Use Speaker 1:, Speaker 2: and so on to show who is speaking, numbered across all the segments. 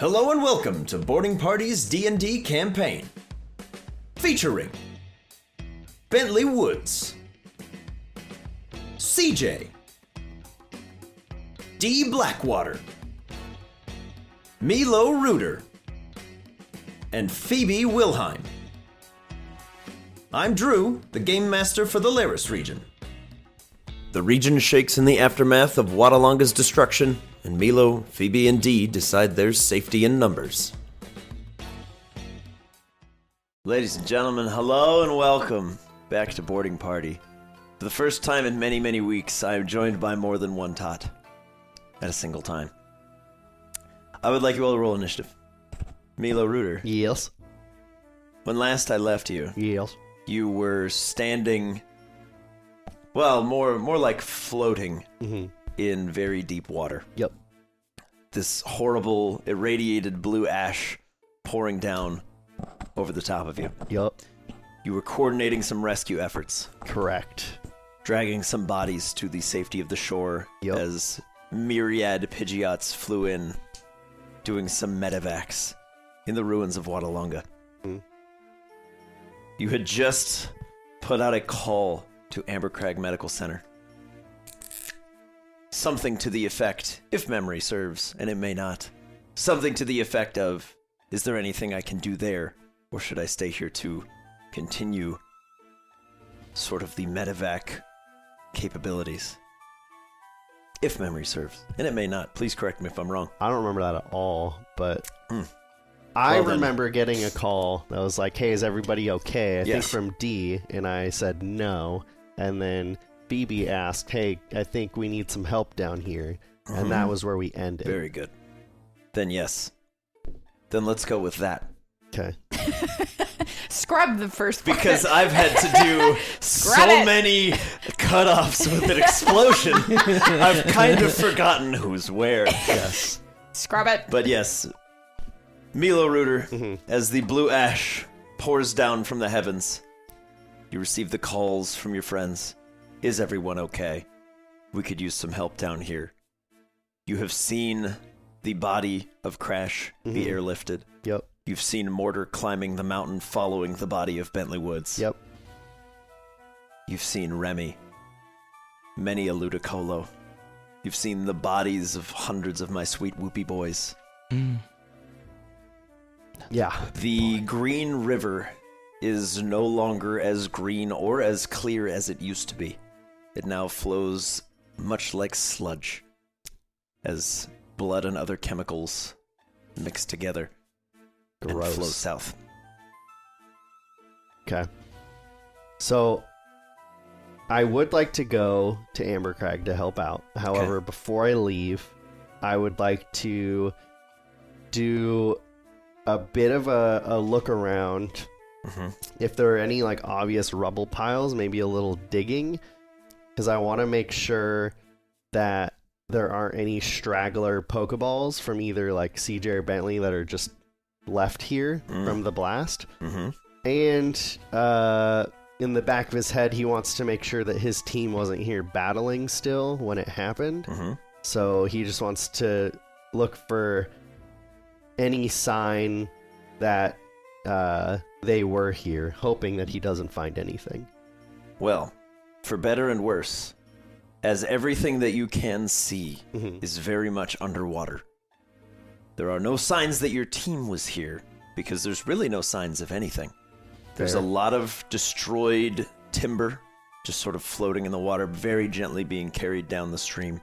Speaker 1: Hello and welcome to Boarding Party's D&D campaign. Featuring Bentley Woods, CJ, D Blackwater, Milo Reuter, and Phoebe Wilhelm. I'm Drew, the game master for the Laris region. The region shakes in the aftermath of Wadalanga's destruction, and Milo, Phoebe, and Dee decide there's safety in numbers. Ladies and gentlemen, hello and welcome back to Boarding Party. For the first time in many, many weeks, I am joined by more than one tot at a single time. I would like you all to roll initiative. Milo Reuter,
Speaker 2: Yes.
Speaker 1: when last I left you,
Speaker 2: Yes.
Speaker 1: you were standing well more more like floating in very deep water
Speaker 2: Yep.
Speaker 1: this horrible irradiated blue ash pouring down over the top of you
Speaker 2: Yep.
Speaker 1: you were coordinating some rescue efforts
Speaker 2: Correct.
Speaker 1: dragging some bodies to the safety of the shore
Speaker 2: Yup.
Speaker 1: as myriad pidgeots flew in doing some medevacs in the ruins of Watalonga. You had just put out a call to Ambercrag Medical Center. Something to the effect, if memory serves, and it may not, something to the effect of, is there anything I can do there, or should I stay here to continue sort of the medevac capabilities. If memory serves, and it may not, please correct me if I'm wrong.
Speaker 2: I don't remember that at all, but
Speaker 1: Hmm.
Speaker 2: I
Speaker 1: Well, then.
Speaker 2: remember getting a call that was like, "Hey, is everybody okay?" I think
Speaker 1: Yes.
Speaker 2: from D, and I said no, and then Phoebe asked, "Hey, I think we need some help down here," and that was where we ended.
Speaker 1: Mm-hmm. Very good. Then yes. Then let's go with that.
Speaker 2: okay.
Speaker 3: Scrub the first part.
Speaker 1: Because I've had to do so
Speaker 3: Scrub it.
Speaker 1: many cutoffs with an explosion. I've kind of forgotten who's where.
Speaker 2: Yes.
Speaker 3: Scrub it.
Speaker 1: But yes, Milo Reuter, as the blue ash pours down from the heavens, you receive the calls from your friends. Is everyone okay? We could use some help down here. You have seen the body of Crash be airlifted.
Speaker 2: Yep.
Speaker 1: You've seen Mortar climbing the mountain following the body of Bentley Woods.
Speaker 2: Yep.
Speaker 1: You've seen Remy, many a Ludicolo. You've seen the bodies of hundreds of my sweet whoopee boys.
Speaker 2: Yeah.
Speaker 1: The Green River is no longer as green or as clear as it used to be. It now flows much like sludge, as blood and other chemicals mix together and flow
Speaker 2: Gross.
Speaker 1: south.
Speaker 2: Okay. So I would like to go to Ambercrag to help out. However, before I leave, I would like to do a bit of a, a look around. If there are any like obvious rubble piles, maybe a little digging, because I want to make sure that there aren't any straggler Pokeballs from either like CJ or Bentley that are just left here from the blast
Speaker 1: Mm-hmm.
Speaker 2: and uh, in the back of his head, he wants to make sure that his team wasn't here battling still when it happened.
Speaker 1: Mhm.
Speaker 2: So he just wants to look for any sign that uh, they were here, hoping that he doesn't find anything.
Speaker 1: Well, for better and worse, as everything that you can see is very much underwater. There are no signs that your team was here because there's really no signs of anything. There's a
Speaker 2: Fair.
Speaker 1: lot of destroyed timber just sort of floating in the water, very gently being carried down the stream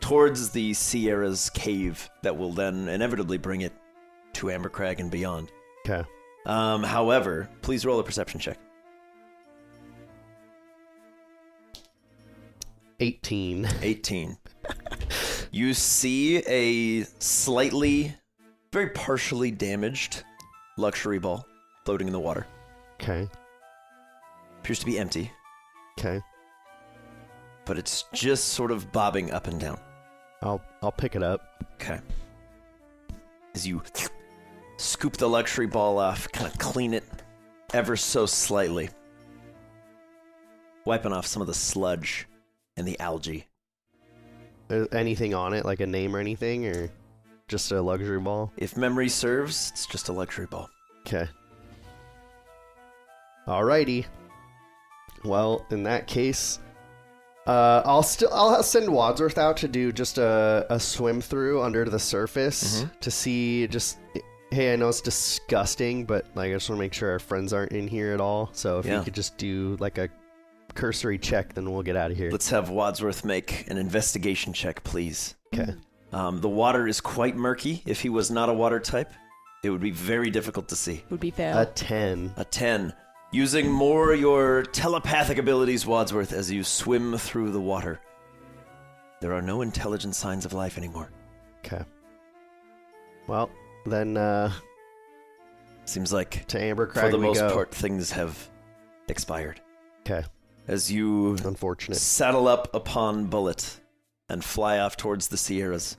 Speaker 1: towards the Sierra's cave that will then inevitably bring it to Ambercrag and beyond.
Speaker 2: Okay.
Speaker 1: Um, however, please roll a perception check.
Speaker 2: 18.
Speaker 1: 18. you see a slightly, very partially damaged luxury ball floating in the water.
Speaker 2: Okay.
Speaker 1: Appears to be empty,
Speaker 2: Okay.
Speaker 1: but it's just sort of bobbing up and down.
Speaker 2: I'll I'll pick it up.
Speaker 1: Okay. As you scoop the luxury ball off, kind of clean it ever so slightly, wiping off some of the sludge and the algae.
Speaker 2: Uh, Anything on it, like a name or anything, or Just a luxury ball.
Speaker 1: If memory serves, it's just a luxury ball.
Speaker 2: Okay. Alrighty. Well, in that case, uh, I'll still I'll send Wadsworth out to do just a, a swim through under the surface
Speaker 1: Mm-hmm.
Speaker 2: to see just. Hey, I know it's disgusting, but like I just want to make sure our friends aren't in here at all. So if
Speaker 1: Yeah.
Speaker 2: you could just do like a cursory check, then we'll get out of here.
Speaker 1: Let's have Wadsworth make an investigation check, please.
Speaker 2: Okay.
Speaker 1: Um, the water is quite murky. If he was not a water type, it would be very difficult to see.
Speaker 3: Would be fail.
Speaker 2: A ten.
Speaker 1: A 10. Using more your telepathic abilities, Wadsworth, as you swim through the water. There are no intelligent signs of life anymore.
Speaker 2: Okay. Well, then uh,
Speaker 1: Seems like,
Speaker 2: to Amber Crag
Speaker 1: for the
Speaker 2: we
Speaker 1: most
Speaker 2: go.
Speaker 1: part, things have expired.
Speaker 2: Okay.
Speaker 1: As you
Speaker 2: Unfortunate.
Speaker 1: saddle up upon Bullet and fly off towards the Sierras.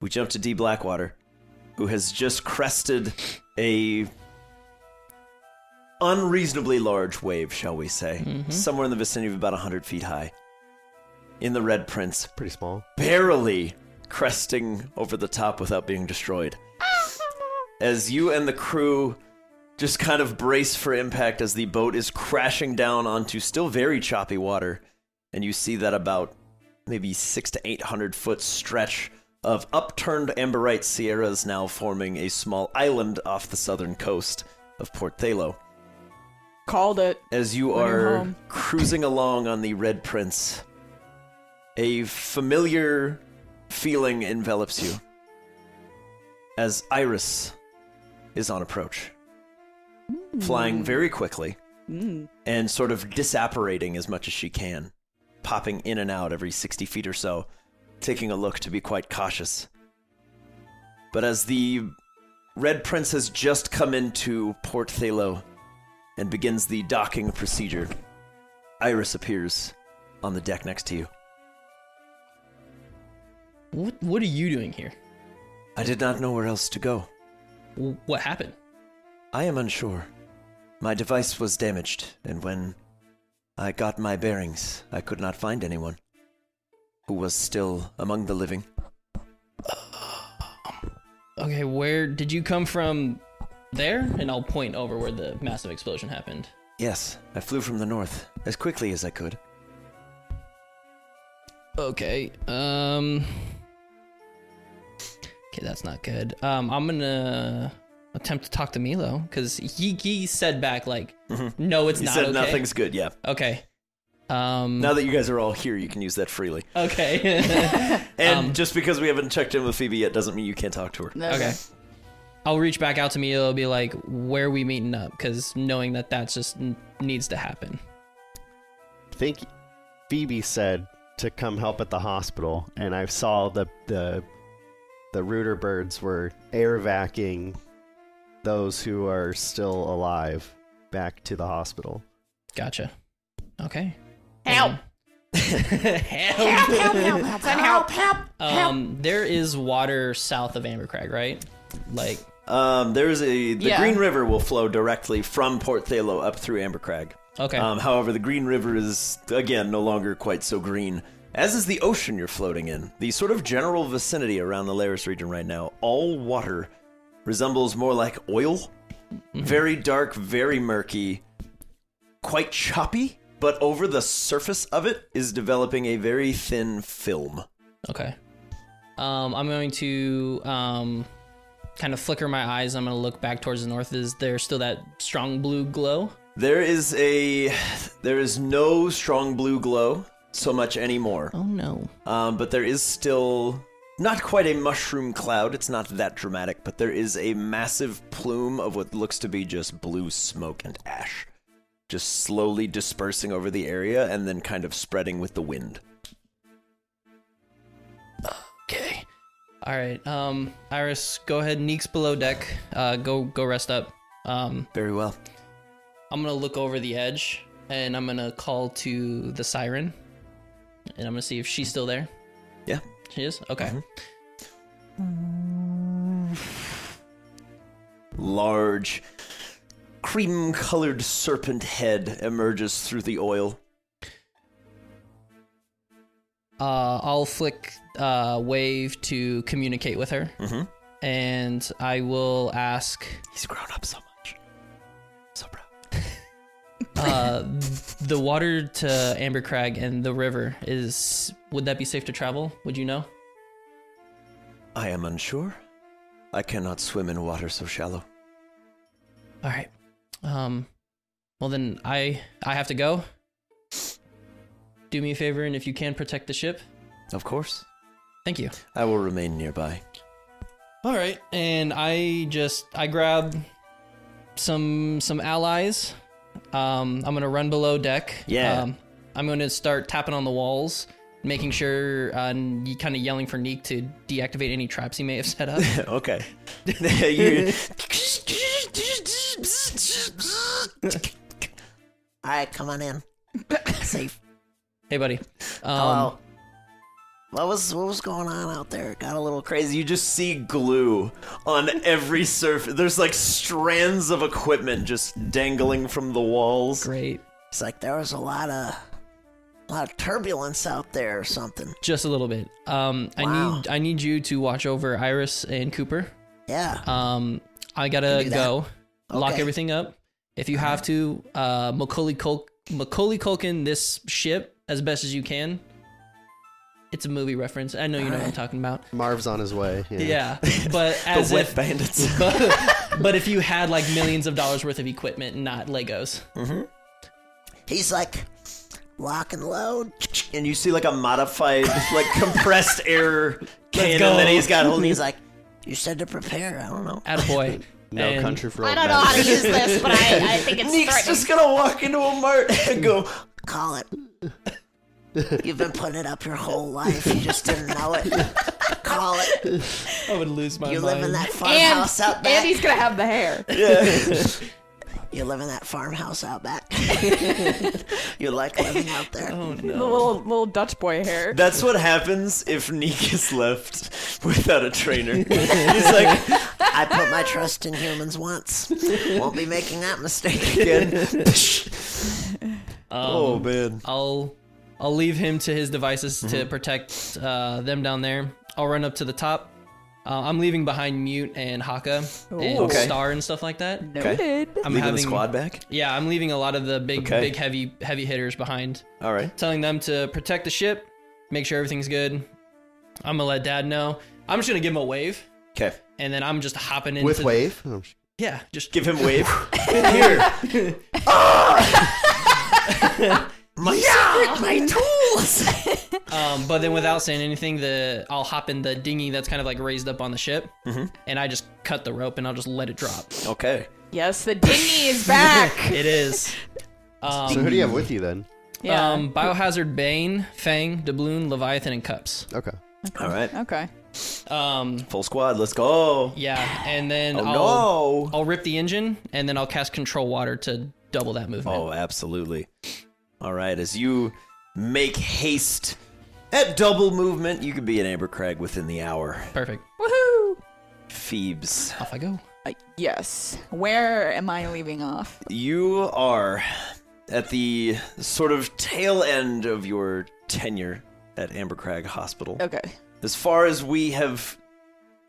Speaker 1: We jump to D. Blackwater, who has just crested a unreasonably large wave, shall we say, somewhere in the vicinity of about 100 feet high. In the Red Prince,
Speaker 2: Pretty small.
Speaker 1: barely cresting over the top without being destroyed. As you and the crew just kind of brace for impact as the boat is crashing down onto still very choppy water, and you see that about maybe six to eight hundred foot stretch of upturned amberite sierras now forming a small island off the southern coast of Port Thalo
Speaker 3: Called it.
Speaker 1: as you
Speaker 3: When you're
Speaker 1: are
Speaker 3: home.
Speaker 1: cruising along on the Red Prince, a familiar feeling envelops you as Iris is on approach, flying very quickly and sort of disapparating as much as she can, popping in and out every 60 feet or so, taking a look to be quite cautious. But as the Red Prince has just come into Port Thalo, and begins the docking procedure. Iris appears on the deck next to you.
Speaker 4: What What are you doing here?
Speaker 1: I did not know where else to go.
Speaker 4: W- What happened?
Speaker 1: I am unsure. My device was damaged, and when I got my bearings, I could not find anyone who was still among the living.
Speaker 4: Okay, where did you come from? There, and I'll point over where the massive explosion happened.
Speaker 1: Yes, I flew from the north as quickly as I could.
Speaker 4: Okay. Um. Okay, that's not good. Um, I'm gonna attempt to talk to Milo because he he said back like, no, it's
Speaker 1: You Mm-hmm.
Speaker 4: not
Speaker 1: said
Speaker 4: okay.
Speaker 1: nothing's good, yeah.
Speaker 4: Okay. Um.
Speaker 1: Now that you guys are all here, you can use that freely.
Speaker 4: Okay.
Speaker 1: And just because we haven't checked in with Phoebe yet doesn't mean you can't talk to her.
Speaker 4: okay. I'll reach back out to Milo. Be like, where are we meeting up? Because knowing that that just n- needs to happen.
Speaker 2: I think Phoebe said to come help at the hospital, and I saw the the the rooter birds were air vacing those who are still alive back to the hospital.
Speaker 4: Gotcha. Okay.
Speaker 3: Help.
Speaker 4: Help.
Speaker 3: Help, help, help, Send help.
Speaker 4: Um, there is water south of Ambercrag, right? Like,
Speaker 1: Um, there's a the
Speaker 3: Yeah.
Speaker 1: Green River will flow directly from Port Thalo up through Ambercrag.
Speaker 4: okay.
Speaker 1: Um, however, the Green River is again no longer quite so green, as is the ocean you're floating in. The sort of general vicinity around the Laris region right now, all water resembles more like oil, very dark, very murky, quite choppy. But over the surface of it is developing a very thin film.
Speaker 4: Okay. Um, I'm going to um, kind of flicker my eyes. I'm going to look back towards the north. Is there still that strong blue glow?
Speaker 1: There is a there is no strong blue glow so much anymore.
Speaker 4: Oh no.
Speaker 1: Um, but there is still not quite a mushroom cloud. It's not that dramatic, but there is a massive plume of what looks to be just blue smoke and ash, just slowly dispersing over the area and then kind of spreading with the wind.
Speaker 4: Okay. All right. Um, Iris, go ahead. Neek's below deck. Uh, go go rest up. Um,
Speaker 1: Very well.
Speaker 4: I'm gonna look over the edge and I'm gonna call to the siren, and I'm gonna see if she's still there.
Speaker 1: Yeah.
Speaker 4: She is. Okay.
Speaker 1: Large, cream-colored serpent head emerges through the oil.
Speaker 4: Uh, I'll flick uh, wave to communicate with her.
Speaker 1: Mhm.
Speaker 4: and I will ask
Speaker 1: He's grown up so much. So proud.
Speaker 4: uh, the water to Amber Crag and the river is. Would that be safe to travel? Would you know?
Speaker 1: I am unsure. I cannot swim in water so shallow.
Speaker 4: All right. Um, well then I I have to go. Do me a favor, and if you can protect the ship,
Speaker 1: Of course.
Speaker 4: thank you.
Speaker 1: I will remain nearby.
Speaker 4: All right, and I just I grab some some allies. Um, I'm gonna run below deck.
Speaker 1: Yeah.
Speaker 4: Um, I'm gonna start tapping on the walls, making sure uh, you kind of yelling for Neek to deactivate any traps he may have set up.
Speaker 1: okay. You-
Speaker 5: All right, come on in. Safe.
Speaker 4: hey, buddy. Um,
Speaker 5: Hello. What was what was going on out there? It Got a little crazy.
Speaker 1: You just see glue on every surface. There's like strands of equipment just dangling from the walls.
Speaker 4: Great.
Speaker 5: It's like there was a lot of a lot of turbulence out there or something.
Speaker 4: Just a little bit. Um, I
Speaker 5: Wow.
Speaker 4: need I need you to watch over Iris and Cooper.
Speaker 5: Yeah.
Speaker 4: Um, I gotta
Speaker 5: do that.
Speaker 4: go. Lock
Speaker 5: Okay. Uh-huh.
Speaker 4: everything up. If you have to, uh, Macaulay, Cul- Macaulay Culkin this ship as best as you can. It's a movie reference. I know you know what I'm talking about.
Speaker 2: Marv's on his way. Yeah.
Speaker 4: Yeah, but as
Speaker 1: the wet
Speaker 4: if,
Speaker 1: bandits.
Speaker 4: but if you had like millions of dollars worth of equipment, not Legos.
Speaker 5: He's like lock and load.
Speaker 1: and you see like a modified, like compressed air
Speaker 4: go.
Speaker 1: cannon that he's got
Speaker 5: And
Speaker 1: holding.
Speaker 5: he's like, you said to prepare. I don't know.
Speaker 4: Attaboy.
Speaker 2: No
Speaker 4: And-
Speaker 2: country for
Speaker 3: I
Speaker 2: old
Speaker 3: don't know how to
Speaker 2: men.
Speaker 3: use this, but I, I think it's
Speaker 1: Neek's
Speaker 3: threatening.
Speaker 1: just gonna walk into a mart and go,
Speaker 5: Call it. You've been putting it up your whole life. You just didn't know it. Call it.
Speaker 4: I would lose my
Speaker 5: You live
Speaker 4: mind.
Speaker 5: in that
Speaker 3: And,
Speaker 5: farmhouse out back.
Speaker 3: and he's gonna have the hair.
Speaker 5: You live in that farmhouse out back. you like living out there.
Speaker 3: The little little Dutch boy hair.
Speaker 1: That's what happens if Neek is left without a trainer. He's like,
Speaker 5: I put my trust in humans once. Won't be making that mistake again.
Speaker 1: again. oh
Speaker 4: Um,
Speaker 1: man.
Speaker 4: I'll I'll leave him to his devices
Speaker 1: Mm-hmm.
Speaker 4: to protect uh, them down there. I'll run up to the top. Uh, I'm leaving behind Mute and Haka and
Speaker 1: Okay.
Speaker 4: Star and stuff like that.
Speaker 3: Noted.
Speaker 4: I'm
Speaker 1: Leaving
Speaker 4: having
Speaker 1: the squad back.
Speaker 4: Yeah, I'm leaving a lot of the big
Speaker 1: Okay.
Speaker 4: big heavy heavy hitters behind.
Speaker 1: All right.
Speaker 4: Telling them to protect the ship, make sure everything's good. I'm gonna let Dad know. I'm just gonna give him a wave,
Speaker 1: Okay.
Speaker 4: and then I'm just hopping into
Speaker 2: With wave. Oh, sh-
Speaker 4: Yeah, just
Speaker 1: Give him wave. Here. Ah! My secret, my tools.
Speaker 4: Um, but then without saying anything, the I'll hop in the dinghy that's kind of like raised up on the ship, and I just cut the rope and I'll just let it drop.
Speaker 1: Okay.
Speaker 3: Yes, the dinghy is back.
Speaker 4: It is.
Speaker 2: So
Speaker 4: Um,
Speaker 2: who do you have with you then?
Speaker 3: yeah.
Speaker 4: um, Biohazard, Bane, Fang, Doubloon, Leviathan, and Cups.
Speaker 2: Okay.
Speaker 1: All right.
Speaker 3: okay.
Speaker 4: Um,
Speaker 1: Full squad. Let's go.
Speaker 4: yeah, and then
Speaker 1: Oh
Speaker 4: I'll
Speaker 1: no.
Speaker 4: I'll rip the engine, and then I'll cast Control Water to double that movement.
Speaker 1: Oh, absolutely. All right, as you make haste at double movement, you could be an Amber Crag within the hour.
Speaker 4: Perfect.
Speaker 3: Woohoo!
Speaker 1: Phoebes,
Speaker 4: Off I go.
Speaker 3: Uh, yes. Where am I leaving off?
Speaker 1: you are at the sort of tail end of your tenure at Amber Crag Hospital.
Speaker 3: Okay.
Speaker 1: As far as we have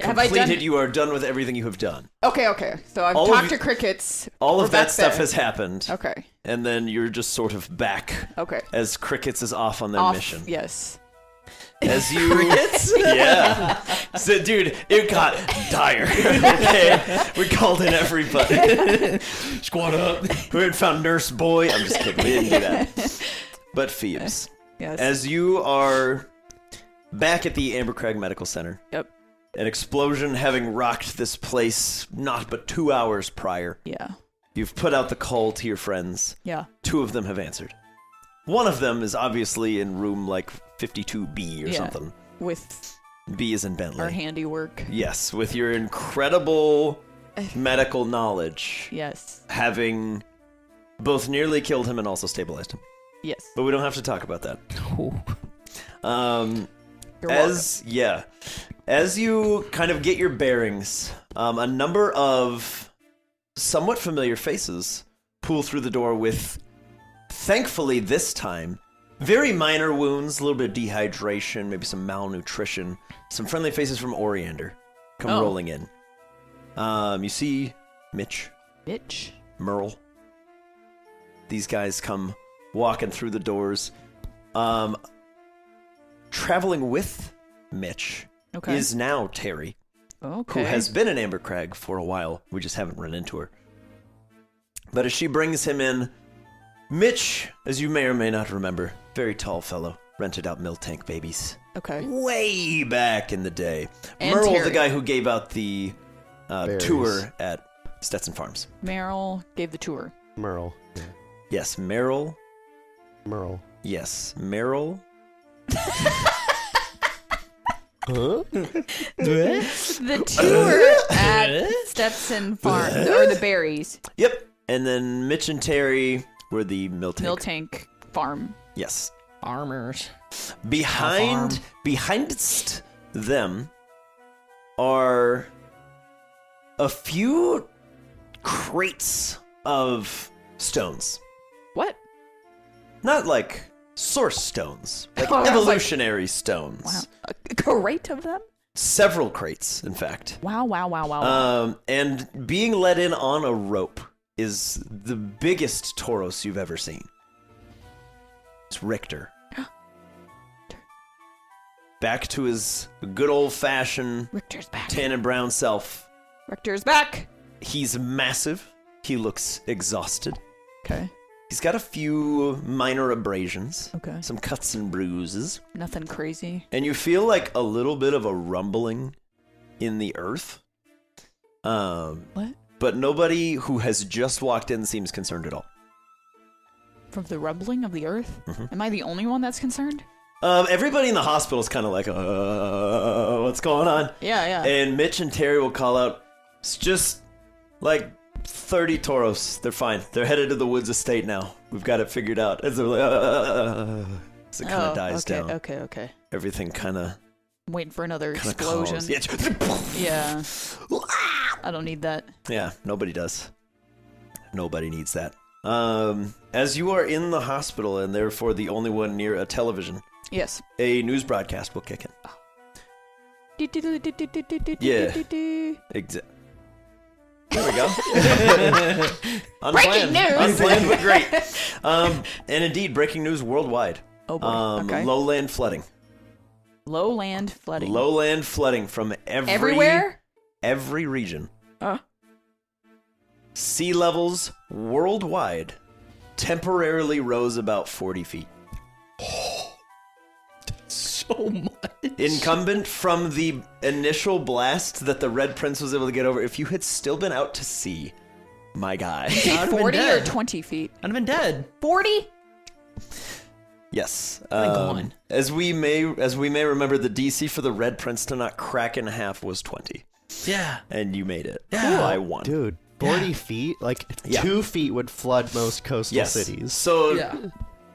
Speaker 3: Have I
Speaker 1: completed,
Speaker 3: done-
Speaker 1: you are done with everything you have done.
Speaker 3: Okay. Okay. So I've
Speaker 1: All of
Speaker 3: talked
Speaker 1: you-
Speaker 3: to crickets.
Speaker 1: All
Speaker 3: We're
Speaker 1: of that
Speaker 3: back
Speaker 1: stuff
Speaker 3: there.
Speaker 1: has happened,
Speaker 3: Okay.
Speaker 1: and then you're just sort of back
Speaker 3: Okay.
Speaker 1: as Crickets is off on their
Speaker 3: Off.
Speaker 1: mission.
Speaker 3: Yes.
Speaker 1: As you, yeah. So, dude, it got dire. okay, we called in everybody.
Speaker 4: Squat up.
Speaker 1: We had found Nurse Boy. I'm just kidding. We didn't do that. But Phoebes,
Speaker 3: Yes.
Speaker 1: as you are back at the Ambercrag Medical Center,
Speaker 3: yep.
Speaker 1: an explosion having rocked this place not but two hours prior.
Speaker 3: Yeah.
Speaker 1: You've put out the call to your friends.
Speaker 3: Yeah.
Speaker 1: Two of them have answered. One of them is obviously in room like 52B or
Speaker 3: Yeah.
Speaker 1: something.
Speaker 3: With
Speaker 1: B is in Bentley.
Speaker 3: our handiwork.
Speaker 1: Yes, with your incredible medical knowledge,
Speaker 3: Yes.
Speaker 1: having both nearly killed him and also stabilized him.
Speaker 3: Yes.
Speaker 1: But we don't have to talk about that. Um,
Speaker 3: You're
Speaker 1: as yeah, as you kind of get your bearings, um, a number of somewhat familiar faces pull through the door with, thankfully this time, very minor wounds, a little bit of dehydration, maybe some malnutrition, some friendly faces from Oriander. come
Speaker 4: Oh.
Speaker 1: rolling in. Um, you see Mitch,
Speaker 3: Mitch.
Speaker 1: Merle. These guys come walking through the doors. Um, traveling with Mitch
Speaker 3: Okay.
Speaker 1: is now Terry,
Speaker 3: okay.
Speaker 1: who has been in Amber Crag for a while. We just haven't run into her. But as she brings him in, Mitch, as you may or may not remember, very tall fellow, rented out milk tank babies
Speaker 3: okay.
Speaker 1: way back in the day.
Speaker 3: And
Speaker 1: Merle, the
Speaker 3: Terry.
Speaker 1: guy who gave out the uh,
Speaker 2: Berries.
Speaker 1: tour at Stetson Farms.
Speaker 3: Meryl gave the tour.
Speaker 2: Merle.
Speaker 1: Yes, Merrill.
Speaker 2: Merle.
Speaker 1: Yes, Merrill.
Speaker 2: Huh?
Speaker 3: The tour at Stetson Farm or the Berries
Speaker 1: Yep. And then Mitch and Terry were the mill tank.
Speaker 3: Mill Tank Farm.
Speaker 1: Yes.
Speaker 4: Armors.
Speaker 1: Behind,
Speaker 4: farm.
Speaker 1: behindst them are a few crates of stones.
Speaker 3: What?
Speaker 1: Not like source stones, like
Speaker 3: Oh, I was like-
Speaker 1: evolutionary stones.
Speaker 3: Wow. A crate of them?
Speaker 1: Several crates, in fact.
Speaker 3: Wow! Wow! Wow! Wow! wow.
Speaker 1: Um, and being led in on a rope is the biggest Tauros you've ever seen. It's Richter. Back to his good old fashioned
Speaker 3: Richter's back.
Speaker 1: tan and brown self.
Speaker 3: Richter's back.
Speaker 1: He's massive. He looks exhausted.
Speaker 3: Okay.
Speaker 1: He's got a few minor abrasions,
Speaker 3: Okay.
Speaker 1: some cuts and bruises.
Speaker 3: Nothing crazy.
Speaker 1: and you feel like a little bit of a rumbling in the earth. Um,
Speaker 3: What?
Speaker 1: but nobody who has just walked in seems concerned at all.
Speaker 3: From the rumbling of the earth?
Speaker 1: Mm-hmm.
Speaker 3: Am I the only one that's concerned?
Speaker 1: Um, everybody in the hospital is kind of like, uh, what's going on?
Speaker 3: Yeah, yeah.
Speaker 1: And Mitch and Terry will call out, it's just like 30 toros. They're fine. They're headed to the woods estate now. We've got it figured out. As they're like, "Uh," as it kind of dies
Speaker 3: Oh, okay,
Speaker 1: down.
Speaker 3: okay, okay.
Speaker 1: Everything kind of
Speaker 3: I'm waiting for another
Speaker 1: kind of
Speaker 3: explosion.
Speaker 1: calms. Yeah.
Speaker 3: Yeah. I don't need that.
Speaker 1: Yeah, nobody does. Nobody needs that. Um, as you are in the hospital and therefore the only one near a television,
Speaker 3: Yes.
Speaker 1: a news broadcast will kick in. Yeah.
Speaker 3: Yeah.
Speaker 1: Exa- there we go.
Speaker 3: Breaking
Speaker 1: Unplanned.
Speaker 3: news!
Speaker 1: Unplanned, but great. Um, and indeed, breaking news worldwide.
Speaker 3: Oh boy.
Speaker 1: Um,
Speaker 3: okay.
Speaker 1: Lowland flooding.
Speaker 3: Lowland flooding.
Speaker 1: Lowland flooding from every
Speaker 3: Everywhere?
Speaker 1: every region.
Speaker 3: Uh.
Speaker 1: Sea levels worldwide temporarily rose about 40 feet.
Speaker 4: So much.
Speaker 1: Incumbent from the initial blast that the Red Prince was able to get over, if you had still been out to sea, my guy.
Speaker 4: I'd have been
Speaker 3: 40 or
Speaker 4: dead.
Speaker 3: 20 feet?
Speaker 4: I'd have been dead.
Speaker 3: 40?
Speaker 1: Yes.
Speaker 4: Like
Speaker 1: um,
Speaker 4: one.
Speaker 1: as we may as we may remember, the DC for the Red Prince to not crack in half was twenty,
Speaker 4: Yeah.
Speaker 1: and you made it
Speaker 4: Yeah.
Speaker 1: by one.
Speaker 2: Dude, 40 feet? Like,
Speaker 1: Yeah.
Speaker 2: two feet would flood most coastal
Speaker 1: yes.
Speaker 2: cities.
Speaker 1: So
Speaker 4: Yeah.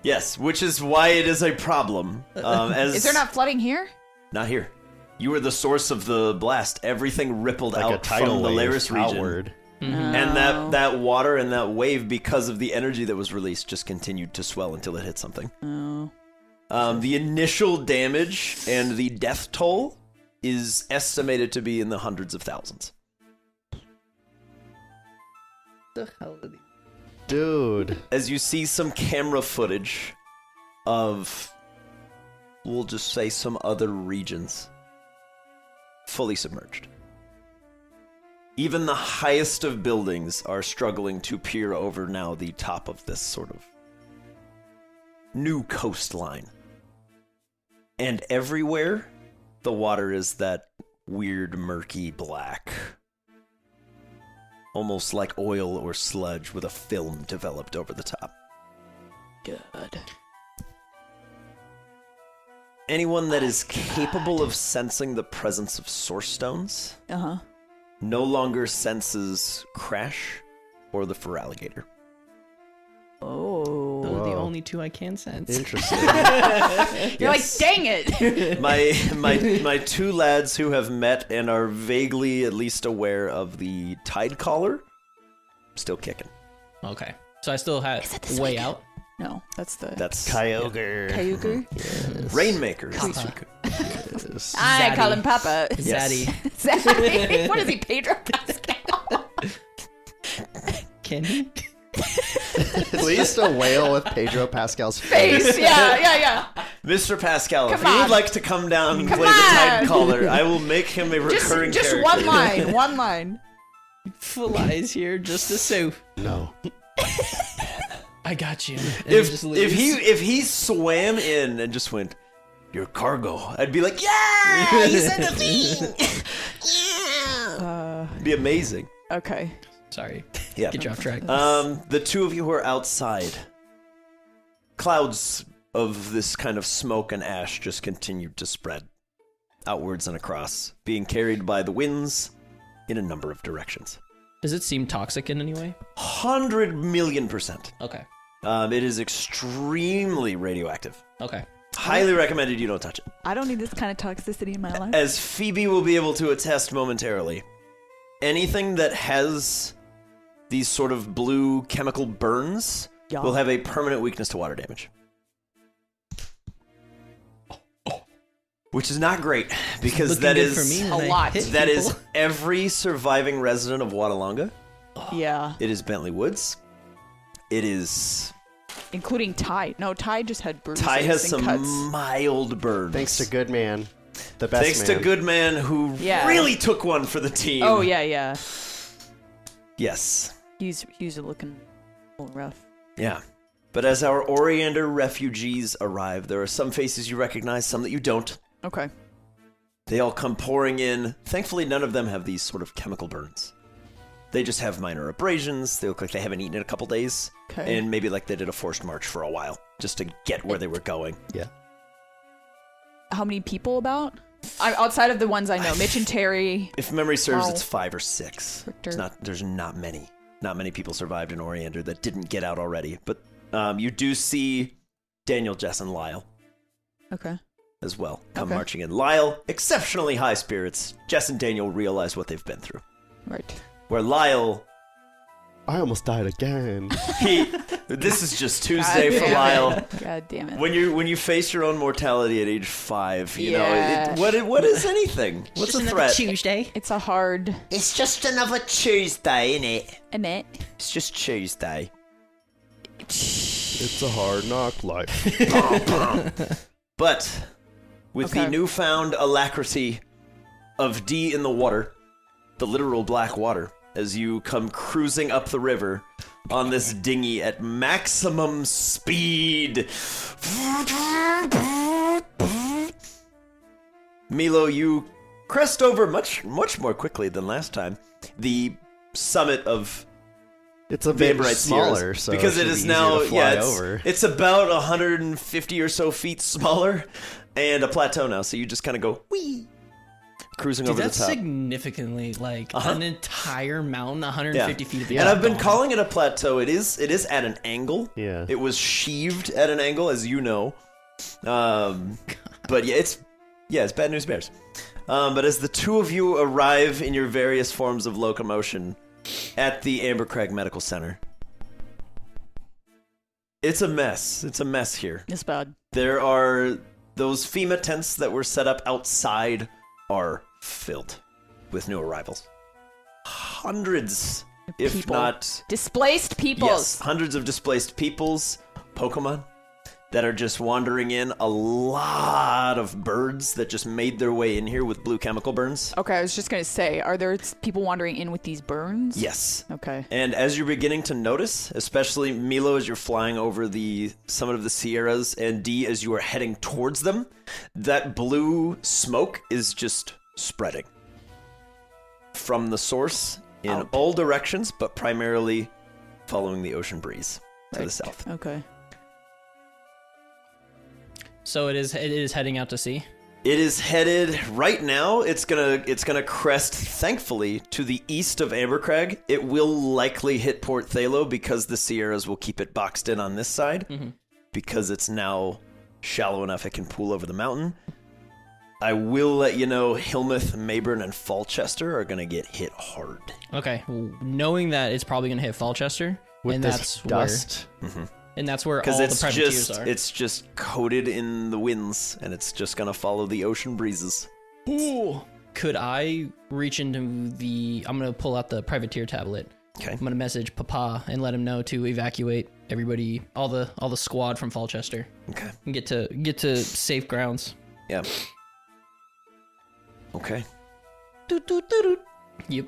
Speaker 1: yes, which is why it is a problem. Um, as
Speaker 3: Is there not flooding here?
Speaker 1: Not here. You were the source of the blast. Everything rippled
Speaker 2: Like
Speaker 1: out
Speaker 2: a tidal
Speaker 1: from the
Speaker 2: wave
Speaker 1: Laris region.
Speaker 2: outward.
Speaker 1: And that, that water and that wave, because of the energy that was released, just continued to swell until it hit something.
Speaker 3: Oh.
Speaker 1: Um, the initial damage and the death toll is estimated to be in the hundreds of thousands.
Speaker 4: The hell are these?
Speaker 2: Dude.
Speaker 1: As you see some camera footage of, we'll just say, some other regions fully submerged. Even the highest of buildings are struggling to peer over now the top of this sort of new coastline. And everywhere, the water is that weird, murky black. Almost like oil or sludge with a film developed over the top.
Speaker 3: Good.
Speaker 1: Anyone that is capable of sensing the presence of source stones
Speaker 3: Uh huh.
Speaker 1: no longer senses Crash or the Feraligator. alligator.
Speaker 3: Oh.
Speaker 4: Those are the
Speaker 2: Wow.
Speaker 4: only two I can sense.
Speaker 2: Interesting.
Speaker 3: You're
Speaker 1: Yes.
Speaker 3: like, dang it!
Speaker 1: my my my two lads who have met and are vaguely at least aware of the tide collar still kicking.
Speaker 4: Okay. So I still have
Speaker 3: Is it this
Speaker 4: way
Speaker 3: weekend?
Speaker 4: out.
Speaker 3: no, that's the
Speaker 1: That's
Speaker 2: Kyogre.
Speaker 3: Kyogre.
Speaker 1: Rainmaker. is-
Speaker 4: Kappa.
Speaker 2: Jesus.
Speaker 3: I
Speaker 4: Zaddy.
Speaker 3: call him Papa.
Speaker 1: Yes.
Speaker 4: Zaddy.
Speaker 3: Zaddy. what is he, Pedro Pascal?
Speaker 4: Can
Speaker 2: Please don't wail with Pedro Pascal's face.
Speaker 3: Face. Yeah, yeah, yeah.
Speaker 1: Mr. Pascal, if
Speaker 3: Come
Speaker 1: you
Speaker 3: on.
Speaker 1: would like to come down and
Speaker 3: Come
Speaker 1: play the Titan
Speaker 3: on.
Speaker 1: Caller, I will make him a
Speaker 3: Just,
Speaker 1: recurring
Speaker 3: just
Speaker 1: character.
Speaker 3: one line. One line.
Speaker 4: flies here just to sue?
Speaker 2: No.
Speaker 4: I got you. And he
Speaker 1: If,
Speaker 4: just
Speaker 1: if
Speaker 4: leaves.
Speaker 1: he if he swam in and just went, your cargo, I'd be like, yeah, he Ah, said the thing.
Speaker 3: Uh,
Speaker 1: It'd be amazing.
Speaker 3: okay.
Speaker 4: sorry,
Speaker 1: Yeah.
Speaker 4: get you off track.
Speaker 1: Um, the two of you who are outside, clouds of this kind of smoke and ash just continued to spread outwards and across, being carried by the winds in a number of directions.
Speaker 4: Does it seem toxic in any way?
Speaker 1: Hundred million percent.
Speaker 4: Okay,
Speaker 1: Um, it is extremely radioactive.
Speaker 4: okay.
Speaker 1: Highly recommended you don't touch it.
Speaker 3: I don't need this kind of toxicity in my life.
Speaker 1: As Phoebe will be able to attest momentarily, anything that has these sort of blue chemical burns
Speaker 3: Yeah.
Speaker 1: will have a permanent weakness to water damage. Which is not great because
Speaker 4: Looking
Speaker 1: that
Speaker 4: good
Speaker 1: is
Speaker 4: for me
Speaker 3: a
Speaker 4: when I
Speaker 3: lot.
Speaker 4: hit
Speaker 1: that is
Speaker 4: people.
Speaker 1: every surviving resident of Watalonga.
Speaker 3: yeah,
Speaker 1: It is Bentley Woods. It is
Speaker 3: including Ty. No, Ty just had bruises
Speaker 1: Ty has
Speaker 3: and
Speaker 1: some
Speaker 3: cuts.
Speaker 1: mild burns.
Speaker 2: Thanks to good man, the best
Speaker 1: Thanks
Speaker 2: man.
Speaker 1: to Goodman, who
Speaker 3: Yeah.
Speaker 1: really took one for the team.
Speaker 3: Oh yeah, yeah.
Speaker 1: Yes.
Speaker 3: He's he's looking a little rough.
Speaker 1: Yeah. But as our Oriander refugees arrive, there are some faces you recognize, some that you don't.
Speaker 3: Okay.
Speaker 1: They all come pouring in. Thankfully, none of them have these sort of chemical burns. They just have minor abrasions. They look like they haven't eaten in a couple days.
Speaker 3: Okay.
Speaker 1: And maybe like they did a forced march for a while just to get where they were going.
Speaker 2: Yeah.
Speaker 3: How many people about? I, outside of the ones I know, Mitch and Terry.
Speaker 1: If memory serves,
Speaker 3: Wow.
Speaker 1: it's five or six.
Speaker 3: Richter.
Speaker 1: It's not, there's not many. Not many people survived in Oriander that didn't get out already. But um, you do see Daniel, Jess, and Lyle
Speaker 3: Okay.
Speaker 1: as well come
Speaker 3: Okay.
Speaker 1: marching in. Lyle, exceptionally high spirits. Jess and Daniel realize what they've been through.
Speaker 3: Right.
Speaker 1: Where Lyle,
Speaker 2: I almost died again.
Speaker 1: he, this is just Tuesday for
Speaker 3: damn it.
Speaker 1: Lyle.
Speaker 3: God damn it.
Speaker 1: When you when you face your own mortality at age five, you know
Speaker 3: Yeah.
Speaker 1: it, what what is anything? What's a threat?
Speaker 4: Tuesday.
Speaker 3: It's a hard
Speaker 5: It's just another Tuesday, innit?
Speaker 3: innit.
Speaker 1: It's just Tuesday.
Speaker 2: it's a hard knock life.
Speaker 1: But with the
Speaker 3: Okay.
Speaker 1: newfound alacrity of D in the water, the literal black water, as you come cruising up the river on this dinghy at maximum speed. Milo, you crest over much much more quickly than last time. The summit of
Speaker 2: It's a
Speaker 1: the
Speaker 2: bit
Speaker 1: Amberite Sierras,
Speaker 2: smaller, so
Speaker 1: because it
Speaker 2: should
Speaker 1: is
Speaker 2: be
Speaker 1: now
Speaker 2: easier to fly
Speaker 1: yeah, it's,
Speaker 2: over.
Speaker 1: it's about 150 or so feet smaller and a plateau now. So you just kind of go wee, cruising
Speaker 4: Dude,
Speaker 1: over the
Speaker 4: that's
Speaker 1: top. Uh-huh.
Speaker 4: significantly like an entire mountain, 150 feet. Of the
Speaker 1: and I've been
Speaker 4: gone.
Speaker 1: calling it a plateau. It is it is at an angle.
Speaker 2: Yeah.
Speaker 1: It was sheaved at an angle, as you know. Um, but yeah, it's yeah, it's bad news bears. Um, but as the two of you arrive in your various forms of locomotion at the Ambercrag Medical Center, it's a mess. It's a mess here.
Speaker 3: It's bad.
Speaker 1: There are those FEMA tents that were set up outside are filled with new arrivals. Hundreds, if
Speaker 3: People.
Speaker 1: not
Speaker 3: Displaced
Speaker 1: yes,
Speaker 3: peoples.
Speaker 1: hundreds of displaced peoples, Pokemon that are just wandering in. A lot of birds that just made their way in here with blue chemical burns.
Speaker 3: Okay, I was just gonna say, are there s- people wandering in with these burns?
Speaker 1: Yes.
Speaker 3: Okay.
Speaker 1: And as you're beginning to notice, especially Milo as you're flying over the summit of the Sierras and D as you are heading towards them, that blue smoke is just spreading from the source in all directions, but primarily following the ocean breeze to the
Speaker 3: Right.
Speaker 1: south.
Speaker 3: Okay.
Speaker 4: So it is. It is heading out to sea.
Speaker 1: It is headed right now. It's gonna it's gonna crest, thankfully, to the east of Ambercrag. It will likely hit Port Thalo because the Sierras will keep it boxed in on this side
Speaker 4: Mm-hmm.
Speaker 1: because it's now shallow enough it can pool over the mountain. I will let you know Hillmouth, Mayburn, and Falchester are gonna get hit hard.
Speaker 4: Okay, well, knowing that it's probably gonna hit Falchester,
Speaker 2: With
Speaker 4: and
Speaker 2: this
Speaker 4: that's
Speaker 2: dust,
Speaker 4: and that's where all
Speaker 1: because
Speaker 4: the
Speaker 1: it's
Speaker 4: privateers
Speaker 1: just
Speaker 4: are.
Speaker 1: it's just coated in the winds, and it's just gonna follow the ocean breezes.
Speaker 4: Ooh. Could I reach into the? I'm gonna pull out the privateer tablet.
Speaker 1: Okay.
Speaker 4: I'm gonna message Papa and let him know to evacuate everybody, all the all the squad from Falchester,
Speaker 1: Okay.
Speaker 4: and get to get to safe grounds.
Speaker 1: Yeah. Okay.
Speaker 4: Yep.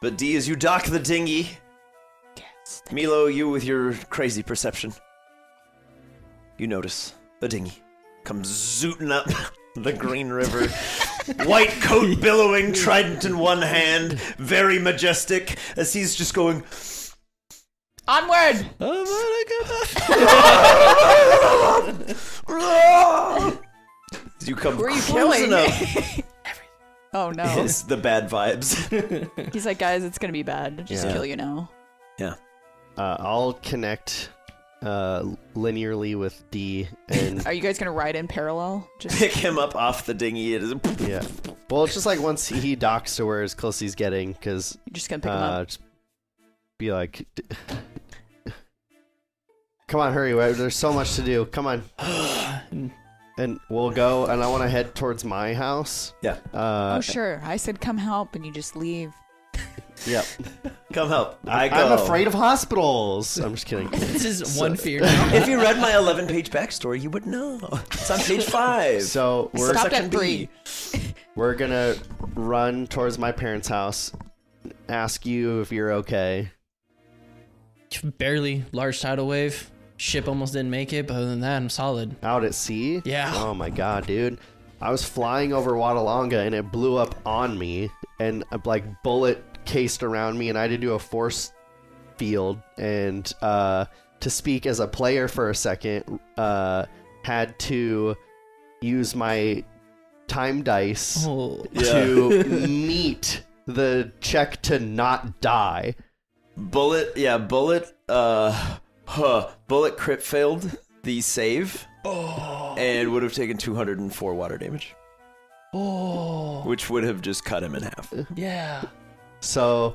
Speaker 1: But D, as you dock the dinghy, Milo, you with your crazy perception, you notice a dinghy comes zooting up the Green River. White coat billowing, trident in one hand, very majestic, as he's just going.
Speaker 3: Onward!
Speaker 1: As you come
Speaker 3: Who are you
Speaker 1: closing
Speaker 3: killing?
Speaker 1: up,
Speaker 3: Oh no.
Speaker 1: is the bad vibes.
Speaker 3: He's like, guys, it's gonna be bad. Just
Speaker 2: Yeah.
Speaker 3: kill you now.
Speaker 1: yeah.
Speaker 2: Uh, I'll connect uh, linearly with D and
Speaker 3: Are you guys gonna ride in parallel? Just
Speaker 1: Pick him up off the dinghy. It is
Speaker 2: yeah. Well, it's just like once he docks to where as close he's getting, because
Speaker 3: you're just gonna pick him
Speaker 2: uh,
Speaker 3: up.
Speaker 2: just be like, "D- come on, hurry! wait, There's so much to do. Come on, and we'll go. And I want to head towards my house.
Speaker 1: Yeah.
Speaker 2: Uh,
Speaker 3: oh sure. I said come help, and you just leave.
Speaker 2: Yep.
Speaker 1: Come help. I go.
Speaker 2: I'm afraid of hospitals. I'm just kidding.
Speaker 4: This is one fear. Now.
Speaker 1: If you read my 11 page backstory, you would know. It's on page 5.
Speaker 2: So we're
Speaker 3: Stop
Speaker 1: section
Speaker 3: at three.
Speaker 1: B.
Speaker 2: we're gonna run towards my parents' house. Ask you if you're okay.
Speaker 4: Barely large tidal wave. Ship almost didn't make it, but other than that, I'm solid.
Speaker 2: Out at sea.
Speaker 4: Yeah.
Speaker 2: Oh my god, dude. I was flying over Watalonga and it blew up on me and a like bullet cased around me and I had to do a force field and uh to speak as a player for a second uh had to use my time dice
Speaker 4: Oh,
Speaker 2: to meet the check to not die.
Speaker 1: Bullet, yeah, bullet, uh, huh, bullet crit failed the save. And would have taken 204 water damage,
Speaker 4: oh,
Speaker 1: which would have just cut him in half. Of
Speaker 4: yeah.
Speaker 2: So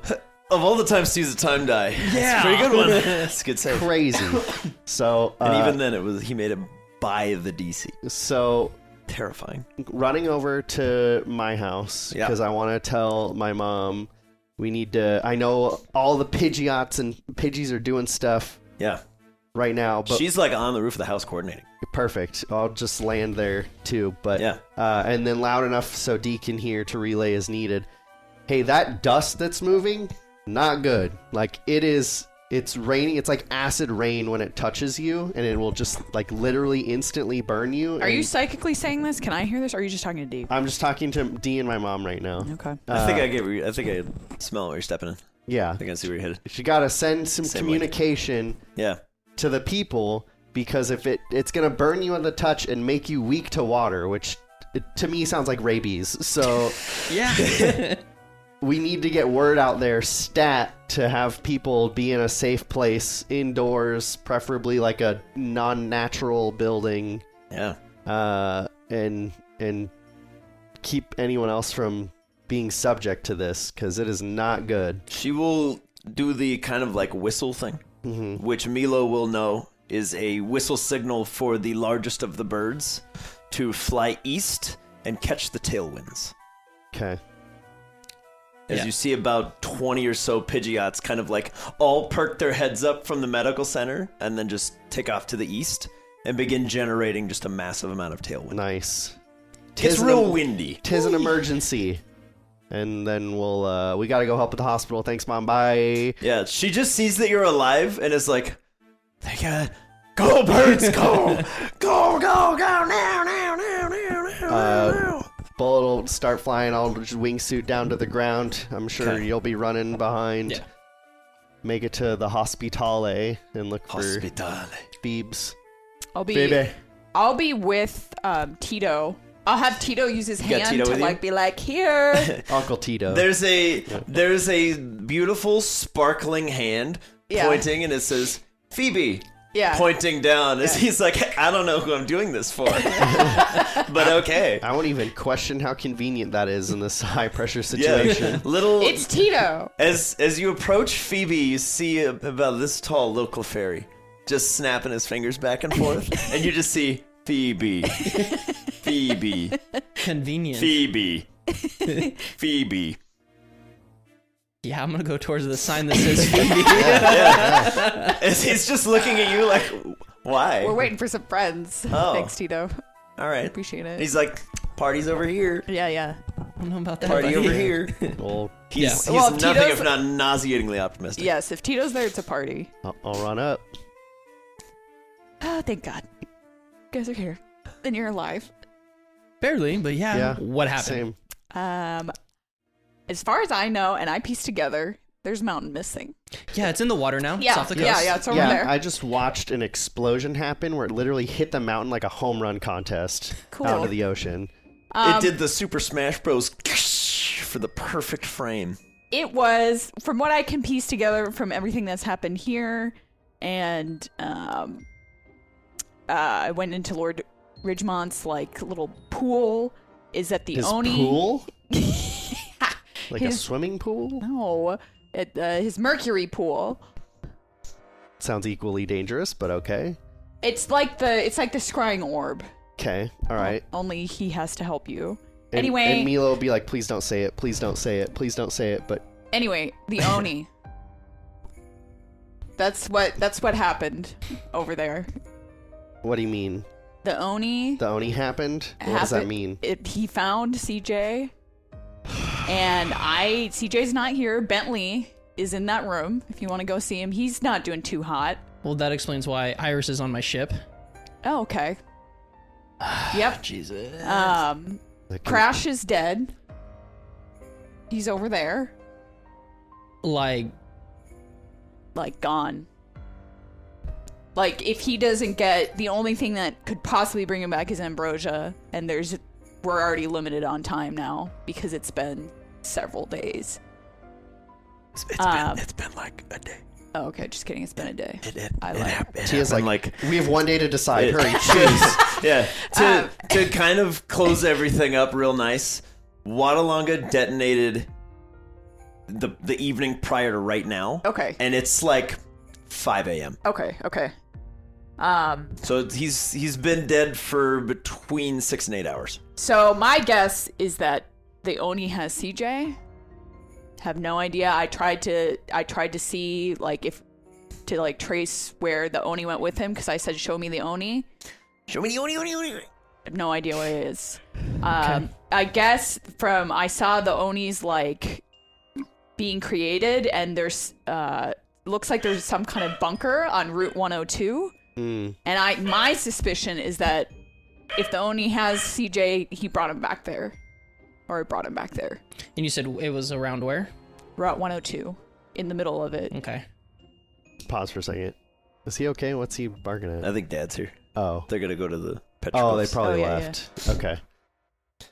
Speaker 1: all the times to use a time die, yeah, it's a pretty good one. That's a good save.
Speaker 2: crazy. so uh,
Speaker 1: and even then, it was he made him buy the DC.
Speaker 2: so
Speaker 1: Terrifying.
Speaker 2: running over to my house
Speaker 1: Yeah.
Speaker 2: because I want to tell my mom we need to. I know all the Pidgeots and Pidgeys are doing stuff
Speaker 1: Yeah,
Speaker 2: right now, but
Speaker 1: she's like on the roof of the house coordinating.
Speaker 2: perfect. I'll just land there too. But
Speaker 1: Yeah.
Speaker 2: uh, and then loud enough so D can hear to relay as needed. Hey, that dust that's moving, not good. Like it is. It's raining. It's like acid rain when it touches you, and it will just like literally instantly burn you.
Speaker 3: Are you
Speaker 2: and
Speaker 3: psychically saying this? Can I hear this? Or are you just talking to D?
Speaker 1: Uh,
Speaker 2: I'm just talking to D and my mom right now.
Speaker 3: Okay.
Speaker 1: I think I get. Re- I think I smell where you're stepping in. I
Speaker 2: Yeah.
Speaker 1: think I see where you're headed.
Speaker 2: you gotta send some
Speaker 1: Same way.
Speaker 2: communication
Speaker 1: Yeah.
Speaker 2: to the people because if it it's gonna burn you on the touch and make you weak to water which it, to me sounds like rabies so
Speaker 4: Yeah.
Speaker 2: we need to get word out there stat to have people be in a safe place indoors preferably like a non-natural building
Speaker 1: Yeah.
Speaker 2: uh, and and keep anyone else from being subject to this because it is not good
Speaker 1: She will do the kind of like whistle thing, which Milo will know is a whistle signal for the largest of the birds to fly east and catch the tailwinds.
Speaker 2: okay
Speaker 1: As
Speaker 4: Yeah.
Speaker 1: you see about 20 or so Pidgeots kind of like all perk their heads up from the medical center and then just take off to the east and begin generating just a massive amount of tailwind.
Speaker 2: nice
Speaker 1: It's
Speaker 2: Tisnam-
Speaker 1: real windy.
Speaker 2: tis an emergency and then we'll uh we gotta go help at the hospital thanks mom bye
Speaker 1: Yeah, she just sees that you're alive and is like, they got go birds, go, go, go, go now, now, now, now, now,
Speaker 2: Uh,
Speaker 1: now.
Speaker 2: bullet will start flying i'll just wingsuit down to the ground i'm sure
Speaker 1: Okay.
Speaker 2: you'll be running behind
Speaker 4: Yeah.
Speaker 2: make it to the hospitale eh, and look for
Speaker 1: Hospitale.
Speaker 2: thebes
Speaker 3: I'll be
Speaker 2: baby
Speaker 3: I'll be with um, Tito. I'll have Tito use his
Speaker 1: got
Speaker 3: hand
Speaker 1: Tito
Speaker 3: to
Speaker 1: with you?
Speaker 3: like be like here.
Speaker 2: uncle tito
Speaker 1: There's a there's a beautiful sparkling hand
Speaker 3: Yeah.
Speaker 1: pointing and it says Phoebe.
Speaker 3: Yeah.
Speaker 1: Pointing down as he's like, I don't know who I'm doing this for, but okay.
Speaker 2: i won't even question how convenient that is in this high pressure
Speaker 1: Yeah,
Speaker 2: situation
Speaker 1: little
Speaker 3: it's Tito.
Speaker 1: uh, As as you approach Phoebe, you see a- about this tall local fairy just snapping his fingers back and forth, and you just see Phoebe, Phoebe,
Speaker 4: Convenient.
Speaker 1: Phoebe, Phoebe.
Speaker 4: Yeah, I'm gonna go towards the sign that says Phoebe.
Speaker 1: As he's just looking at you like, why?
Speaker 3: We're waiting for some friends.
Speaker 1: Oh.
Speaker 3: Thanks, Tito.
Speaker 1: All right.
Speaker 3: Appreciate it.
Speaker 1: He's like, party's over here.
Speaker 3: yeah, yeah.
Speaker 4: I don't know about that.
Speaker 1: Party
Speaker 4: buddy.
Speaker 1: over here.
Speaker 2: Well,
Speaker 1: He's, he's
Speaker 3: Well,
Speaker 1: nothing
Speaker 3: Tito's-
Speaker 1: if not nauseatingly optimistic.
Speaker 3: Yes, if Tito's there, it's a party.
Speaker 2: I'll, I'll run up.
Speaker 3: Oh, thank God. You guys are here. And you're alive.
Speaker 4: Barely, but yeah.
Speaker 2: Yeah,
Speaker 4: What happened?
Speaker 2: Same.
Speaker 3: Um, as far as I know, and I pieced together, there's mountain missing.
Speaker 4: Yeah, it's in the water now.
Speaker 3: Yeah,
Speaker 4: It's off the coast.
Speaker 3: yeah, yeah. It's over
Speaker 2: yeah,
Speaker 3: there.
Speaker 2: I just watched an explosion happen where it literally hit the mountain like a home run contest
Speaker 3: Cool.
Speaker 2: out of the ocean.
Speaker 3: um,
Speaker 1: it did the Super Smash Bros. for the perfect frame.
Speaker 3: it was from what i can piece together from everything that's happened here and um uh i went into lord ridgemont's like little pool is that the
Speaker 2: His
Speaker 3: oni
Speaker 2: pool, like a
Speaker 3: His-
Speaker 2: swimming pool,
Speaker 3: no it, uh, his mercury pool
Speaker 2: sounds equally dangerous, but okay.
Speaker 3: it's like the it's like the scrying orb
Speaker 2: Okay, all right.
Speaker 3: only he has to help you
Speaker 2: And-
Speaker 3: anyway
Speaker 2: and Milo will be like, "Please don't say it. Please don't say it. Please don't say it." But
Speaker 3: anyway the oni that's what that's what happened over there
Speaker 2: what do you mean?
Speaker 3: the oni
Speaker 2: The oni happened. What does that
Speaker 3: happen-
Speaker 2: mean?
Speaker 3: It, he found CJ, and I CJ's not here. Bentley is in that room. If you want to go see him, he's not doing too hot.
Speaker 4: Well, that explains why Iris is on my ship.
Speaker 3: Oh, okay. yep.
Speaker 1: Jesus.
Speaker 3: Um,
Speaker 2: Like,
Speaker 3: Crash is dead. He's over there,
Speaker 4: Like,
Speaker 3: like gone. Like if he doesn't get the only thing that could possibly bring him back is ambrosia, and there's we're already limited on time now because it's been several days.
Speaker 1: It's,
Speaker 3: Um,
Speaker 1: been, it's been like a day.
Speaker 3: Oh, okay, just kidding. It's been a day.
Speaker 1: It, it,
Speaker 3: I
Speaker 1: it,
Speaker 3: like-
Speaker 1: hap- it
Speaker 2: Tia's like,
Speaker 1: happened like
Speaker 2: "We have one day to decide.
Speaker 1: It-
Speaker 2: Hurry, choose."
Speaker 1: yeah. To
Speaker 3: Um,
Speaker 1: to kind of close everything up real nice, Wadalonga detonated the the evening prior to right now,
Speaker 3: Okay.
Speaker 1: and it's like 5 a.m.
Speaker 3: Okay. Okay. Um.
Speaker 1: So he's he's been dead for between six and eight hours.
Speaker 3: So my guess is that the Oni has CJ. Have no idea. I tried to. I tried to see like if to like trace where the Oni went with him because I said, "Show me the Oni."
Speaker 1: Show me the oni, oni, oni.
Speaker 3: I have no idea what it is. Um, I guess from I saw the Onis like being created, and there's uh looks like there's some kind of bunker on Route 102.
Speaker 2: Mm.
Speaker 3: And I my suspicion is that if the Oni has CJ, he brought him back there. Or he brought him back there.
Speaker 4: and you said it was around where?
Speaker 3: Route 102 in the middle of it.
Speaker 4: Okay.
Speaker 2: Pause for a second. Is he okay? What's he barking
Speaker 1: I
Speaker 2: at?
Speaker 1: think Dad's here.
Speaker 2: Oh,
Speaker 1: They're gonna go to the petrol.
Speaker 2: oh, they probably
Speaker 3: Oh, yeah,
Speaker 2: left. Okay.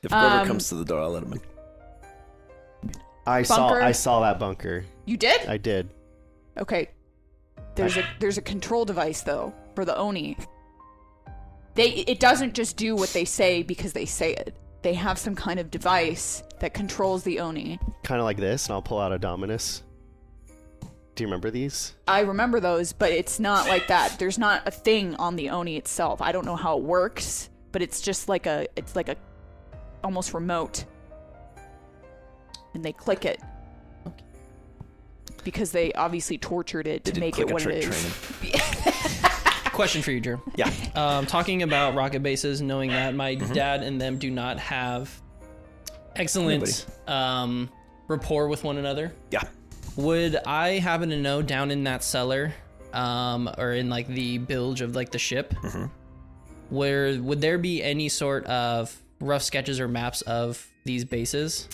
Speaker 1: If whoever
Speaker 3: Um,
Speaker 1: comes to the door, I'll let him in.
Speaker 2: I saw
Speaker 3: Bunker.
Speaker 2: I saw that bunker.
Speaker 3: You did?
Speaker 2: I did.
Speaker 3: Okay. There's a there's a control device though for the Oni. They it doesn't just do what they say because they say it. They have some kind of device that controls the Oni.
Speaker 2: Kind of like this, and I'll pull out a Dominus. Do you remember these?
Speaker 3: I remember those, but it's not like that. There's not a thing on the Oni itself. I don't know how it works, but it's just like a it's like a almost remote. And they click it. Because they obviously tortured it to
Speaker 1: Did
Speaker 3: make
Speaker 1: click
Speaker 3: it
Speaker 1: a
Speaker 3: what it
Speaker 1: trick
Speaker 3: is.
Speaker 1: train him?
Speaker 4: Question for you, Drew.
Speaker 1: Yeah.
Speaker 4: Um, talking about rocket bases, knowing that my dad and them do not have excellent um, rapport with one another,
Speaker 1: Yeah.
Speaker 4: would I happen to know down in that cellar, um, or in like the bilge of like the ship,
Speaker 1: Mm-hmm.
Speaker 4: where would there be any sort of rough sketches or maps of these bases?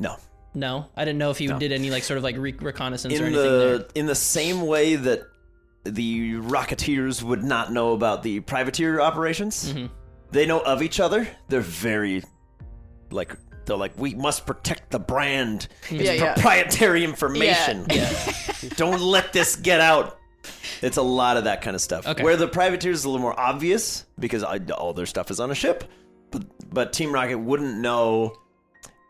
Speaker 1: No.
Speaker 4: No, I didn't know if you did any like sort of like re- reconnaissance or
Speaker 1: in
Speaker 4: anything
Speaker 1: the
Speaker 4: there.
Speaker 1: in the same way that the Rocketeers would not know about the privateer operations.
Speaker 4: Mm-hmm.
Speaker 1: They know of each other. They're very like they're like we must protect the brand. It's
Speaker 3: Yeah, yeah.
Speaker 1: proprietary information.
Speaker 4: Hmm. Yeah.
Speaker 1: Don't let this get out. It's a lot of that kind of stuff.
Speaker 4: Okay.
Speaker 1: Where the privateers is a little more obvious because I- all their stuff is on a ship, but but Team Rocket wouldn't know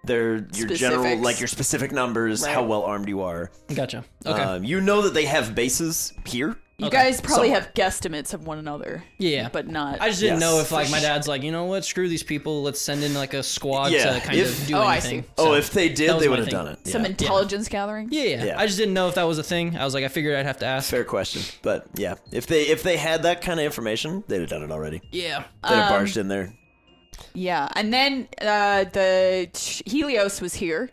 Speaker 1: their your general
Speaker 3: Specifics.
Speaker 1: like your specific numbers, how
Speaker 3: Right.
Speaker 1: well armed you are.
Speaker 4: Gotcha. Okay.
Speaker 1: Um, you know that they have bases here,
Speaker 3: You
Speaker 4: Okay,
Speaker 3: guys probably have guesstimates of one another,
Speaker 4: Yeah.
Speaker 3: but not.
Speaker 4: I just didn't
Speaker 1: Yes.
Speaker 4: know if like my dad's like, you know what, screw these people, let's send in like a squad
Speaker 1: Yeah,
Speaker 4: to kind
Speaker 1: if-
Speaker 4: of do
Speaker 3: Oh, I
Speaker 4: anything.
Speaker 3: see.
Speaker 1: oh,
Speaker 4: So-
Speaker 1: if they
Speaker 4: that
Speaker 1: did,
Speaker 4: was
Speaker 1: they
Speaker 4: my
Speaker 1: would have
Speaker 4: thing.
Speaker 1: done it.
Speaker 3: some
Speaker 1: yeah.
Speaker 3: intelligence gathering.
Speaker 4: yeah, yeah,
Speaker 1: Yeah.
Speaker 4: I just didn't know if that was a thing. I was like, I figured I'd have to ask.
Speaker 1: Fair question, but yeah, if they if they had that kind of information, they'd have done it already.
Speaker 4: Yeah.
Speaker 1: They'd have barged in there.
Speaker 3: Yeah, and then uh, the Helios was here,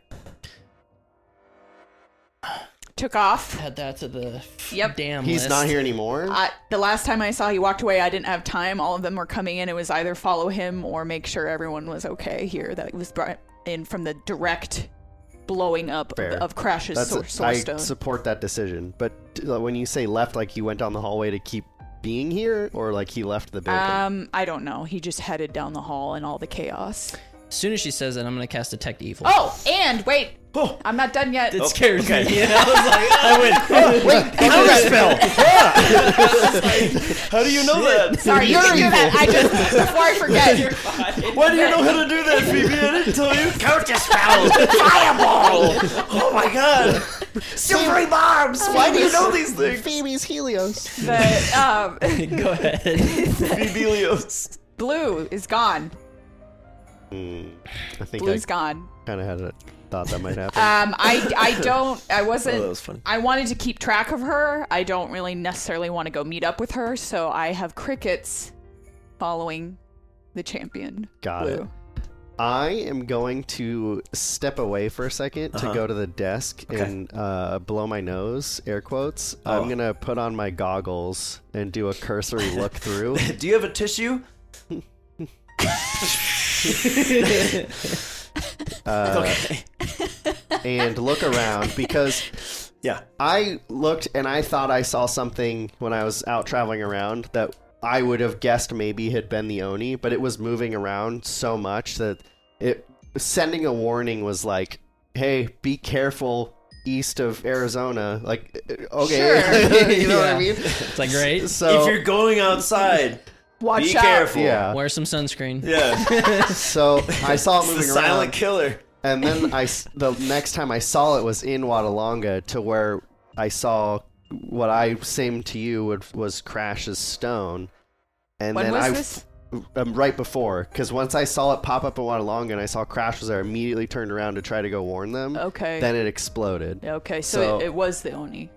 Speaker 3: took off.
Speaker 4: Add that to the
Speaker 3: Yep.
Speaker 4: damn
Speaker 2: He's
Speaker 4: list.
Speaker 2: not here anymore.
Speaker 3: I, the last time I saw he walked away, I didn't have time. All of them were coming in. It was either follow him or make sure everyone was okay here. That was brought in from the direct blowing up of-
Speaker 2: Fair.
Speaker 3: of, Crash's
Speaker 2: That's
Speaker 3: sor-
Speaker 2: I
Speaker 3: source stone.
Speaker 2: support that decision. But uh, when you say left, like he went down the hallway to keep being here, or like he left the building.
Speaker 3: um, I don't know. He just headed down the hall in all the chaos.
Speaker 4: As soon as she says that, I'm gonna cast Detect Evil.
Speaker 3: Oh, and wait,
Speaker 1: Oh.
Speaker 3: I'm not done yet.
Speaker 4: It scares
Speaker 1: okay.
Speaker 4: me. Yeah, I was like,
Speaker 1: I went. spell. how do you know that?
Speaker 3: Sorry, you can do that. I just before I forget.
Speaker 1: Why do you know how to do that, Phoebe? I didn't tell you. Counter spell. Fireball. Oh my god. Silvery bombs. Why do you know these things?
Speaker 2: Phoebe's Helios.
Speaker 3: The um,
Speaker 4: go ahead.
Speaker 1: Phoebelios.
Speaker 3: blue is gone.
Speaker 2: I think
Speaker 3: Blue's
Speaker 2: I
Speaker 3: gone.
Speaker 2: kind of had a thought that might happen.
Speaker 3: Um, I I don't. I wasn't.
Speaker 1: Oh, that was funny.
Speaker 3: I wanted to keep track of her. I don't really necessarily want to go meet up with her, so I have crickets following the champion.
Speaker 2: Got
Speaker 3: blue.
Speaker 2: it. I am going to step away for a 2nd to go to the desk and uh, blow my nose, air quotes. I'm going to put on my goggles and do a cursory look through.
Speaker 1: Do you have a tissue? okay.
Speaker 2: and look around because
Speaker 1: Yeah.
Speaker 2: I looked and I thought I saw something when I was out traveling around that I would have guessed maybe had been the Oni, but it was moving around so much that it sending a warning was like, "Hey, be careful east of Arizona." Like, uh, okay, you know what I mean?
Speaker 4: It's like great.
Speaker 1: if
Speaker 2: So
Speaker 1: you're going outside,
Speaker 3: Watch
Speaker 1: be
Speaker 3: out.
Speaker 1: careful.
Speaker 2: yeah,
Speaker 4: Wear some sunscreen.
Speaker 1: Yeah.
Speaker 2: so I saw it
Speaker 1: the
Speaker 2: moving around.
Speaker 1: silent killer.
Speaker 2: And then I, s- the next time I saw it was in Watalonga, to where I saw what I same to you would, was Crash's stone. And
Speaker 3: When
Speaker 2: then
Speaker 3: was
Speaker 2: I,
Speaker 3: this?
Speaker 2: Um, right before, because once I saw it pop up in Watalonga and I saw Crash was there, I immediately turned around to try to go warn them.
Speaker 3: Okay.
Speaker 2: Then it exploded.
Speaker 3: okay, so,
Speaker 2: so-
Speaker 3: it, it was the Oni.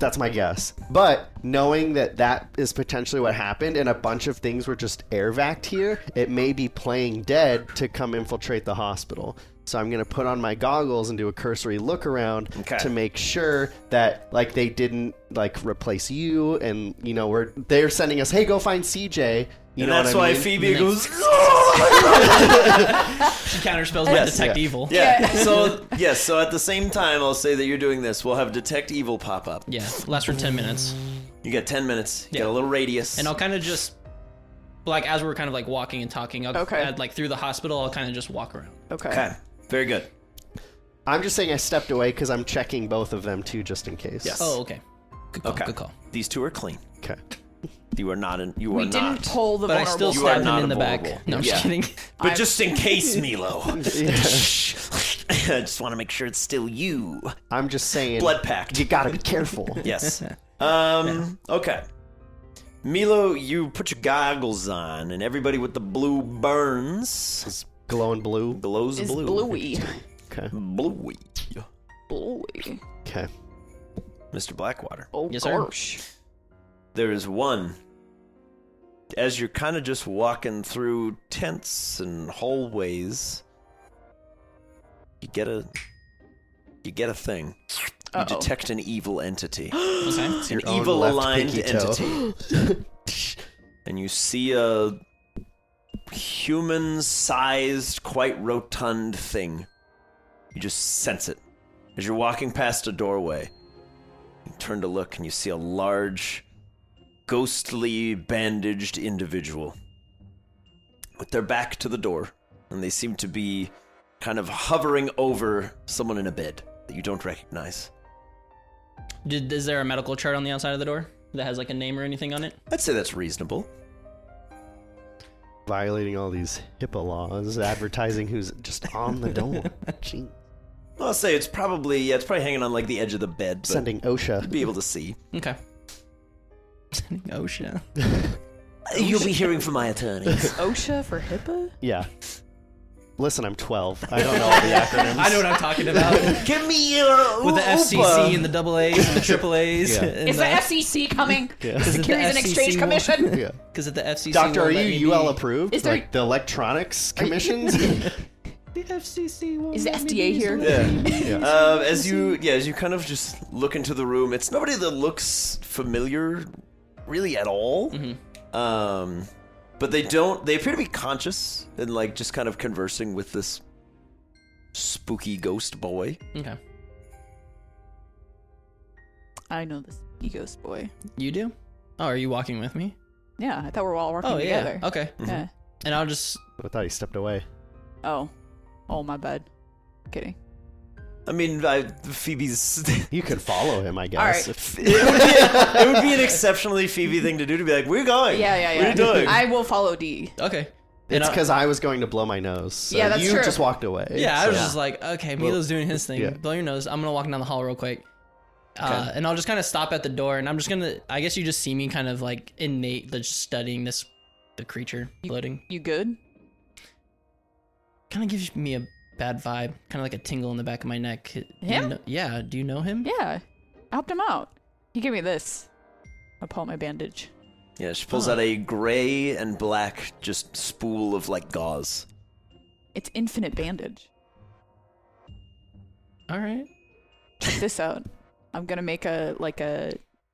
Speaker 2: That's my guess. But knowing that that is potentially what happened, and a bunch of things were just air vaced here, it may be playing dead to come infiltrate the hospital. So I'm gonna put on my goggles and do a cursory look around
Speaker 1: Okay.
Speaker 2: to make sure that like they didn't like replace you, and you know we're they're sending us, hey, go find CJ. You
Speaker 1: And
Speaker 2: know
Speaker 1: that's
Speaker 2: what I
Speaker 1: why
Speaker 2: mean?
Speaker 1: Phoebe
Speaker 4: Nice.
Speaker 1: goes. "Oh!"
Speaker 4: She counterspells with Detect
Speaker 2: Yeah.
Speaker 4: Evil.
Speaker 1: Yeah.
Speaker 3: Yeah.
Speaker 1: so yes. So at the same time, I'll say that you're doing this. We'll have detect evil pop up.
Speaker 4: Yeah, lasts for 10 minutes.
Speaker 1: You got ten minutes. You
Speaker 4: Yeah.
Speaker 1: got a little radius.
Speaker 4: And I'll kind of just, like, as we're kind of like walking and talking, I'll,
Speaker 3: Okay.
Speaker 4: I'd, like through the hospital, I'll kind of just walk around.
Speaker 3: Okay.
Speaker 1: okay. Very good.
Speaker 2: I'm just saying I stepped away because I'm checking both of them too, just in case.
Speaker 1: Yes.
Speaker 4: Oh, okay. Good call.
Speaker 1: Okay.
Speaker 4: Good call.
Speaker 1: These two are clean.
Speaker 2: Okay.
Speaker 1: You are not in. You
Speaker 3: We
Speaker 1: are
Speaker 3: didn't
Speaker 1: not.
Speaker 3: pull the
Speaker 4: But I
Speaker 3: vulnerable.
Speaker 4: still
Speaker 1: You are
Speaker 4: stab him
Speaker 1: not
Speaker 4: in the back.
Speaker 1: vulnerable.
Speaker 4: No, I'm just
Speaker 1: Yeah.
Speaker 4: kidding.
Speaker 1: but
Speaker 3: I've-
Speaker 1: just in case, Milo. I just want to make sure it's still you.
Speaker 2: I'm just saying.
Speaker 1: Blood pact.
Speaker 2: You gotta be careful.
Speaker 1: Yes. Um. Okay. Milo, you put your goggles on, and everybody with the blue burns
Speaker 2: It's glowing blue.
Speaker 1: glows
Speaker 3: is
Speaker 1: blue.
Speaker 3: bluey.
Speaker 2: Okay.
Speaker 1: Bluey.
Speaker 3: Bluey.
Speaker 2: Okay.
Speaker 1: Mr. Blackwater.
Speaker 3: Oh
Speaker 4: Yes, sir.
Speaker 3: gosh.
Speaker 1: there is one as you're kind of just walking through tents and hallways you get a you get a thing you
Speaker 3: Uh-oh.
Speaker 1: detect an evil entity
Speaker 4: Okay.
Speaker 1: an
Speaker 2: own
Speaker 1: evil
Speaker 2: left
Speaker 1: aligned
Speaker 2: pinky toe.
Speaker 1: entity and you see a human sized quite rotund thing you just sense it as you're walking past a doorway you turn to look and you see a large ghostly bandaged individual with their back to the door and they seem to be kind of hovering over someone in a bed that you don't recognize
Speaker 4: Did, is there a medical chart on the outside of the door that has like a name or anything on it?
Speaker 1: i'd say that's reasonable
Speaker 2: Violating all these HIPAA laws, advertising who's just on the door. Gee.
Speaker 1: Well, I'll say it's probably yeah, it's probably hanging on like the edge of the bed, but
Speaker 2: Sending OSHA.
Speaker 1: be able to see.
Speaker 4: Okay. representing OSHA.
Speaker 1: You'll be hearing from my attorneys.
Speaker 3: OSHA for HIPAA?
Speaker 2: Yeah. Listen, I'm 12. I don't know all the acronyms.
Speaker 4: I know what I'm talking about.
Speaker 1: Give me your
Speaker 4: With the FCC and the double A's and the triple A's.
Speaker 2: Yeah.
Speaker 4: and
Speaker 3: Is the FCC coming?
Speaker 2: Yeah. Is
Speaker 3: The
Speaker 2: it
Speaker 4: the
Speaker 3: Securities and Exchange
Speaker 4: FCC won't-
Speaker 3: Commission?
Speaker 2: Yeah.
Speaker 4: Because at the FCC,
Speaker 2: Doctor, are
Speaker 4: won't let
Speaker 2: you
Speaker 4: me
Speaker 2: UL
Speaker 4: be-
Speaker 2: approved?
Speaker 3: Is there-
Speaker 2: Like the electronics commissions?
Speaker 4: The FCC won't
Speaker 3: Is the
Speaker 4: let me
Speaker 3: FDA
Speaker 4: use
Speaker 3: here?
Speaker 4: the-
Speaker 1: Yeah.
Speaker 2: yeah.
Speaker 1: Um, as you yeah, as you kind of just look into the room, it's nobody that looks familiar, really at all.
Speaker 4: Mm-hmm.
Speaker 1: Um, but they don't. They appear to be conscious and like just kind of conversing with this spooky ghost boy.
Speaker 4: Okay.
Speaker 3: I know this Egos boy.
Speaker 4: You do? Oh, are you walking with me?
Speaker 3: Yeah, I thought we were all working
Speaker 4: Oh, yeah.
Speaker 3: together.
Speaker 4: Okay.
Speaker 3: Yeah.
Speaker 4: And I'll just.
Speaker 2: I thought he stepped away.
Speaker 3: Oh. Oh, my bad. Kidding.
Speaker 1: I mean, I, Phoebe's.
Speaker 2: You could follow him, I guess.
Speaker 3: Alright.
Speaker 2: if-
Speaker 1: it, would be, it would be an exceptionally Phoebe thing to do to be like, "We're going."
Speaker 3: Yeah, yeah, yeah.
Speaker 1: What are you doing?
Speaker 3: I will follow D.
Speaker 4: Okay. And
Speaker 2: It's
Speaker 4: I'll-
Speaker 2: because I was going to blow my nose. So
Speaker 3: Yeah, that's
Speaker 2: you
Speaker 3: true.
Speaker 2: just walked away.
Speaker 4: Yeah, I
Speaker 2: so-
Speaker 4: was just like, okay, Milo's doing his thing.
Speaker 2: yeah.
Speaker 4: Blow your nose. I'm gonna walk down the hall real quick, uh,
Speaker 2: Okay.
Speaker 4: and I'll just kind of stop at the door, and I'm just gonna. I guess you just see me kind of like innate, like, just studying this, the creature floating.
Speaker 3: You good?
Speaker 4: Kind of gives me a bad vibe, kind of like a tingle in the back of my neck. Do you
Speaker 3: Him?
Speaker 4: know- yeah. Do you know him?
Speaker 3: Yeah. I helped him out. He gave me this. I pull out my bandage.
Speaker 1: Yeah, she pulls out a gray and black just spool of like gauze.
Speaker 3: It's infinite bandage.
Speaker 4: All right.
Speaker 3: Check this out. I'm gonna make a like a,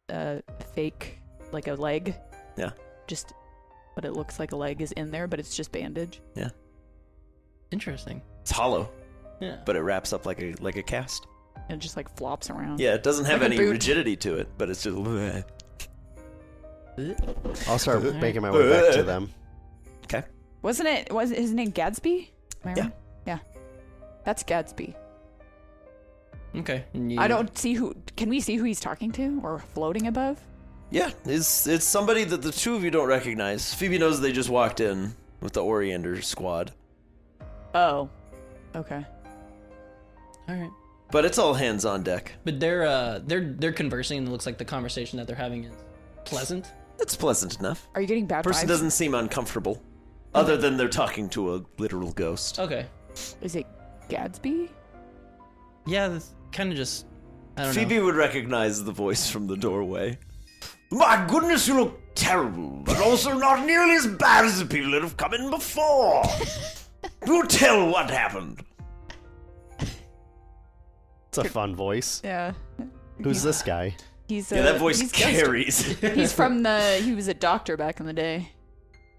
Speaker 3: a fake like a leg.
Speaker 1: Yeah.
Speaker 3: Just what it looks like a leg is in there, but it's just bandage.
Speaker 1: Yeah,
Speaker 4: Interesting.
Speaker 1: it's hollow,
Speaker 4: Yeah.
Speaker 1: but it wraps up like a like a cast.
Speaker 3: And it just like flops around.
Speaker 1: Yeah, it doesn't have
Speaker 3: Like a
Speaker 1: any
Speaker 3: boot.
Speaker 1: rigidity to it, but it's just. Okay.
Speaker 2: I'll start making my way back to them.
Speaker 3: Wasn't it was his name Gadsby? Am I
Speaker 1: Yeah.
Speaker 3: wrong? Yeah. That's Gadsby.
Speaker 4: Okay. And you-
Speaker 3: I don't see who can we see who he's talking to or floating above?
Speaker 1: Yeah, it's it's somebody that the two of you don't recognize. Phoebe knows they just walked in with the Orienter squad,
Speaker 3: Oh. Okay.
Speaker 4: All right.
Speaker 1: but it's all hands on deck.
Speaker 4: But they're uh they're they're conversing, and it looks like the conversation that they're having is pleasant.
Speaker 1: It's pleasant enough.
Speaker 3: Are you getting bad
Speaker 1: Person
Speaker 3: vibes?
Speaker 1: doesn't seem uncomfortable, other than they're talking to a literal ghost.
Speaker 4: Okay.
Speaker 3: Is it Gadsby?
Speaker 4: Yeah. That's kind of just. I don't know.
Speaker 1: Phoebe would recognize the voice from the doorway. My goodness, you look terrible, but also not nearly as bad as the people that have come in before. you tell what happened.
Speaker 2: It's a fun voice.
Speaker 3: Yeah.
Speaker 2: Who's this guy?
Speaker 3: He's
Speaker 1: Yeah,
Speaker 3: uh,
Speaker 1: that voice
Speaker 3: he's Gadsby.
Speaker 1: carries.
Speaker 3: He's from the. He was a doctor back in the day,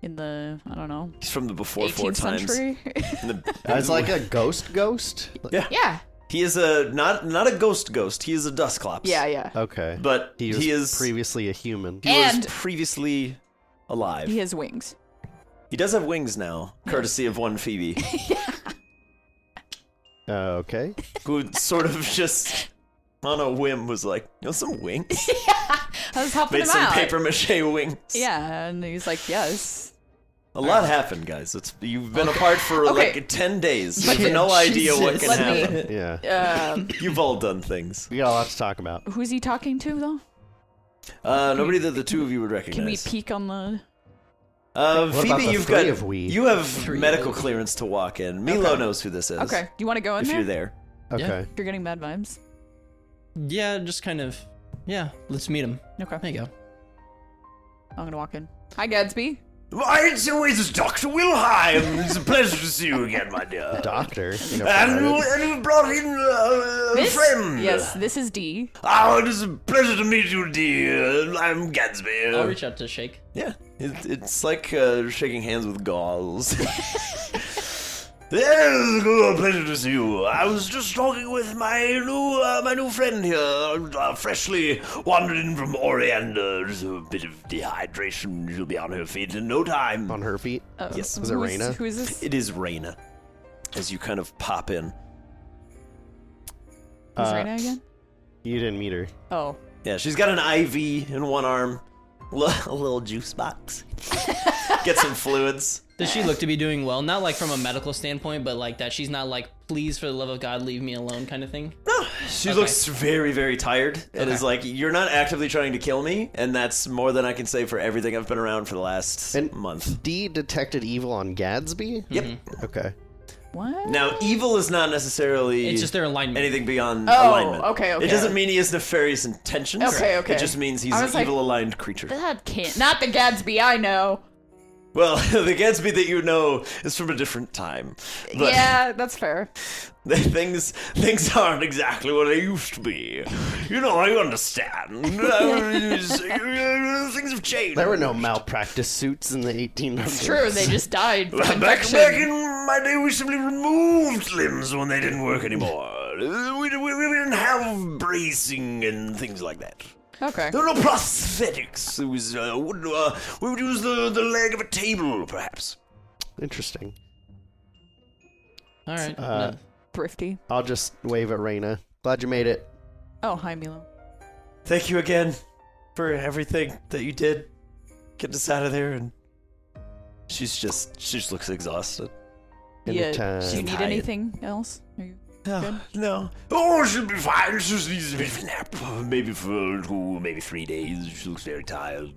Speaker 3: in the I don't know,
Speaker 1: He's from the before four
Speaker 3: eighteenth
Speaker 1: times.
Speaker 3: century.
Speaker 1: In the-
Speaker 2: It's like a ghost ghost?
Speaker 1: yeah.
Speaker 3: yeah,
Speaker 1: He is a not not a ghost ghost. He is a dusclops.
Speaker 3: yeah, yeah.
Speaker 2: Okay.
Speaker 1: But
Speaker 2: he
Speaker 1: he,
Speaker 2: was
Speaker 1: is
Speaker 2: previously a human.
Speaker 1: Uh, he was
Speaker 3: And-
Speaker 1: previously alive.
Speaker 3: He has wings.
Speaker 1: He does have wings now, courtesy of one Phoebe,
Speaker 2: Uh, okay.
Speaker 1: who sort of just on a whim was like, "You know, some wings."
Speaker 3: I was helping
Speaker 1: Made
Speaker 3: him
Speaker 1: some
Speaker 3: out.
Speaker 1: paper mache wings.
Speaker 3: Yeah, and he's like, yes.
Speaker 1: A lot happened, guys. It's you've been apart for
Speaker 3: Okay.
Speaker 1: like ten days. You
Speaker 4: But-
Speaker 1: have no idea what
Speaker 4: Jesus.
Speaker 1: can
Speaker 3: Let me-
Speaker 1: happen.
Speaker 2: Yeah.
Speaker 3: Um,
Speaker 1: You've all done things.
Speaker 2: We got a lot to talk about.
Speaker 3: who's he talking to though?
Speaker 1: Uh, nobody that the two of you would recognize.
Speaker 3: Can we peek on the?
Speaker 1: Uh,
Speaker 2: What
Speaker 1: Phoebe,
Speaker 2: about the
Speaker 1: you've
Speaker 2: three
Speaker 1: got
Speaker 2: of we?
Speaker 1: you have
Speaker 4: Three
Speaker 1: medical
Speaker 4: of we.
Speaker 1: clearance to walk in. Milo
Speaker 2: Okay.
Speaker 1: knows who this is.
Speaker 3: Okay, you want to go in
Speaker 1: if
Speaker 3: there?
Speaker 1: you're there.
Speaker 2: Okay.
Speaker 3: You're getting bad vibes.
Speaker 4: Yeah. Just kind of. Yeah. Let's meet him.
Speaker 3: Okay,
Speaker 4: There you go.
Speaker 3: I'm gonna walk in. Hi, Gadsby.
Speaker 1: Why, it's always this Dr. Wilhelm. It's a pleasure to see you again, my dear.
Speaker 2: Doctor. you know,
Speaker 1: And you,
Speaker 2: provided-
Speaker 1: and you brought in uh, a
Speaker 3: This-
Speaker 1: friend.
Speaker 3: Yes, this is D.
Speaker 1: Oh, it is a pleasure to meet you, dear. I'm Gatsby.
Speaker 4: I'll reach out to Shake.
Speaker 1: Yeah, it, it's like uh, shaking hands with Gauls. Yes, good, pleasure to see you. I was just talking with my new uh, my new friend here, uh, freshly wandered in from Oriander. Just a bit of dehydration. She'll be on her feet in no time.
Speaker 2: on her feet.
Speaker 3: Oh,
Speaker 1: Yes.
Speaker 2: Is it
Speaker 3: who's-
Speaker 2: Raina?
Speaker 3: Who is this?
Speaker 1: It is Raina. As you kind of pop in,
Speaker 3: Who's
Speaker 2: Uh,
Speaker 3: Raina again?
Speaker 2: You didn't meet her.
Speaker 3: Oh,
Speaker 1: yeah, she's got an IV in one arm, li- a little juice box. Get some fluids.
Speaker 4: Does she look to be doing well? Not like from a medical standpoint, but like that she's not like, please, for the love of God, leave me alone kind of thing.
Speaker 1: No, She
Speaker 4: Okay.
Speaker 1: looks very, very tired and
Speaker 4: Okay.
Speaker 1: is like, You're not actively trying to kill me. And that's more than I can say for everything I've been around for the last
Speaker 2: And-
Speaker 1: month.
Speaker 2: D detected evil on Gadsby.
Speaker 1: Yep.
Speaker 4: Mm-hmm.
Speaker 2: Okay.
Speaker 3: What?
Speaker 1: Now, evil is not necessarily
Speaker 4: It's just their alignment.
Speaker 1: anything beyond
Speaker 3: Oh,
Speaker 1: alignment.
Speaker 3: okay, okay.
Speaker 1: It doesn't mean he has nefarious intentions.
Speaker 3: Okay, okay.
Speaker 1: It just means he's
Speaker 3: I
Speaker 1: an
Speaker 3: was like-
Speaker 1: evil aligned creature.
Speaker 3: That can't. Not the Gadsby I know.
Speaker 1: Well, the Gatsby that you know is from a different time. But
Speaker 3: yeah, that's fair.
Speaker 1: things things aren't exactly what they used to be. You know, I understand. Uh, things have changed.
Speaker 2: There were no malpractice suits in the 1800s.
Speaker 3: It's true. They just died from
Speaker 1: Back,
Speaker 3: infection.
Speaker 1: back in my day, we simply removed limbs when they didn't work anymore. We, we, we didn't have bracing and things like that.
Speaker 3: Okay.
Speaker 1: There were no prosthetics. It was uh, wooden, uh, we would use the, the leg of a table, perhaps.
Speaker 2: Interesting.
Speaker 4: All right.
Speaker 2: Uh,
Speaker 3: Thrifty.
Speaker 2: I'll just wave at Reyna. Glad you made it.
Speaker 3: Oh, hi, Milo.
Speaker 1: Thank you again for everything that you did. Get us out of there, and she's just she just looks exhausted.
Speaker 2: Anytime.
Speaker 3: Do you need
Speaker 1: Tired.
Speaker 3: anything else? Are you
Speaker 1: No, no. Oh, she'll be fine. She just needs a bit of a nap, maybe for two, maybe three days. She looks very tired.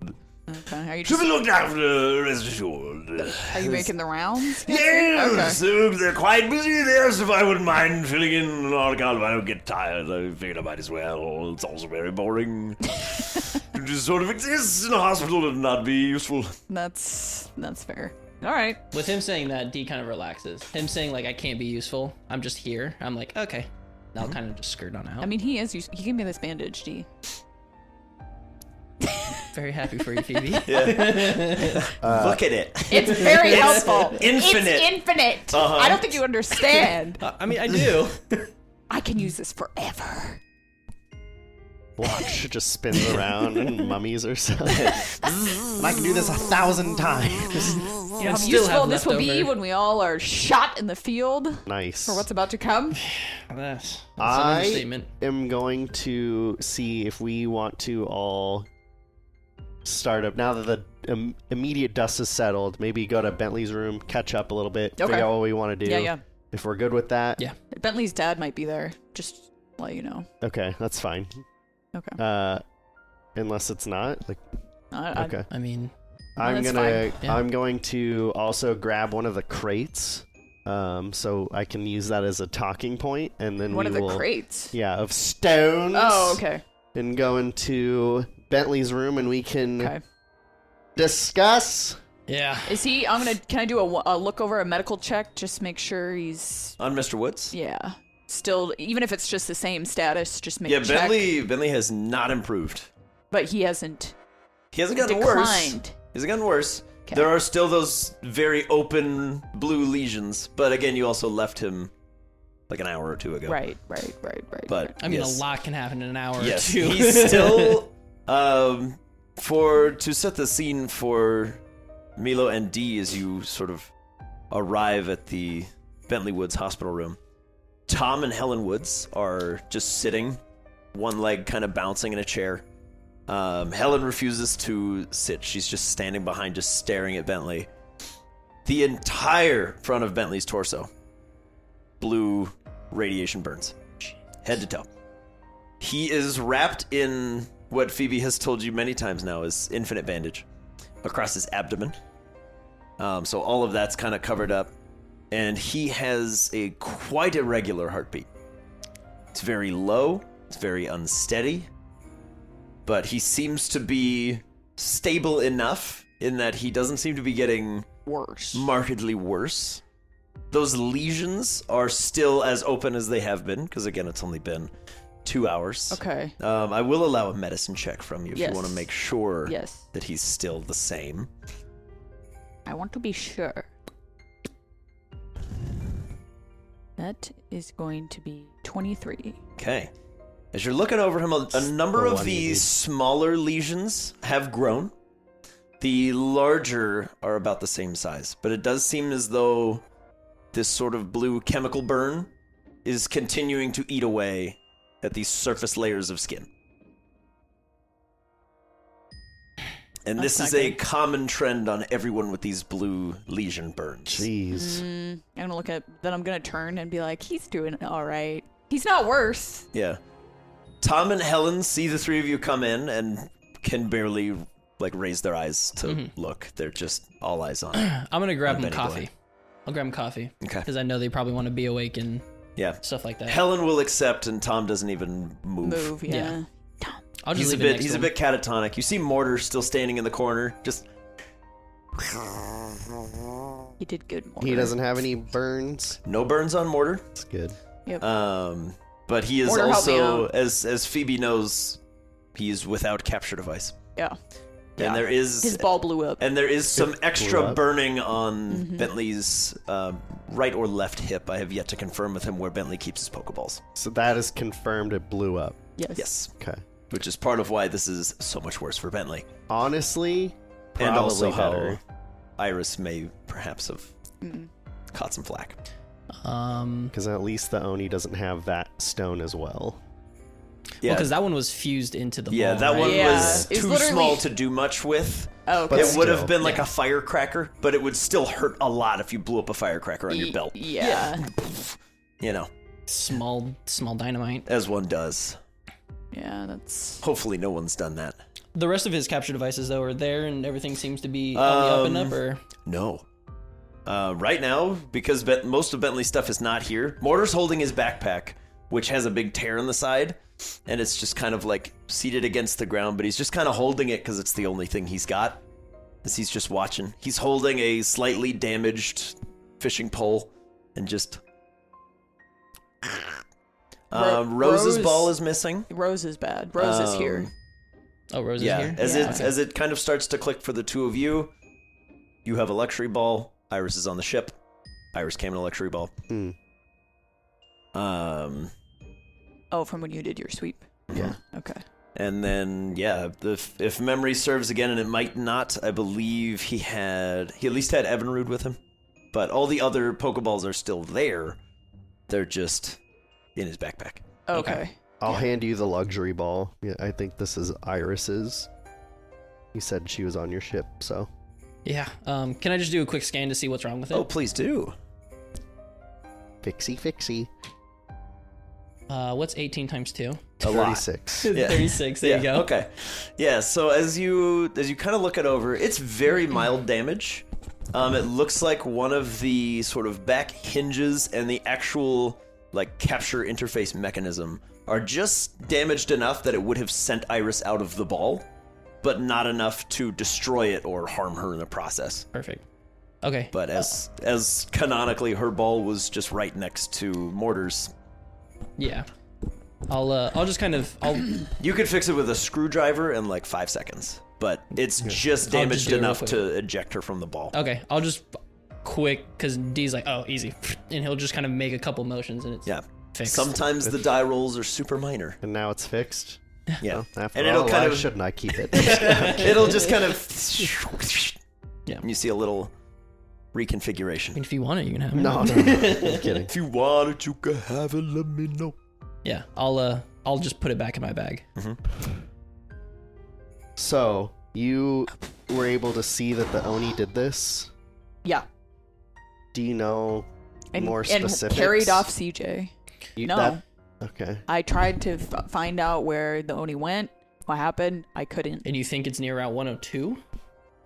Speaker 3: okay? Are you
Speaker 1: She'll be
Speaker 3: just,
Speaker 1: looked after, uh, rest assured.
Speaker 3: are you making the rounds?
Speaker 1: Yes, so they're quite busy there, so if I wouldn't mind filling in an article, if I don't get tired, I figured I might as well. It's also very boring. to just sort of exist in a hospital and not be useful.
Speaker 3: That's that's fair. All right.
Speaker 4: With him saying that, D kind of relaxes. Him saying like I can't be useful. I'm just here. I'm like okay. And I'll kind of just skirt on out.
Speaker 3: I mean, he is. use- He gave me this bandage, D.
Speaker 4: very happy for you, Phoebe.
Speaker 1: Uh, Look at it.
Speaker 3: It's very
Speaker 1: It's
Speaker 3: helpful.
Speaker 1: infinite.
Speaker 3: It's infinite.
Speaker 1: Uh-huh.
Speaker 3: I don't think you understand.
Speaker 4: Uh, I mean I do.
Speaker 3: I can use this forever.
Speaker 2: Watch just spins around and mummies herself. I can do this a thousand times.
Speaker 4: How
Speaker 3: Useful this will be when we all are shot in the field
Speaker 2: Nice.
Speaker 3: for what's about to come.
Speaker 4: That's, that's an
Speaker 2: I
Speaker 4: understatement.
Speaker 2: am going to see if we want to all start up now that the um, immediate dust is settled. Maybe go to Bentley's room, catch up a little bit,
Speaker 3: Okay.
Speaker 2: figure out what we want to do.
Speaker 3: Yeah, yeah.
Speaker 2: If we're good with that,
Speaker 4: Yeah.
Speaker 3: Bentley's dad might be there. Just let you know.
Speaker 2: Okay, that's fine.
Speaker 3: Okay.
Speaker 2: Uh, unless it's not, like,
Speaker 3: I, I,
Speaker 2: okay.
Speaker 4: I mean
Speaker 2: I'm
Speaker 3: Uh, that's
Speaker 2: gonna
Speaker 3: fine.
Speaker 4: Yeah.
Speaker 2: I'm going to also grab one of the crates, um, so I can use that as a talking point, and then
Speaker 3: One
Speaker 2: we
Speaker 3: of the
Speaker 2: will,
Speaker 3: crates.
Speaker 2: yeah, of stones.
Speaker 3: Oh, okay.
Speaker 2: And go into Bentley's room, and we can
Speaker 3: Okay.
Speaker 2: discuss.
Speaker 4: yeah.
Speaker 3: Is he? I'm gonna. Can I do a, a look over a medical check? Just make sure he's.
Speaker 1: On Mr. Woods?
Speaker 3: Yeah. Still, even if it's just the same status, just make
Speaker 1: Yeah,
Speaker 3: a check.
Speaker 1: Bentley Bentley has not improved.
Speaker 3: But he hasn't.
Speaker 1: He hasn't gotten
Speaker 3: Declined.
Speaker 1: worse. He hasn't gotten worse.
Speaker 3: Okay.
Speaker 1: There are still those very open blue lesions, but again, you also left him like an hour or two ago.
Speaker 3: Right, right, right, right.
Speaker 1: But
Speaker 4: I mean
Speaker 1: yes.
Speaker 4: a lot can happen in an hour
Speaker 1: Yes,
Speaker 4: or two.
Speaker 1: he's still um for to set the scene for Milo and D as you sort of arrive at the Bentley Woods hospital room. Tom and Helen Woods are just sitting, one leg kind of bouncing in a chair. Um, Helen refuses to sit. She's just standing behind, just staring at Bentley. The entire front of Bentley's torso, blue radiation burns, head to toe. He is wrapped in what Phoebe has told you many times now is infinite bandage across his abdomen. Um, so all of that's kind of covered up, and he has a quite irregular heartbeat. It's very low. It's very unsteady. But he seems to be stable enough in that he doesn't seem to be getting
Speaker 3: worse.
Speaker 1: markedly worse. Those lesions are still as open as they have been, because again, it's only been two hours.
Speaker 3: Okay.
Speaker 1: Um, I will allow a medicine check from you if
Speaker 3: Yes.
Speaker 1: you want to make sure
Speaker 3: Yes.
Speaker 1: that he's still the same.
Speaker 3: I want to be sure. That is going to be 23.
Speaker 1: Okay. As you're looking over him, a, a number
Speaker 2: the
Speaker 1: of
Speaker 2: one you need.
Speaker 1: these smaller lesions have grown. The larger are about the same size, but it does seem as though this sort of blue chemical burn is continuing to eat away at these surface layers of skin. And this
Speaker 3: That's
Speaker 1: is
Speaker 3: not
Speaker 1: a
Speaker 3: good.
Speaker 1: common trend on everyone with these blue lesion burns.
Speaker 2: Jeez.
Speaker 3: Mm, I'm going to look at. Then I'm going to turn and be like, he's doing all right. He's not worse.
Speaker 1: Yeah. Tom and Helen see the three of you come in and can barely like raise their eyes to
Speaker 4: Mm-hmm.
Speaker 1: look. They're just all eyes on.
Speaker 4: I'm gonna grab
Speaker 1: I'm
Speaker 4: him
Speaker 1: Benny
Speaker 4: coffee.
Speaker 1: Blunt.
Speaker 4: I'll grab him coffee
Speaker 1: okay.
Speaker 4: because I know they probably want to be awake and
Speaker 1: Yeah.
Speaker 4: stuff like that.
Speaker 1: Helen will accept, and Tom doesn't even move.
Speaker 3: Move, yeah.
Speaker 4: Yeah. I'll
Speaker 1: He's
Speaker 4: just
Speaker 1: a
Speaker 4: leave it
Speaker 1: bit.
Speaker 4: next
Speaker 1: He's
Speaker 4: to
Speaker 1: a
Speaker 4: him.
Speaker 1: bit catatonic. You see Mortar still standing in the corner. Just
Speaker 3: He did good. Mortar.
Speaker 2: He doesn't have any burns.
Speaker 1: no burns on Mortar.
Speaker 2: It's good.
Speaker 1: Um, but he is
Speaker 3: Mortar, help me
Speaker 1: also,
Speaker 3: out.
Speaker 1: as as Phoebe knows, he is without capture device,
Speaker 3: Yeah.
Speaker 1: and there is
Speaker 3: His ball blew up.
Speaker 1: and there is some
Speaker 2: blew
Speaker 1: extra
Speaker 2: up.
Speaker 1: burning on Bentley's um right or left hip. I have yet to confirm with him where Bentley keeps his Pokeballs.
Speaker 2: So that is confirmed. It blew up.
Speaker 3: Yes.
Speaker 1: Yes,
Speaker 2: Okay.
Speaker 1: which is part of why this is so much worse for Bentley,
Speaker 2: Honestly, probably
Speaker 1: and also
Speaker 2: better.
Speaker 1: how Iris may perhaps have caught some flack.
Speaker 4: Um,
Speaker 2: Because at least the Oni doesn't have that stone as well.
Speaker 1: Yeah,
Speaker 4: because that one was fused into the
Speaker 1: yeah,
Speaker 4: ball,
Speaker 1: that
Speaker 4: right?
Speaker 1: one
Speaker 3: Yeah.
Speaker 1: was
Speaker 3: It's
Speaker 1: too
Speaker 3: literally-
Speaker 1: small to do much with.
Speaker 3: Oh, okay.
Speaker 2: But
Speaker 1: it would have
Speaker 2: still,
Speaker 1: been like
Speaker 4: yeah.
Speaker 1: a firecracker, but it would still hurt a lot if you blew up a firecracker on your belt.
Speaker 3: Yeah. Yeah.
Speaker 1: You know,
Speaker 4: small small dynamite.
Speaker 1: as one does.
Speaker 3: that's.
Speaker 1: Hopefully, no one's done that.
Speaker 4: The rest of his capture devices though are there, and everything seems to be on the up
Speaker 1: Um,
Speaker 4: and up. Or
Speaker 1: No. Uh, right now, because ben- most of Bentley's stuff is not here, Mortar's holding his backpack, which has a big tear in the side, and it's just kind of like seated against the ground, but he's just kind of holding it because it's the only thing he's got. As he's just watching, he's holding a slightly damaged fishing pole and just. Um,
Speaker 3: Ro-
Speaker 1: Rose's
Speaker 3: Rose-
Speaker 1: ball is missing.
Speaker 3: Rose is bad. Rose is here.
Speaker 1: Um,
Speaker 4: oh, Rose
Speaker 1: yeah,
Speaker 4: is here.
Speaker 1: as
Speaker 3: Yeah.
Speaker 1: it as it kind of starts to click for the two of you, you have a luxury ball. Iris is on the ship. Iris came in a luxury ball.
Speaker 2: Hmm.
Speaker 1: Um,
Speaker 3: Oh, from when you did your sweep.
Speaker 2: Yeah.
Speaker 3: Okay.
Speaker 1: and then yeah, if if memory serves again, and it might not, I believe he had he at least had Evinrude with him, but all the other Pokeballs are still there. They're just in his backpack.
Speaker 3: Okay.
Speaker 4: Okay.
Speaker 2: I'll hand you the luxury ball. Yeah, I think this is Iris's. You said she was on your ship, so
Speaker 4: Yeah. Um, can I just do a quick scan to see what's wrong with it?
Speaker 1: Oh, please do.
Speaker 2: fixie fixie.
Speaker 4: Uh, what's 18 times 2?
Speaker 1: A lot.
Speaker 2: Thirty-six.
Speaker 1: Yeah.
Speaker 4: 36. There you
Speaker 1: yeah,
Speaker 4: go.
Speaker 1: Okay. Yeah. So as you as you kind of look it over, it's very mild damage. Um, it looks like one of the sort of back hinges and the actual like capture interface mechanism are just damaged enough that it would have sent Iris out of the ball, but not enough to destroy it or harm her in the process.
Speaker 4: Perfect. Okay.
Speaker 1: But as as canonically, her ball was just right next to Mortar's.
Speaker 4: Yeah. I'll uh, I'll just kind of I'll
Speaker 1: You could fix it with a screwdriver in like five seconds, but it's just
Speaker 4: I'll
Speaker 1: damaged
Speaker 4: just do it real
Speaker 1: enough
Speaker 4: quick.
Speaker 1: to eject her from the
Speaker 2: Oh.
Speaker 1: ball.
Speaker 4: okay I'll just quick because D's like oh easy and he'll just kind of make a couple motions and it's
Speaker 1: Yeah.
Speaker 4: fixed.
Speaker 1: Sometimes the die rolls are super minor.
Speaker 2: And now it's fixed.
Speaker 1: Yeah.
Speaker 2: After
Speaker 1: and
Speaker 2: all,
Speaker 1: it'll kind
Speaker 2: why
Speaker 1: of
Speaker 2: shouldn't I keep it?
Speaker 1: it'll just kind of
Speaker 4: Yeah.
Speaker 1: And you see a little
Speaker 4: I mean,
Speaker 1: reconfiguration.
Speaker 4: if you want it, you can have it.
Speaker 2: no, no, no. I'm kidding.
Speaker 1: If you want it, you can have it. Let me know.
Speaker 4: Yeah. I'll uh I'll just put it back in my bag.
Speaker 2: So you were able to see that the Oni did this.
Speaker 3: Yeah.
Speaker 2: Do you know
Speaker 3: And,
Speaker 2: more
Speaker 3: and
Speaker 2: specifics?
Speaker 3: carried off CJ.
Speaker 2: You-
Speaker 3: no.
Speaker 2: that- okay.
Speaker 3: I tried to f- find out where the Oni went, what happened. I couldn't.
Speaker 4: And you think it's near Route 102?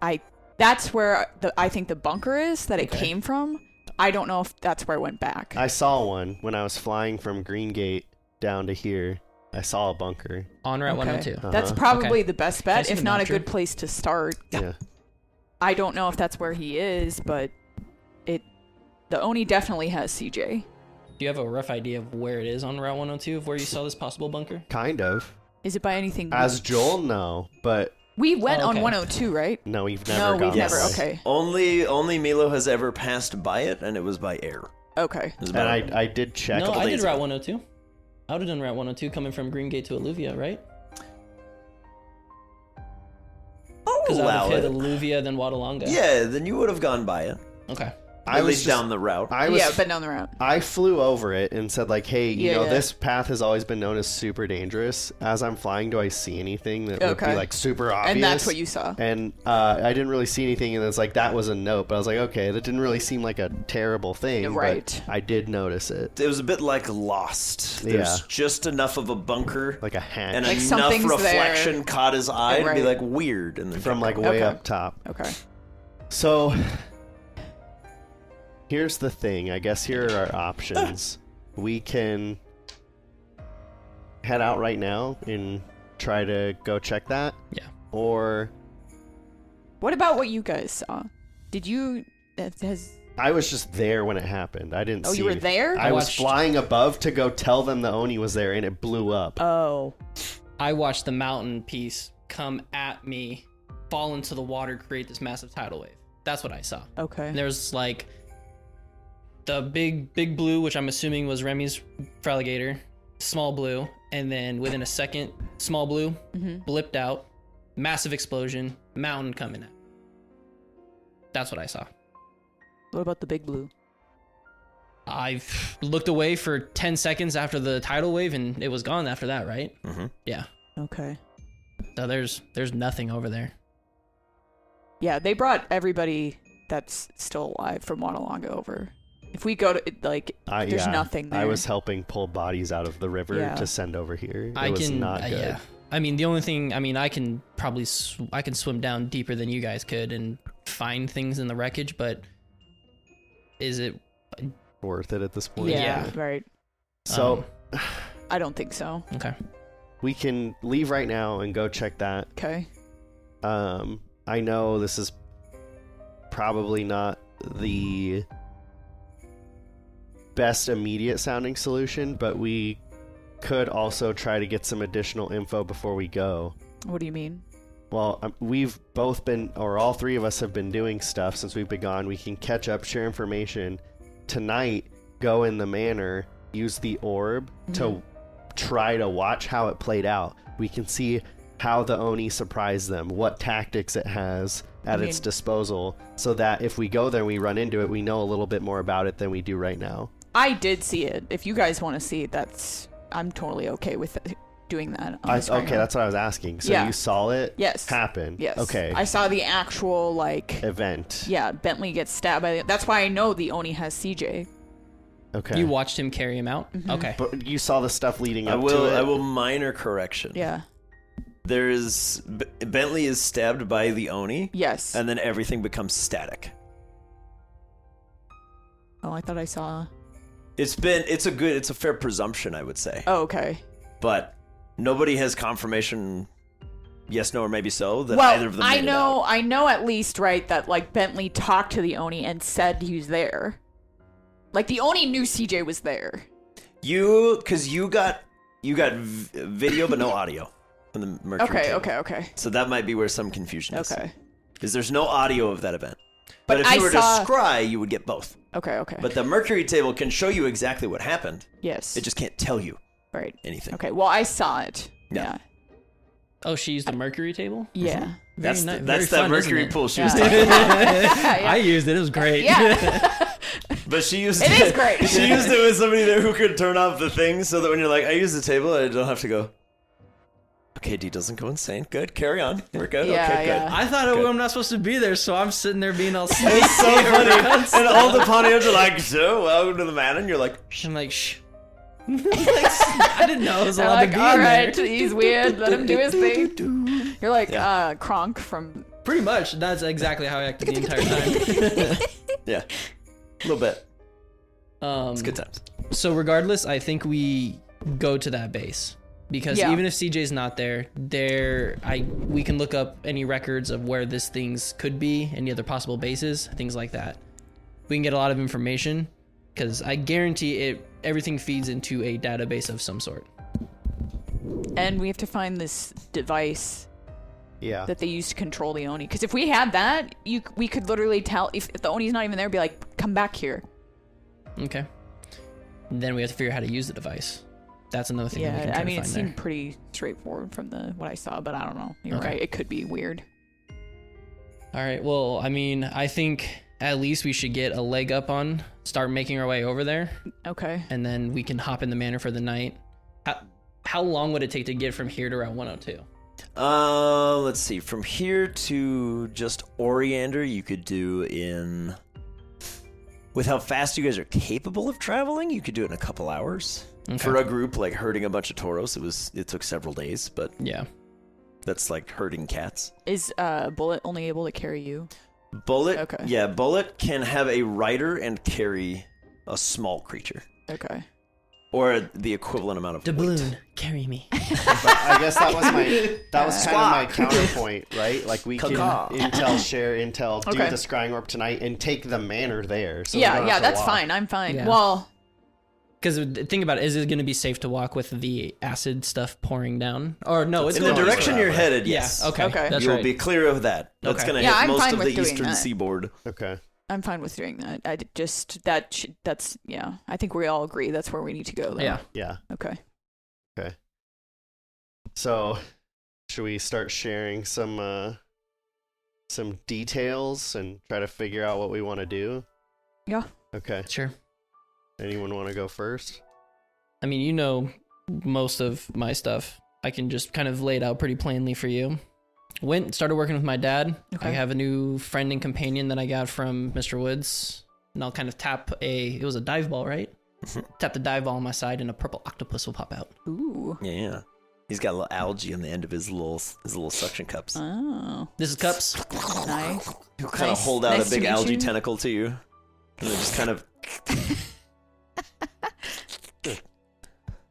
Speaker 3: I. That's where the I think the bunker is that it
Speaker 4: Okay.
Speaker 3: came from. I don't know if that's where it went back.
Speaker 2: I saw one when I was flying from Green Gate down to here. I saw a bunker.
Speaker 4: On Route
Speaker 3: Okay.
Speaker 4: 102.
Speaker 3: That's
Speaker 2: Uh-huh.
Speaker 3: probably
Speaker 4: Okay.
Speaker 3: the best
Speaker 4: I
Speaker 3: bet,
Speaker 4: see
Speaker 3: if
Speaker 4: the
Speaker 3: not a
Speaker 4: map,
Speaker 3: good
Speaker 4: Drew?
Speaker 3: place to start.
Speaker 2: Yeah.
Speaker 3: I don't know if that's where he is, but it the Oni definitely has CJ.
Speaker 4: Do you have a rough idea of where it is on Route 102 of where you saw this possible bunker?
Speaker 2: Kind of.
Speaker 3: Is it by anything?
Speaker 2: As Joel, no, but
Speaker 3: we went
Speaker 4: Oh,
Speaker 3: on
Speaker 4: okay.
Speaker 3: 102, right?
Speaker 2: no, we've never.
Speaker 3: no,
Speaker 2: gone
Speaker 3: we've
Speaker 2: that
Speaker 3: never.
Speaker 2: way.
Speaker 3: Okay,
Speaker 1: Only only Milo has ever passed by it, and it was by air.
Speaker 3: okay.
Speaker 1: It was
Speaker 2: And
Speaker 1: about-
Speaker 2: I, I did check.
Speaker 4: no,
Speaker 1: couple
Speaker 4: I did
Speaker 1: days
Speaker 4: Route 102. I would have done Route 102 coming from Green Gate to Alluvia, right?
Speaker 1: I'll
Speaker 4: Because I
Speaker 1: allow
Speaker 4: would have
Speaker 1: it.
Speaker 4: hit Alluvia, then Wadalonga.
Speaker 1: Yeah, then you would have gone by it.
Speaker 4: Okay.
Speaker 2: I
Speaker 1: At
Speaker 2: was
Speaker 1: least
Speaker 2: just-
Speaker 1: down the route.
Speaker 2: I was
Speaker 3: yeah, but down the route.
Speaker 2: I flew over it and said like, "Hey, you
Speaker 3: Yeah,
Speaker 2: know,
Speaker 3: yeah.
Speaker 2: this path has always been known as super dangerous. As I'm flying, do I see anything that would be
Speaker 3: Okay.
Speaker 2: like super obvious?"
Speaker 3: And that's what you saw.
Speaker 2: And uh, I didn't really see anything, and it's like that was a note. But I was like, "Okay, that didn't really seem like a terrible thing."
Speaker 3: Yeah,
Speaker 2: but
Speaker 3: right.
Speaker 2: I did notice it,
Speaker 1: it was a bit like Lost. There's
Speaker 2: Yeah.
Speaker 1: just enough of a bunker
Speaker 2: like a hatch
Speaker 1: and
Speaker 3: Like
Speaker 1: enough
Speaker 3: something's
Speaker 1: reflection caught his eye to be
Speaker 3: Right.
Speaker 1: like weird, and then
Speaker 2: from like way
Speaker 3: Okay.
Speaker 2: up top.
Speaker 3: Okay.
Speaker 2: So here's the thing. I guess here are our options. We can head out right now and try to go check that.
Speaker 4: Yeah.
Speaker 2: Or
Speaker 3: What about what you guys saw? Did you? that Has
Speaker 2: I was just there when it happened. I didn't
Speaker 3: oh,
Speaker 2: see
Speaker 3: you were
Speaker 2: anything.
Speaker 3: there?
Speaker 2: I,
Speaker 4: I
Speaker 2: was
Speaker 4: watched-
Speaker 2: flying above to go tell them the Oni was there and it blew up.
Speaker 3: oh,
Speaker 4: I watched the mountain piece come at me, fall into the water, create this massive tidal wave. That's what I saw. And
Speaker 3: okay.
Speaker 4: there's like the big, big blue, which I'm assuming was Remy's alligator, small blue, and then within a second, small blue blipped out, massive explosion, mountain coming at. That's what I saw.
Speaker 3: What about the big blue?
Speaker 4: I looked away for 10 seconds after the tidal wave and it was gone after that, right?
Speaker 1: Mhm.
Speaker 4: Yeah.
Speaker 3: Okay.
Speaker 4: So there's there's nothing over there.
Speaker 3: Yeah, they brought everybody that's still alive from Wanalonga over. If we go to it, like,
Speaker 2: I,
Speaker 3: there's
Speaker 2: yeah,
Speaker 3: nothing there.
Speaker 2: I was helping pull bodies out of the river
Speaker 3: Yeah.
Speaker 2: to send over here.
Speaker 4: I
Speaker 2: it was
Speaker 4: can
Speaker 2: not
Speaker 4: uh,
Speaker 2: good.
Speaker 4: yeah. I mean, the only thing I mean, I can probably sw- I can swim down deeper than you guys could and find things in the wreckage, but is it
Speaker 2: Worth it at this point.
Speaker 3: yeah,
Speaker 4: Yeah.
Speaker 3: right.
Speaker 2: So
Speaker 4: um,
Speaker 3: I don't think so.
Speaker 4: okay.
Speaker 2: we can leave right now and go check that
Speaker 3: Okay.
Speaker 2: Um, I know this is probably not the best immediate sounding solution, but we could also try to get some additional info before we go.
Speaker 3: What do you mean?
Speaker 2: Well, um, we've both been, or all three of us have been doing stuff since we've been gone. We can catch up, share information. Tonight, go in the manor, use the orb to
Speaker 3: Mm-hmm.
Speaker 2: try to watch how it played out. We can see how the Oni surprised them, what tactics it has at its
Speaker 3: mean-
Speaker 2: disposal, so that if we go there and we run into it, we know a little bit more about it than we do right now.
Speaker 3: I did see it. If you guys want to see it, that's I'm totally okay with doing that. on
Speaker 2: I,
Speaker 3: this right
Speaker 2: okay,
Speaker 3: now.
Speaker 2: that's what I was asking. So
Speaker 3: Yeah.
Speaker 2: you saw it
Speaker 3: Yes.
Speaker 2: happen?
Speaker 3: yes.
Speaker 2: Okay.
Speaker 3: I saw the actual like
Speaker 2: Event.
Speaker 3: yeah, Bentley gets stabbed by. The, that's why I know the Oni has CJ.
Speaker 2: Okay.
Speaker 4: You watched him carry him out?
Speaker 3: Mm-hmm.
Speaker 4: Okay.
Speaker 2: but you saw the stuff leading up
Speaker 1: I will.
Speaker 2: to it.
Speaker 1: I will minor correction.
Speaker 3: Yeah.
Speaker 1: There is B- Bentley is stabbed by the Oni,
Speaker 3: Yes.
Speaker 1: and then everything becomes static.
Speaker 3: oh, I thought I saw.
Speaker 1: It's been. It's a good. It's a fair presumption, I would say.
Speaker 3: Oh, okay.
Speaker 1: but nobody has confirmation, yes, no, or maybe so, that
Speaker 3: well,
Speaker 1: either of them.
Speaker 3: I
Speaker 1: made it
Speaker 3: know.
Speaker 1: out.
Speaker 3: I know at least right that like Bentley talked to the Oni and said he was there. Like the Oni knew CJ was there.
Speaker 1: you because you got you got v- video but no audio from the Mercury.
Speaker 3: Okay.
Speaker 1: table.
Speaker 3: Okay. Okay.
Speaker 1: So that might be where some confusion is.
Speaker 3: Okay.
Speaker 1: Because there's no audio of that event. But, if
Speaker 3: I
Speaker 1: you were
Speaker 3: saw-
Speaker 1: to scry, you would get both.
Speaker 3: Okay. Okay.
Speaker 1: But the Mercury table can show you exactly what happened.
Speaker 3: yes.
Speaker 1: It just can't tell you
Speaker 3: right.
Speaker 1: anything.
Speaker 3: Okay. Well, I saw it.
Speaker 1: Yeah.
Speaker 3: Yeah.
Speaker 4: Oh, she used the mercury table?
Speaker 3: Yeah.
Speaker 4: Very
Speaker 1: That's
Speaker 4: ni-
Speaker 1: the, that's
Speaker 4: very
Speaker 1: that
Speaker 4: fun, isn't
Speaker 1: Mercury
Speaker 4: it?
Speaker 1: pool she
Speaker 3: Yeah.
Speaker 1: was talking about.
Speaker 4: I used it. It was great.
Speaker 3: Yeah.
Speaker 1: But she used
Speaker 3: It is great.
Speaker 1: she used it with somebody there who could turn off the thing so that when you're like, I use the table, I don't have to go. Okay, D doesn't go insane. Good, carry on. We're good.
Speaker 3: Yeah,
Speaker 1: okay, good.
Speaker 3: yeah.
Speaker 4: I thought it, I'm not supposed to be there, so I'm sitting there being all sneaky.
Speaker 1: It's so funny. and all the Pontiacs are like, so welcome to the man, and you're like,
Speaker 4: I'm like, shh. I didn't know it was
Speaker 3: They're
Speaker 4: allowed to
Speaker 3: like,
Speaker 4: be
Speaker 3: all
Speaker 4: in
Speaker 3: right,
Speaker 4: there.
Speaker 3: he's weird. Let him do his thing. You're like
Speaker 1: Yeah.
Speaker 3: uh, Kronk from.
Speaker 4: Pretty much. That's exactly how I acted the entire time.
Speaker 1: yeah, a little bit.
Speaker 4: Um,
Speaker 1: It's good times.
Speaker 4: So regardless, I think we go to that base because
Speaker 3: Yeah.
Speaker 4: even if CJ's not there, there I we can look up any records of where this things could be, any other possible bases, things like that. We can get a lot of information because I guarantee it everything feeds into a database of some sort.
Speaker 3: And we have to find this device
Speaker 2: yeah.
Speaker 3: that they use to control the Oni. Because if we had that, you we could literally tell if, if the Oni's not even there, be like, come back here.
Speaker 4: Okay. And then we have to figure out how to use the device. That's another thing. that we can
Speaker 3: yeah,
Speaker 4: try
Speaker 3: I mean,
Speaker 4: to
Speaker 3: it
Speaker 4: find
Speaker 3: seemed
Speaker 4: there.
Speaker 3: pretty straightforward from the what I saw, but I don't know. You're
Speaker 4: Okay.
Speaker 3: right; it could be weird.
Speaker 4: All right. Well, I mean, I think at least we should get a leg up on, start making our way over there,
Speaker 3: Okay.
Speaker 4: and then we can hop in the manor for the night. How, how long would it take to get from here to oh Route 102?
Speaker 1: Uh, let's see. From here to just Oriander, you could do in. With how fast you guys are capable of traveling, you could do it in a couple hours. For a group like herding a bunch of toros, it was it took several days, but
Speaker 4: Yeah.
Speaker 1: that's like herding cats.
Speaker 3: Is uh Bullet only able to carry you?
Speaker 1: Bullet,
Speaker 3: Okay.
Speaker 1: yeah, bullet can have a rider and carry a small creature
Speaker 3: Okay.
Speaker 1: or the equivalent amount of weight.
Speaker 4: carry me.
Speaker 2: But I guess that was my that was kind of my counterpoint, right? Like we can
Speaker 1: Caw-caw.
Speaker 2: intel share intel, do
Speaker 3: Okay.
Speaker 2: the scrying orb tonight, and take the manor there. So we don't
Speaker 3: yeah,
Speaker 2: have
Speaker 3: yeah,
Speaker 2: to
Speaker 3: that's
Speaker 2: walk.
Speaker 3: fine. I'm fine.
Speaker 4: Yeah.
Speaker 3: Well,
Speaker 4: Because uh, think about it, is it going to be safe to walk with the acid stuff pouring down? Or no, it's
Speaker 1: In the
Speaker 4: going
Speaker 1: direction you're headed,
Speaker 4: Yeah,
Speaker 1: yes.
Speaker 4: okay,
Speaker 3: Okay.
Speaker 4: that's
Speaker 1: You'll
Speaker 4: right.
Speaker 1: be clear of that. That's
Speaker 4: Okay.
Speaker 1: going to
Speaker 3: Yeah,
Speaker 1: hit
Speaker 3: I'm
Speaker 1: most
Speaker 3: fine
Speaker 1: of the
Speaker 3: with doing
Speaker 1: eastern
Speaker 3: that.
Speaker 1: seaboard.
Speaker 2: Okay.
Speaker 3: I'm fine with doing that. I d- just that sh- that's yeah. I think we all agree that's where we need to go. Though.
Speaker 4: Yeah.
Speaker 2: Yeah.
Speaker 3: Okay.
Speaker 2: So, should we start sharing some uh some details and try to figure out what we want to do?
Speaker 3: Yeah.
Speaker 2: Okay.
Speaker 4: Sure.
Speaker 2: Anyone want to go first?
Speaker 4: I mean, you know most of my stuff. I can just kind of lay it out pretty plainly for you. Went started working with my dad.
Speaker 3: Okay.
Speaker 4: I have a new friend and companion that I got from Mr. Woods, and I'll kind of tap a. It was a dive ball, right? tap the dive ball on my side, and a purple octopus will pop out.
Speaker 3: Ooh.
Speaker 1: Yeah, yeah. He's got a little algae on the end of his little his little suction cups.
Speaker 4: Uh,
Speaker 3: Oh.
Speaker 4: This is cups.
Speaker 3: Nice.
Speaker 1: He'll kind of
Speaker 3: Nice-
Speaker 1: hold out
Speaker 3: nice
Speaker 1: a
Speaker 3: to
Speaker 1: big
Speaker 3: meet
Speaker 1: algae
Speaker 3: you.
Speaker 1: tentacle to you, and then just kind of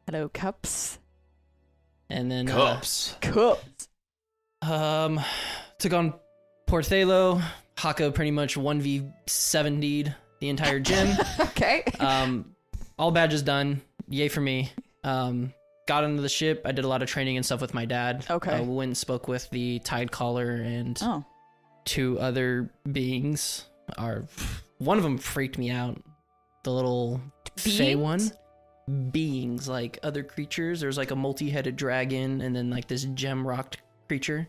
Speaker 3: Hello, cups.
Speaker 4: And then uh,
Speaker 3: Cups.
Speaker 4: Um, took on Porthelo. Haka pretty much 1v70'd the entire gym.
Speaker 3: Okay.
Speaker 4: um, all badges done. Yay for me. Um, got onto the ship. I did a lot of training and stuff with my dad.
Speaker 3: Okay.
Speaker 4: I went and spoke with the Tide Caller and
Speaker 3: oh.
Speaker 4: two other beings. Our, one of them freaked me out. The little Fey
Speaker 3: Beings?
Speaker 4: one. Beings, like other creatures. There's like a multi headed dragon and then like this gem rocked creature.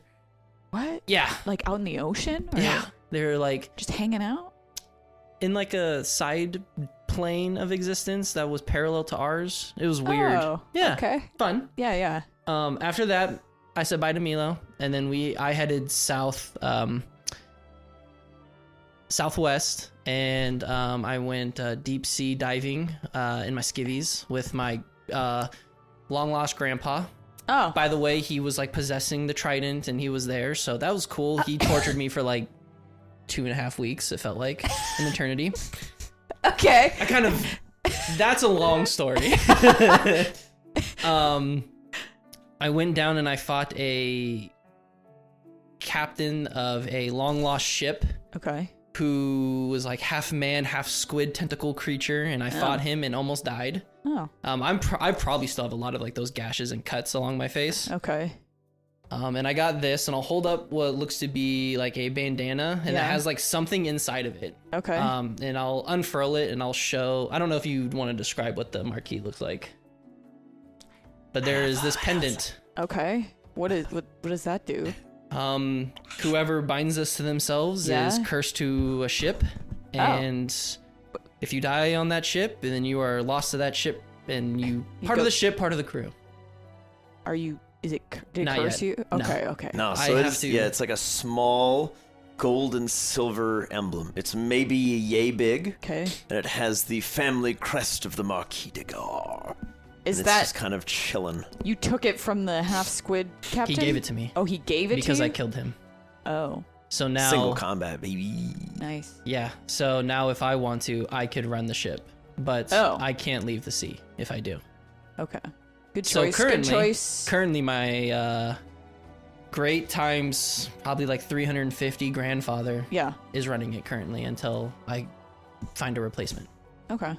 Speaker 3: What?
Speaker 4: Yeah.
Speaker 3: Like out in the ocean? Or
Speaker 4: Yeah. They're like
Speaker 3: Just hanging out?
Speaker 4: in like a side plane of existence that was parallel to ours. It was weird.
Speaker 3: Oh,
Speaker 4: yeah.
Speaker 3: Okay.
Speaker 4: Fun.
Speaker 3: Yeah, yeah.
Speaker 4: Um after that, I said bye to Milo and then we I headed south um southwest and um I went uh, deep sea diving uh in my skivvies with my uh long lost grandpa.
Speaker 3: Oh.
Speaker 4: By the way, he was like possessing the trident and he was there, so that was cool. He tortured me for like two and a half weeks, it felt like an eternity.
Speaker 3: Okay.
Speaker 4: I kind of that's a long story. um I went down and I fought a captain of a long lost ship
Speaker 3: Okay.
Speaker 4: who was like half man, half squid tentacle creature and I fought him and almost died.
Speaker 3: Oh.
Speaker 4: Um I'm pr- I probably still have a lot of like those gashes and cuts along my face.
Speaker 3: Okay.
Speaker 4: Um, and I got this, and I'll hold up what looks to be like a bandana, and it
Speaker 3: Yeah.
Speaker 4: has like something inside of it.
Speaker 3: Okay.
Speaker 4: Um, and I'll unfurl it, and I'll show. I don't know if you want to describe what the marquee looks like, but there is this pendant.
Speaker 3: okay. What is what what does that do?
Speaker 4: Um, whoever binds this to themselves
Speaker 3: Yeah. Oh.
Speaker 4: is cursed to a ship, and if you die on that ship, then you are lost to that ship, and you,
Speaker 3: You
Speaker 4: part
Speaker 3: go-
Speaker 4: of the ship, part of the crew.
Speaker 3: Are you is it cur- did it
Speaker 4: Not
Speaker 3: curse
Speaker 4: yet.
Speaker 3: you?
Speaker 4: No.
Speaker 3: Okay, okay.
Speaker 1: No,
Speaker 4: I
Speaker 1: so
Speaker 4: have
Speaker 1: it's
Speaker 4: to-
Speaker 1: yeah, it's like a small gold and silver emblem. It's maybe yay big,
Speaker 3: Okay.
Speaker 1: and it has the family crest of the Marquis de Gar.
Speaker 3: Is
Speaker 1: and it's
Speaker 3: that
Speaker 1: just kind of chilling?
Speaker 3: you took it from the half squid captain?
Speaker 4: He gave it to me
Speaker 3: Oh, he gave it
Speaker 4: because
Speaker 3: to you?
Speaker 4: I killed him.
Speaker 3: Oh,
Speaker 4: So now
Speaker 1: Single combat, baby.
Speaker 3: nice.
Speaker 4: Yeah. So now if I want to, I could run the ship, but
Speaker 3: Oh.
Speaker 4: I can't leave the sea if I do.
Speaker 3: Okay. Good
Speaker 4: So
Speaker 3: choice.
Speaker 4: currently,
Speaker 3: Good choice.
Speaker 4: currently my uh, great times probably like 350 grandfather
Speaker 3: yeah.
Speaker 4: is running it currently until I find a replacement.
Speaker 3: Okay.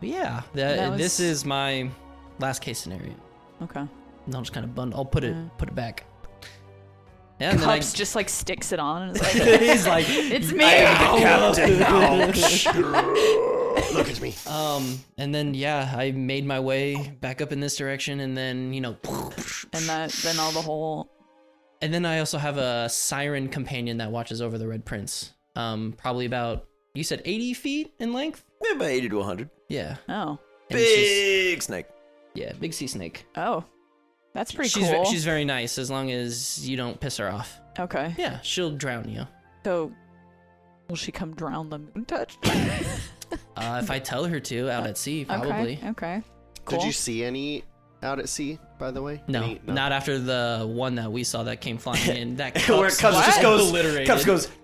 Speaker 4: But yeah, that,
Speaker 3: That
Speaker 4: this
Speaker 3: was-
Speaker 4: is my last case scenario.
Speaker 3: Okay.
Speaker 4: And I'll just kind of bundle. I'll put it
Speaker 3: Mm.
Speaker 4: put it back. Yeah, and then I,
Speaker 3: Cups just like sticks it on and is like,
Speaker 4: he's like,
Speaker 3: it's me. Oh,
Speaker 2: Look at me.
Speaker 4: um, and then yeah, I made my way back up in this direction, and then you know,
Speaker 3: and that then all the whole
Speaker 4: And then I also have a siren companion that watches over the Red Prince. um, probably about you said 80 feet in length.
Speaker 1: Maybe about 80 to 100.
Speaker 4: Yeah,
Speaker 3: Oh,
Speaker 4: And she's-
Speaker 1: Big snake.
Speaker 4: yeah, big sea snake.
Speaker 3: oh, that's pretty
Speaker 4: she's ve-
Speaker 3: cool.
Speaker 4: she's very nice as long as you don't piss her off.
Speaker 3: okay,
Speaker 4: Yeah, she'll drown you.
Speaker 3: so will she come drown them in touch?
Speaker 4: Uh, if I tell her to out at sea, probably.
Speaker 3: Okay, okay,
Speaker 2: Did
Speaker 3: Cool.
Speaker 2: you see any out at sea, by the way?
Speaker 4: No,
Speaker 2: Any?
Speaker 4: not after the one that we saw that came flying in. That cups
Speaker 1: Where Cubs just
Speaker 4: just
Speaker 1: goes.
Speaker 4: obliterated.
Speaker 1: Cubs goes.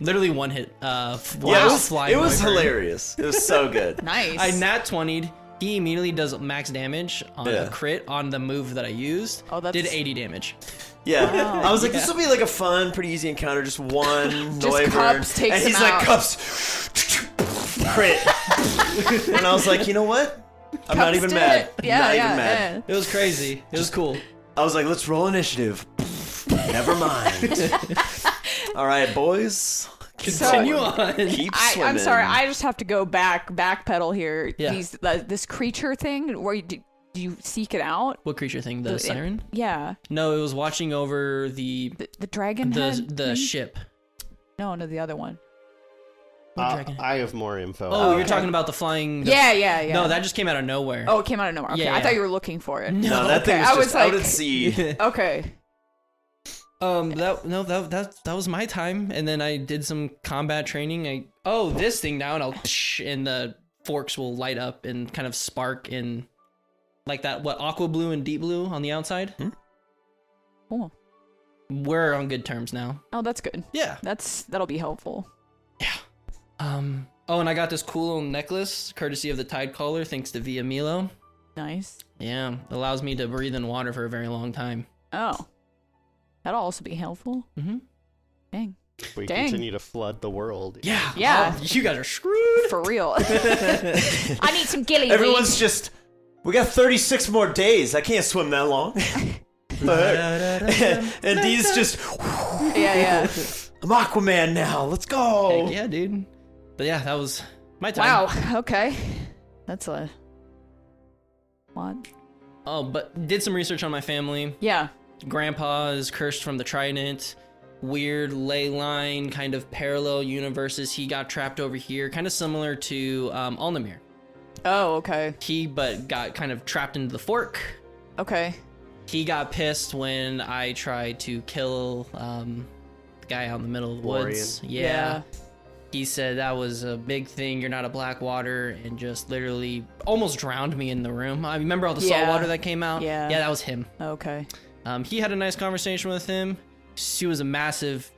Speaker 4: Literally one hit. Uh, f-
Speaker 1: Yeah, it
Speaker 4: was
Speaker 1: was,
Speaker 4: flying
Speaker 1: it was
Speaker 4: over.
Speaker 1: hilarious. It was so good.
Speaker 3: nice.
Speaker 4: I nat 20'd. He immediately does max damage on
Speaker 1: Yeah.
Speaker 4: a crit on the move that I used.
Speaker 3: Oh, that's-
Speaker 4: Did 80 damage.
Speaker 1: Yeah. I was like, this will be like a fun, pretty easy encounter, just one
Speaker 3: Just
Speaker 1: wyvern.
Speaker 3: Cubs takes
Speaker 1: and he's
Speaker 3: him
Speaker 1: like,
Speaker 3: out.
Speaker 1: cups, crit. and I was like, you know what? I'm not
Speaker 3: Cubs
Speaker 1: even
Speaker 3: did
Speaker 1: mad.
Speaker 3: it. Yeah,
Speaker 1: not
Speaker 3: yeah,
Speaker 1: even mad.
Speaker 4: It was crazy. It was cool.
Speaker 1: I was like, let's roll initiative. Never mind. All right, boys.
Speaker 4: Continue on.
Speaker 1: Keep
Speaker 3: I,
Speaker 1: swimming.
Speaker 3: I'm sorry. I just have to go back, backpedal here.
Speaker 4: Yeah.
Speaker 3: These, the, this creature thing. Where you, do you seek it out?
Speaker 4: What creature thing? The
Speaker 3: it-
Speaker 4: siren?
Speaker 3: Yeah,
Speaker 4: No, it was watching over the
Speaker 3: the, Mm-hmm. the dragon.
Speaker 4: the
Speaker 3: head
Speaker 4: the
Speaker 3: thing?
Speaker 4: ship.
Speaker 3: no, no, the other one.
Speaker 2: Uh,
Speaker 4: dragon?
Speaker 2: I have more info.
Speaker 4: Oh, you're talking about the flying.
Speaker 3: Yeah, yeah, yeah.
Speaker 4: No, that just came out of nowhere.
Speaker 3: Oh, it came out of nowhere. Okay,
Speaker 4: Yeah,
Speaker 3: I thought
Speaker 4: yeah.
Speaker 3: you were looking for it.
Speaker 1: No, that thing was
Speaker 3: Okay, I
Speaker 1: just
Speaker 3: was
Speaker 1: out
Speaker 3: like-
Speaker 1: at sea.
Speaker 3: Okay.
Speaker 4: Um, that no, that that that was my time, and then I did some combat training. I oh, this thing now, and I'll and the forks will light up and kind of spark in, like that. What aqua blue and deep blue on the outside.
Speaker 3: Cool.
Speaker 4: We're on good terms now.
Speaker 3: Oh, that's good.
Speaker 4: Yeah.
Speaker 3: That's that'll be helpful.
Speaker 4: Um. Oh, and I got this cool little necklace, courtesy of the Tide Caller, thanks to Via Milo.
Speaker 3: Nice.
Speaker 4: Yeah, allows me to breathe in water for a very long time.
Speaker 3: Oh, that'll also be helpful.
Speaker 4: Mm-hmm.
Speaker 3: Dang.
Speaker 2: we
Speaker 3: Dang.
Speaker 2: continue to flood the world.
Speaker 4: Yeah.
Speaker 3: Yeah.
Speaker 4: Oh, you guys are screwed.
Speaker 3: For real. I need some gilly.
Speaker 1: Everyone's just. We got 36 more days. I can't swim that long. and Dee's just.
Speaker 3: Yeah, yeah.
Speaker 1: I'm Aquaman now. Let's go.
Speaker 4: yeah, dude. But yeah, that was my time.
Speaker 3: wow. Okay. That's a lot.
Speaker 4: Oh, but did some research on my family.
Speaker 3: Yeah.
Speaker 4: Grandpa is cursed from the trident. Weird ley line, kind of parallel universes. He got trapped over here, kind of similar to um, Alnamir.
Speaker 3: Oh, okay.
Speaker 4: He but got kind of trapped into the fork.
Speaker 3: Okay.
Speaker 4: He got pissed when I tried to kill um, the guy out in the middle of the woods. yeah. he said that was a big thing. You're not a black water, and just literally almost drowned me in the room. I remember all the salt
Speaker 3: Yeah.
Speaker 4: water that came out.
Speaker 3: Yeah.
Speaker 4: yeah, that was him.
Speaker 3: Yeah. Okay.
Speaker 4: Um, he had a nice conversation with him. She was a massive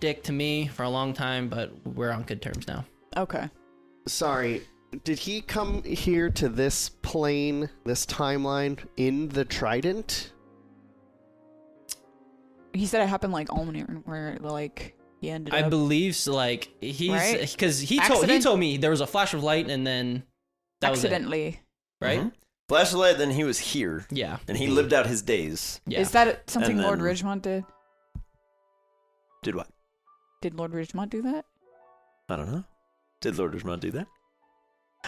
Speaker 4: dick to me for a long time, but we're on good terms now.
Speaker 3: Okay.
Speaker 2: Sorry. Did he come here to this plane, this timeline, in the Trident?
Speaker 3: He said it happened like Almanac, where like he ended
Speaker 4: I
Speaker 3: up.
Speaker 4: believe so, like he's
Speaker 3: Right?
Speaker 4: because he told he
Speaker 3: Accident?
Speaker 4: told me there was a flash of light, and then that was
Speaker 3: accidentally.
Speaker 4: it, right?
Speaker 1: Mhm. Flash of light, then he was here.
Speaker 4: Yeah,
Speaker 1: And he lived out his days.
Speaker 4: yeah.
Speaker 3: Is that something
Speaker 1: And
Speaker 3: Lord
Speaker 1: then-
Speaker 3: Ridgemont did?
Speaker 1: Did what?
Speaker 3: Did Lord Ridgemont do that?
Speaker 1: I don't know. Did Lord Richmond do that?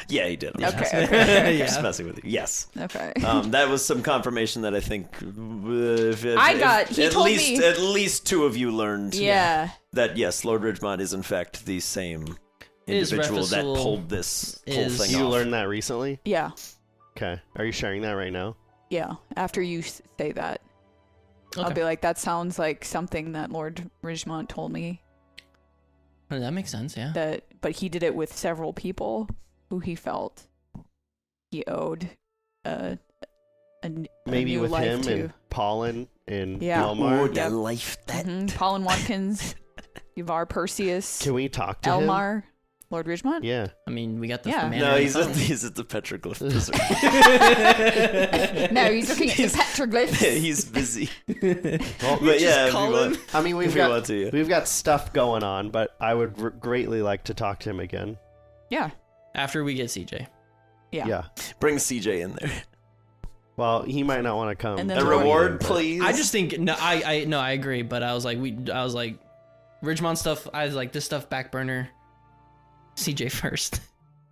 Speaker 1: Yeah, he did. I'm just,
Speaker 3: Okay,
Speaker 1: messing-
Speaker 3: okay,
Speaker 1: I'm
Speaker 4: okay.
Speaker 1: just
Speaker 4: Yeah.
Speaker 1: messing with you. Yes.
Speaker 3: Okay.
Speaker 1: Um, that was some confirmation that I think. uh, if- if-
Speaker 3: I
Speaker 1: if-
Speaker 3: got- he
Speaker 1: at
Speaker 3: told
Speaker 1: least
Speaker 3: me-
Speaker 1: at least two of you learned
Speaker 3: yeah.
Speaker 1: that yes, Lord Ridgemont is in fact the same
Speaker 4: Is
Speaker 1: individual that
Speaker 4: Refusul-
Speaker 1: pulled this whole
Speaker 4: is-
Speaker 1: thing
Speaker 2: You
Speaker 1: off.
Speaker 2: learned that recently?
Speaker 3: Yeah.
Speaker 2: Okay. Are you sharing that right now?
Speaker 3: Yeah. After you s- say that, I'll
Speaker 4: Okay.
Speaker 3: be like, that sounds like something that Lord Ridgemont told me
Speaker 4: that makes sense. Yeah.
Speaker 3: that, but he did it with several people who he felt he owed uh, a, n- a
Speaker 2: Maybe
Speaker 3: new
Speaker 2: with
Speaker 3: life
Speaker 2: him
Speaker 3: to.
Speaker 2: and Pollen and
Speaker 3: Yeah.
Speaker 1: Oh,
Speaker 2: Elmar.
Speaker 3: that
Speaker 1: life
Speaker 3: Mhm. Colin Watkins, Yvar Perseus,
Speaker 2: Can we talk to him?
Speaker 3: Elmar, Lord Ridgemont.
Speaker 2: Yeah.
Speaker 4: I mean, we got the
Speaker 3: Yeah.
Speaker 4: man
Speaker 1: No,
Speaker 4: on
Speaker 1: he's
Speaker 4: the
Speaker 1: at,
Speaker 4: phone.
Speaker 1: he's at the petroglyph preserve.
Speaker 3: No, he's looking at the petroglyphs.
Speaker 1: he's busy.
Speaker 2: Well,
Speaker 1: But yeah, if you
Speaker 4: call
Speaker 1: want-
Speaker 2: I mean, we've
Speaker 1: If you
Speaker 2: got
Speaker 1: want to, yeah.
Speaker 2: we've got stuff going on, but I would r- greatly like to talk to him again.
Speaker 3: yeah.
Speaker 4: after we get CJ.
Speaker 3: Yeah.
Speaker 1: bring CJ in there.
Speaker 2: Well, he might not want to come.
Speaker 3: And then
Speaker 2: to
Speaker 1: A
Speaker 3: That's
Speaker 2: the meeting,
Speaker 1: reward,
Speaker 2: but-
Speaker 1: please.
Speaker 4: I just think no, I, I no, I agree, but I was like, we, I was like, Ridgemont stuff. I was like, this stuff back burner. CJ first.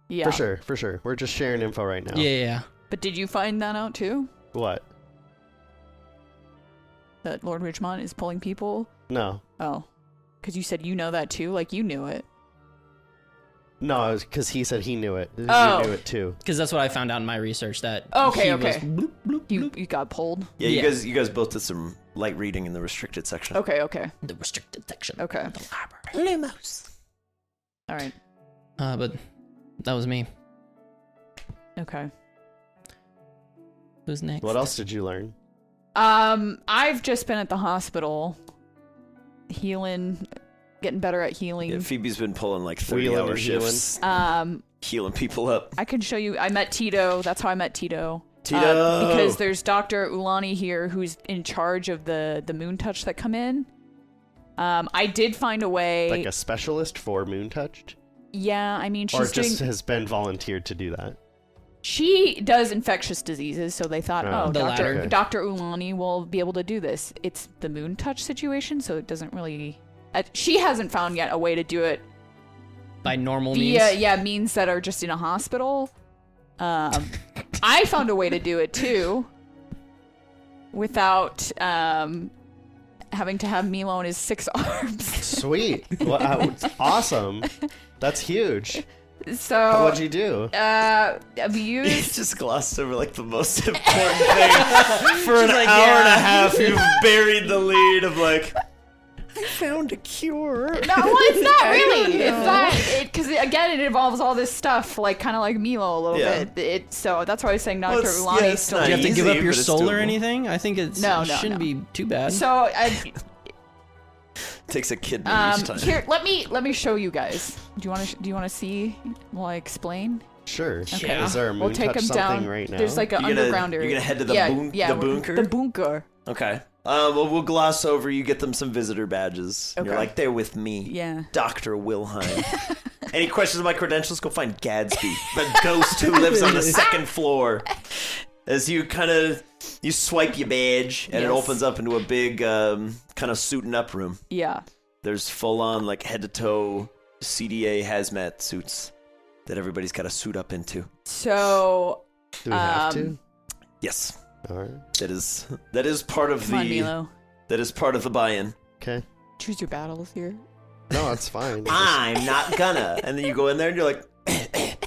Speaker 3: Yeah.
Speaker 2: For sure, for sure. We're just sharing info right now.
Speaker 4: Yeah, yeah, yeah.
Speaker 3: But did you find that out too?
Speaker 2: What?
Speaker 3: That Lord Ridgemont is pulling people?
Speaker 2: No.
Speaker 3: Oh. Because you said you know that too. Like you knew it.
Speaker 2: No, because he said he knew it.
Speaker 3: Oh.
Speaker 2: You knew it too.
Speaker 4: because that's what I found out in my research that
Speaker 3: Okay,
Speaker 4: he
Speaker 3: okay.
Speaker 4: was bloop, bloop,
Speaker 3: You you got pulled.
Speaker 1: Yeah, you
Speaker 4: Yeah.
Speaker 1: guys, you guys both did some light reading in the restricted section.
Speaker 3: Okay, okay,
Speaker 4: the restricted section
Speaker 3: okay.
Speaker 4: of the library.
Speaker 5: Lumos.
Speaker 3: All right.
Speaker 4: Uh, but that was me.
Speaker 3: Okay.
Speaker 4: Who's next?
Speaker 2: What else did you learn?
Speaker 3: Um, I've just been at the hospital, healing, getting better at healing.
Speaker 1: Yeah, Phoebe's been pulling like
Speaker 2: Wheeling
Speaker 1: thirty-hour
Speaker 2: and healing.
Speaker 1: shifts,
Speaker 3: um,
Speaker 1: healing people up.
Speaker 3: I can show you. I met Tito. That's how I met Tito.
Speaker 1: Tito!
Speaker 3: Um, because there's Doctor Ulani here who's in charge of the the moon touch that come in. Um, I did find a way.
Speaker 2: Like a specialist for moon touched,
Speaker 3: yeah, I mean, she's
Speaker 2: or just
Speaker 3: doing.
Speaker 2: has been volunteered to do that?
Speaker 3: She does infectious diseases, so they thought,
Speaker 2: Oh.
Speaker 3: oh,
Speaker 4: The
Speaker 3: Doctor
Speaker 4: latter.
Speaker 3: Doctor Ulani will be able to do this. It's the moon touch situation, so it doesn't really. Uh, she hasn't found yet a way to do it
Speaker 4: By normal means.
Speaker 3: via uh, yeah means that are just in a hospital. Um, I found a way to do it too, without um, having to have Milo in his six arms.
Speaker 2: Sweet. well, uh, it's awesome. That's huge.
Speaker 3: So Oh.
Speaker 2: What'd you do?
Speaker 3: uh,
Speaker 1: You
Speaker 3: abuse.
Speaker 1: just glossed over like the most important thing for an hour and a half. You've buried the lead of like. I found a cure.
Speaker 3: No, well, it's not really. It's not because again, it involves all this stuff, like kind of like Milo a little
Speaker 1: Yeah.
Speaker 3: bit. It so that's why I was saying Doctor
Speaker 1: Well, it's-
Speaker 3: Ulani
Speaker 1: yeah, it's
Speaker 3: still.
Speaker 1: not
Speaker 4: Do you have to
Speaker 1: Easy,
Speaker 4: give up
Speaker 1: but
Speaker 4: your
Speaker 1: it's
Speaker 4: soul or
Speaker 1: doable.
Speaker 4: anything? I think it's
Speaker 3: No,
Speaker 4: it
Speaker 3: no,
Speaker 4: shouldn't
Speaker 3: no.
Speaker 4: be too bad.
Speaker 3: So I,
Speaker 1: Takes a kidney each
Speaker 3: um,
Speaker 1: time.
Speaker 3: here, let me let me show you guys. Do you want to do you want to see? Will I explain?
Speaker 2: Sure.
Speaker 4: Okay.
Speaker 2: Is there a moon
Speaker 3: We'll take
Speaker 2: touch
Speaker 3: him
Speaker 2: something
Speaker 3: down.
Speaker 2: right now?
Speaker 3: There's like an
Speaker 1: You're gonna-
Speaker 3: underground area.
Speaker 1: you're gonna head to the
Speaker 3: yeah,
Speaker 1: boon-
Speaker 3: yeah,
Speaker 1: the
Speaker 3: we're-
Speaker 1: bunker?
Speaker 3: The bunker.
Speaker 1: Okay. Uh, well, we'll gloss over. You get them some visitor badges. And You're
Speaker 3: Okay.
Speaker 1: like, they're with me.
Speaker 3: Yeah.
Speaker 1: Dr. Wilhelm. Any questions on my credentials? Go find Gadsby, the ghost who lives on the second floor. As you kind of you swipe your badge, and it
Speaker 3: Yes.
Speaker 1: opens up into a big um, kind of suiting up room.
Speaker 3: Yeah.
Speaker 1: There's full on like head to toe CDA hazmat suits that everybody's got to suit up into.
Speaker 3: So
Speaker 2: Do we have
Speaker 3: um,
Speaker 1: Yes,
Speaker 2: to? All right.
Speaker 1: that is that is part of
Speaker 3: come on,
Speaker 1: the
Speaker 3: Milo.
Speaker 1: that is part of the buy-in.
Speaker 2: Okay.
Speaker 3: Choose your battles here.
Speaker 2: No, that's fine.
Speaker 1: I'm not gonna. And then you go in there and you're like,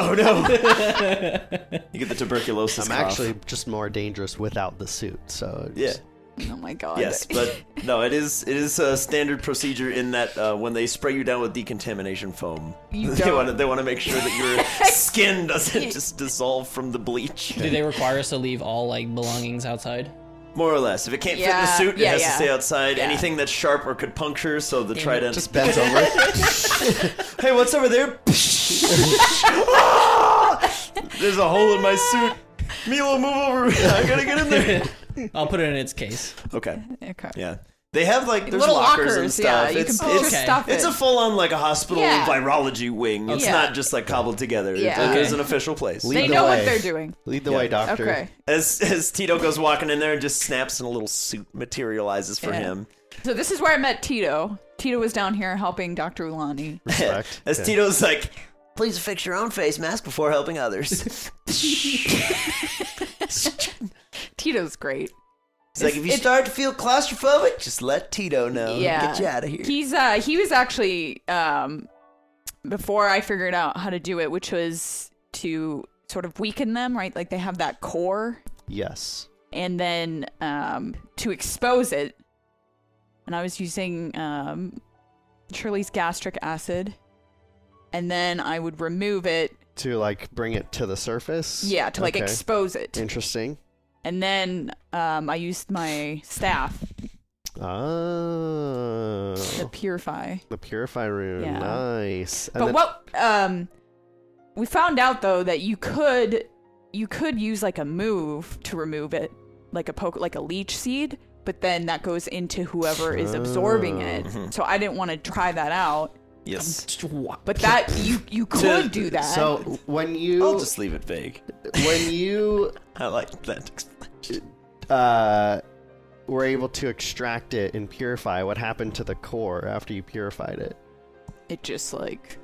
Speaker 1: oh no. you get the tuberculosis.
Speaker 2: I'm
Speaker 1: cough.
Speaker 2: actually just more dangerous without the suit. So
Speaker 1: Yeah.
Speaker 2: just-
Speaker 3: Oh my god.
Speaker 1: Yes, but no, it is it is a standard procedure in that uh, when they spray you down with decontamination foam,
Speaker 3: You
Speaker 1: they
Speaker 3: don't-
Speaker 1: want to they want to make sure that your skin doesn't just dissolve from the bleach.
Speaker 4: do they require us to leave all like belongings outside?
Speaker 1: More or less, if it can't
Speaker 3: Yeah,
Speaker 1: fit in the suit,
Speaker 3: yeah,
Speaker 1: it has to
Speaker 3: yeah.
Speaker 1: stay outside. Anything that's sharp or could puncture, so the trident.
Speaker 2: just bends over.
Speaker 1: hey, what's over there? There's a hole in my suit. Milo, move over. I gotta get in there.
Speaker 4: I'll put it in its case.
Speaker 1: Okay.
Speaker 3: okay.
Speaker 1: Yeah. They have like there's
Speaker 3: Little
Speaker 1: lockers, and
Speaker 3: lockers, yeah,
Speaker 1: stuff.
Speaker 3: you
Speaker 1: it's
Speaker 3: can
Speaker 1: it's,
Speaker 3: put your stuff
Speaker 1: it's
Speaker 3: in.
Speaker 1: a full on like a hospital
Speaker 3: Yeah.
Speaker 1: virology wing. It's
Speaker 3: Okay.
Speaker 1: not just like cobbled together. It-
Speaker 3: Yeah.
Speaker 1: It,
Speaker 4: Okay.
Speaker 1: is an official place.
Speaker 2: Lead
Speaker 3: They
Speaker 2: the
Speaker 3: know
Speaker 2: way.
Speaker 3: what they're doing.
Speaker 2: Lead the
Speaker 1: Yeah.
Speaker 2: way, doctor.
Speaker 3: Okay.
Speaker 1: As as Tito goes walking in there and just snaps and a little suit materializes for
Speaker 3: Yeah.
Speaker 1: him.
Speaker 3: So this is where I met Tito. Tito was down here helping Dr. Ulani.
Speaker 2: Respect.
Speaker 1: As
Speaker 2: Okay.
Speaker 1: Tito's like
Speaker 5: Please fix your own face mask before helping others.
Speaker 3: Tito's great.
Speaker 1: it's like if you
Speaker 5: You start to feel claustrophobic? Just let Tito
Speaker 1: Oh,
Speaker 5: know.
Speaker 3: Yeah.
Speaker 5: Get you out of here.
Speaker 3: He's uh he was actually um before I figured out how to do it, which was to sort of weaken them, right? Like they have that core
Speaker 2: Yes.
Speaker 3: and then um, to expose it. And I was using um, Shirley's gastric acid, and then I would remove it.
Speaker 2: To like bring it to the surface.
Speaker 3: Yeah, to like
Speaker 2: Okay.
Speaker 3: expose it,
Speaker 2: Interesting.
Speaker 3: and then um, I used my staff
Speaker 2: Oh.
Speaker 3: to purify.
Speaker 2: The purify room.
Speaker 3: Yeah.
Speaker 2: Nice. And
Speaker 3: but
Speaker 2: then-
Speaker 3: what um, we found out though that you could you could use like a move to remove it, like a poke, like a leech seed. But then that goes into whoever is absorbing it. So I didn't want to try that out.
Speaker 1: Yes.
Speaker 3: But that you you could do that. Oh,
Speaker 2: So when you
Speaker 1: I'll just leave it vague.
Speaker 2: when you
Speaker 1: I like that explanation.
Speaker 2: uh, were able to extract it and purify, what happened to the core after you purified it?
Speaker 3: it just like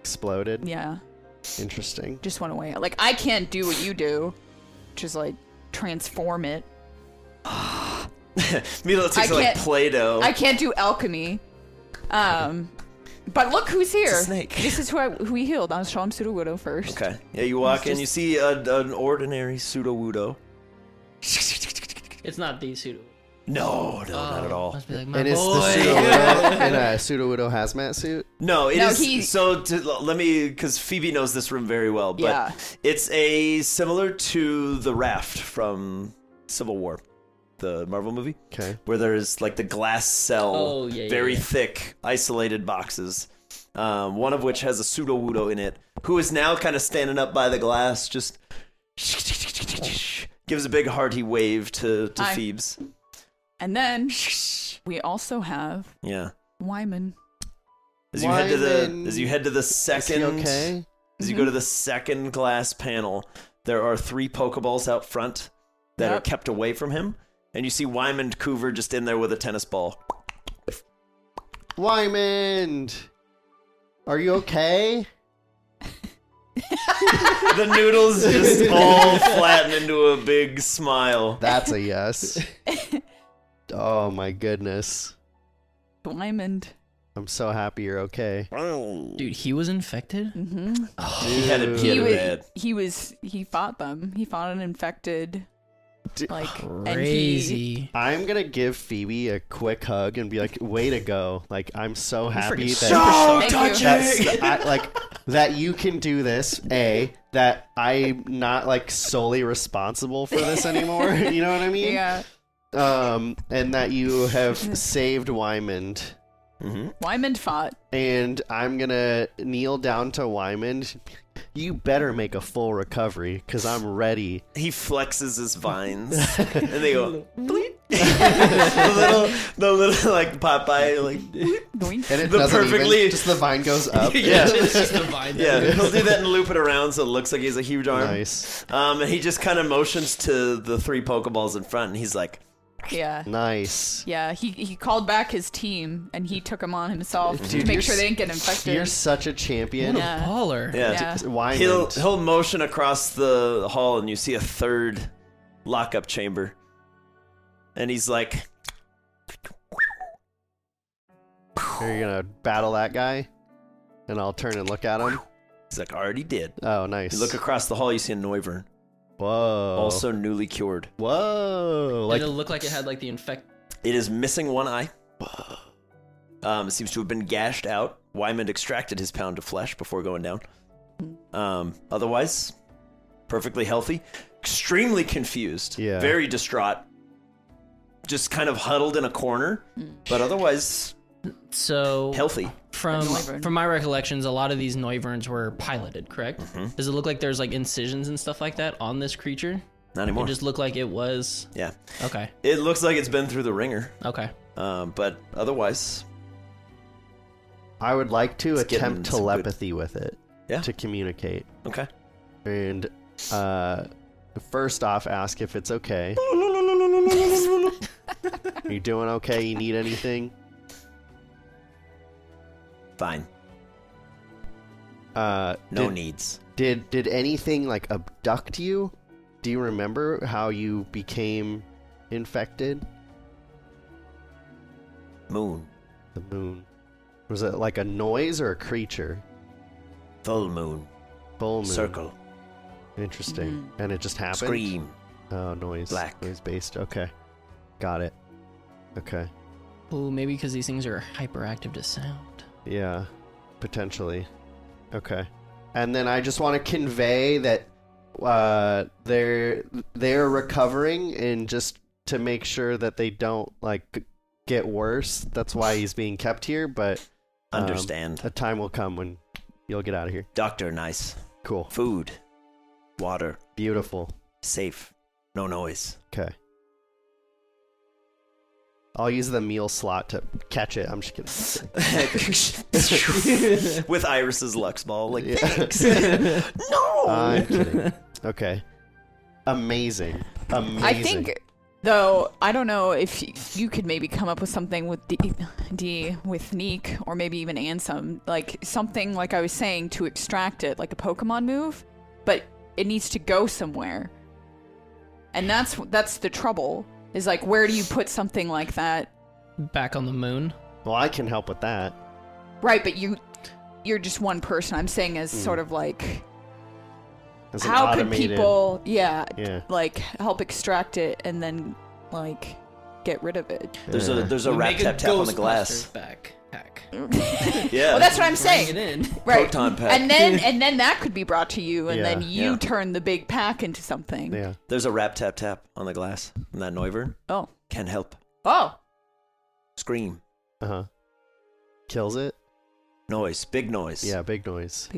Speaker 2: Exploded.
Speaker 3: yeah,
Speaker 2: Interesting.
Speaker 3: just went away. Like I can't do what you do, which is like transform it.
Speaker 1: Milo takes
Speaker 3: I
Speaker 1: it like
Speaker 3: can't-
Speaker 1: Play-Doh.
Speaker 3: I can't do alchemy. Um, but look who's here.
Speaker 1: It's a snake.
Speaker 3: This is who I, who we healed. I'll show him Sudowoodo first.
Speaker 1: Okay. Yeah, you walk in, you see a, an ordinary pseudo wudo.
Speaker 4: It's not the pseudo.
Speaker 1: No, no, not
Speaker 3: Oh,
Speaker 1: at all.
Speaker 4: Must be like my
Speaker 2: And it's
Speaker 4: boy.
Speaker 2: the pseudo widow in a pseudo widow hazmat suit.
Speaker 1: No, it is
Speaker 3: No, he-
Speaker 1: So to, let me, because Phoebe knows this room very well. But
Speaker 3: Yeah.
Speaker 1: it's a similar to the raft from Civil War, the Marvel movie,
Speaker 2: Okay.
Speaker 1: where there's like the glass cell,
Speaker 4: Oh, yeah, yeah,
Speaker 1: very
Speaker 4: yeah.
Speaker 1: thick, isolated boxes. Um, one of which has a pseudo wudo in it, who is now kind of standing up by the glass, just gives a big hearty wave to to
Speaker 3: Hi.
Speaker 1: Phoebes.
Speaker 3: And then we also have
Speaker 1: Yeah.
Speaker 3: Wyman.
Speaker 1: As you head to
Speaker 2: Wyman-
Speaker 1: the as you head to the
Speaker 2: Is he
Speaker 1: second
Speaker 2: okay?
Speaker 1: As you go to the second glass panel, there are three Pokeballs out front that are
Speaker 3: Yep.
Speaker 1: kept away from him. And you see Wyman Coover just in there with a tennis ball.
Speaker 2: Wyman, are you okay?
Speaker 1: The noodles just all flatten into a big smile.
Speaker 2: That's a yes. oh my goodness.
Speaker 3: Wyman.
Speaker 2: I'm so happy you're okay.
Speaker 4: Dude, he was infected.
Speaker 3: Mm-hmm.
Speaker 1: He had a
Speaker 3: He
Speaker 1: kid
Speaker 3: was,
Speaker 1: bad.
Speaker 3: he was he fought them. He fought an infected
Speaker 2: Dude,
Speaker 3: like and he
Speaker 4: Crazy.
Speaker 2: I'm gonna give Phoebe a quick hug and be like, "Way to go!" Like I'm so happy
Speaker 4: freaking
Speaker 2: that
Speaker 3: Thank you.
Speaker 2: that's I, like that you can do this. A that I'm not like solely responsible for this anymore. you know what I mean?
Speaker 3: yeah.
Speaker 2: Um, and that you have saved Wyman.
Speaker 1: Mhm.
Speaker 3: Wyman fought.
Speaker 2: And I'm gonna kneel down to Wyman. You better make a full recovery, cause I'm ready.
Speaker 1: He flexes his vines, and they go. bleep. the little, the little like Popeye, like
Speaker 3: Boink.
Speaker 2: And it
Speaker 1: The
Speaker 2: doesn't
Speaker 1: perfectly-
Speaker 2: even, just the vine goes up.
Speaker 1: Yeah.
Speaker 4: it's just a vine.
Speaker 1: yeah, he'll do that and loop it around so it looks like he has a huge arm.
Speaker 2: Nice,
Speaker 1: Um, and he just kind of motions to the three Pokeballs in front, and he's like,
Speaker 3: Yeah.
Speaker 2: nice.
Speaker 3: Yeah, he, he called back his team and he took them on himself
Speaker 2: Dude,
Speaker 3: to make
Speaker 2: you're
Speaker 3: sure they
Speaker 2: s-
Speaker 3: didn't get infected.
Speaker 2: You're such a champion.
Speaker 3: Yeah.
Speaker 4: Baller.
Speaker 1: "Yeah."
Speaker 3: Yeah.
Speaker 2: Wyman.
Speaker 1: He'll he'll motion across the hall, and you see a third lockup chamber, and he's like,
Speaker 2: Are you gonna battle that guy? And I'll turn and look at him.
Speaker 1: he's like, "I already did.
Speaker 2: Oh, nice.
Speaker 1: You look across the hall, you see a Noivern,
Speaker 2: Whoa.
Speaker 1: also newly cured.
Speaker 2: Whoa. Like
Speaker 4: It'll look like it had like the infect.
Speaker 1: It is missing one eye. Um, seems to have been gashed out. Wyman extracted his pound of flesh before going down. Um, otherwise, perfectly healthy. Extremely confused.
Speaker 2: Yeah.
Speaker 1: Very distraught. Just kind of huddled in a corner, but otherwise
Speaker 4: So
Speaker 1: healthy.
Speaker 4: from
Speaker 3: Noivern.
Speaker 4: from my recollections, a lot of these Noiverns were piloted. Correct?
Speaker 1: Mm-hmm.
Speaker 4: Does it look like there's like incisions and stuff like that on this creature?
Speaker 1: Not anymore.
Speaker 4: It just looked like it was.
Speaker 1: yeah.
Speaker 4: Okay.
Speaker 1: It looks like it's been through the ringer,
Speaker 4: Okay.
Speaker 1: um, but otherwise,
Speaker 2: I would like to
Speaker 1: It's getting
Speaker 2: attempt
Speaker 1: some good-
Speaker 2: telepathy with it.
Speaker 1: Yeah.
Speaker 2: To communicate.
Speaker 1: okay.
Speaker 2: And uh first off ask if it's okay. Are you doing okay? You need anything?
Speaker 1: Fine.
Speaker 2: Uh
Speaker 1: No
Speaker 2: did,
Speaker 1: needs.
Speaker 2: did did anything like abduct you? Do you remember how you became infected?
Speaker 1: Moon.
Speaker 2: The moon. Was it like a noise or a creature?
Speaker 1: Full moon.
Speaker 2: Full moon.
Speaker 1: Circle.
Speaker 2: Interesting. And it just happened.
Speaker 1: Scream.
Speaker 2: Oh, noise.
Speaker 1: Black.
Speaker 2: Noise based. Okay. Got it. Okay.
Speaker 4: Ooh, maybe because these things are hyperactive to sound.
Speaker 2: Yeah. Potentially. Okay. And then I just want to convey that uh, they're they're recovering and just to make sure that they don't like g- get worse. That's why he's being kept here. But um,
Speaker 1: Understand.
Speaker 2: a time will come when you'll get out of here.
Speaker 1: Doctor, nice.
Speaker 2: Cool.
Speaker 1: Food. Water.
Speaker 2: Beautiful.
Speaker 1: Safe. No noise.
Speaker 2: Okay. I'll use the meal slot to catch it. I'm just kidding.
Speaker 1: With Iris's Lux Ball. Like,
Speaker 2: Yeah.
Speaker 1: thanks. no!
Speaker 2: I'm kidding. Okay. Amazing. Amazing.
Speaker 3: I think, though, I don't know if y- you could maybe come up with something with D, D with Neek or maybe even Ansem, like something like I was saying to extract it, like a Pokemon move, but it needs to go somewhere. And that's that's the trouble is like where do you put something like that?
Speaker 4: Back on the moon.
Speaker 2: Well, I can help with that.
Speaker 3: Right, but you you're just one person. I'm saying as sort of like
Speaker 2: As an
Speaker 3: how
Speaker 2: Hmm.
Speaker 3: could
Speaker 2: automated-
Speaker 3: people yeah,
Speaker 2: Yeah.
Speaker 3: like help extract it and then like get rid of it.
Speaker 1: There's a there's a
Speaker 4: We
Speaker 1: rap
Speaker 4: make a
Speaker 1: tap tap on the
Speaker 4: Ghostbusters
Speaker 1: glass.
Speaker 4: Back, hack.
Speaker 1: Yeah.
Speaker 2: Oh,
Speaker 3: Well, that's what I'm
Speaker 4: Bring it
Speaker 3: saying.
Speaker 4: in.
Speaker 3: Right.
Speaker 1: Proton pack.
Speaker 3: And then and then that could be brought to you and
Speaker 2: Yeah.
Speaker 3: then you
Speaker 1: Yeah.
Speaker 3: turn the big pack into something.
Speaker 2: Yeah.
Speaker 1: There's a rap tap tap on the glass, and that Neuvern
Speaker 3: Oh.
Speaker 1: can help.
Speaker 3: Oh.
Speaker 1: Scream,
Speaker 2: Uh huh. Kills it.
Speaker 1: noise, big noise,
Speaker 2: Yeah. Big noise.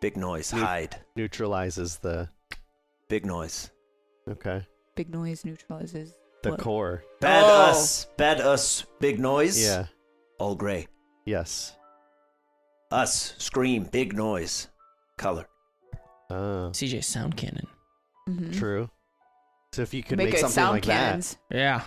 Speaker 1: big noise,
Speaker 2: Yeah.
Speaker 1: hide,
Speaker 2: Neutralizes the.
Speaker 1: big noise.
Speaker 2: Okay.
Speaker 3: Big noise neutralizes.
Speaker 2: The
Speaker 3: What?
Speaker 2: core.
Speaker 1: Bad
Speaker 3: Oh.
Speaker 1: us, bad us, big noise.
Speaker 2: Yeah.
Speaker 1: all gray.
Speaker 2: Yes.
Speaker 1: Us, scream, big noise, color.
Speaker 2: Oh,
Speaker 4: CJ sound cannon.
Speaker 3: Mhm.
Speaker 2: true. So if you could
Speaker 3: make,
Speaker 2: make,
Speaker 3: good
Speaker 2: something
Speaker 3: sound
Speaker 2: like
Speaker 3: cannons.
Speaker 4: Yeah.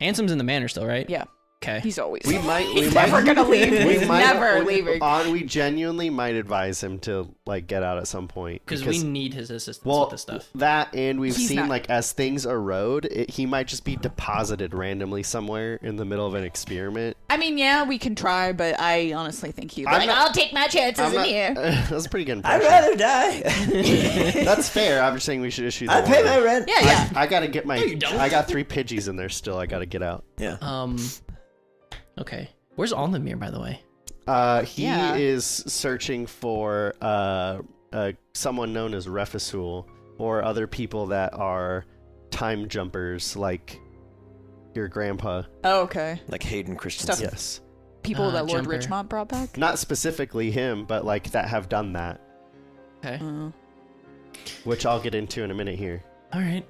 Speaker 4: Handsome's in the manor still, right?
Speaker 3: Yeah.
Speaker 2: Eh.
Speaker 4: Okay.
Speaker 3: He's always
Speaker 2: that, we might. We
Speaker 3: He's
Speaker 2: might.
Speaker 3: never gonna leave.
Speaker 2: we
Speaker 3: He's
Speaker 2: might-
Speaker 3: never
Speaker 2: we-
Speaker 3: leaving.
Speaker 2: On, we genuinely might advise him to like get out at some point
Speaker 4: Because we need his assistance
Speaker 2: well
Speaker 4: with this stuff.
Speaker 2: that and we've
Speaker 3: He's
Speaker 2: seen
Speaker 3: not-
Speaker 2: like as things erode, it, he might just be deposited randomly somewhere in the middle of an experiment.
Speaker 3: I mean, yeah, we can try, but I honestly think he'd be
Speaker 2: I'm
Speaker 3: like,
Speaker 2: not-
Speaker 3: I'll take my chances
Speaker 2: I'm
Speaker 3: in
Speaker 2: not- uh,
Speaker 3: here.
Speaker 2: that's a pretty good
Speaker 1: I'd
Speaker 2: impression.
Speaker 1: rather die.
Speaker 2: That's fair. I'm just saying we should issue. The
Speaker 1: I pay
Speaker 2: warning.
Speaker 1: my rent.
Speaker 3: Yeah, yeah.
Speaker 2: I gotta get my.
Speaker 4: No, you don't.
Speaker 2: I got three pidgeys in there still. I gotta get out.
Speaker 1: Yeah.
Speaker 4: Um. Okay. Where's Onlemir, by the way?
Speaker 2: Uh, he
Speaker 3: Yeah.
Speaker 2: is searching for uh, uh, someone known as Refisul or other people that are time jumpers, like your grandpa.
Speaker 3: Oh, okay.
Speaker 1: Like Hayden Christensen.
Speaker 3: Stuff.
Speaker 2: Yes,
Speaker 3: People
Speaker 4: Uh,
Speaker 3: that Lord
Speaker 4: jumper.
Speaker 3: Richmond brought back.
Speaker 2: not specifically him, but like that have done that,
Speaker 4: Okay.
Speaker 3: Oh.
Speaker 2: which I'll get into in a minute here.
Speaker 4: All right.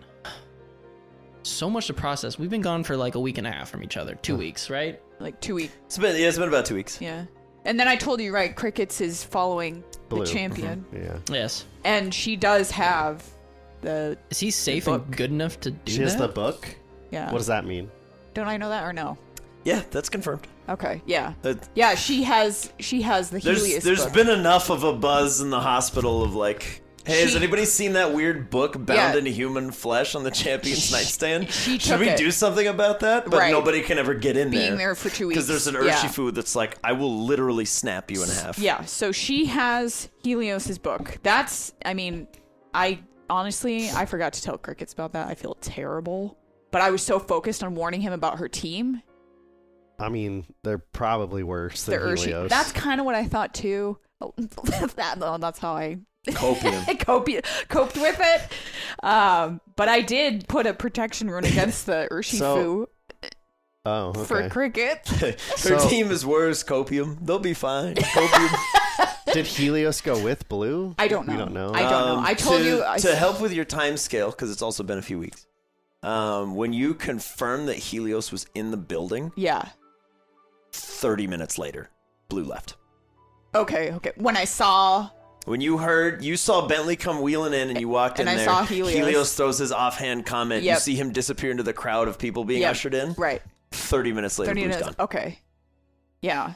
Speaker 4: So much to process. We've been gone for like a week and a half from each other. Two weeks, right?
Speaker 3: like two weeks.
Speaker 1: It's been, yeah, it's been about two weeks.
Speaker 3: Yeah. And then I told you, right? Crickets is following
Speaker 2: Blue.
Speaker 3: the champion,
Speaker 1: Mm-hmm.
Speaker 2: Yeah,
Speaker 4: Yes.
Speaker 3: and she does have the
Speaker 4: Is he safe and
Speaker 3: book.
Speaker 4: good enough to do
Speaker 2: she has the
Speaker 4: that?
Speaker 2: book.
Speaker 3: yeah.
Speaker 2: What does that mean?
Speaker 3: Don't I know that or no?
Speaker 1: Yeah, that's confirmed.
Speaker 3: Okay. Yeah.
Speaker 1: That-
Speaker 3: Yeah. She has. She has the
Speaker 1: There's
Speaker 3: Helios
Speaker 1: there's
Speaker 3: book.
Speaker 1: been enough of a buzz in the hospital of like, hey, has
Speaker 3: She-
Speaker 1: anybody seen that weird book bound
Speaker 3: Yeah.
Speaker 1: in human flesh on the champion's nightstand?
Speaker 3: she
Speaker 1: Should
Speaker 3: took
Speaker 1: we
Speaker 3: it.
Speaker 1: do something about that? But
Speaker 3: Right.
Speaker 1: nobody can ever get in
Speaker 3: being
Speaker 1: there
Speaker 3: there for two weeks.
Speaker 1: because there's an
Speaker 3: yeah.
Speaker 1: urshifu food that's like, I will literally snap you in half.
Speaker 3: Yeah, so she has Helios's book. That's I mean, I honestly I forgot to tell Crickets about that. I feel terrible. But I was so focused on warning him about her team.
Speaker 2: I mean, they're probably worse
Speaker 3: The
Speaker 2: than
Speaker 3: Urshi.
Speaker 2: Helios.
Speaker 3: That's kind of what I thought too. Oh, that, oh, that's how I
Speaker 1: Copium.
Speaker 3: cope, coped with it. Um, but I did put a protection rune against the Urshifu
Speaker 2: So, oh, okay.
Speaker 3: for Cricket.
Speaker 1: Her
Speaker 2: So-
Speaker 1: team is worse, Copium. They'll be fine. Copium.
Speaker 2: Did Helios go with Blue?
Speaker 3: I don't know.
Speaker 2: We don't know.
Speaker 3: I don't know.
Speaker 1: Um,
Speaker 3: I told
Speaker 1: to,
Speaker 3: you I,
Speaker 1: to help with your time scale because it's also been a few weeks. Um, when you confirmed that Helios was in the building,
Speaker 3: Yeah.
Speaker 1: thirty minutes later, Blue left.
Speaker 3: Okay, okay. When I saw
Speaker 1: When you heard, you saw Bentley come wheeling in, and you walked
Speaker 3: And
Speaker 1: in
Speaker 3: I
Speaker 1: there.
Speaker 3: saw Helios.
Speaker 1: throws his offhand comment. You
Speaker 3: Yep.
Speaker 1: see him disappear into the crowd of people being
Speaker 3: Yep.
Speaker 1: ushered in.
Speaker 3: right.
Speaker 1: Thirty minutes later,
Speaker 3: 30
Speaker 1: Blue's
Speaker 3: minutes.
Speaker 1: gone
Speaker 3: Okay. Yeah.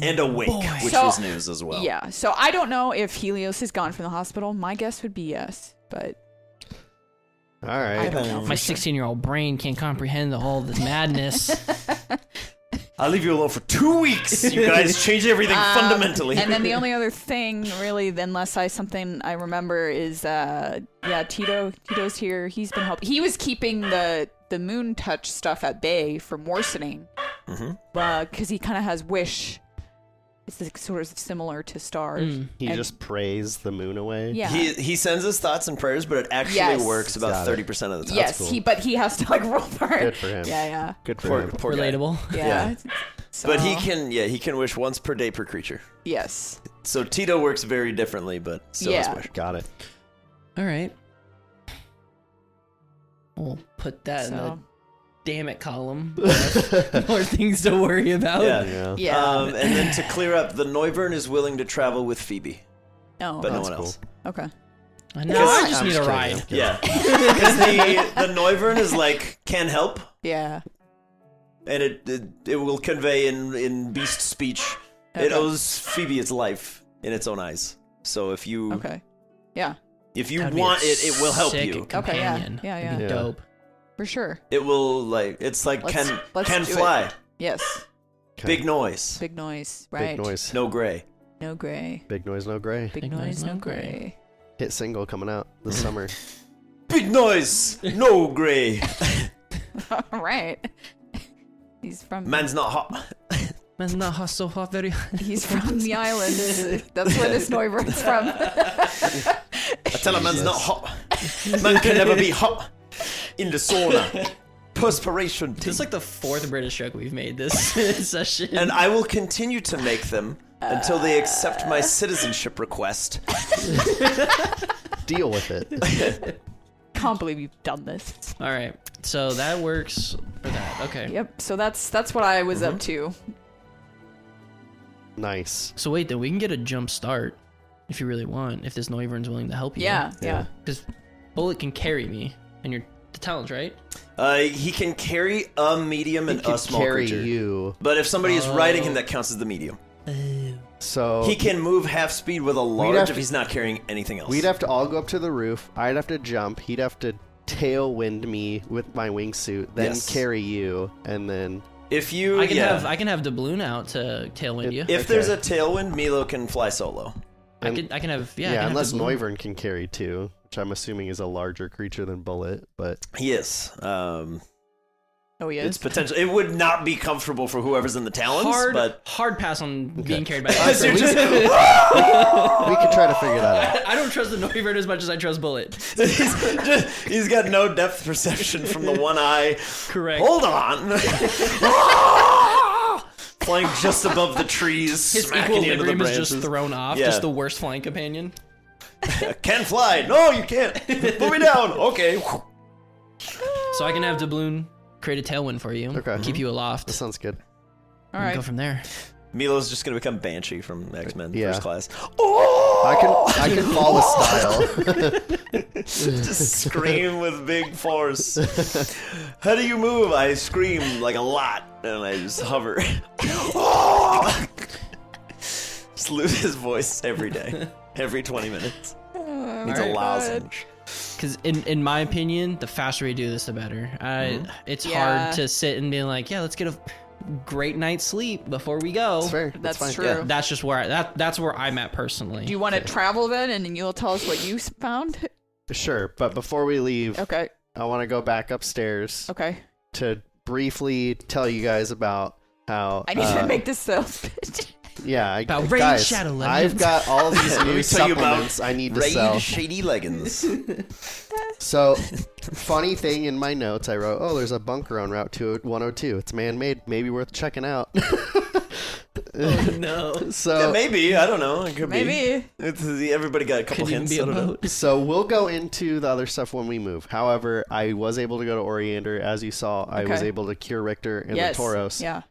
Speaker 1: and awake,
Speaker 4: Boy.
Speaker 1: which
Speaker 3: So-
Speaker 1: was news as well.
Speaker 3: Yeah. So I don't know if Helios is gone from the hospital. My guess would be yes, but
Speaker 2: All
Speaker 3: I
Speaker 2: right.
Speaker 3: don't know.
Speaker 4: My
Speaker 3: for sure.
Speaker 4: 16 year old brain can't comprehend all this madness.
Speaker 1: I'll leave you alone for two weeks. You guys change everything
Speaker 3: Um,
Speaker 1: fundamentally.
Speaker 3: And then the only other thing, really, unless I something I remember is, uh, yeah, Tito. Tito's here. He's been helping. He was keeping the the moon touch stuff at bay from worsening,
Speaker 1: Mhm.
Speaker 3: because he kind of has wish. It's like sort of similar to stars.
Speaker 4: Mm.
Speaker 2: He
Speaker 3: And-
Speaker 2: just prays the moon away.
Speaker 3: Yeah.
Speaker 1: He he sends his thoughts and prayers, but it actually
Speaker 3: Yes.
Speaker 1: works
Speaker 2: Got
Speaker 1: about
Speaker 2: it.
Speaker 1: thirty percent of the time.
Speaker 3: yes, he. But he has to like roll for it.
Speaker 2: Good for him.
Speaker 3: Yeah, yeah,
Speaker 2: Good for
Speaker 1: Poor-
Speaker 2: him.
Speaker 1: poor guy.
Speaker 4: Relatable.
Speaker 3: yeah.
Speaker 2: Yeah.
Speaker 3: It's- it's-
Speaker 1: But he
Speaker 3: so-
Speaker 1: can, yeah, he can wish once per day per creature.
Speaker 3: Yes.
Speaker 1: So Tito works very differently, but still has
Speaker 3: Yeah.
Speaker 1: wish.
Speaker 2: Got it.
Speaker 4: All right. We'll put that in the
Speaker 3: So.
Speaker 4: damn it column. More things to worry about.
Speaker 1: Yeah.
Speaker 2: Oh, Yeah.
Speaker 3: Yeah.
Speaker 1: Um, and then to clear up, the Neuvern is willing to travel with Phoebe,
Speaker 3: oh.
Speaker 1: but no
Speaker 2: that's
Speaker 1: one
Speaker 2: cool.
Speaker 1: else.
Speaker 3: okay.
Speaker 4: I know. I
Speaker 2: I'm
Speaker 4: just need
Speaker 2: just
Speaker 4: a
Speaker 2: kidding.
Speaker 4: ride.
Speaker 1: Yeah, because the the Neuvern is like can help,
Speaker 3: Yeah.
Speaker 1: and it it, it will convey in in beast speech. It
Speaker 3: Okay.
Speaker 1: owes Phoebe its life in its own eyes. So if you
Speaker 3: Okay. Yeah.
Speaker 1: if you
Speaker 4: That'd be a
Speaker 1: want it, it will help
Speaker 4: sick
Speaker 1: you.
Speaker 3: Okay, yeah.
Speaker 4: Companion.
Speaker 3: Yeah,
Speaker 4: That'd be
Speaker 2: yeah.
Speaker 4: Dope.
Speaker 3: For sure.
Speaker 1: It will like it's like
Speaker 3: Let's-
Speaker 1: can
Speaker 3: let's
Speaker 1: can
Speaker 3: do it.
Speaker 1: fly.
Speaker 3: Yes.
Speaker 1: Big noise.
Speaker 3: Big noise, right?
Speaker 2: Big noise.
Speaker 1: No gray.
Speaker 3: No gray.
Speaker 2: Big noise, no gray.
Speaker 3: Big, noise, no gray.
Speaker 2: Hit single coming out this summer.
Speaker 1: Big noise. No gray.
Speaker 3: All right. He's from
Speaker 1: Man's not hot.
Speaker 4: Man's not hot, so hot, very hot.
Speaker 3: he's from the island. That's where this Neuberg's from.
Speaker 1: I tell him man's not hot. Man can never be hot in the sauna. Perspiration.
Speaker 4: This is like the fourth British joke we've made this session.
Speaker 1: and I will continue to make them until they accept my citizenship request.
Speaker 2: Deal with it.
Speaker 3: Can't believe you've done this.
Speaker 4: All right, so that works for that. Okay.
Speaker 3: Yep. So that's that's what I was up to.
Speaker 2: Nice.
Speaker 4: So wait, then we can get a jump start if you really want. If this Noivern's willing to help you.
Speaker 3: Yeah. Yeah.
Speaker 2: Yeah.
Speaker 4: Because Bullet can carry me, and you're the talent, right?
Speaker 1: Uh, he can carry a medium and
Speaker 2: He could
Speaker 1: a small
Speaker 2: carry
Speaker 1: creature.
Speaker 2: you. Oh.
Speaker 1: But if somebody is riding him, that counts as the medium.
Speaker 2: So
Speaker 1: He can move half speed with a large
Speaker 2: Oh. have
Speaker 1: if
Speaker 2: to-
Speaker 1: he's not carrying anything else.
Speaker 2: we'd have to all go up to the roof. I'd have to jump. He'd have to tailwind me with my wingsuit, then
Speaker 1: Yes.
Speaker 2: carry you, and then
Speaker 1: if you,
Speaker 4: I can
Speaker 1: yeah.
Speaker 4: have I can have doubloon out to tailwind you.
Speaker 1: if there's a
Speaker 2: okay.
Speaker 1: tailwind, Milo can fly solo.
Speaker 4: I can I can have yeah.
Speaker 2: yeah,
Speaker 4: I can
Speaker 2: unless
Speaker 4: have Doubloon.
Speaker 2: Noivern can carry too, which I'm assuming is a larger creature than Bullet, but
Speaker 1: He is. Um,
Speaker 3: Oh yeah.
Speaker 1: it's potential. It would not be comfortable for whoever's in the talons,
Speaker 4: hard
Speaker 1: but
Speaker 4: hard pass on
Speaker 2: Okay.
Speaker 4: being carried by.
Speaker 1: As you're just-
Speaker 2: we
Speaker 1: Oh.
Speaker 2: could try to figure that out.
Speaker 4: I don't trust the Noivern as much as I trust Bullet.
Speaker 1: he's, just- he's got no depth perception from the one eye.
Speaker 4: Correct.
Speaker 1: Hold on. Flying just above the trees,
Speaker 4: His
Speaker 1: smacking into the
Speaker 4: equilibrium is
Speaker 1: branches.
Speaker 4: just thrown off.
Speaker 1: Yeah.
Speaker 4: Just the worst flying companion.
Speaker 1: Can't fly. No, you can't. Put me down. Okay.
Speaker 4: So I can have doubloon create a tailwind for you.
Speaker 2: Okay.
Speaker 4: Keep you aloft.
Speaker 2: That sounds good.
Speaker 3: All
Speaker 4: and
Speaker 3: right.
Speaker 4: Go from there.
Speaker 1: Milo's just gonna become Banshee from X Men
Speaker 2: Yeah.
Speaker 1: First Class. Oh!
Speaker 2: I can I can fall a style.
Speaker 1: just scream with big force. How do you move? I scream like a lot, and I just hover. Oh! just lose his voice every day, every twenty minutes.
Speaker 3: Oh
Speaker 1: Needs a
Speaker 4: Alright.
Speaker 1: lozenge.
Speaker 4: Because in, in my opinion, the faster we do this, the better. I, It's
Speaker 3: Yeah.
Speaker 4: hard to sit and be like, yeah, let's get a great night's sleep before we go.
Speaker 2: That's fair.
Speaker 3: That's
Speaker 2: fine.
Speaker 3: true.
Speaker 2: Yeah.
Speaker 4: That's just where I, that that's where I'm at personally.
Speaker 3: Do you want to travel then, and then you'll tell us what you found?
Speaker 2: Sure, but before we leave,
Speaker 3: Okay.
Speaker 2: I want to go back upstairs
Speaker 3: Okay.
Speaker 2: to briefly tell you guys about how
Speaker 3: I need
Speaker 2: uh,
Speaker 3: to make this sales pitch.
Speaker 2: yeah I,
Speaker 4: About Raid
Speaker 2: guys,
Speaker 4: Shadow Legends.
Speaker 2: I've got all these
Speaker 1: Let
Speaker 2: new
Speaker 1: me tell you about
Speaker 2: supplements I need to
Speaker 1: Raid
Speaker 2: sell.
Speaker 1: shady leggings.
Speaker 2: So, funny thing in my notes, I wrote, "Oh, there's a bunker on Route 2 102. It's man-made, maybe worth checking out."
Speaker 4: no?
Speaker 1: Yeah,
Speaker 2: so,
Speaker 1: maybe I don't know. It could be.
Speaker 3: Maybe.
Speaker 1: It's, everybody got a couple
Speaker 4: Could even
Speaker 1: hints.
Speaker 4: be a
Speaker 1: I don't know.
Speaker 4: boat.
Speaker 2: so we'll go into the other stuff when we move. However, I was able to go to Oriander, as you saw. I was
Speaker 3: Okay.
Speaker 2: able to cure Richter and
Speaker 3: yes.
Speaker 2: the Tauros.
Speaker 3: Yeah.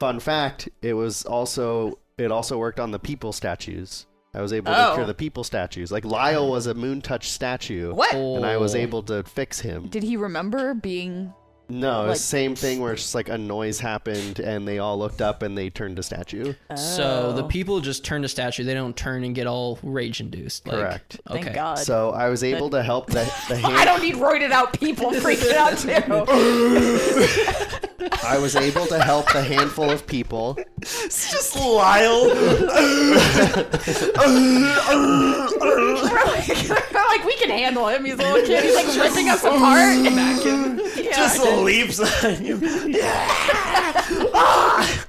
Speaker 2: Fun fact: it was also it also worked on the people statues. I was able
Speaker 3: Oh.
Speaker 2: to cure the people statues. Like Lyle was a moon touch statue,
Speaker 3: What?
Speaker 2: and I was
Speaker 4: Oh.
Speaker 2: able to fix him.
Speaker 3: Did he remember being?
Speaker 2: No, it
Speaker 3: Like-
Speaker 2: was same thing where it's just like a noise happened and they all looked up and they turned to statue.
Speaker 4: So the
Speaker 3: Oh.
Speaker 4: people just turn to statue. They don't turn and get all rage induced. Like,
Speaker 2: Correct.
Speaker 4: Okay.
Speaker 3: Thank God.
Speaker 2: So I was able to help the, the
Speaker 3: I
Speaker 2: hand.
Speaker 3: don't need roided out people freaking out too.
Speaker 2: I was able to help the handful of people.
Speaker 1: It's just Lyle.
Speaker 3: we're, like, we're like, we can handle him. He's a little kid. He's like ripping us apart. Yeah.
Speaker 1: just
Speaker 3: oh
Speaker 1: leaps on him.
Speaker 3: Oh my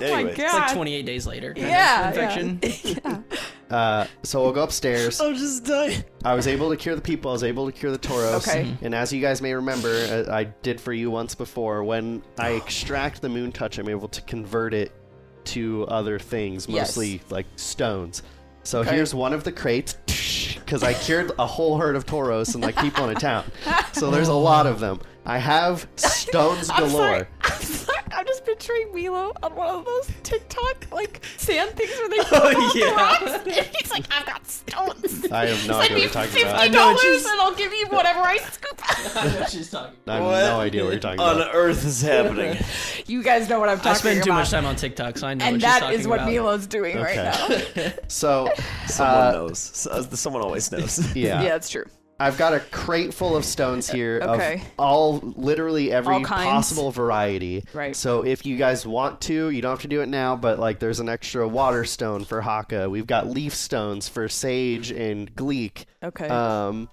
Speaker 1: Anyway,
Speaker 4: It's like
Speaker 3: god.
Speaker 4: 28 days later. kind of
Speaker 3: Yeah,
Speaker 4: Infection.
Speaker 2: Uh, so we'll go upstairs.
Speaker 1: I'm just dying.
Speaker 2: I was able to cure the people. I was able to cure the Tauros.
Speaker 3: Okay.
Speaker 2: And as you guys may remember, uh, I did for you once before. When I extract the moon touch, I'm able to convert it to other things,
Speaker 3: Yes.
Speaker 2: mostly like stones. So here's one of the crates because I cured a whole herd of Tauros and like people in a town. So there's a lot of them. I have stones
Speaker 3: I'm sorry.
Speaker 2: galore.
Speaker 3: I'm sorry. I'm just picturing Milo on one of those TikTok like sand things where they
Speaker 4: Oh,
Speaker 3: oh,
Speaker 4: yeah.
Speaker 3: rocks, and he's like, I've got stones.
Speaker 2: I have no idea what
Speaker 3: Send me
Speaker 2: you're talking
Speaker 3: fifty
Speaker 2: about. I
Speaker 3: dollars,
Speaker 2: know what
Speaker 3: and I'll give you whatever I scoop.
Speaker 4: I know what she's talking about.
Speaker 2: I have no idea what you're talking
Speaker 1: on
Speaker 2: about.
Speaker 1: earth is happening?
Speaker 3: you guys know what I'm talking
Speaker 4: I
Speaker 3: about.
Speaker 4: spend too much time on TikTok, so I know
Speaker 3: and
Speaker 4: what she's
Speaker 3: that
Speaker 4: talking
Speaker 3: is what
Speaker 4: about.
Speaker 3: Milo's doing right
Speaker 2: Okay.
Speaker 3: now.
Speaker 2: So
Speaker 1: Someone
Speaker 2: uh,
Speaker 1: knows. So- uh, Someone always knows.
Speaker 2: yeah.
Speaker 3: yeah, that's true.
Speaker 2: I've got a crate full of stones here
Speaker 3: Uh, Okay.
Speaker 2: of all literally every
Speaker 3: All kinds?
Speaker 2: possible variety.
Speaker 3: Right.
Speaker 2: So if you guys want to, you don't have to do it now, but like there's an extra water stone for Haka. We've got leaf stones for Sage and Gleek.
Speaker 3: Okay.
Speaker 4: Uh,
Speaker 2: Um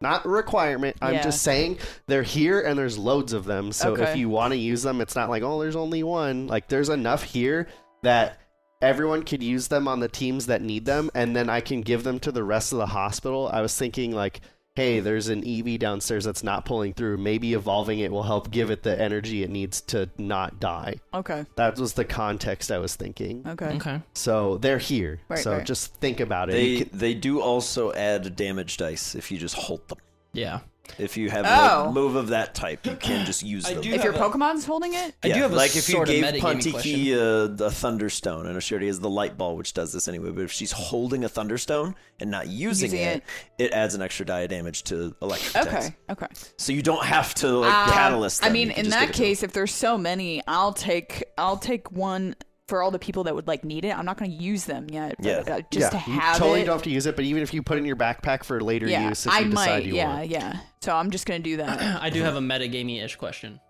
Speaker 2: not a requirement. I'm
Speaker 3: Yeah.
Speaker 2: just saying they're here and there's loads of them. So if
Speaker 3: Okay.
Speaker 2: you want to use them, it's not like, oh, there's only one. Like there's enough here that everyone could use them on the teams that need them and then I can give them to the rest of the hospital. I was thinking like, hey, there's an EV downstairs that's not pulling through. Maybe evolving it will help give it the energy it needs to not die.
Speaker 3: okay.
Speaker 2: That was the context I was thinking.
Speaker 3: Okay.
Speaker 4: Okay.
Speaker 2: So they're here.
Speaker 3: Right,
Speaker 2: so
Speaker 3: right.
Speaker 2: just think about it. You
Speaker 1: They
Speaker 2: can-
Speaker 1: they do also add damage dice if you just hold them.
Speaker 4: Yeah.
Speaker 1: If you have
Speaker 3: Oh.
Speaker 1: a move of that type, you can just use
Speaker 4: I
Speaker 1: them.
Speaker 4: do-
Speaker 3: If your
Speaker 4: have a-
Speaker 3: Pokemon's holding it,
Speaker 4: I do have a
Speaker 1: like if you
Speaker 4: sort of
Speaker 1: gave
Speaker 4: metagaming
Speaker 1: Puntiki a, a thunderstone, and she already has the light ball, which does this anyway. But if she's holding a thunderstone and not using,
Speaker 3: Using
Speaker 1: it, it, adds an extra die of damage to electric attacks.
Speaker 3: okay. Okay.
Speaker 1: So you don't have to like
Speaker 3: Um,
Speaker 1: catalyst.
Speaker 3: I
Speaker 1: them,
Speaker 3: mean,
Speaker 1: you can
Speaker 3: in
Speaker 1: just give
Speaker 3: that
Speaker 1: it to them.
Speaker 3: case, if there's so many, I'll take I'll take one for all the people that would like need it. I'm not going to use them yet. but,
Speaker 1: Yeah.
Speaker 3: uh, just to
Speaker 2: you
Speaker 3: have
Speaker 2: totally
Speaker 3: it.
Speaker 2: don't have to use it, but even if you put it in your backpack for later
Speaker 3: yeah,
Speaker 2: use, if
Speaker 3: I
Speaker 2: you
Speaker 3: might.
Speaker 2: decide you
Speaker 3: yeah,
Speaker 2: want.
Speaker 3: yeah. So I'm just going to do that.
Speaker 4: I do have a metagamey ish question.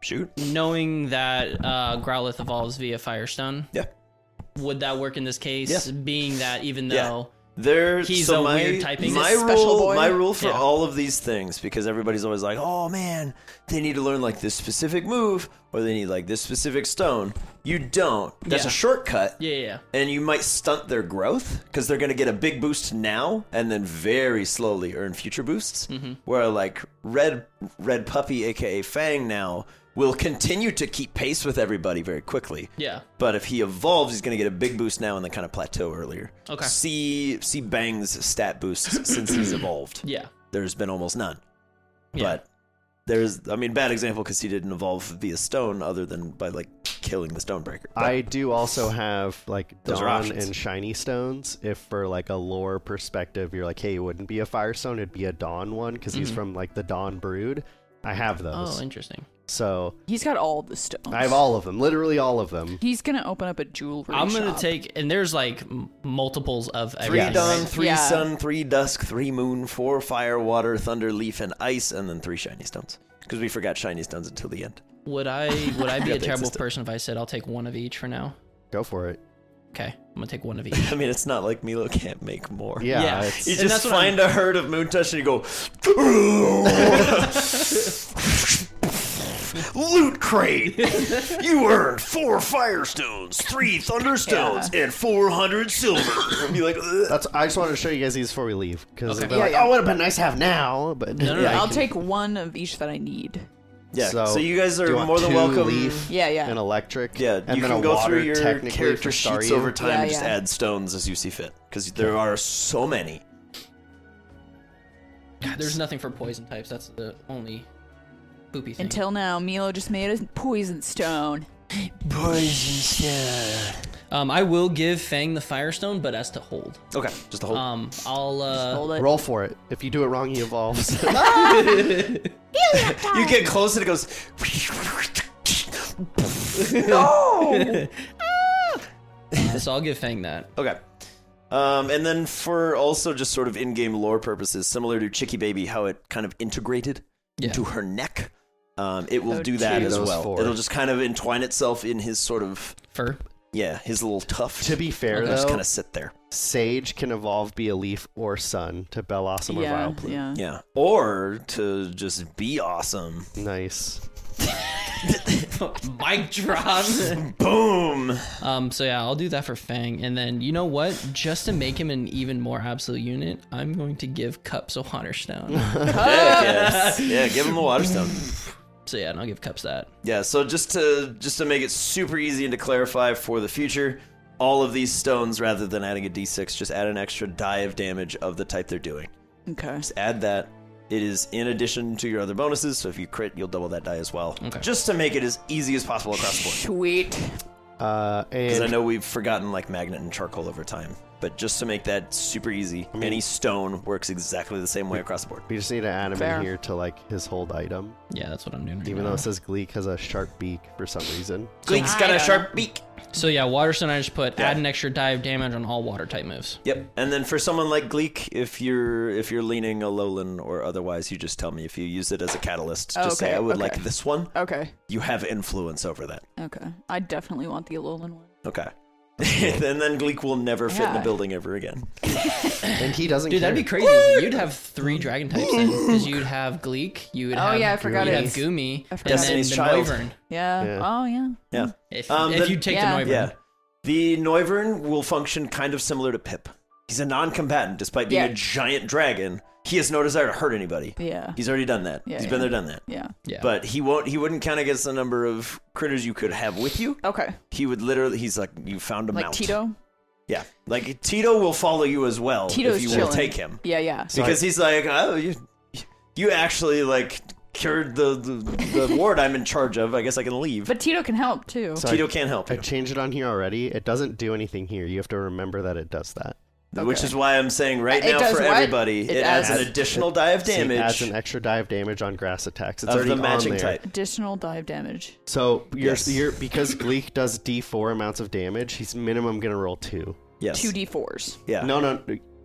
Speaker 1: shoot,
Speaker 4: Knowing that uh, Growlithe evolves via Firestone,
Speaker 1: yeah,
Speaker 4: would that work in this case?
Speaker 1: Yeah.
Speaker 4: Being that even
Speaker 1: Yeah.
Speaker 4: though,
Speaker 1: There's
Speaker 4: He's
Speaker 1: so
Speaker 4: a
Speaker 1: my,
Speaker 4: weird type. He's a
Speaker 1: My
Speaker 3: special
Speaker 1: rule,
Speaker 3: boy.
Speaker 1: my rule for
Speaker 4: Yeah.
Speaker 1: all of these things, because everybody's always like, "Oh man, they need to learn like this specific move, or they need like this specific stone." You don't. That's
Speaker 4: Yeah.
Speaker 1: a shortcut,
Speaker 4: yeah, yeah, yeah.
Speaker 1: and you might stunt their growth because they're going to get a big boost now, and then very slowly earn future boosts.
Speaker 4: Mm-hmm.
Speaker 1: Where like red, red puppy, aka Fang, now will continue to keep pace with everybody very quickly.
Speaker 4: yeah.
Speaker 1: But if he evolves, he's going to get a big boost now and then kind of plateau earlier.
Speaker 4: Okay.
Speaker 1: See, see Bang's stat boosts since he's evolved.
Speaker 4: Yeah.
Speaker 1: There's been almost none.
Speaker 4: Yeah.
Speaker 1: But there's, I mean, bad example because he didn't evolve via stone other than by like killing the Stonebreaker. But
Speaker 2: I do also have like
Speaker 1: Those are
Speaker 2: dawn
Speaker 1: options.
Speaker 2: and shiny stones. If for like a lore perspective, you're like, hey, it wouldn't be a firestone, it'd be a dawn one because
Speaker 1: Mm-hmm.
Speaker 2: he's from like the dawn brood. I have those,
Speaker 4: Oh, interesting.
Speaker 2: so
Speaker 3: He's got all the stones.
Speaker 2: I have all of them, literally all of them.
Speaker 3: He's going to open up a jewelry
Speaker 4: I'm gonna
Speaker 3: shop.
Speaker 4: take, and there's like m- multiples of
Speaker 1: three
Speaker 4: everything.
Speaker 1: dawn,
Speaker 4: right?
Speaker 1: three
Speaker 3: Yeah.
Speaker 1: sun, three dusk, three moon, four fire, water, thunder, leaf, and ice, and then three shiny stones. Because we forgot shiny stones until the end.
Speaker 4: Would I would I be
Speaker 1: Yeah,
Speaker 4: a
Speaker 1: they
Speaker 4: terrible
Speaker 1: exist.
Speaker 4: person if I said I'll take one of each for now?
Speaker 2: Go for it.
Speaker 4: Okay, I'm gonna take one of each.
Speaker 1: I mean, it's not like Milo can't make more.
Speaker 2: Yeah,
Speaker 4: Yeah.
Speaker 2: it's-
Speaker 1: You
Speaker 4: And
Speaker 1: just
Speaker 4: that's what I'm-
Speaker 1: find a herd of Moontush and you go. Loot crate! you earned four Firestones, three Thunderstones, and 400 silver. And be like, "Ugh."
Speaker 2: that's. I just wanted to show you guys these before we leave because
Speaker 4: Okay.
Speaker 2: they're
Speaker 3: Yeah,
Speaker 2: like,
Speaker 3: yeah.
Speaker 2: oh, would have been nice to have now, but
Speaker 4: No, no, no,
Speaker 2: Yeah,
Speaker 3: I'll
Speaker 2: you
Speaker 3: take one of each that I need.
Speaker 1: yeah, so,
Speaker 2: So,
Speaker 1: you guys
Speaker 2: do you
Speaker 1: are
Speaker 2: want
Speaker 1: more than
Speaker 2: two
Speaker 1: welcome.
Speaker 2: leaf?
Speaker 3: Yeah, yeah.
Speaker 2: an electric.
Speaker 1: Yeah,
Speaker 2: and
Speaker 1: you
Speaker 2: then
Speaker 1: can
Speaker 2: a
Speaker 1: go
Speaker 2: water
Speaker 1: through your
Speaker 2: technically
Speaker 1: character
Speaker 2: for
Speaker 1: sheets
Speaker 2: Staryu.
Speaker 1: over time
Speaker 3: Yeah,
Speaker 1: and just
Speaker 3: yeah.
Speaker 1: add stones as you see fit. Because there are so many.
Speaker 4: There's nothing for poison types. That's the only poopy thing.
Speaker 3: Until now, Milo just made a poison stone.
Speaker 4: um, I will give Fang the Firestone, but as to hold.
Speaker 1: Okay, just the whole.
Speaker 4: Um, I'll uh,
Speaker 3: Hold it.
Speaker 2: Roll for it. If you do it wrong, he evolves.
Speaker 3: Uh-huh.
Speaker 1: you get close and it goes.
Speaker 4: so I'll give Fang that.
Speaker 1: Okay. Um, and then for also just sort of in-game lore purposes, similar to Chicky Baby, how it kind of integrated
Speaker 4: Yeah.
Speaker 1: into her neck, um, it will do that
Speaker 3: gee.
Speaker 1: as
Speaker 2: Those
Speaker 1: well.
Speaker 2: four.
Speaker 1: It'll just kind of entwine itself in his sort of
Speaker 4: Fur.
Speaker 1: yeah, his little tuft.
Speaker 2: to be fair,
Speaker 1: just
Speaker 2: though,
Speaker 1: kind of sit there.
Speaker 2: Sage can evolve be a leaf or sun to Bellossom
Speaker 3: yeah,
Speaker 2: or Vileplume.
Speaker 3: yeah.
Speaker 1: Yeah, or to just be awesome.
Speaker 2: Nice.
Speaker 4: Mic drop.
Speaker 1: Boom.
Speaker 4: um, so yeah, I'll do that for Fang, and then you know what? Just to make him an even more absolute unit, I'm going to give Cups a Water Stone.
Speaker 1: Heck yes. Yeah, give him a water stone.
Speaker 4: so yeah, and I'll give Cups that.
Speaker 1: Yeah, so just to just to make it super easy and to clarify for the future, all of these stones, rather than adding a d6, just add an extra die of damage of the type they're doing.
Speaker 3: Okay.
Speaker 1: Just add that. It is in addition to your other bonuses, so if you crit, you'll double that die as well.
Speaker 4: Okay.
Speaker 1: Just to make it as easy as possible across the board.
Speaker 3: Sweet.
Speaker 2: Uh,
Speaker 1: Because I
Speaker 2: and
Speaker 1: know we've forgotten like magnet and charcoal over time, but just to make that super easy, any stone works exactly the same way across the board.
Speaker 2: we just need to add him
Speaker 3: Fair.
Speaker 2: in here to like his hold item,
Speaker 4: Yeah, that's what I'm doing. Right
Speaker 2: even
Speaker 4: now.
Speaker 2: though it says Gleek has a sharp beak for some reason.
Speaker 1: Gleek's got
Speaker 3: I
Speaker 1: a
Speaker 3: don't
Speaker 1: sharp beak.
Speaker 4: So yeah, Waterstone. I just put
Speaker 1: Yeah.
Speaker 4: add an extra die of damage on all water type moves.
Speaker 1: Yep. And then for someone like Gleek, if you're if you're leaning a lowland or otherwise, you just tell me if you use it as a catalyst.
Speaker 3: Oh,
Speaker 1: Just say
Speaker 3: okay,
Speaker 1: I would
Speaker 3: okay.
Speaker 1: like this one.
Speaker 3: Okay.
Speaker 1: You have influence over that.
Speaker 3: Okay. I definitely want the Alolan one.
Speaker 1: Okay. and then Gleek will never fit in
Speaker 3: Yeah.
Speaker 1: a building ever again.
Speaker 2: and he doesn't.
Speaker 4: Dude,
Speaker 2: care.
Speaker 4: that'd be crazy. if You'd have three dragon types because you'd have Gleek, you would
Speaker 3: Oh,
Speaker 4: have
Speaker 3: yeah, I forgot
Speaker 4: you'd
Speaker 3: it.
Speaker 4: have Goomy,
Speaker 3: I forgot.
Speaker 4: and then the
Speaker 1: Destiny's Child.
Speaker 4: Noivern.
Speaker 3: Yeah.
Speaker 2: Yeah.
Speaker 3: Oh yeah.
Speaker 1: Yeah.
Speaker 4: If,
Speaker 1: Um,
Speaker 4: if
Speaker 1: the-
Speaker 4: you take
Speaker 3: Yeah.
Speaker 4: the Noivern,
Speaker 1: Yeah. The Noivern will function kind of similar to Pip. He's a non combatant despite being
Speaker 3: Yeah.
Speaker 1: a giant dragon. He has no desire to hurt anybody.
Speaker 3: Yeah.
Speaker 1: He's already done that.
Speaker 3: Yeah,
Speaker 1: He's been
Speaker 3: yeah.
Speaker 1: there, done that.
Speaker 3: Yeah.
Speaker 4: yeah.
Speaker 1: But he won't he wouldn't count against the number of critters you could have with you.
Speaker 3: Okay.
Speaker 1: He would literally he's like you found a
Speaker 3: Like
Speaker 1: mount.
Speaker 3: Tito.
Speaker 1: Yeah, like Tito will follow you as well
Speaker 3: Tito's
Speaker 1: if you will
Speaker 3: chilling.
Speaker 1: take him
Speaker 3: Yeah. Yeah.
Speaker 1: because he's like, oh, you, you actually like cured the, the the ward I'm in charge of. I guess I can leave.
Speaker 3: But Tito can help too.
Speaker 2: So
Speaker 1: Tito
Speaker 2: I,
Speaker 1: can't help
Speaker 2: I
Speaker 1: you,
Speaker 2: changed it on here already. It doesn't do anything here. You have to remember that it does that.
Speaker 1: which
Speaker 3: okay.
Speaker 1: is why I'm saying right
Speaker 3: Uh, it
Speaker 1: now
Speaker 3: does
Speaker 1: for
Speaker 3: what?
Speaker 1: everybody, it,
Speaker 3: It
Speaker 1: adds,
Speaker 3: adds-
Speaker 1: an additional die of
Speaker 2: So it adds
Speaker 1: damage
Speaker 2: an extra die of damage on grass attacks. It's
Speaker 1: of
Speaker 2: already
Speaker 1: the matching
Speaker 2: on there.
Speaker 1: type.
Speaker 3: Additional dive damage.
Speaker 2: So you're,
Speaker 1: Yes.
Speaker 2: you're because Gleek does D4 amounts of damage. He's minimum gonna roll two.
Speaker 1: Yes,
Speaker 3: Two D fours.
Speaker 1: yeah,
Speaker 2: No, no,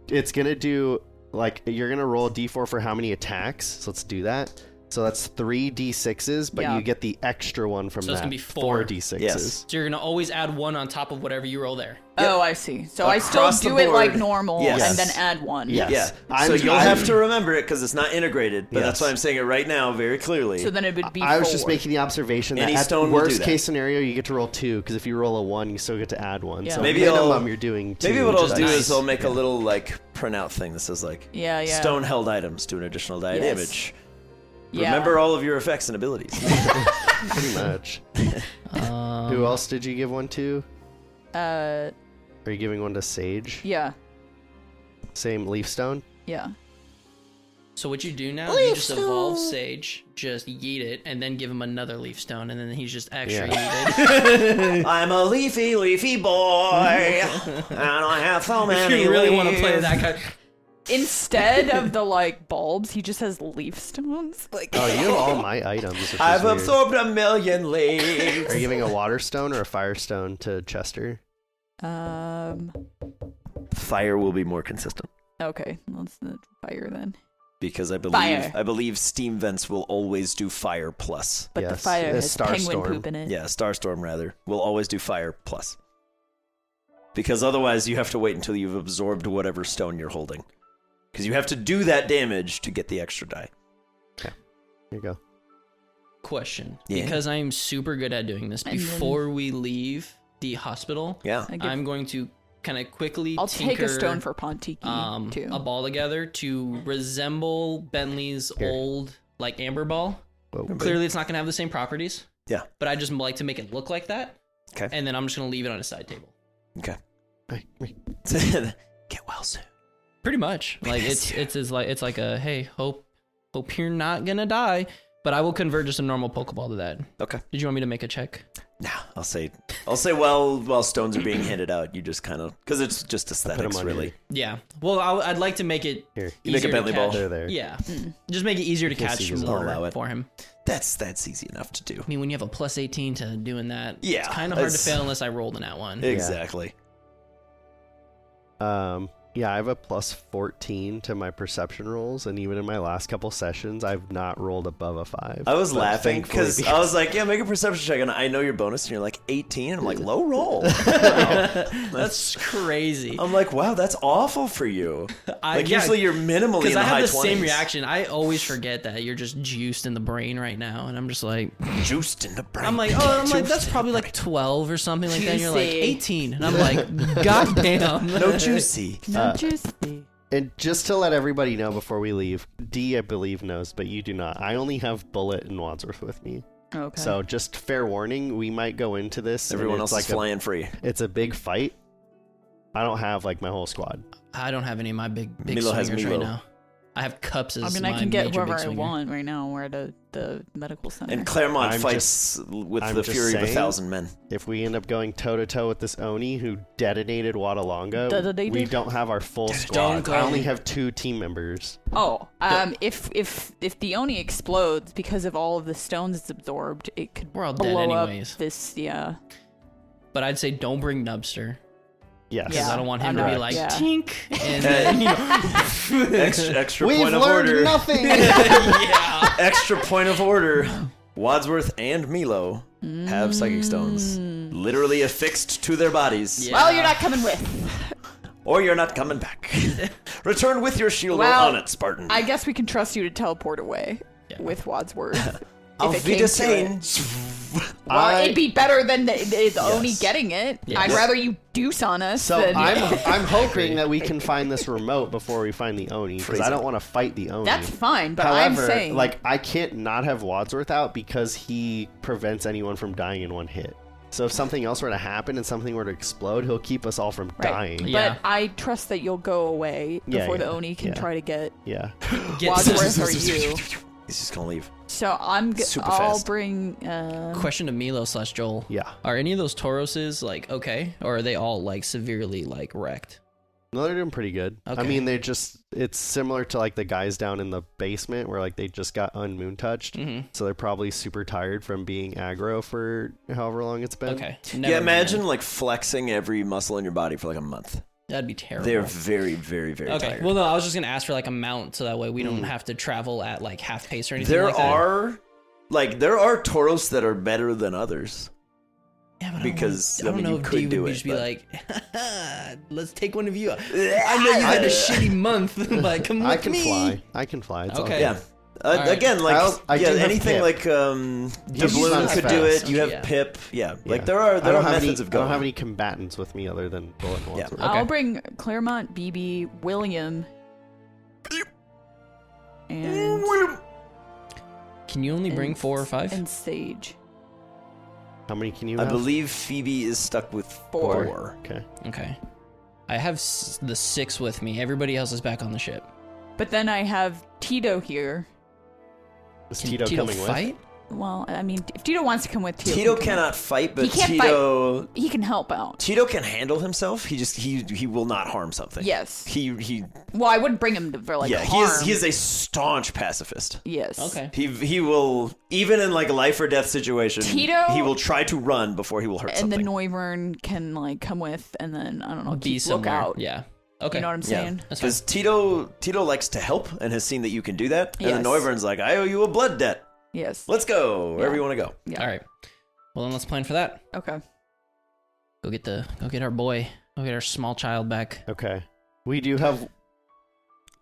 Speaker 2: it's gonna do like you're gonna roll a D4 for how many attacks. So let's do that. So that's three D6s, but
Speaker 3: Yeah.
Speaker 2: you get the extra one from
Speaker 4: So
Speaker 2: that.
Speaker 4: it's gonna be four.
Speaker 2: D6s.
Speaker 1: Yes.
Speaker 4: so you're gonna always add one on top of whatever you roll there.
Speaker 3: Oh, I see. So I
Speaker 1: Across the
Speaker 3: still do it like
Speaker 1: board.
Speaker 3: normal
Speaker 1: Yes.
Speaker 3: and then add one.
Speaker 2: Yes.
Speaker 1: yeah.
Speaker 2: I'm-
Speaker 1: so you'll
Speaker 2: I'm-
Speaker 1: have to remember it because it's not integrated. But that's
Speaker 2: Yes.
Speaker 1: why I'm saying it right now very clearly.
Speaker 3: So then it would be.
Speaker 2: I was just
Speaker 3: forward.
Speaker 2: making the observation
Speaker 1: Any
Speaker 2: that at
Speaker 1: stone will do
Speaker 2: worst
Speaker 1: that.
Speaker 2: case scenario, you get to roll two because if you roll a one, you still get to add one.
Speaker 3: Yeah.
Speaker 2: So
Speaker 1: Maybe
Speaker 2: minimum,
Speaker 1: I'll-
Speaker 2: you're doing two.
Speaker 1: Maybe what
Speaker 2: which
Speaker 1: I'll do
Speaker 2: nice.
Speaker 1: is I'll make a little like printout thing that says like
Speaker 3: Yeah, yeah.
Speaker 1: stone held items do an additional die of
Speaker 3: Yes.
Speaker 1: damage.
Speaker 3: Yeah.
Speaker 1: Remember all of your effects and abilities.
Speaker 2: pretty much.
Speaker 4: Um,
Speaker 2: Who else did you give one to?
Speaker 3: Uh,
Speaker 2: Are you giving one to Sage?
Speaker 3: yeah,
Speaker 2: Same leaf stone.
Speaker 3: yeah.
Speaker 4: So what you do now, is you just evolve Sage, just yeet it, and then give him another leaf stone, and then he's just extra yeeted.
Speaker 1: I'm a leafy, leafy boy, and I have so
Speaker 4: if
Speaker 1: many.
Speaker 4: you really want to play
Speaker 1: leaves.
Speaker 4: that guy,
Speaker 3: Instead of the like bulbs, he just has leaf stones. Like,
Speaker 2: Oh, you have all my items. Which is
Speaker 1: I've
Speaker 2: weird.
Speaker 1: absorbed a million leaves.
Speaker 2: Are you giving a water stone or a fire stone to Chester?
Speaker 3: um,
Speaker 1: Fire will be more consistent
Speaker 3: okay, let's the fire then.
Speaker 1: because I believe
Speaker 3: Fire.
Speaker 1: I believe steam vents will always do fire plus.
Speaker 3: But the
Speaker 2: Yes,
Speaker 3: fire
Speaker 2: the
Speaker 3: has
Speaker 2: star
Speaker 3: penguin
Speaker 2: storm.
Speaker 3: poop in it.
Speaker 1: Yeah, Starstorm rather will always do fire plus. Because otherwise, you have to wait until you've absorbed whatever stone you're holding. Because you have to do that damage to get the extra die.
Speaker 2: There you go.
Speaker 4: question
Speaker 1: Yeah.
Speaker 4: because I'm super good at doing this.
Speaker 3: And then-
Speaker 4: Before we leave the hospital,
Speaker 1: Yeah.
Speaker 3: I give,
Speaker 4: I'm going to kind of quickly.
Speaker 3: I'll
Speaker 4: tinker,
Speaker 3: take a stone for Pontiki
Speaker 4: um,
Speaker 3: too.
Speaker 4: a ball together to resemble Bentley's
Speaker 2: Here.
Speaker 4: old like amber ball.
Speaker 2: Whoa.
Speaker 4: Clearly, it's not going to have the same properties.
Speaker 1: Yeah.
Speaker 4: but I just like to make it look like that.
Speaker 1: 'Kay.
Speaker 4: and then I'm just going to leave it on a side table.
Speaker 1: Okay.
Speaker 2: Wait,
Speaker 1: Get well soon.
Speaker 4: Pretty much, like it's it's is like it's like a hey, hope hope you're not going to die. But I will convert just a normal Pokeball to that.
Speaker 1: Okay.
Speaker 4: Did you want me to make a check?
Speaker 1: Now I'll say, I'll say while while stones are being handed out, you just kind of because it's just aesthetics,
Speaker 2: on
Speaker 1: really.
Speaker 2: here.
Speaker 4: Yeah. Well, I'll, I'd like to make it
Speaker 2: Here.
Speaker 1: You make a
Speaker 4: easier to
Speaker 1: Bentley ball.
Speaker 4: catch.
Speaker 2: They're there.
Speaker 4: Yeah,
Speaker 3: Mm.
Speaker 4: just make it easier to
Speaker 2: can't
Speaker 4: catch
Speaker 2: see
Speaker 4: from
Speaker 2: his
Speaker 4: the
Speaker 1: arm. Allow
Speaker 4: water
Speaker 1: it.
Speaker 4: for him.
Speaker 1: That's that's easy enough to do.
Speaker 4: I mean, when you have a plus 18 to doing that,
Speaker 1: Yeah,
Speaker 4: it's kind of hard to
Speaker 1: it's-
Speaker 4: fail unless I rolled in that one.
Speaker 1: Exactly.
Speaker 2: Um, yeah, I have a plus 14 to my perception rolls, and even in my last couple sessions, I've not rolled above a five.
Speaker 1: I was
Speaker 2: But
Speaker 1: laughing uh,
Speaker 2: thankfully,
Speaker 1: because I was like, yeah, make a perception check, and I know your bonus, and you're like 18, and I'm like, low roll.
Speaker 4: That's crazy.
Speaker 1: I'm like, wow, that's awful for you.
Speaker 4: I-
Speaker 1: like
Speaker 4: yeah,
Speaker 1: usually you're minimally in
Speaker 4: Because
Speaker 1: the
Speaker 4: I
Speaker 1: high
Speaker 4: have the
Speaker 1: 20s.
Speaker 4: same reaction. I always forget that you're just juiced in the brain right now, and I'm just like,
Speaker 1: Juiced in the brain.
Speaker 4: I'm like, oh, I'm like, that's probably like 12 or something like that. And you're like
Speaker 3: Juicy.
Speaker 4: 18, and I'm like, god damn.
Speaker 1: no juicy.
Speaker 4: Uh,
Speaker 3: Not juicy.
Speaker 2: And just to let everybody know before we leave, D, I believe, knows, but you do not. I only have Bullet and Wadsworth with me.
Speaker 3: Okay.
Speaker 2: So just fair warning, we might go into this. and
Speaker 1: Everyone else
Speaker 2: it's like
Speaker 1: is flying free.
Speaker 2: A, it's a big fight. I don't have like my whole squad.
Speaker 4: I don't have any of my big big
Speaker 1: Milo has
Speaker 4: swingers right
Speaker 1: Milo.
Speaker 4: now. I have cups as
Speaker 3: I mean,
Speaker 4: my
Speaker 3: I can get
Speaker 4: major
Speaker 3: whoever
Speaker 4: big
Speaker 3: I
Speaker 4: swinger.
Speaker 3: want right now. We're at a, the medical center.
Speaker 1: And Claremont
Speaker 2: I'm
Speaker 1: fights with
Speaker 2: I'm
Speaker 1: the
Speaker 2: just
Speaker 1: fury of a
Speaker 2: saying.
Speaker 1: thousand men.
Speaker 2: If we end up going toe to toe with this Oni who detonated Watalonga,
Speaker 3: Detonated?
Speaker 2: we don't have our full
Speaker 4: Don't
Speaker 2: squad.
Speaker 4: go.
Speaker 2: I only have two team members.
Speaker 3: oh, um, if if if the oni explodes because of all of the stones it's absorbed, it could
Speaker 4: We're all dead
Speaker 3: blow
Speaker 4: anyways.
Speaker 3: up this. Yeah.
Speaker 4: but I'd say don't bring Nubster
Speaker 2: Yes.
Speaker 4: because I don't want him
Speaker 3: I'm
Speaker 4: to be
Speaker 2: not-
Speaker 4: like
Speaker 3: yeah.
Speaker 4: tink and then, you know,
Speaker 1: extra, extra
Speaker 2: We've
Speaker 1: point of
Speaker 2: learned
Speaker 1: order.
Speaker 2: nothing.
Speaker 1: Extra point of order. Wadsworth and Milo have psychic stones
Speaker 3: Mm.
Speaker 1: literally affixed to their bodies,
Speaker 4: Yeah.
Speaker 3: Well, you're not coming with.
Speaker 1: or you're not coming back. Return with your shield
Speaker 3: Well,
Speaker 1: or on it, Spartan.
Speaker 3: I guess we can trust you to teleport away
Speaker 4: Yeah.
Speaker 3: with Wadsworth.
Speaker 1: Auf
Speaker 3: if it came to
Speaker 1: Wiedersehen.
Speaker 3: Well, it'd be better than the, the, the only getting it.
Speaker 4: Yes.
Speaker 3: I'd rather you deuce on us
Speaker 2: So
Speaker 3: than.
Speaker 2: I'm I'm hoping that we can find this remote before we find the Oni because I don't want to fight the Oni.
Speaker 3: that's fine, but
Speaker 2: However,
Speaker 3: I'm saying
Speaker 2: like I can't not have Wadsworth out because he prevents anyone from dying in one hit. So if something else were to happen and something were to explode, he'll keep us all from
Speaker 3: Right.
Speaker 2: dying.
Speaker 4: Yeah.
Speaker 3: But I trust that you'll go away
Speaker 2: Yeah,
Speaker 3: before the
Speaker 2: yeah,
Speaker 3: Oni can
Speaker 2: yeah.
Speaker 3: try to get
Speaker 2: Yeah.
Speaker 4: get
Speaker 3: Wadsworth or you.
Speaker 1: He's just gonna leave.
Speaker 3: So I'm. G-
Speaker 1: Super
Speaker 3: I'll
Speaker 1: fast.
Speaker 3: bring. Uh,
Speaker 4: question to Milo slash Joel.
Speaker 2: Yeah.
Speaker 4: Are any of those Tauroses like okay, or are they all like severely like wrecked?
Speaker 2: No, they're doing pretty good.
Speaker 4: Okay.
Speaker 2: I mean, they just it's similar to like the guys down in the basement where like they just got unmoon touched.
Speaker 4: Mm-hmm.
Speaker 2: So they're probably super tired from being aggro for however long it's been.
Speaker 4: Okay.
Speaker 1: Um, yeah,
Speaker 4: never mind
Speaker 1: imagine
Speaker 4: then.
Speaker 1: like flexing every muscle in your body for like a month.
Speaker 4: that'd be terrible.
Speaker 1: They're very, very, very
Speaker 4: okay.
Speaker 1: tired. Mm.
Speaker 4: Well, no, I was just gonna ask for like a mount so that way we don't have to travel at like half pace or anything.
Speaker 1: there
Speaker 4: like that.
Speaker 1: are like there are toros that are better than others.
Speaker 4: Yeah, but I don't
Speaker 1: because,
Speaker 4: know-
Speaker 1: I
Speaker 4: I don't,
Speaker 1: mean, you
Speaker 4: know if
Speaker 1: could
Speaker 4: Dave
Speaker 1: do
Speaker 4: would
Speaker 1: it,
Speaker 4: just be
Speaker 1: but-
Speaker 4: like, let's take one of you. out." I know you had a
Speaker 1: I-
Speaker 4: shitty month, but come with
Speaker 2: I can
Speaker 4: me.
Speaker 2: fly. I can fly. It's all
Speaker 4: Okay.
Speaker 2: good.
Speaker 1: Yeah. Uh,
Speaker 4: right.
Speaker 1: Again, like
Speaker 2: I'll- I
Speaker 1: yeah,
Speaker 2: do have
Speaker 1: anything
Speaker 2: Pip.
Speaker 1: like um,
Speaker 2: He's not
Speaker 1: doubloon
Speaker 2: as
Speaker 1: could do
Speaker 2: fast.
Speaker 1: it. You have
Speaker 4: Yeah.
Speaker 1: Pip. Yeah. like
Speaker 2: Yeah.
Speaker 1: there are
Speaker 2: I
Speaker 1: there
Speaker 2: don't
Speaker 1: are
Speaker 2: have
Speaker 1: methods
Speaker 2: any,
Speaker 1: of going.
Speaker 2: I don't have any combatants with me other than Bullet and
Speaker 1: Yeah.
Speaker 2: Wadsworth.
Speaker 4: Okay.
Speaker 3: I'll bring Claremont, BB, William, and
Speaker 4: Can you only bring four or five?
Speaker 3: and Sage.
Speaker 2: How many can you
Speaker 1: I
Speaker 2: have?
Speaker 1: believe Phoebe is stuck with
Speaker 3: Four.
Speaker 1: four.
Speaker 2: Okay.
Speaker 4: Okay. I have s- the six with me. Everybody else is back on the ship.
Speaker 3: But then I have Tito here.
Speaker 2: Is
Speaker 4: Can
Speaker 2: Tito, coming with?
Speaker 4: fight?
Speaker 3: Well, I mean, if Tito wants to come with Tito,
Speaker 1: Tito
Speaker 3: can come
Speaker 1: cannot fight, but
Speaker 3: He can't
Speaker 1: Tito
Speaker 3: with- He can help out.
Speaker 1: Tito can handle himself. He just he he will not harm something.
Speaker 3: Yes.
Speaker 1: He he
Speaker 3: Well, I wouldn't bring him to, for like
Speaker 1: yeah. He
Speaker 3: harm.
Speaker 1: is he is a staunch pacifist.
Speaker 3: Yes.
Speaker 4: Okay.
Speaker 1: He he will even in like a life or death situation.
Speaker 3: Tito-
Speaker 1: he will try to run before he will hurt
Speaker 3: And the
Speaker 1: something.
Speaker 3: Noivern can like come with, and then I don't know,
Speaker 4: Be
Speaker 3: keep
Speaker 4: somewhere.
Speaker 3: lookout.
Speaker 4: Yeah. Okay.
Speaker 3: You know what I'm saying?
Speaker 4: That's fine.
Speaker 1: Because Tito Tito likes to help and has seen that you can do that. And
Speaker 3: Yes.
Speaker 1: the Noivern's like, I owe you a blood debt.
Speaker 3: Yes.
Speaker 1: Let's go wherever
Speaker 3: Yeah.
Speaker 1: you want to go.
Speaker 3: Yeah.
Speaker 4: All right. Well, then let's plan for that.
Speaker 3: Okay.
Speaker 4: Go get the go get our boy. Go get our small child back.
Speaker 2: Okay. We do have.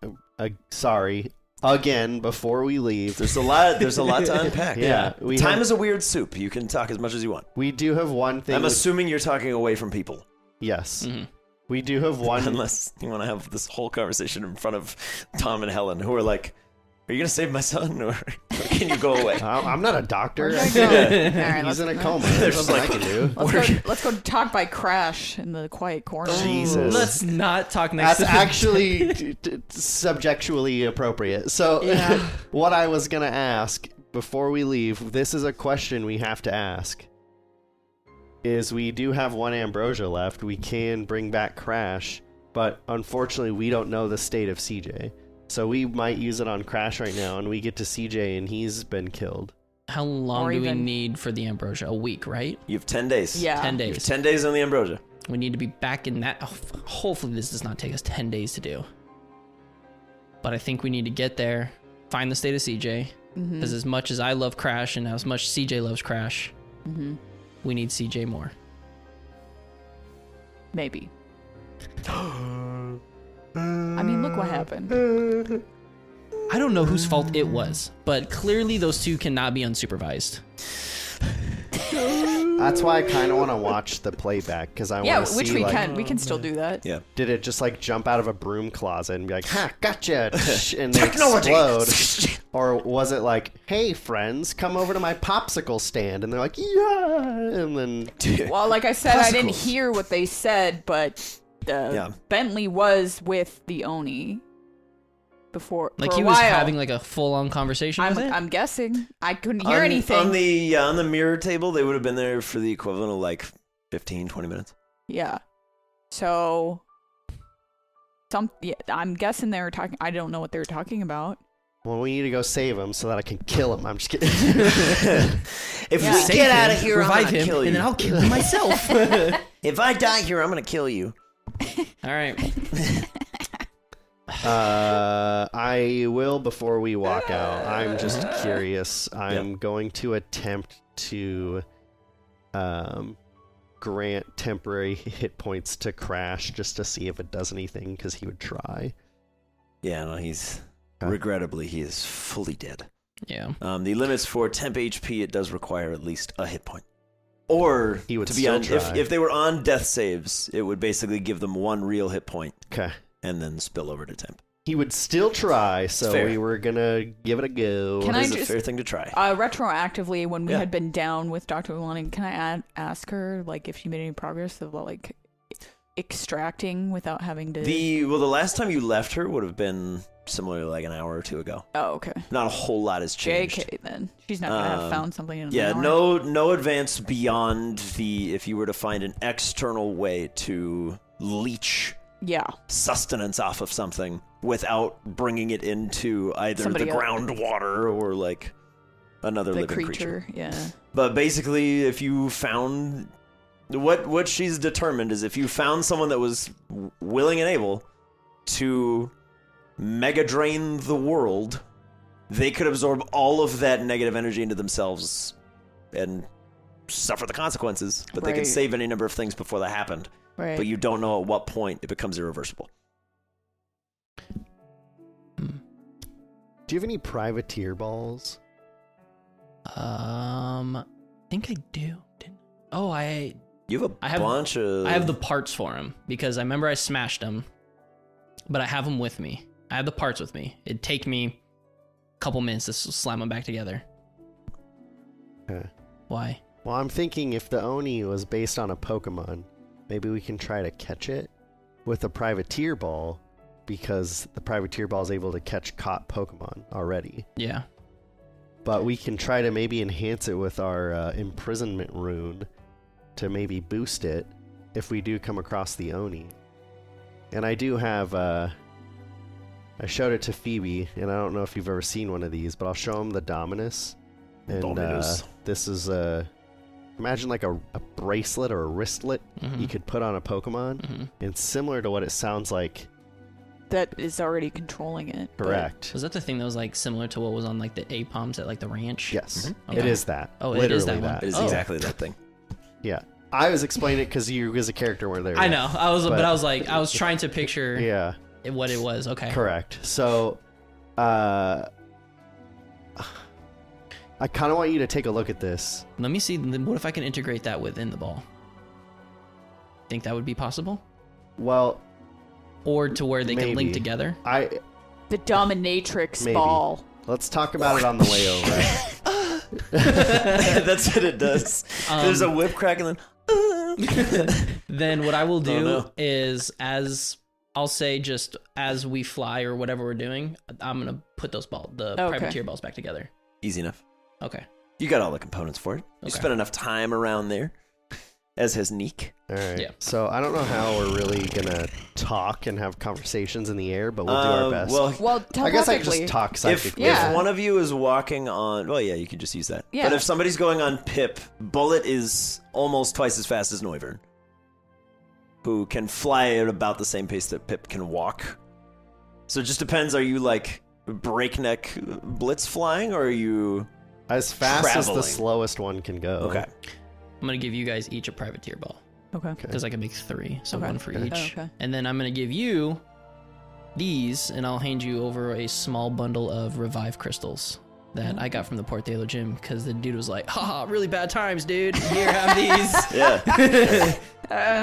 Speaker 2: Uh, uh, sorry. Again, before we leave.
Speaker 1: There's a lot. There's a lot to unpack.
Speaker 2: Yeah, we
Speaker 1: Time
Speaker 2: have-
Speaker 1: is a weird soup. You can talk as much as you want.
Speaker 2: We do have one thing.
Speaker 1: I'm
Speaker 2: with-
Speaker 1: assuming you're talking away from people,
Speaker 2: yes.
Speaker 4: Mhm.
Speaker 2: We do have one.
Speaker 1: unless you want to have this whole conversation in front of Tom and Helen, who are like, "Are you gonna save my son, or, or can you go away?"
Speaker 2: I- I'm not a doctor.
Speaker 3: We're
Speaker 2: I-
Speaker 3: gonna go. All right,
Speaker 2: He's
Speaker 3: let's,
Speaker 2: in a coma.
Speaker 1: They're
Speaker 2: There's
Speaker 1: just
Speaker 2: nothing I
Speaker 1: like-
Speaker 2: can do.
Speaker 3: Let's go, let's go talk by Crash in the quiet corner.
Speaker 2: Jesus.
Speaker 4: Let's not talk next.
Speaker 2: That's actually t- t- subjectually appropriate. So,
Speaker 3: Yeah.
Speaker 2: what I was going to ask before we leave, this is a question we have to ask. Is we do have one Ambrosia left. We can bring back Crash, but unfortunately, we don't know the state of CJ. So, we might use it on Crash right now, and we get to CJ, and he's been killed.
Speaker 4: How long
Speaker 3: Or
Speaker 4: do we
Speaker 3: even-
Speaker 4: need for the ambrosia? A week, right?
Speaker 1: You have ten days.
Speaker 3: Yeah.
Speaker 4: Ten
Speaker 1: You have
Speaker 4: days.
Speaker 1: ten days on the ambrosia.
Speaker 4: We need to be back in that. oh, f- hopefully, this does not take us ten days to do. But I think we need to get there, find the state of CJ. Because as much as I love Crash and as much CJ loves Crash, we need CJ more.
Speaker 3: Maybe. I mean, look what happened.
Speaker 4: I don't know whose fault it was, but clearly those two cannot be unsupervised.
Speaker 2: That's why I kind of want to watch the playback because I
Speaker 3: Yeah,
Speaker 2: want to
Speaker 3: which
Speaker 2: see
Speaker 3: we
Speaker 2: like,
Speaker 3: can. We can still do that.
Speaker 1: Yeah.
Speaker 2: did it just like jump out of a broom closet and be like, "Ha, gotcha!" and they
Speaker 1: Technology.
Speaker 2: explode, or was it like, "Hey, friends, come over to my popsicle stand," and they're like, "Yeah," and then
Speaker 3: Well, like I said, I didn't
Speaker 1: Classicals.
Speaker 3: hear what they said, but uh,
Speaker 1: Yeah.
Speaker 3: Bentley was with the Oni before.
Speaker 4: Like
Speaker 3: for a
Speaker 4: he was
Speaker 3: while.
Speaker 4: having like a full-on conversation
Speaker 3: I'm,
Speaker 4: with it.
Speaker 3: I'm guessing. I couldn't hear
Speaker 1: on,
Speaker 3: anything.
Speaker 1: on the yeah, on the mirror table. They would have been there for the equivalent of like 15, 20 minutes.
Speaker 3: yeah. So, some. Yeah, I'm guessing they were talking. I don't know what they were talking about.
Speaker 2: Well, we need to go save him so that I can kill him. I'm just kidding.
Speaker 1: If
Speaker 3: Yeah.
Speaker 1: we
Speaker 3: Save
Speaker 1: get out
Speaker 4: him,
Speaker 1: of here, I'm
Speaker 4: revive
Speaker 1: gonna
Speaker 4: him,
Speaker 1: kill you.
Speaker 4: and then I'll kill him myself. All
Speaker 1: If I die here, I'm gonna kill you.
Speaker 4: right.
Speaker 2: Uh, I will before we walk out. I'm just curious. I'm going to attempt to um, grant temporary hit points to Crash just to see if it does anything because he would try.
Speaker 1: Yeah, no, he's
Speaker 2: Okay.
Speaker 1: regrettably he is fully dead.
Speaker 4: Yeah.
Speaker 1: Um, the limits for temp HP it does require at least a hit point. Or
Speaker 2: He would
Speaker 1: to be
Speaker 2: still
Speaker 1: on, if
Speaker 2: try.
Speaker 1: if they were on death saves, it would basically give them one real hit point
Speaker 2: Okay.
Speaker 1: and then spill over to temp.
Speaker 2: He would still try, so
Speaker 1: fair.
Speaker 2: we were gonna give it a go.
Speaker 3: Can
Speaker 1: That
Speaker 3: I
Speaker 1: is a
Speaker 3: just-
Speaker 1: fair thing to try.
Speaker 3: Uh, retroactively, when we
Speaker 1: Yeah.
Speaker 3: had been down with Doctor Wilani, can I add, ask her like if she made any progress of like extracting without having to?
Speaker 1: The well, the last time you left her would have been similarly like an hour or two ago.
Speaker 3: oh, okay.
Speaker 1: Not a whole lot has changed.
Speaker 3: JK, then she's not gonna
Speaker 1: Um,
Speaker 3: have found something. In an
Speaker 1: Yeah,
Speaker 3: hour.
Speaker 1: no, no advance beyond the if you were to find an external way to leech
Speaker 3: Yeah,
Speaker 1: sustenance off of something without bringing it into either
Speaker 3: Somebody
Speaker 1: the
Speaker 3: else.
Speaker 1: groundwater or like another
Speaker 3: the
Speaker 1: living
Speaker 3: creature.
Speaker 1: creature.
Speaker 3: Yeah.
Speaker 1: But basically, if you found what what she's determined is if you found someone that was w- willing and able to mega drain the world, they could absorb all of that negative energy into themselves and suffer the consequences. But they could
Speaker 3: Right.
Speaker 1: save any number of things before that happened.
Speaker 3: Right.
Speaker 1: But you don't know at what point it becomes irreversible.
Speaker 2: Do you have any privateer balls?
Speaker 4: Um, I think I do. Didn't- Oh, I
Speaker 1: You have a
Speaker 4: I have-
Speaker 1: bunch of
Speaker 4: I have the parts for him because I remember I smashed him, but I have him with me. I have the parts with me. It'd take me a couple minutes to s- slam them back together.
Speaker 2: Okay.
Speaker 4: Why?
Speaker 2: Well, I'm thinking if the Oni was based on a Pokemon, maybe we can try to catch it with a privateer ball because the privateer ball is able to catch caught Pokemon already.
Speaker 4: Yeah.
Speaker 2: But we can try to maybe enhance it with our uh, imprisonment rune to maybe boost it if we do come across the Oni. And I do have. Uh, I showed it to Phoebe, and I don't know if you've ever seen one of these, but I'll show him the Dominus. And
Speaker 1: Dominus.
Speaker 2: Uh, this is a. Imagine like a, a bracelet or a wristlet
Speaker 4: Mm-hmm.
Speaker 2: you could put on a Pokemon,
Speaker 4: Mhm.
Speaker 2: and similar to what it sounds like.
Speaker 3: that is already controlling it. but-
Speaker 2: Correct.
Speaker 4: Was that the thing that was like similar to what was on like the apoms at like the ranch?
Speaker 2: Yes,
Speaker 4: Mhm.
Speaker 2: it
Speaker 4: Okay.
Speaker 2: is that.
Speaker 4: Oh, it
Speaker 2: Literally
Speaker 4: is that one.
Speaker 1: It is
Speaker 4: Oh.
Speaker 1: exactly that thing.
Speaker 2: Yeah. I was explaining it because you as a character were there.
Speaker 4: I know. I was, but,
Speaker 2: But-
Speaker 4: I was like, I was trying to picture
Speaker 2: Yeah,
Speaker 4: it- what it was. Okay.
Speaker 2: correct. So, uh, I kind of want you to take a look at this.
Speaker 4: Let me see. then What if I can integrate that within the ball? Think that would be possible,
Speaker 2: Well,
Speaker 4: or to where they can
Speaker 2: Maybe.
Speaker 4: link together?
Speaker 2: I
Speaker 3: The dominatrix
Speaker 2: Maybe.
Speaker 3: ball.
Speaker 2: let's talk about it on the way over.
Speaker 1: That's what it does.
Speaker 4: Um,
Speaker 1: There's a whip crack and then
Speaker 4: Then what I will do
Speaker 1: no.
Speaker 4: is, as I'll say, just as we fly or whatever we're doing, I'm gonna put those ball, the
Speaker 3: Okay.
Speaker 4: privateer balls back together.
Speaker 1: easy enough.
Speaker 4: Okay.
Speaker 1: You got all the components for it. You
Speaker 4: Okay.
Speaker 1: spent enough time around there, as has Neek.
Speaker 2: All right.
Speaker 4: Yeah.
Speaker 2: So I don't know how we're really gonna talk and have conversations in the air, but we'll do
Speaker 1: Uh,
Speaker 2: our best.
Speaker 1: Well,
Speaker 3: Well,
Speaker 2: I guess I could
Speaker 3: telepathically-
Speaker 2: just talk
Speaker 1: if,
Speaker 2: psychically.
Speaker 3: Yeah.
Speaker 1: if one of you is walking on, well, yeah, you can just use that.
Speaker 3: Yeah.
Speaker 1: But if somebody's going on Pip, Bullet is almost twice as fast as Noivern, who can fly at about the same pace that Pip can walk. So it just depends. Are you like breakneck blitz flying, or are you
Speaker 2: As fast
Speaker 1: Traveling.
Speaker 2: as the slowest one can go.
Speaker 1: okay?
Speaker 4: I'm gonna give you guys each a privateer ball
Speaker 3: Okay.
Speaker 4: because I can make three, so
Speaker 3: Okay.
Speaker 4: one for
Speaker 2: Okay.
Speaker 4: each.
Speaker 3: Oh, okay.
Speaker 4: And then I'm gonna give you these, and I'll hand you over a small bundle of revive crystals that I got from the Port Taylor gym because the dude was like, "Haha, really bad times, dude. Here, have these."
Speaker 1: Yeah.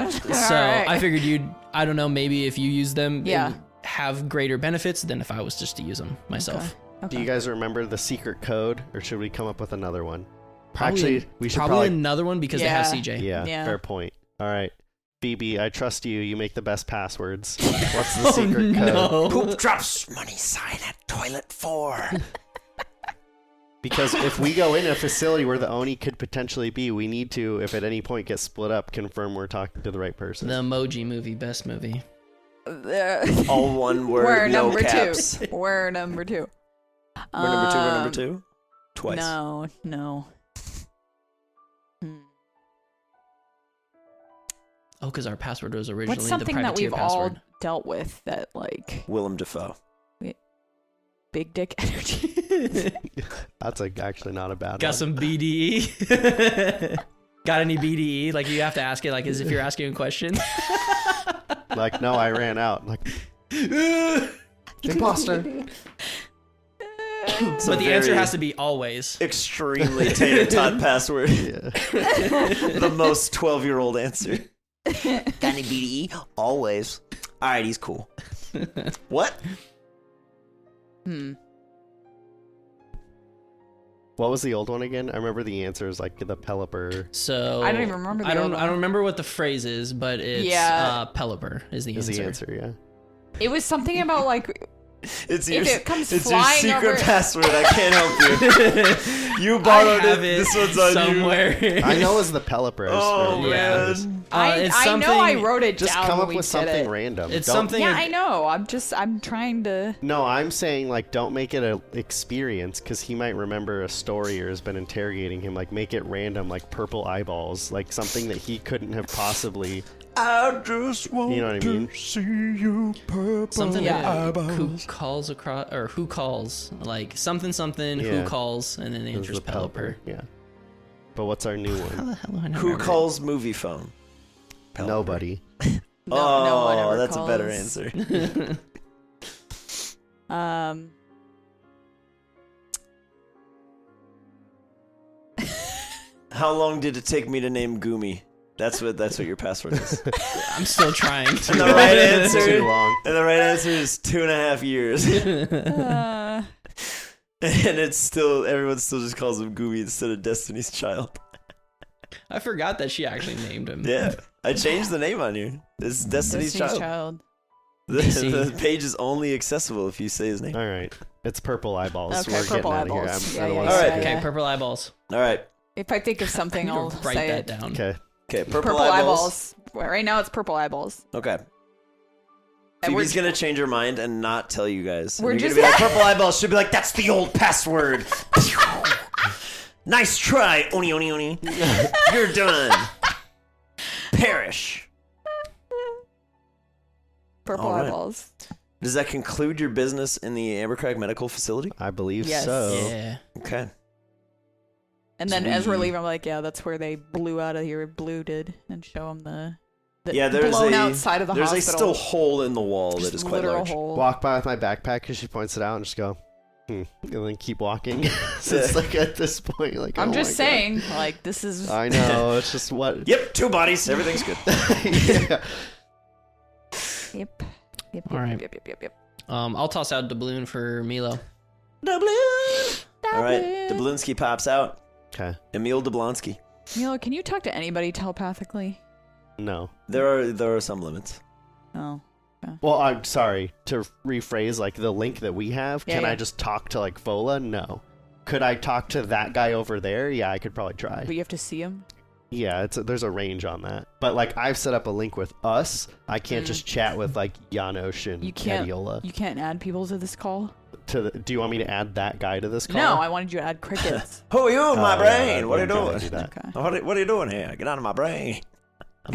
Speaker 4: So I figured you'd, I don't know, maybe if you use them,
Speaker 3: Yeah.
Speaker 4: it'd have greater benefits than if I was just to use them myself.
Speaker 2: Do you guys remember the secret code, or should we come up with another one?
Speaker 4: Probably-
Speaker 2: Actually, we should probably
Speaker 4: probably, another one because
Speaker 3: Yeah.
Speaker 4: they have CJ.
Speaker 2: Yeah,
Speaker 3: Yeah.
Speaker 2: fair point. All right. BB, I trust you. You make the best passwords. What's the secret code?
Speaker 4: Oh, No.
Speaker 1: Poop drops money sign at toilet four.
Speaker 2: Because if we go in a facility where the Oni could potentially be, we need to, if at any point gets split up, confirm we're talking to the right person.
Speaker 4: The emoji movie, best movie.
Speaker 3: Uh,
Speaker 1: All one word.
Speaker 3: we're
Speaker 1: no
Speaker 3: number
Speaker 1: caps.
Speaker 3: two. We're number two.
Speaker 1: We're number two. We're number
Speaker 3: Um,
Speaker 1: two. Twice.
Speaker 3: No, no. Hmm.
Speaker 4: Oh, because our password was originally
Speaker 3: What's something
Speaker 4: the
Speaker 3: that
Speaker 4: privateer
Speaker 3: we've
Speaker 4: password.
Speaker 3: all dealt with that like
Speaker 1: Willem Dafoe.
Speaker 3: big dick energy?
Speaker 2: That's like actually not a bad
Speaker 4: Got
Speaker 2: one.
Speaker 4: some BDE. Got any BDE? Like you have to ask it like as if you're asking a question.
Speaker 2: like, no, I ran out. Like, imposter.
Speaker 4: but the answer has to be always.
Speaker 1: extremely tater tot password.
Speaker 2: Yeah.
Speaker 1: the most twelve year old answer.
Speaker 5: Got any BDE?
Speaker 1: Always. All right, he's cool. what?
Speaker 3: hmm.
Speaker 2: What was the old one again? I remember the answer is like the Pelipper.
Speaker 4: So
Speaker 3: I don't even remember the
Speaker 4: I don't.
Speaker 3: other
Speaker 4: I
Speaker 3: one.
Speaker 4: don't remember what the phrase is, but it's
Speaker 3: Yeah.
Speaker 4: uh, Pelipper is the
Speaker 2: Is
Speaker 4: answer.
Speaker 2: the answer? Yeah.
Speaker 3: It was something about
Speaker 1: Uh,
Speaker 3: like
Speaker 1: It's your,
Speaker 3: it comes
Speaker 1: it's your
Speaker 3: flying
Speaker 1: secret
Speaker 3: over-
Speaker 1: password. I can't help you. You
Speaker 4: I
Speaker 1: borrowed
Speaker 4: have it
Speaker 1: This one's on you.
Speaker 4: somewhere.
Speaker 2: I know it's the Pelipper. I
Speaker 1: Oh
Speaker 2: swear.
Speaker 4: Yeah.
Speaker 1: man.
Speaker 4: Uh,
Speaker 3: I,
Speaker 4: it's
Speaker 3: I know I
Speaker 4: something-
Speaker 3: wrote it
Speaker 2: Just
Speaker 3: down.
Speaker 2: come up
Speaker 3: when we
Speaker 2: with
Speaker 3: did
Speaker 2: something
Speaker 3: it.
Speaker 2: random.
Speaker 4: It's
Speaker 2: Don't-
Speaker 4: something.
Speaker 3: Yeah, I know. I'm just I'm trying to.
Speaker 2: No, I'm saying like don't make it a experience because he might remember a story or has been interrogating him. Like make it random, like purple eyeballs, like something that he couldn't have possibly.
Speaker 1: I just want
Speaker 2: You know what I mean?
Speaker 1: to see you purple.
Speaker 4: something
Speaker 3: Yeah.
Speaker 4: that who
Speaker 1: eyeballs.
Speaker 4: calls across or who calls like something something
Speaker 2: Yeah.
Speaker 4: who calls and then the
Speaker 2: is
Speaker 4: answer's
Speaker 2: the
Speaker 4: Pelipper.
Speaker 2: Yeah. But what's our new
Speaker 4: How
Speaker 2: one?
Speaker 4: the hell do I not
Speaker 1: Who
Speaker 4: remember?
Speaker 1: calls movie phone? Pelipper.
Speaker 2: Nobody.
Speaker 3: No,
Speaker 1: oh,
Speaker 3: no one ever
Speaker 1: that's a better
Speaker 3: calls.
Speaker 1: answer.
Speaker 3: Um.
Speaker 1: How long did it take me to name Gumi? That's what that's what your password is.
Speaker 4: I'm still trying. To.
Speaker 1: And the right answer.
Speaker 2: Too long.
Speaker 1: and the right answer is two and a half years.
Speaker 3: uh,
Speaker 1: and it's still everyone still just calls him Gumi instead of Destiny's Child.
Speaker 4: I forgot that she actually named him.
Speaker 1: Yeah. I changed the name on here. It's Destiny's,
Speaker 3: Destiny's
Speaker 1: Child.
Speaker 3: Child.
Speaker 1: The, the page is only accessible if you say his name.
Speaker 2: All right. It's purple eyeballs.
Speaker 3: Okay,
Speaker 2: We're
Speaker 3: purple
Speaker 2: getting out
Speaker 3: eyeballs.
Speaker 2: of here. I'm,
Speaker 3: Yeah,
Speaker 2: I don't
Speaker 3: yeah,
Speaker 2: wanna
Speaker 1: yeah,
Speaker 2: sit
Speaker 1: yeah.
Speaker 2: here.
Speaker 4: Okay, purple eyeballs.
Speaker 1: All right.
Speaker 3: If I think of something,
Speaker 4: I'll
Speaker 3: I'll
Speaker 4: write
Speaker 3: say
Speaker 4: that
Speaker 3: it.
Speaker 4: down.
Speaker 2: Okay.
Speaker 1: Okay, purple,
Speaker 3: Purple eyeballs. Right now, it's purple eyeballs.
Speaker 1: Okay.
Speaker 3: And we're
Speaker 1: Phoebe's gonna change her mind and not tell you guys. And
Speaker 3: We're
Speaker 1: you're
Speaker 3: just-
Speaker 1: gonna be like purple eyeballs. She'll be like, "That's the old password." nice try, oni oni oni. You're done. Perish.
Speaker 3: purple
Speaker 1: All right.
Speaker 3: eyeballs.
Speaker 1: Does that conclude your business in the Ambercrag Medical Facility?
Speaker 2: I believe
Speaker 3: Yes.
Speaker 2: so.
Speaker 4: Yeah.
Speaker 1: Okay.
Speaker 3: And then as we're
Speaker 1: Sweet.
Speaker 3: leaving, I'm like, yeah, that's where they blew out of here, blew did, and show them the, the
Speaker 1: Yeah, there's
Speaker 3: blown
Speaker 1: a
Speaker 3: outside of the
Speaker 1: there's a still
Speaker 3: hospital.
Speaker 1: hole in the wall that is quite
Speaker 3: literal
Speaker 1: large.
Speaker 3: hole.
Speaker 2: Walk by with my backpack because she points it out and just go, hmm. And then keep walking. so it's
Speaker 1: Yeah.
Speaker 2: like at this point, like
Speaker 3: I'm
Speaker 2: oh
Speaker 3: just
Speaker 2: my God.
Speaker 3: saying, like this is
Speaker 2: I know. It's just what.
Speaker 1: Yep, two bodies. Everything's good.
Speaker 2: yeah.
Speaker 3: yep, yep,
Speaker 4: All
Speaker 3: yep,
Speaker 4: right.
Speaker 3: yep, yep, yep, yep.
Speaker 4: Um, I'll toss out doubloon for Milo.
Speaker 1: All right. Doblinsky pops out.
Speaker 2: Okay.
Speaker 1: Emil Doblonsky.
Speaker 3: Milo, can you talk to anybody telepathically?
Speaker 2: No.
Speaker 1: There are there are some limits.
Speaker 3: Oh,
Speaker 2: Well, I'm sorry to rephrase. Like the link that we have,
Speaker 3: Yeah,
Speaker 2: can I
Speaker 3: yeah.
Speaker 2: just talk to like Fola? No. Could I talk to that guy over there? Yeah, I could probably try.
Speaker 3: but you have to see him.
Speaker 2: Yeah, it's a, there's a range on that. But like I've set up a link with us. I can't
Speaker 3: Mm.
Speaker 2: just chat with like Janosh and
Speaker 3: You can't-
Speaker 2: Cadiola.
Speaker 3: You can't add people to this call.
Speaker 2: To the, do you want me to add that guy to this call?
Speaker 3: No, I wanted you to add crickets.
Speaker 1: Who are you in my
Speaker 2: Oh, yeah,
Speaker 1: brain?
Speaker 2: I
Speaker 1: what are you
Speaker 2: wouldn't
Speaker 1: doing?
Speaker 2: totally do that.
Speaker 3: okay.
Speaker 1: What are, what are you doing here? Get out of my brain.
Speaker 4: I'm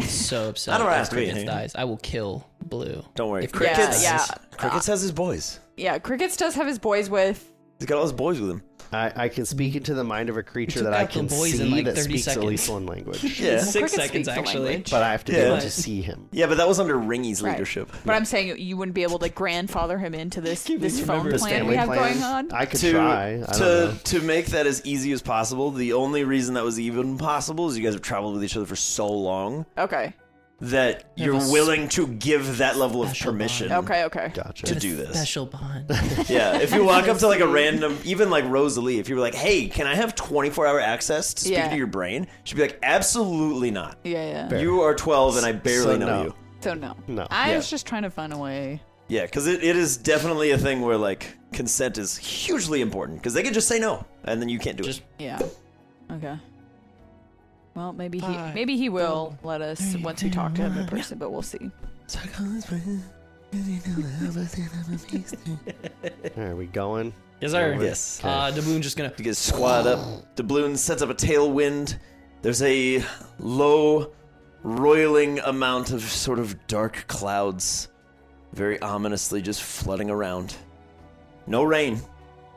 Speaker 4: so upset.
Speaker 1: I don't
Speaker 4: if
Speaker 1: have to be
Speaker 4: Crickets
Speaker 1: here.
Speaker 4: dies. I will kill Blue.
Speaker 1: Don't worry.
Speaker 4: If
Speaker 1: Crickets,
Speaker 3: Yeah, yeah.
Speaker 1: Crickets has his boys.
Speaker 3: Yeah, crickets does have his boys with.
Speaker 1: He's got all his boys with him.
Speaker 2: I, I can speak into the mind of a creature
Speaker 4: took
Speaker 2: that I
Speaker 4: out the
Speaker 2: can
Speaker 4: boys in,
Speaker 2: see
Speaker 4: like,
Speaker 2: that
Speaker 4: 30
Speaker 2: speaks at least
Speaker 4: seconds.
Speaker 2: one language.
Speaker 1: Yeah.
Speaker 3: Well,
Speaker 4: Six
Speaker 3: cricket speaks
Speaker 4: seconds,
Speaker 3: the
Speaker 4: actually.
Speaker 3: language.
Speaker 2: But I have to be
Speaker 1: Yeah.
Speaker 2: able to see him.
Speaker 1: Yeah, but that was under Ringy's
Speaker 3: Right.
Speaker 1: leadership.
Speaker 3: But I'm saying you wouldn't be able to grandfather him into this
Speaker 4: Can't
Speaker 3: this
Speaker 4: even
Speaker 3: phone
Speaker 4: remember his
Speaker 3: plan
Speaker 4: family
Speaker 3: we have
Speaker 2: plan,
Speaker 3: going on.
Speaker 2: I could
Speaker 1: to
Speaker 2: try. I don't
Speaker 1: to to make that as easy as possible, the only reason that was even possible is you guys have traveled with each other for so long
Speaker 3: Okay,
Speaker 1: that
Speaker 4: Yeah,
Speaker 1: you're
Speaker 4: that's-
Speaker 1: willing to give that level of
Speaker 4: Special
Speaker 1: permission.
Speaker 3: okay, okay.
Speaker 2: know.
Speaker 1: to
Speaker 2: Gotcha.
Speaker 1: do this.
Speaker 4: Special bond.
Speaker 1: Yeah, if you walk up to like a random, even like Rosalie, if you were like, "Hey, can I have 24 hour access to speak
Speaker 3: Yeah.
Speaker 1: to your brain?" She'd be like, "Absolutely not.
Speaker 3: Yeah, yeah.
Speaker 2: Fair.
Speaker 1: You are 12 and I barely
Speaker 2: So
Speaker 1: know
Speaker 2: no.
Speaker 1: you."
Speaker 3: So no,
Speaker 2: No.
Speaker 3: I
Speaker 1: Yeah.
Speaker 3: was just trying to find a way.
Speaker 1: Yeah, because it, it is definitely a thing where like consent is hugely important because they could just say no and then you can't do
Speaker 4: Just-
Speaker 1: it.
Speaker 3: Yeah. Okay. Well, maybe he
Speaker 4: Five,
Speaker 3: maybe he will let us
Speaker 4: three,
Speaker 3: once we talk to
Speaker 4: two,
Speaker 3: him in
Speaker 4: one.
Speaker 3: person, but we'll see.
Speaker 2: Are we going?
Speaker 4: Yes, sir.
Speaker 1: Yes.
Speaker 4: Uh, Daboon just gonna.
Speaker 1: You get squat up. Doubloon sets up a tailwind. There's a low, roiling amount of sort of dark clouds, very ominously just flooding around. No rain.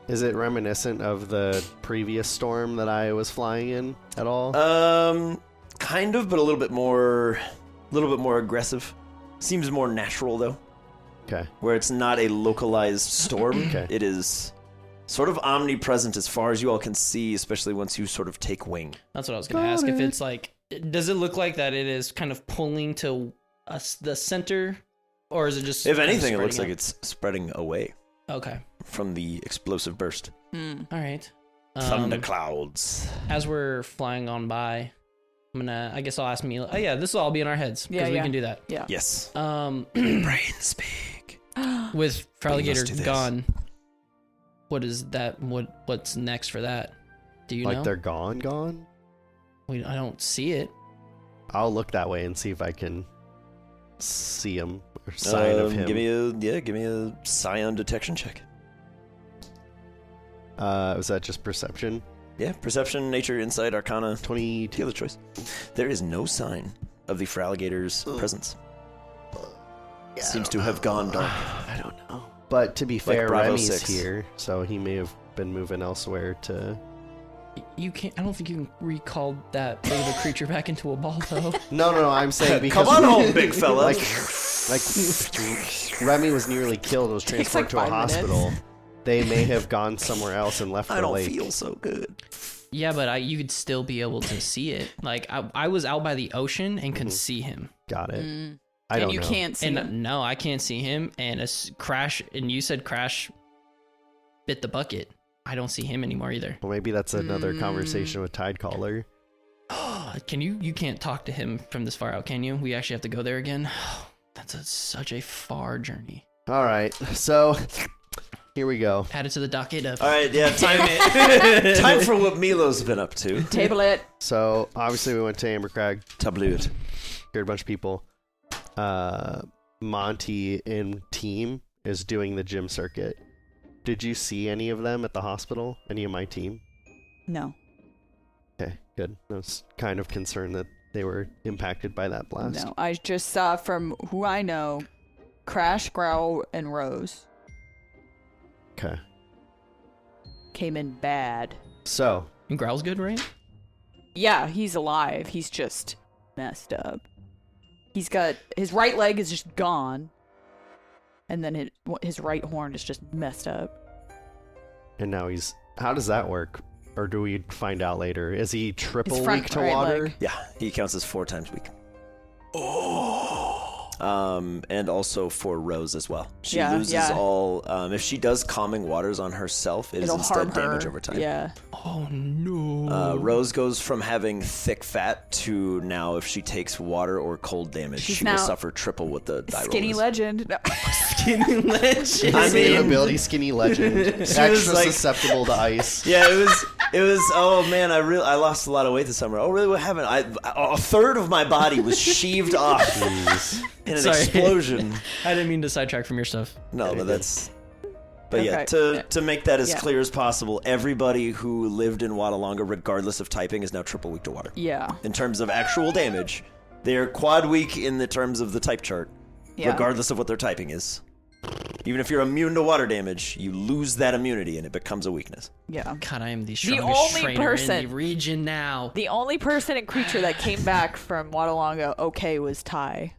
Speaker 2: Is it reminiscent of the previous storm that I was flying in at all?
Speaker 1: Um, kind of, but a little bit more, a little bit more aggressive. Seems more natural though,
Speaker 2: okay.
Speaker 1: where it's not a localized storm.
Speaker 2: Okay.
Speaker 1: It is sort of omnipresent as far as you all can see, especially once you sort of take wing.
Speaker 4: That's what I was gonna ask. If it's like, does it look like that? It is kind of pulling to us the center, or is it just?
Speaker 1: If
Speaker 4: kind of
Speaker 1: anything, it looks like
Speaker 4: spreading
Speaker 1: it's spreading away
Speaker 4: out? Okay.
Speaker 1: from the explosive burst.
Speaker 3: Hmm.
Speaker 4: All right. Um,
Speaker 1: Thunderclouds.
Speaker 4: As we're flying on by, I'm gonna. I guess I'll ask Mila. Oh yeah, this will all be in our heads because
Speaker 3: Yeah,
Speaker 4: we
Speaker 3: yeah.
Speaker 4: can do that.
Speaker 3: Yeah.
Speaker 1: Yes.
Speaker 4: Um,
Speaker 1: Brain speak.
Speaker 3: Hmm.
Speaker 4: with
Speaker 1: We must do
Speaker 4: Prowligator
Speaker 1: this.
Speaker 4: gone, what is that? What what's next for that? Do you
Speaker 2: like
Speaker 4: know?
Speaker 2: they're gone, gone?
Speaker 4: We, I don't see it.
Speaker 2: I'll look that way and see if I can see him or sign of
Speaker 1: Um,
Speaker 2: him.
Speaker 1: Give me a yeah. Give me a scion detection check.
Speaker 2: uh, was that just perception?
Speaker 1: Yeah. Perception, nature, insight, arcana.
Speaker 2: 22.
Speaker 1: The other choice. There is no sign of the Fralligator's presence. Seems to have gone dark.
Speaker 2: I don't know. But to be fair,
Speaker 1: Bravo
Speaker 2: Remy's
Speaker 1: 6.
Speaker 2: here, so he may have been moving elsewhere to.
Speaker 4: Y- You can't. I don't think you can recall that big of a creature back into a ball though.
Speaker 2: No, no, no. I'm saying because
Speaker 1: Come on home, big fella.
Speaker 2: like, like Remy was nearly killed. Was
Speaker 3: Takes
Speaker 2: transported
Speaker 3: like
Speaker 2: to a
Speaker 3: five minutes.
Speaker 2: hospital. They may have gone somewhere else and left
Speaker 1: I
Speaker 2: the
Speaker 1: don't
Speaker 2: lake.
Speaker 1: feel so good.
Speaker 4: yeah, but I, you could still be able to see it. Like I, I was out by the ocean and could see him.
Speaker 2: Got it.
Speaker 3: Mm.
Speaker 2: I don't
Speaker 3: and you
Speaker 2: know.
Speaker 3: can't see
Speaker 4: And uh,
Speaker 3: him.
Speaker 4: no, I can't see him. And a s- crash. And you said crash bit the bucket. I don't see him anymore either.
Speaker 2: Well, maybe that's
Speaker 3: Mm.
Speaker 2: another conversation with Tidecaller.
Speaker 4: Can you? You can't talk to him from this far out, can you? We actually have to go there again. That's a, such a far journey.
Speaker 2: All right, so here we go.
Speaker 4: Add it to the docket of.
Speaker 1: All right, yeah, time it. time for what Milo's been up to.
Speaker 3: Table it.
Speaker 2: So obviously we went to Ambercrag,
Speaker 1: Tabloid.
Speaker 2: scared a bunch of people. Uh, Monty and team is doing the gym circuit. Did you see any of them at the hospital? Any of my team?
Speaker 3: No.
Speaker 2: Okay, good. I was kind of concerned that they were impacted by that blast.
Speaker 3: No. I just saw from who I know Crash, Growl, and Rose
Speaker 2: Okay.
Speaker 3: came in bad.
Speaker 2: So,
Speaker 4: And Growl's good, right?
Speaker 3: Yeah, he's alive. He's just messed up. He's got his right leg is just gone, and then it, his right horn is just messed up.
Speaker 2: and now he's. How does that work? Or do we find out later? Is he triple
Speaker 3: front
Speaker 2: weak to
Speaker 3: right
Speaker 2: water?
Speaker 3: leg.
Speaker 1: Yeah, he counts as four times a week. Oh. Um, and also for Rose as well. She
Speaker 3: Yeah,
Speaker 1: loses
Speaker 3: yeah.
Speaker 1: all. Um, if she does calming waters on herself, it is
Speaker 3: It'll harm
Speaker 1: instead damage
Speaker 3: her.
Speaker 1: over time.
Speaker 3: Yeah,
Speaker 4: Oh no.
Speaker 1: Uh, Rose goes from having thick fat to now, if she takes water or cold damage,
Speaker 3: She's
Speaker 1: she
Speaker 3: now
Speaker 1: will suffer triple what the die roll
Speaker 3: skinny
Speaker 1: is.
Speaker 3: legend. No.
Speaker 1: I
Speaker 2: His
Speaker 1: mean-
Speaker 2: ability, skinny legend,
Speaker 1: was
Speaker 2: extra
Speaker 1: like-
Speaker 2: susceptible to ice.
Speaker 1: Yeah, it was. It was. Oh man, I really I lost a lot of weight this summer. Oh really? What happened? I a third of my body was sheaved off in an
Speaker 4: Sorry.
Speaker 1: explosion.
Speaker 4: I didn't mean to sidetrack from your stuff.
Speaker 1: No, but that's. But yeah,
Speaker 3: Okay.
Speaker 1: to to make that as
Speaker 3: Yeah.
Speaker 1: clear as possible, everybody who lived in Wadalonga, regardless of typing, is now triple weak to water
Speaker 3: yeah,
Speaker 1: in terms of actual damage. They're quad weak in the terms of the type chart,
Speaker 3: yeah.
Speaker 1: regardless of what their typing is. Even if you're immune to water damage, you lose that immunity and it becomes a weakness.
Speaker 3: yeah.
Speaker 4: God, I am the strongest
Speaker 3: only
Speaker 4: trainer in
Speaker 3: person-
Speaker 4: the region now.
Speaker 3: The only person and creature that came back from Watalonga okay was Ty.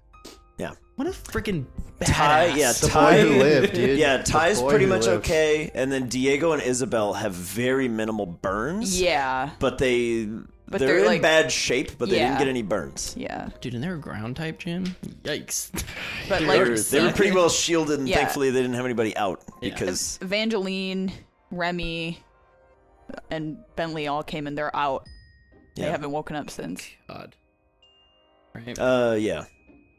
Speaker 1: Yeah.
Speaker 4: What a freaking badass.
Speaker 1: Ty, yeah, Ty,
Speaker 2: boy who lived, dude.
Speaker 1: Yeah,
Speaker 2: The
Speaker 1: Ty's
Speaker 2: boy
Speaker 1: pretty
Speaker 2: who
Speaker 1: much
Speaker 2: lived.
Speaker 1: okay, and then Diego and Isabel have very minimal burns.
Speaker 3: Yeah,
Speaker 1: but they they're,
Speaker 3: they're,
Speaker 1: in
Speaker 3: like-
Speaker 1: bad shape, but they didn't
Speaker 3: Yeah.
Speaker 1: get any burns.
Speaker 3: yeah.
Speaker 4: Dude, and they're a ground type, Jim. Yikes.
Speaker 3: But
Speaker 1: They
Speaker 3: like
Speaker 1: were, they were pretty well shielded, and
Speaker 3: Yeah.
Speaker 1: thankfully they didn't have anybody out because
Speaker 3: Evangeline, Remy, and Bentley all came and they're out. They
Speaker 1: Yeah.
Speaker 3: haven't woken up since.
Speaker 4: God. Right.
Speaker 1: uh yeah,
Speaker 4: All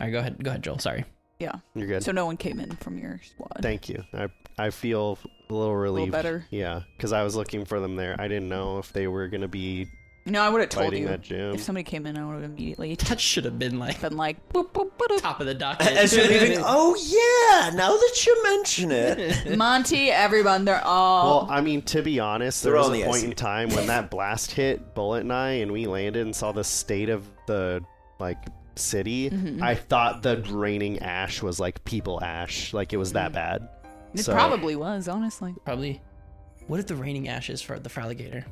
Speaker 4: right, go ahead. Go ahead, Joel. Sorry.
Speaker 3: Yeah.
Speaker 2: You're good.
Speaker 3: So no one came in from your squad.
Speaker 2: Thank you. I I feel a little relieved.
Speaker 3: better.
Speaker 2: Yeah, because I was looking for them there. I didn't know if they were gonna be
Speaker 3: No, I would have told
Speaker 2: fighting
Speaker 3: you.
Speaker 2: that gym.
Speaker 3: If somebody came in, I would have immediately
Speaker 4: That should have been like
Speaker 3: been like, boop, boop, boop,
Speaker 4: top of the docket.
Speaker 1: As you're leaving, oh yeah, now that you mention it.
Speaker 3: boop. Monty, everyone, they're all.
Speaker 2: Well, I mean, to be honest, there
Speaker 1: They're
Speaker 2: was
Speaker 1: on
Speaker 2: a
Speaker 1: the
Speaker 2: point
Speaker 1: icy.
Speaker 2: in time when that blast hit Bullet and I, and we landed and saw the state of the like city.
Speaker 3: Mm-hmm.
Speaker 2: I thought the raining ash was like people ash, like it was that bad.
Speaker 3: it
Speaker 2: so-
Speaker 3: probably was, honestly.
Speaker 4: Probably. What if the raining ashes for the Fralligator?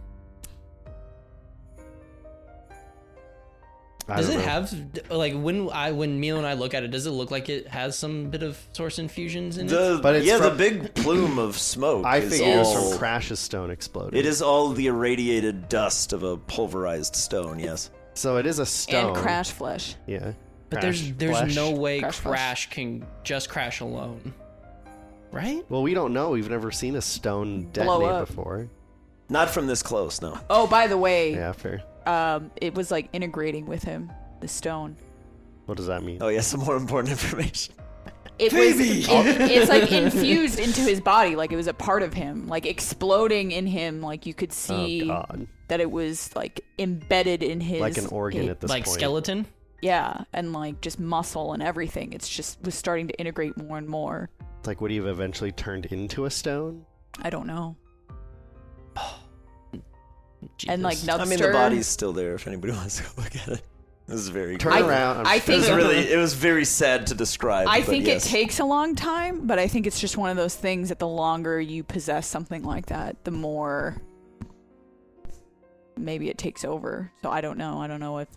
Speaker 2: I
Speaker 4: Does
Speaker 2: don't
Speaker 4: it
Speaker 2: know.
Speaker 4: have d- like when I when Milo and I look at it? Does it look like it has some bit of source infusions in it?
Speaker 1: The,
Speaker 2: But it's
Speaker 1: yeah, the
Speaker 2: from-
Speaker 1: big plume of smoke.
Speaker 2: I
Speaker 1: is
Speaker 2: figured it was
Speaker 1: all-
Speaker 2: from Crash's stone exploding.
Speaker 1: It is all the irradiated dust of a pulverized stone. Yes.
Speaker 2: so it is a stone.
Speaker 3: And Crash Flesh.
Speaker 2: Yeah.
Speaker 4: But there's
Speaker 2: Crash
Speaker 4: there's
Speaker 2: flesh.
Speaker 4: no way
Speaker 3: Crash
Speaker 4: Crash,
Speaker 3: flesh.
Speaker 4: can just Crash alone, right?
Speaker 2: Well, we don't know. We've never seen a stone
Speaker 3: Blow
Speaker 2: detonate
Speaker 3: up.
Speaker 2: before.
Speaker 1: Not from this close. No.
Speaker 3: Oh, by the way,
Speaker 2: Yeah, fair.
Speaker 3: um, it was like integrating with him, the stone.
Speaker 2: What does that mean?
Speaker 1: Oh yeah, some more important information.
Speaker 3: It was. it- it's like infused into his body, like it was a part of him, like exploding in him. Like you could
Speaker 2: Oh,
Speaker 3: see
Speaker 2: God.
Speaker 3: that it was like embedded in his
Speaker 2: Like an organ
Speaker 3: it-
Speaker 2: at this
Speaker 4: like
Speaker 2: point.
Speaker 4: skeleton.
Speaker 3: yeah, and like just muscle and everything. It's just was starting to integrate more and more.
Speaker 2: It's like, would he have eventually turned into a stone?
Speaker 3: I don't know.
Speaker 4: Jesus.
Speaker 3: And like Nubster.
Speaker 1: I mean, the body's still there. If anybody wants to go look at it, this is very.
Speaker 2: Turn
Speaker 1: It
Speaker 3: I-
Speaker 2: around. I'm
Speaker 3: I
Speaker 2: just-
Speaker 1: was
Speaker 3: think-
Speaker 1: really. It was very sad to describe.
Speaker 3: I
Speaker 1: but
Speaker 3: think
Speaker 1: yes.
Speaker 3: it takes a long time, but I think it's just one of those things that the longer you possess something like that, the more maybe it takes over. So I don't know. I don't know if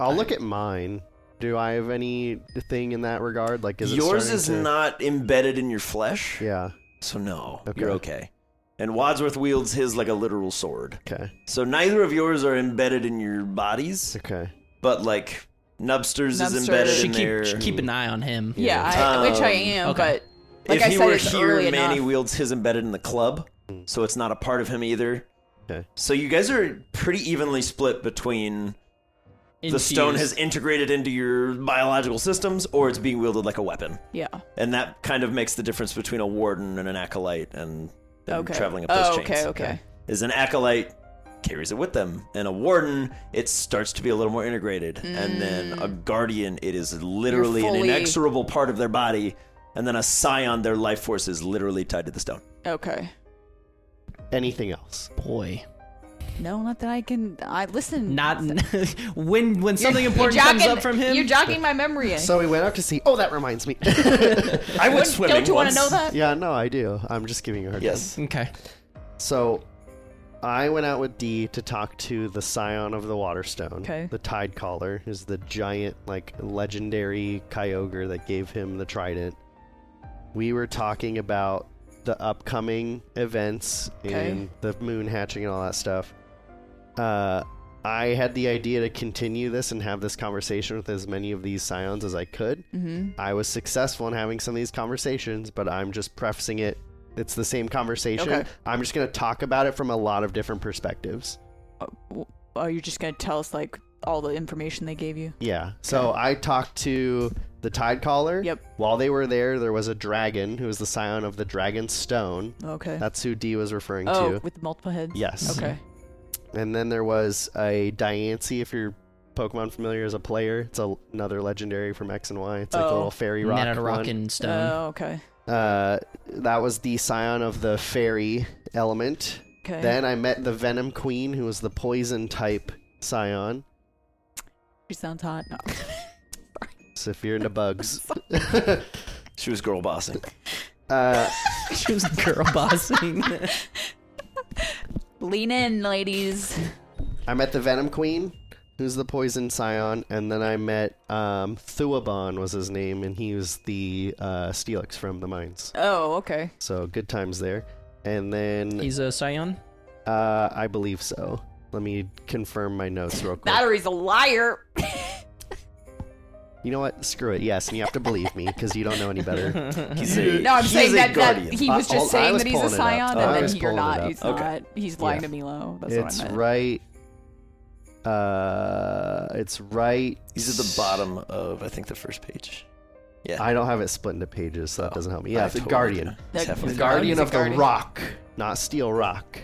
Speaker 2: I'll look at mine. Do I have anything in that regard? Like, is it
Speaker 1: Yours
Speaker 2: starting
Speaker 1: is
Speaker 2: to-
Speaker 1: not embedded in your flesh,
Speaker 2: Yeah.
Speaker 1: so no,
Speaker 2: Okay.
Speaker 1: you're okay. And Wadsworth wields his like a literal sword.
Speaker 2: Okay.
Speaker 1: So neither of yours are embedded in your bodies,
Speaker 2: Okay.
Speaker 1: but like Nubster's
Speaker 3: Nubster-
Speaker 1: is embedded
Speaker 4: should
Speaker 1: in
Speaker 4: keep,
Speaker 1: there.
Speaker 4: should keep an eye on him.
Speaker 3: yeah, I, which I am,
Speaker 4: Um, okay.
Speaker 3: but like
Speaker 1: if
Speaker 3: I
Speaker 1: he
Speaker 3: said,
Speaker 1: were
Speaker 3: it's
Speaker 1: here,
Speaker 3: early
Speaker 1: Manny
Speaker 3: enough.
Speaker 1: wields his embedded in the club, so it's not a part of him either.
Speaker 2: Okay.
Speaker 1: So you guys are pretty evenly split between the stone has
Speaker 4: Infused.
Speaker 1: integrated into your biological systems, or it's being wielded like a weapon,
Speaker 3: Yeah.
Speaker 1: and that kind of makes the difference between a warden and an acolyte and them
Speaker 3: Okay.
Speaker 1: traveling up those
Speaker 3: Oh,
Speaker 1: chains.
Speaker 3: okay, okay.
Speaker 1: Is an acolyte carries it with them, and a warden it starts to be a little more integrated, and then a guardian it is literally an
Speaker 3: fully-
Speaker 1: inexorable part of their body, and then a scion their life force is literally tied to the stone.
Speaker 3: Okay.
Speaker 2: Anything else?
Speaker 4: boy.
Speaker 3: No, not that I can. I listen.
Speaker 4: Not when when
Speaker 3: You're-
Speaker 4: something
Speaker 3: you're
Speaker 4: important comes
Speaker 3: jogging-
Speaker 4: up from him.
Speaker 3: You're jogging my memory.
Speaker 2: So we went out to see. Oh, that reminds me.
Speaker 1: I went
Speaker 3: Don't-
Speaker 1: swimming
Speaker 3: Don't you want
Speaker 1: once.
Speaker 3: to know that?
Speaker 2: yeah, no, I do. I'm just giving you a hard
Speaker 1: Yes.
Speaker 4: okay.
Speaker 2: time. So I went out with D to talk to the Scion of the Waterstone.
Speaker 3: Okay.
Speaker 2: The Tide Caller is the giant, like, legendary Kyogre that gave him the trident. We were talking about the upcoming events
Speaker 3: Okay.
Speaker 2: and the moon hatching and all that stuff. Uh, I had the idea to continue this and have this conversation with as many of these scions as I could.
Speaker 3: Mm-hmm.
Speaker 2: I was successful in having some of these conversations, but I'm just prefacing it. It's the same conversation.
Speaker 3: Okay.
Speaker 2: I'm just going to talk about it from a lot of different perspectives.
Speaker 3: Oh, you're just gonna tell us like all the information they gave you.
Speaker 2: Yeah. So I talked to the Tide Caller.
Speaker 3: Yep.
Speaker 2: While they were there, there was a dragon who was the scion of the Dragon Stone.
Speaker 3: Okay.
Speaker 2: That's who D was referring
Speaker 3: oh,
Speaker 2: to.
Speaker 3: with multiple heads.
Speaker 2: Yes.
Speaker 3: Okay.
Speaker 2: And then there was a Diancie, if you're Pokemon familiar as a player. It's a, another legendary from X and Y. It's like a
Speaker 3: Oh.
Speaker 2: little fairy rock.
Speaker 4: Made out of
Speaker 2: one.
Speaker 4: rock and
Speaker 3: Oh,
Speaker 4: stone.
Speaker 3: okay.
Speaker 2: Uh, that was the scion of the fairy element.
Speaker 3: Okay.
Speaker 2: Then I met the Venom Queen, who was the poison type scion.
Speaker 3: she sounds hot. No.
Speaker 2: So if you're into bugs,
Speaker 1: She was girl bossing.
Speaker 2: uh,
Speaker 4: she was girl bossing.
Speaker 3: Lean in, ladies.
Speaker 2: I met the Venom Queen, who's the poison scion, and then I met um, Thuabon was his name, and he was the uh, Steelix from the mines.
Speaker 3: Oh, okay.
Speaker 2: So good times there. And then
Speaker 4: He's a scion.
Speaker 2: uh, I believe so. Let me confirm my notes real quick.
Speaker 3: Battery's a liar.
Speaker 2: You know what? Screw it. Yes, and you have to believe me because you don't know any better.
Speaker 1: He's a,
Speaker 3: No, I'm
Speaker 1: he's
Speaker 3: saying
Speaker 1: a
Speaker 3: that, that
Speaker 1: guardian.
Speaker 3: he
Speaker 2: I-
Speaker 3: was
Speaker 2: all- I
Speaker 3: just saying
Speaker 2: was
Speaker 3: that he's a
Speaker 2: pulling it up.
Speaker 3: scion,
Speaker 2: I
Speaker 3: and
Speaker 2: was
Speaker 3: then you're
Speaker 2: pulling it
Speaker 3: not.
Speaker 2: up.
Speaker 3: He's
Speaker 1: Okay.
Speaker 3: not. He's lying
Speaker 2: Yeah.
Speaker 3: to Milo. That's
Speaker 2: it's
Speaker 3: what I meant.
Speaker 2: right. Uh, it's right.
Speaker 1: He's at the bottom of I think the first page. Yeah.
Speaker 2: I don't have it split into pages, so that
Speaker 1: Oh,
Speaker 2: doesn't help me. Yeah,
Speaker 1: I
Speaker 2: the
Speaker 1: totally
Speaker 2: Guardian.
Speaker 1: did. It's
Speaker 3: The
Speaker 1: halfway
Speaker 2: The
Speaker 1: through.
Speaker 2: Guardian
Speaker 3: He's a
Speaker 2: of the
Speaker 3: guardian.
Speaker 2: Rock, not Steel Rock.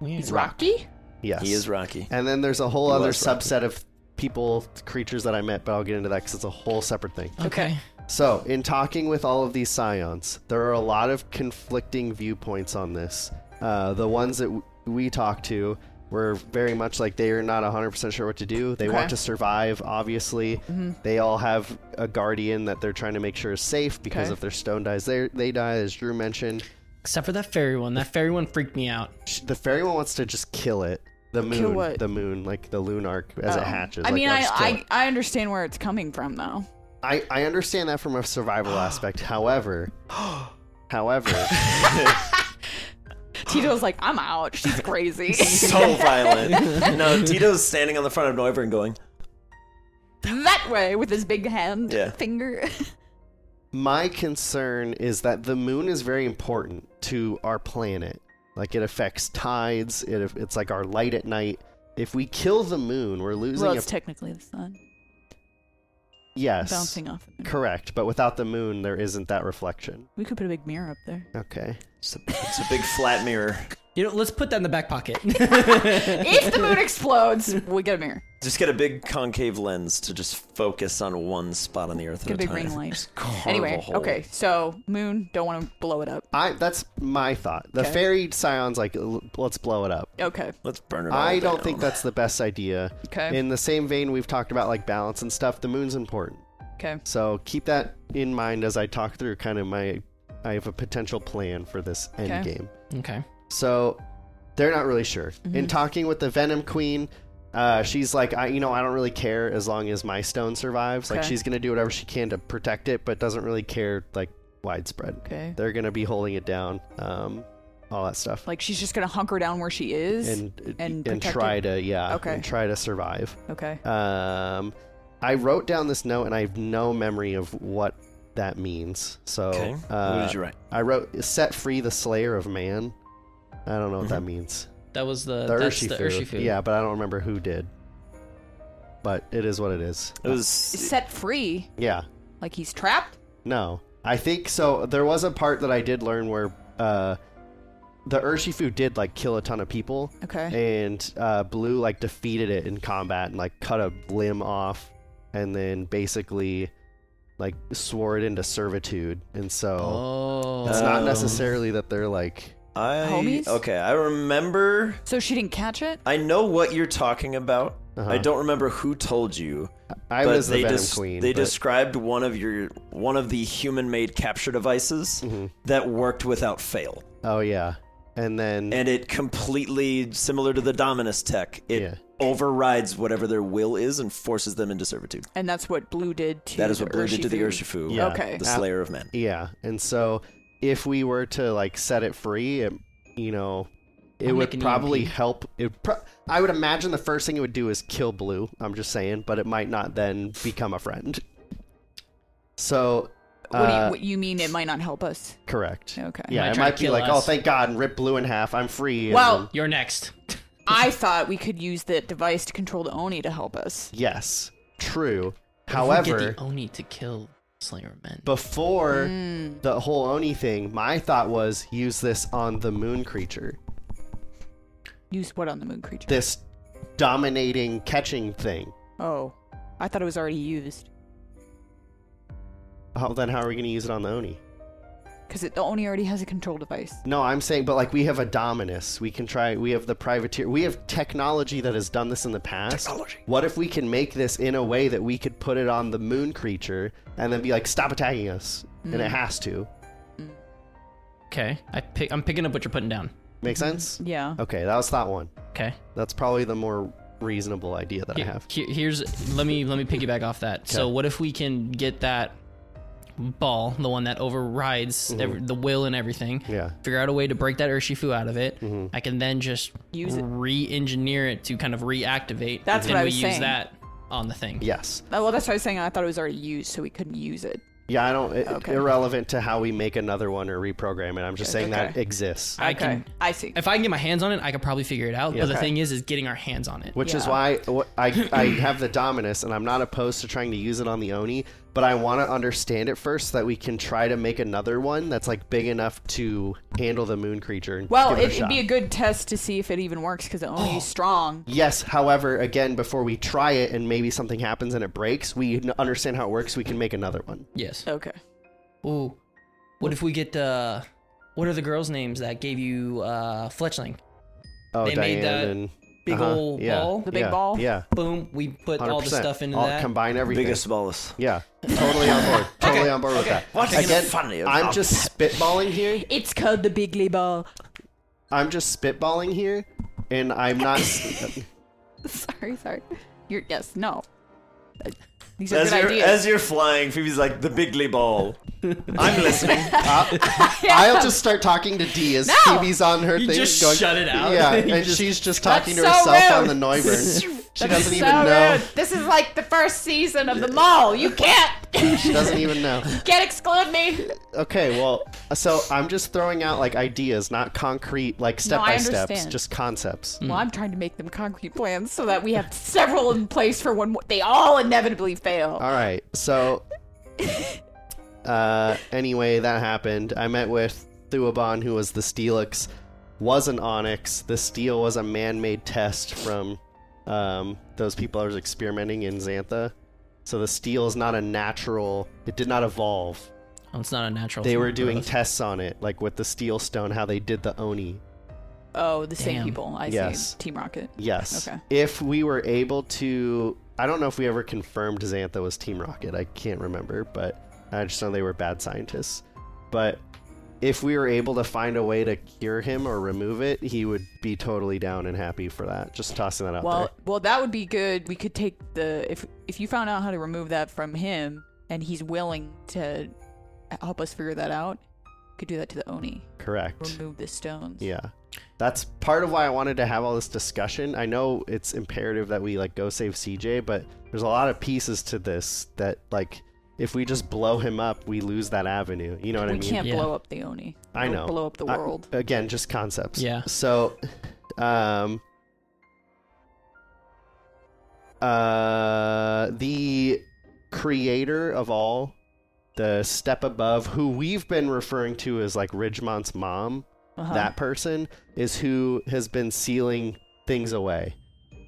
Speaker 4: Weird.
Speaker 3: He's Rocky.
Speaker 2: Yes.
Speaker 1: He is Rocky.
Speaker 2: And then there's a whole
Speaker 1: He
Speaker 2: other
Speaker 1: was Rocky.
Speaker 2: subset of people, creatures that I met, but I'll get into that because it's a whole separate thing.
Speaker 4: Okay.
Speaker 2: So, in talking with all of these scions, there are a lot of conflicting viewpoints on this. Uh, the ones that w- we talked to were very much like they are not 100% sure what to do. They
Speaker 3: Okay. Mm-hmm.
Speaker 2: want to survive, obviously. They all have a guardian that they're trying to make sure is safe because
Speaker 3: Okay.
Speaker 2: if their stone dies, they they die, as Drew mentioned.
Speaker 4: Except for that fairy one. That fairy one freaked me out.
Speaker 2: Sh- The fairy one wants to just kill it. The moon,
Speaker 3: Kill what?
Speaker 2: the moon, like the lunark as it
Speaker 3: Oh.
Speaker 2: hatches.
Speaker 3: I
Speaker 2: like,
Speaker 3: mean, I,
Speaker 2: wants to kill it.
Speaker 3: I I understand where it's coming from though.
Speaker 2: I, I understand that from a survival aspect. However, however,
Speaker 3: Tito's like, I'm out. She's crazy.
Speaker 1: So violent. No, Tito's standing on the front of Noivern going,
Speaker 3: that way with his big hand,
Speaker 1: Yeah.
Speaker 3: finger.
Speaker 2: my concern is that the moon is very important to our planet. Like it affects tides. It it's like our light at night. If we kill the moon, we're losing.
Speaker 3: well, it's
Speaker 2: a,
Speaker 3: technically the sun
Speaker 2: yes,
Speaker 3: bouncing off. The moon.
Speaker 2: correct. But without the moon, there isn't that reflection.
Speaker 3: We could put a big mirror up there.
Speaker 2: Okay.
Speaker 1: it's a, it's a big flat mirror.
Speaker 4: You know, let's put that in the back pocket.
Speaker 3: if the moon explodes, we get a mirror.
Speaker 1: Just get a big concave lens to just focus on one spot on the earth
Speaker 3: Get a
Speaker 1: at a
Speaker 3: big
Speaker 1: time.
Speaker 3: ring light.
Speaker 1: Carve a
Speaker 3: Anyway,
Speaker 1: hole.
Speaker 3: okay. So moon, don't want to blow it up.
Speaker 2: I that's my thought. The
Speaker 3: Okay.
Speaker 2: fairy scion's like "L- let's blow it up.
Speaker 3: Okay.
Speaker 1: Let's burn it all
Speaker 2: I don't think
Speaker 1: down.
Speaker 2: that's the best idea.
Speaker 3: Okay.
Speaker 2: In the same vein, we've talked about like balance and stuff. The moon's important.
Speaker 3: Okay.
Speaker 2: So keep that in mind as I talk through kind of my I have a potential plan for this end
Speaker 3: Okay.
Speaker 2: game.
Speaker 4: okay.
Speaker 2: So they're not really sure.
Speaker 3: Mm-hmm.
Speaker 2: In talking with the Venom Queen, uh, she's like, I, you know, I don't really care as long as my stone survives. Like
Speaker 3: Okay.
Speaker 2: she's gonna do whatever she can to protect it, but doesn't really care like widespread.
Speaker 3: Okay.
Speaker 2: They're gonna be holding it down, um, all that stuff,
Speaker 3: Like she's just gonna hunker down where she is.
Speaker 2: and
Speaker 3: and
Speaker 2: and
Speaker 3: protect
Speaker 2: try
Speaker 3: it?
Speaker 2: to yeah,
Speaker 3: Okay.
Speaker 2: and try to survive.
Speaker 3: okay.
Speaker 2: Um, I wrote down this note, and I have no memory of what that means. So,
Speaker 1: Okay.
Speaker 2: uh,
Speaker 1: what did you write?
Speaker 2: I wrote "Set free the Slayer of Man." I don't know what
Speaker 1: Mm-hmm.
Speaker 2: that means.
Speaker 4: That was
Speaker 1: Uh,
Speaker 4: the,
Speaker 2: The
Speaker 4: that's
Speaker 2: Urshifu.
Speaker 4: the Urshifu.
Speaker 2: Yeah, but I don't remember who did. But it is what it is. Uh,
Speaker 1: It was
Speaker 3: Set free.
Speaker 2: Yeah.
Speaker 3: Like he's trapped.
Speaker 2: No, I think so. There was a part that I did learn where uh, the Urshifu did like kill a ton of people,
Speaker 3: Okay.
Speaker 2: and uh, Blue like defeated it in combat and like cut a limb off, and then basically like swore it into servitude. And so
Speaker 4: Oh.
Speaker 2: it's not necessarily that they're like
Speaker 1: I
Speaker 3: Homies?
Speaker 1: okay. I remember.
Speaker 3: So she didn't catch it.
Speaker 1: I know what you're talking about.
Speaker 2: Uh-huh.
Speaker 1: I don't remember who told you,
Speaker 2: I
Speaker 1: but
Speaker 2: was the
Speaker 1: they
Speaker 2: Venom
Speaker 1: des-
Speaker 2: Queen.
Speaker 1: they
Speaker 2: but-
Speaker 1: described one of your one of the human-made capture devices
Speaker 2: Mm-hmm.
Speaker 1: that worked without fail,
Speaker 2: oh yeah, and then
Speaker 1: and it completely similar to the Dominus tech. It
Speaker 2: Yeah.
Speaker 1: overrides whatever their will is and forces them into servitude.
Speaker 3: And that's what Blue did to
Speaker 1: That is
Speaker 3: the
Speaker 1: what Blue did to the
Speaker 3: Urshifu.
Speaker 1: Urshifu,
Speaker 2: Yeah.
Speaker 3: Okay.
Speaker 1: the Slayer of Men.
Speaker 2: yeah, and so if we were to like set it free, it, you know, it
Speaker 4: I'll make
Speaker 2: would
Speaker 4: an E
Speaker 2: probably
Speaker 4: EMP.
Speaker 2: help. It would pro- I would imagine the first thing it would do is kill Blue. I'm just saying, but it might not then become a friend. So
Speaker 3: What do you,
Speaker 2: uh,
Speaker 3: what you mean? It might not help us.
Speaker 2: correct.
Speaker 3: Okay.
Speaker 2: Yeah,
Speaker 4: Might
Speaker 2: it
Speaker 4: try to
Speaker 2: might be
Speaker 4: kill
Speaker 2: like, oh,
Speaker 4: us.
Speaker 2: thank God, and rip Blue in half. I'm free. and
Speaker 3: Well,
Speaker 2: then-
Speaker 4: You're next.
Speaker 3: I thought we could use the device to control the Oni to help us.
Speaker 2: yes, true.
Speaker 4: If we
Speaker 2: However,
Speaker 4: get the Oni to kill Slayer Men.
Speaker 2: before
Speaker 4: Hmm.
Speaker 2: the whole Oni thing, my thought was use this on the moon creature.
Speaker 3: Use what on the moon creature?
Speaker 2: this dominating catching thing.
Speaker 3: oh, I thought it was already used
Speaker 2: How, then how are we going to use it on the Oni?
Speaker 3: because the Oni already has a control device.
Speaker 2: No, I'm saying, but like we have a Dominus. We can try. We have the privateer. We have technology that has done this in the past.
Speaker 1: Technology.
Speaker 2: What if we can make this in a way that we could put it on the moon creature and then be like, stop attacking us,
Speaker 3: Mm.
Speaker 2: and it has to.
Speaker 4: okay. I pick, I'm picking up what you're putting down.
Speaker 2: Make sense?
Speaker 3: Mm-hmm. Yeah.
Speaker 2: Okay, that was thought one.
Speaker 4: Okay.
Speaker 2: That's probably the more reasonable idea that I have.
Speaker 4: Here- here's let me let me piggyback off that. So what if we can get that ball, the one that overrides every, the will and everything?
Speaker 2: Mm-hmm. Yeah. Mm-hmm.
Speaker 4: Figure out a way to break that Urshifu out of it. I can then just
Speaker 3: Use it.
Speaker 4: re-engineer it to kind of reactivate.
Speaker 3: That's
Speaker 4: and
Speaker 3: what I
Speaker 4: we
Speaker 3: was
Speaker 4: use
Speaker 3: saying.
Speaker 4: that on the thing.
Speaker 2: Yes.
Speaker 3: Oh, well, that's what I was saying. I thought it was already used, so we couldn't use it.
Speaker 2: Yeah, I don't. It,
Speaker 3: Okay.
Speaker 2: Irrelevant to how we make another one or reprogram it. I'm just saying that
Speaker 3: Okay.
Speaker 2: exists.
Speaker 4: I
Speaker 3: okay.
Speaker 4: can-
Speaker 3: I see.
Speaker 4: If I can get my hands on it, I could probably figure it out. But the
Speaker 2: Okay.
Speaker 4: thing is, is getting our hands on it.
Speaker 2: Which is
Speaker 3: Yeah.
Speaker 2: why wh- I, I have the Dominus, and I'm not opposed to trying to use it on the Oni, but I want to understand it first so that we can try to make another one that's like big enough to handle the moon creature. And
Speaker 3: Well,
Speaker 2: give
Speaker 3: it,
Speaker 2: it, a
Speaker 3: would
Speaker 2: shot. Oh.
Speaker 3: be a good test to see if it even works because it only is strong.
Speaker 2: Yes, however, again, before we try it and maybe something happens and it breaks, we n- understand how it works. We can make another one.
Speaker 4: Yes.
Speaker 3: Okay.
Speaker 4: Ooh. What if we get uh what are the girls' names that gave you uh fletchling?
Speaker 2: Oh,
Speaker 4: They
Speaker 2: Diane
Speaker 4: made that
Speaker 2: and
Speaker 4: Big
Speaker 2: uh-huh,
Speaker 4: old
Speaker 2: yeah,
Speaker 4: ball.
Speaker 3: The big
Speaker 2: yeah,
Speaker 3: ball?
Speaker 2: Yeah,
Speaker 4: Boom, we put
Speaker 2: 100%.
Speaker 4: all the stuff into
Speaker 2: I'll
Speaker 4: that.
Speaker 2: Combine everything.
Speaker 1: Biggest, smallest.
Speaker 2: Yeah, totally on board. Totally on board with that.
Speaker 1: What is
Speaker 2: Again,
Speaker 1: funny
Speaker 2: I'm
Speaker 1: about
Speaker 2: just spitballing here.
Speaker 3: It's called the Bigley Ball.
Speaker 2: I'm just spitballing here, and I'm not. s-
Speaker 3: sorry, sorry. You're yes, no. Uh, These are
Speaker 1: As
Speaker 3: good
Speaker 1: you're,
Speaker 3: ideas.
Speaker 1: as you're flying, Phoebe's like the Bigley ball. I'm listening.
Speaker 2: I'll just start talking to D as Phoebe's on her
Speaker 4: You
Speaker 2: thing.
Speaker 4: just
Speaker 2: going,
Speaker 4: shut it out.
Speaker 2: Yeah,
Speaker 4: You
Speaker 2: and
Speaker 4: just-
Speaker 2: she's just talking to
Speaker 3: That's so
Speaker 2: herself on
Speaker 3: rude.
Speaker 2: the Neuburn. she
Speaker 3: That's
Speaker 2: doesn't
Speaker 3: so
Speaker 2: even know.
Speaker 3: rude. This is like the first season of the mall. You can't
Speaker 2: She doesn't even know.
Speaker 3: can't exclude me.
Speaker 2: Okay, well, so I'm just throwing out like ideas, not concrete, like step
Speaker 3: I
Speaker 2: by steps,
Speaker 3: understand.
Speaker 2: just concepts.
Speaker 3: Well, I'm trying to make them concrete plans so that we have several in place for when they all inevitably fail.
Speaker 2: All right. So, uh, anyway, that happened. I met with Thuabon, who was the Steelix, was an Onyx. The steel was a man-made test from um, those people I was experimenting in Xantha. So the steel is not a natural. It did not evolve.
Speaker 4: Oh, it's not a natural.
Speaker 2: They
Speaker 4: form
Speaker 2: were
Speaker 4: of
Speaker 2: doing
Speaker 4: growth.
Speaker 2: tests on it, like with the steel stone, how they did the Oni.
Speaker 3: Oh, the same
Speaker 4: Damn.
Speaker 3: people. I
Speaker 2: Yes.
Speaker 3: see. Team Rocket.
Speaker 2: Yes.
Speaker 3: Okay.
Speaker 2: If we were able to, I don't know if we ever confirmed Xantha was Team Rocket. I can't remember, but I just know they were bad scientists. But if we were able to find a way to cure him or remove it, he would be totally down and happy for that. Just tossing that out
Speaker 3: Well, well, that would be good. We could take the if if you found out how to remove that from him, and he's willing to help us figure that out. Could do that to the Oni.
Speaker 2: there. Correct.
Speaker 3: Remove the stones.
Speaker 2: Yeah. That's part of why I wanted to have all this discussion. I know it's imperative that we like go save CJ, but there's a lot of pieces to this that like if we just blow him up, we lose that avenue. You know what
Speaker 3: we
Speaker 2: I mean?
Speaker 3: can't
Speaker 4: Yeah.
Speaker 3: blow up the Oni.
Speaker 2: I
Speaker 3: Don't
Speaker 2: know.
Speaker 3: Blow up the
Speaker 2: I-
Speaker 3: world.
Speaker 2: again, just concepts.
Speaker 4: Yeah.
Speaker 2: So, um, uh, the creator of all, the step above, who we've been referring to as like Ridgemont's mom,
Speaker 3: Uh-huh.
Speaker 2: that person is who has been sealing things away,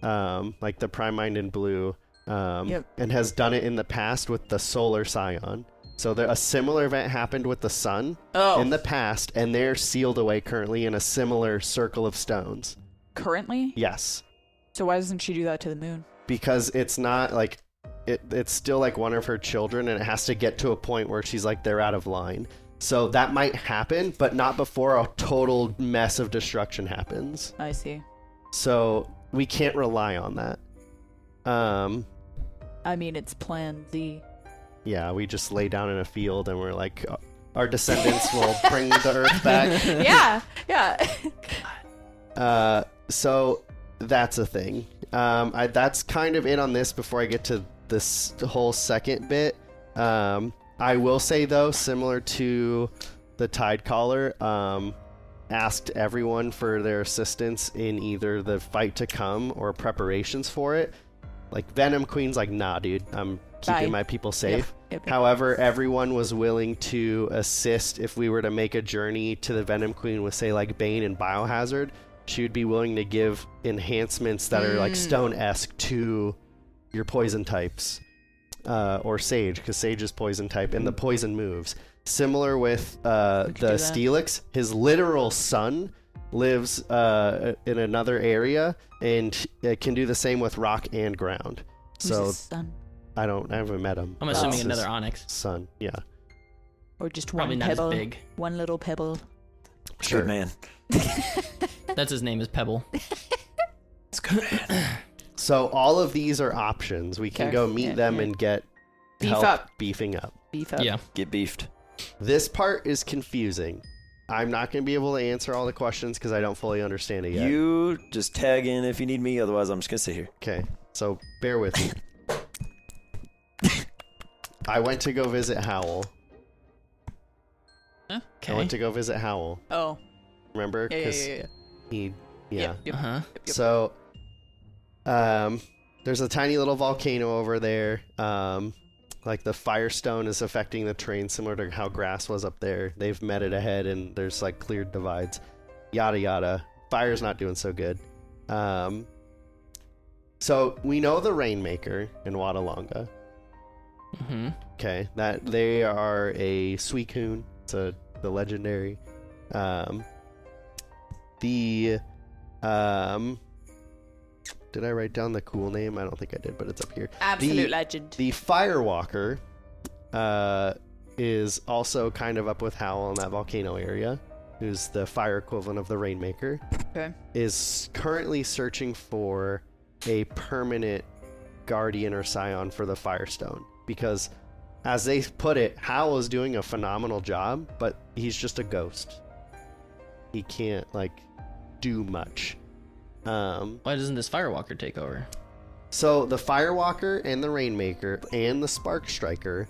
Speaker 2: um, like the Prime Mind in Blue, um,
Speaker 3: Yep.
Speaker 2: and has done it in the past with the Solar Scion. So there, a similar event happened with the Sun
Speaker 3: oh,
Speaker 2: in the past, and they're sealed away currently in a similar circle of stones.
Speaker 3: currently.
Speaker 2: Yes,
Speaker 3: So why doesn't she do that to the moon?
Speaker 2: because it's not like it, it's still like one of her children, and it has to get to a point where she's like they're out of line. So that might happen, but not before a total mess of destruction happens.
Speaker 3: I see.
Speaker 2: So we can't rely on that. Um,
Speaker 3: I mean, it's Plan Z.
Speaker 2: yeah, we just lay down in a field and we're like, uh, our descendants will bring the earth back.
Speaker 3: yeah, yeah.
Speaker 2: Uh, so that's a thing. Um, I, that's kind of it on this before I get to this whole second bit. Um, I will say, though, similar to the Tide Caller, um, asked everyone for their assistance in either the fight to come or preparations for it. Like, Venom Queen's like, nah, dude, I'm keeping
Speaker 3: Bye.
Speaker 2: my people safe.
Speaker 3: Yep, yep.
Speaker 2: However, everyone was willing to assist if we were to make a journey to the Venom Queen with, say, like Bane and Biohazard. She would be willing to give enhancements that are
Speaker 3: Hmm.
Speaker 2: like stone esque to your poison types, uh, or Sage, because Sage is poison type, and the poison moves. Similar with uh,
Speaker 3: Hmm. could
Speaker 2: the
Speaker 3: do that.
Speaker 2: Steelix, his literal son lives uh, in another area and uh, can do the same with rock and ground.
Speaker 3: Who's
Speaker 2: So
Speaker 3: his son?
Speaker 2: I don't, I haven't met him.
Speaker 4: I'm
Speaker 2: That's
Speaker 4: assuming
Speaker 2: his
Speaker 4: another onyx.
Speaker 2: son. Yeah,
Speaker 3: Or just
Speaker 4: Probably
Speaker 3: one
Speaker 4: not as
Speaker 3: pebble?
Speaker 4: big.
Speaker 3: One little pebble.
Speaker 2: sure.
Speaker 1: Good man.
Speaker 4: That's his name is Pebble.
Speaker 1: It's good man.
Speaker 2: So all of these are options. We can
Speaker 3: Okay.
Speaker 2: go meet
Speaker 3: Yeah,
Speaker 2: them
Speaker 3: yeah.
Speaker 2: and get
Speaker 3: Beef
Speaker 2: help
Speaker 3: up.
Speaker 2: beefing up.
Speaker 3: Beef up.
Speaker 4: Yeah.
Speaker 1: Get beefed.
Speaker 2: This part is confusing. I'm not going to be able to answer all the questions because I don't fully understand it yet.
Speaker 1: You just tag in if you need me. Otherwise, I'm just gonna sit here.
Speaker 2: Okay, so bear with me. I went to go visit Howl. I
Speaker 4: Okay.
Speaker 2: went to go visit Howl.
Speaker 3: Oh,
Speaker 2: Remember?
Speaker 3: yeah, yeah,
Speaker 2: 'Cause
Speaker 3: yeah. yeah.
Speaker 2: he, yeah.
Speaker 3: Yep,
Speaker 4: Uh
Speaker 3: yep.
Speaker 4: huh.
Speaker 3: Yep.
Speaker 2: So, um, there's a tiny little volcano over there. Um, Like the firestone is affecting the terrain similar to how grass was up there. They've met it ahead and there's like cleared divides. Yada yada. Fire's not doing so good. Um, so we know the Rainmaker in Wadalonga.
Speaker 4: Mm-hmm.
Speaker 2: Okay, that they are a Suicune. It's a the legendary. Um, the um, did I write down the cool name? I don't think I did, but it's up here.
Speaker 3: Absolute
Speaker 2: The-
Speaker 3: legend.
Speaker 2: The Firewalker uh, is also kind of up with Howl in that volcano area, who's the fire equivalent of the Rainmaker.
Speaker 3: Okay.
Speaker 2: Is currently searching for a permanent guardian or scion for the Firestone because, as they put it, Howl is doing a phenomenal job, but he's just a ghost. He can't like do much. Um,
Speaker 4: Why doesn't this firewalker take over?
Speaker 2: so the Firewalker and the Rainmaker and the Spark Striker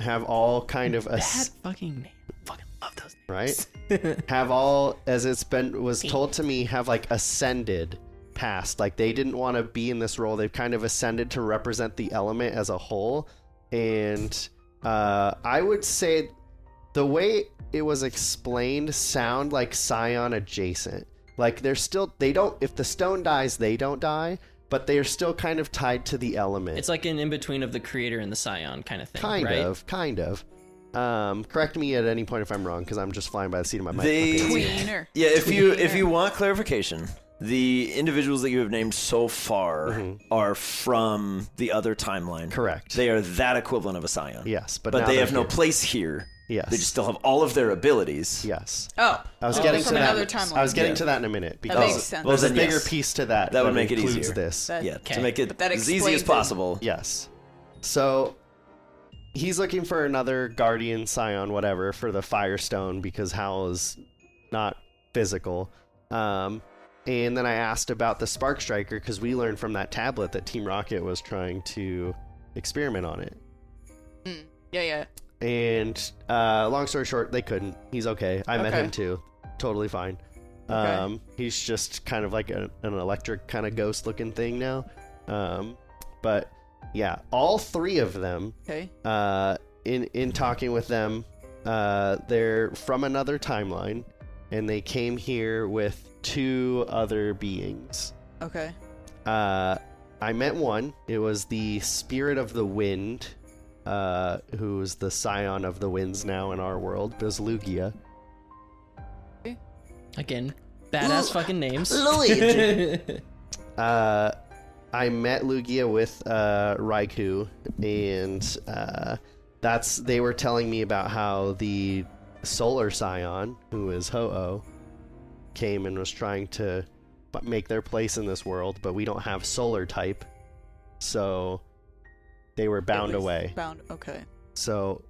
Speaker 2: have all kind of a s-
Speaker 4: fucking name. Fucking love those names.
Speaker 2: right have all as it's been was told to me have like ascended past like they didn't want to be in this role they've kind of ascended to represent the element as a whole and uh i would say the way it was explained sound like scion adjacent like they're still they don't if the stone dies they don't die but they are still kind of tied to the element
Speaker 4: It's like an in between of the creator and the scion kind of thing.
Speaker 2: kind
Speaker 4: right?
Speaker 2: of kind of um correct me at any point if i'm wrong because i'm just flying by the seat of my mouth
Speaker 1: They-
Speaker 3: Tweener.
Speaker 1: Yeah, if you if you want clarification, the individuals that you have named so far are from the other timeline.
Speaker 2: Mm-hmm. Correct.
Speaker 1: They are that equivalent of a scion.
Speaker 2: Yes, but
Speaker 1: but
Speaker 2: now
Speaker 1: they
Speaker 2: they're
Speaker 1: have no
Speaker 2: here.
Speaker 1: place here.
Speaker 2: Yes.
Speaker 1: They just still have all of their abilities.
Speaker 2: Yes.
Speaker 3: Oh,
Speaker 2: I was
Speaker 3: oh,
Speaker 2: getting
Speaker 3: from
Speaker 2: to that.
Speaker 3: another timeline.
Speaker 2: I was getting
Speaker 1: Yeah.
Speaker 2: to that in a minute because
Speaker 3: makes sense.
Speaker 2: there's
Speaker 1: Well,
Speaker 2: a
Speaker 1: then
Speaker 2: bigger
Speaker 1: yes.
Speaker 2: piece to that.
Speaker 1: That would make it
Speaker 2: includes
Speaker 1: easier.
Speaker 2: This.
Speaker 3: That-
Speaker 1: Yeah,
Speaker 4: Okay.
Speaker 1: to make it
Speaker 3: But that
Speaker 1: as easy as
Speaker 3: explains it.
Speaker 1: possible.
Speaker 2: yes. So he's looking for another guardian scion, whatever, for the Firestone because Howl is not physical. Um, and then I asked about the Spark Striker because we learned from that tablet that Team Rocket was trying to experiment on it.
Speaker 3: yeah, yeah.
Speaker 2: And uh, long story short, they couldn't. He's okay. I met
Speaker 3: Okay.
Speaker 2: him too. Totally fine.
Speaker 3: Okay.
Speaker 2: Um, he's just kind of like a, an electric kind of ghost looking thing now. Um, but yeah, all three of them,
Speaker 3: Okay.
Speaker 2: uh, in, in talking with them, uh, they're from another timeline and they came here with two other beings.
Speaker 3: Okay.
Speaker 2: Uh, I met one. It was the spirit of the wind, uh, who is the scion of the winds now in our world. It was Lugia.
Speaker 4: Again, badass
Speaker 5: Lu-
Speaker 4: fucking names.
Speaker 5: Luigi.
Speaker 2: Uh, I met Lugia with uh, Raikou, and uh, that's they were telling me about how the solar scion, who is Ho-Oh, came and was trying to bu- make their place in this world, but we don't have solar type, so they were bound
Speaker 3: It was
Speaker 2: away.
Speaker 3: Bound. Okay.
Speaker 2: So,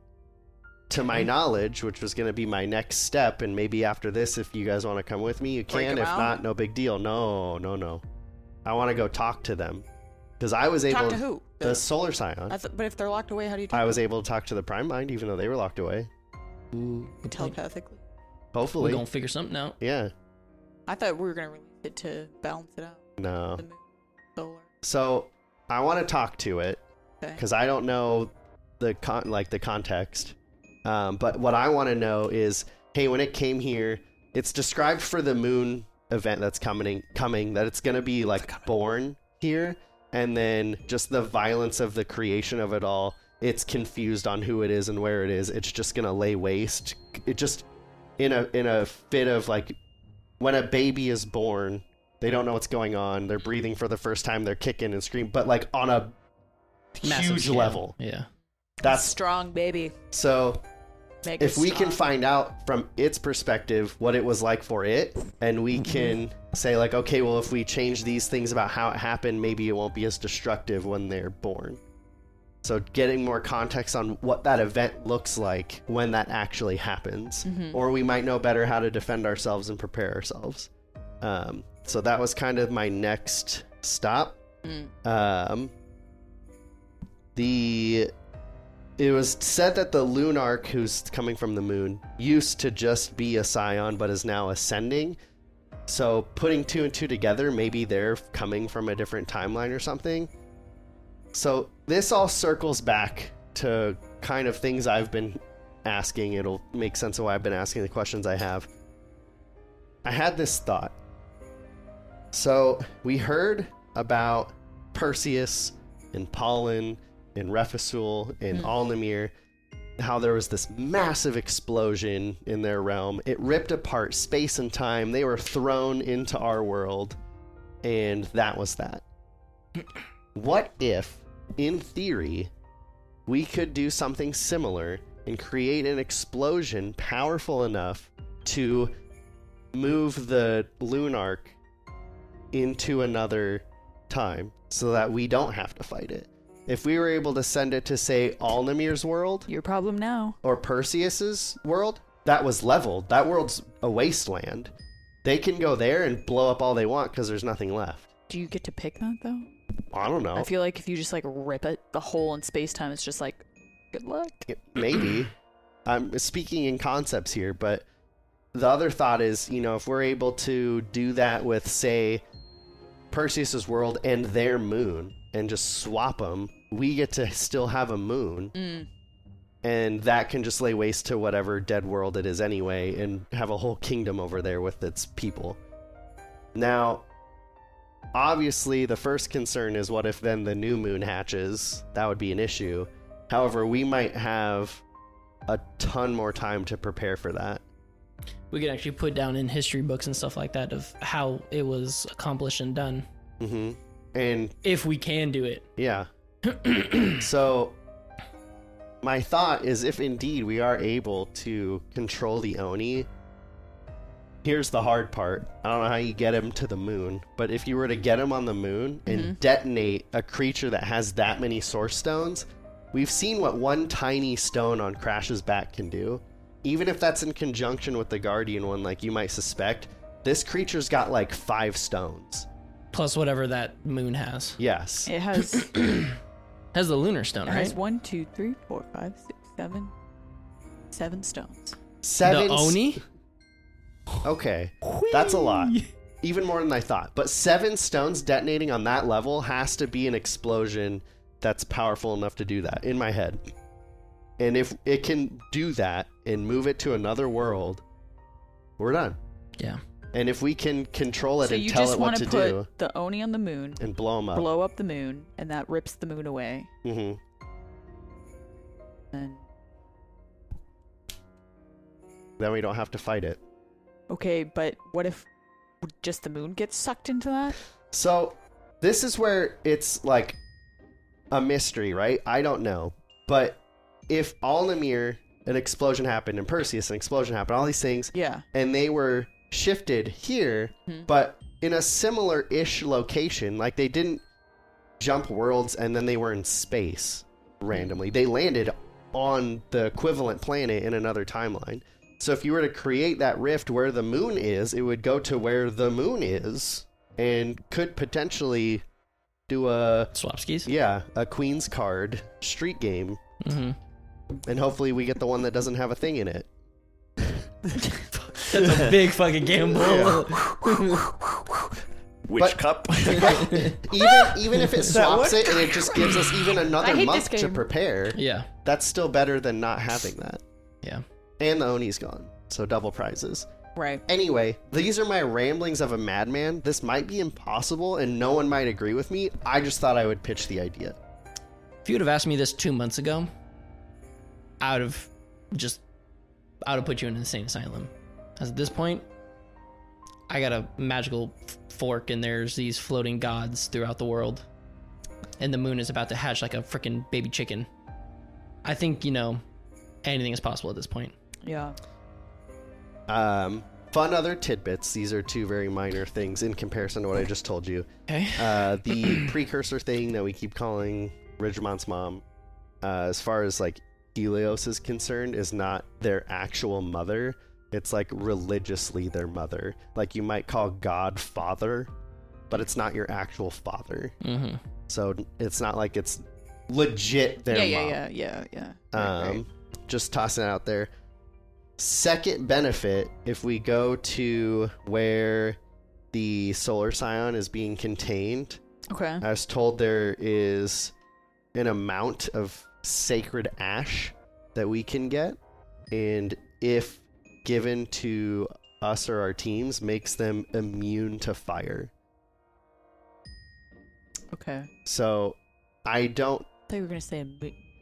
Speaker 2: to my knowledge, which was going to be my next step, and maybe after this, if you guys want to come with me, you
Speaker 3: Break
Speaker 2: can.
Speaker 3: 'em
Speaker 2: If
Speaker 3: out?
Speaker 2: not, no big deal. No, no, no. I want to go talk to them because I was able
Speaker 3: Talk to who?
Speaker 2: the solar scion.
Speaker 3: I
Speaker 2: I,
Speaker 3: th- but if they're locked away, how do you talk?
Speaker 2: was able to talk to the prime mind, even though they were locked away.
Speaker 3: telepathically.
Speaker 4: We're
Speaker 2: Hopefully,
Speaker 4: gonna figure something out.
Speaker 2: yeah.
Speaker 3: I thought we were gonna release it to balance it out.
Speaker 2: No.
Speaker 3: The moon, solar.
Speaker 2: So I want to talk to it
Speaker 3: Okay.
Speaker 2: because I don't know the con- like the context. Um, but what I want to know is, hey, when it came here, it's described for the moon event that's coming, coming that it's gonna be like born here, and then just the violence of the creation of it all. It's confused on who it is and where it is. It's just gonna lay waste. It just in a in a fit of like when a baby is born, they don't know what's going on. They're breathing for the first time. They're kicking and screaming, but like on a
Speaker 4: Massive
Speaker 2: huge
Speaker 4: scale.
Speaker 2: level.
Speaker 4: Yeah.
Speaker 2: That's
Speaker 3: Strong baby.
Speaker 2: so.
Speaker 3: Make
Speaker 2: If
Speaker 3: us
Speaker 2: we can
Speaker 3: strong.
Speaker 2: find out from its perspective what it was like for it, and we can say like, okay, well, if we change these things about how it happened, maybe it won't be as destructive when they're born. So getting more context on what that event looks like when that actually happens, or we might know better how to defend ourselves and prepare ourselves. Um, so that was kind of my next stop. Um, the it was said that the Lunark, who's coming from the moon, used to just be a scion, but is now ascending. So putting two and two together, maybe they're coming from a different timeline or something. So this all circles back to kind of things I've been asking. It'll make sense of why I've been asking the questions I have. I had this thought. So we heard about Perseus and Pollen and Rephisul and Alnamir, how there was this massive explosion in their realm. It ripped apart space and time. They were thrown into our world, and that was that. What if, in theory, we could do something similar and create an explosion powerful enough to move the Lunark into another time so that we don't have to fight it. If we were able to send it to, say, Alnimir's world
Speaker 3: Your problem now.
Speaker 2: or Perseus's world, that was leveled. That world's a wasteland. They can go there and blow up all they want because there's nothing left.
Speaker 3: Do you get to pick that though?
Speaker 2: I don't know.
Speaker 3: I feel like if you just like rip it, the hole in space time is just like, good luck.
Speaker 2: Yeah, maybe i'm speaking in concepts here but the other thought is you know if we're able to do that with say perseus's world and their moon and just swap them we get to still have a moon
Speaker 3: mm.
Speaker 2: and that can just lay waste to whatever dead world it is anyway and have a whole kingdom over there with its people now obviously the first concern is what if then the new moon hatches that would be an issue However, we might have a ton more time to prepare for that.
Speaker 4: We can actually put down in history books and stuff like that of how it was accomplished and done.
Speaker 2: hmm And
Speaker 4: If we can do it.
Speaker 2: yeah. so, my thought is if indeed we are able to control the Oni, here's the hard part. I don't know how you get him to the moon, but if you were to get him on the moon
Speaker 4: Mm-hmm.
Speaker 2: and detonate a creature that has that many source stones, we've seen what one tiny stone on Crash's back can do. Even if that's in conjunction with the Guardian one, like you might suspect, this creature's got like five stones.
Speaker 4: Plus whatever that moon has.
Speaker 2: Yes.
Speaker 3: It has it
Speaker 4: Has the lunar stone,
Speaker 3: has
Speaker 4: right?
Speaker 3: one, two, three, four, five, six, seven, seven stones.
Speaker 2: Seven
Speaker 4: the
Speaker 2: s-
Speaker 4: Oni?
Speaker 2: Okay. That's a lot. Even more than I thought. But seven stones detonating on that level has to be an explosion that's powerful enough to do that in my head. And if it can do that and move it to another world, we're done.
Speaker 4: Yeah.
Speaker 2: And if we can control it
Speaker 3: So
Speaker 2: and
Speaker 3: you
Speaker 2: tell
Speaker 3: just
Speaker 2: it what
Speaker 3: want
Speaker 2: to
Speaker 3: to put
Speaker 2: do
Speaker 3: the Oni on the moon,
Speaker 2: and blow them up.
Speaker 3: blow up the moon, and that rips the moon away.
Speaker 2: hmm
Speaker 3: And
Speaker 2: Then we don't have to fight it.
Speaker 3: okay, but what if just the moon gets sucked into that?
Speaker 2: So this is where it's like a mystery, right? I don't know. But if Alnamir, an explosion happened, and Perseus, an explosion happened, all these things,
Speaker 3: Yeah.
Speaker 2: and they were shifted here, but in a similar ish location. Like they didn't jump worlds and then they were in space randomly. They landed on the equivalent planet in another timeline. So if you were to create that rift where the moon is, it would go to where the moon is and could potentially do a
Speaker 4: Swapskis?
Speaker 2: yeah, a queen's card street game
Speaker 4: Mm-hmm.
Speaker 2: and hopefully we get the one that doesn't have a thing in it.
Speaker 4: That's a big fucking gamble.
Speaker 1: Which
Speaker 2: But-
Speaker 1: cup?
Speaker 2: even even if it
Speaker 1: what?
Speaker 2: swaps it and it just gives us even
Speaker 3: I
Speaker 2: another
Speaker 3: hate
Speaker 2: month
Speaker 3: this
Speaker 2: to
Speaker 3: game.
Speaker 2: prepare,
Speaker 4: yeah.
Speaker 2: that's still better than not having that.
Speaker 4: Yeah.
Speaker 2: And the Oni's gone, so double prizes.
Speaker 3: Right.
Speaker 2: Anyway, these are my ramblings of a madman. This might be impossible, and no one might agree with me. I just thought I would pitch the idea.
Speaker 4: If you would have asked me this two months ago, I would have just, I would have put you in an insane asylum. As at this point, I got a magical f- fork, and there's these floating gods throughout the world, and the moon is about to hatch like a freaking baby chicken. I think you know, anything is possible at this point.
Speaker 3: Yeah.
Speaker 2: Um, fun other tidbits. These are two very minor things in comparison to what I just told you.
Speaker 4: Okay.
Speaker 2: uh, the precursor thing that we keep calling Rigimon's mom, uh, as far as like Helios is concerned, is not their actual mother. It's like religiously their mother. Like you might call God father, but it's not your actual father.
Speaker 4: Mm-hmm.
Speaker 2: So it's not like it's legit their
Speaker 3: yeah,
Speaker 2: mom.
Speaker 3: yeah, yeah, yeah, yeah.
Speaker 2: Um, Just tossing it out there. Second benefit, if we go to where the solar scion is being contained,
Speaker 3: Okay.
Speaker 2: I was told there is an amount of sacred ash that we can get, and if given to us or our teams, makes them immune to fire.
Speaker 3: Okay.
Speaker 2: So I don't.
Speaker 3: I thought you were gonna say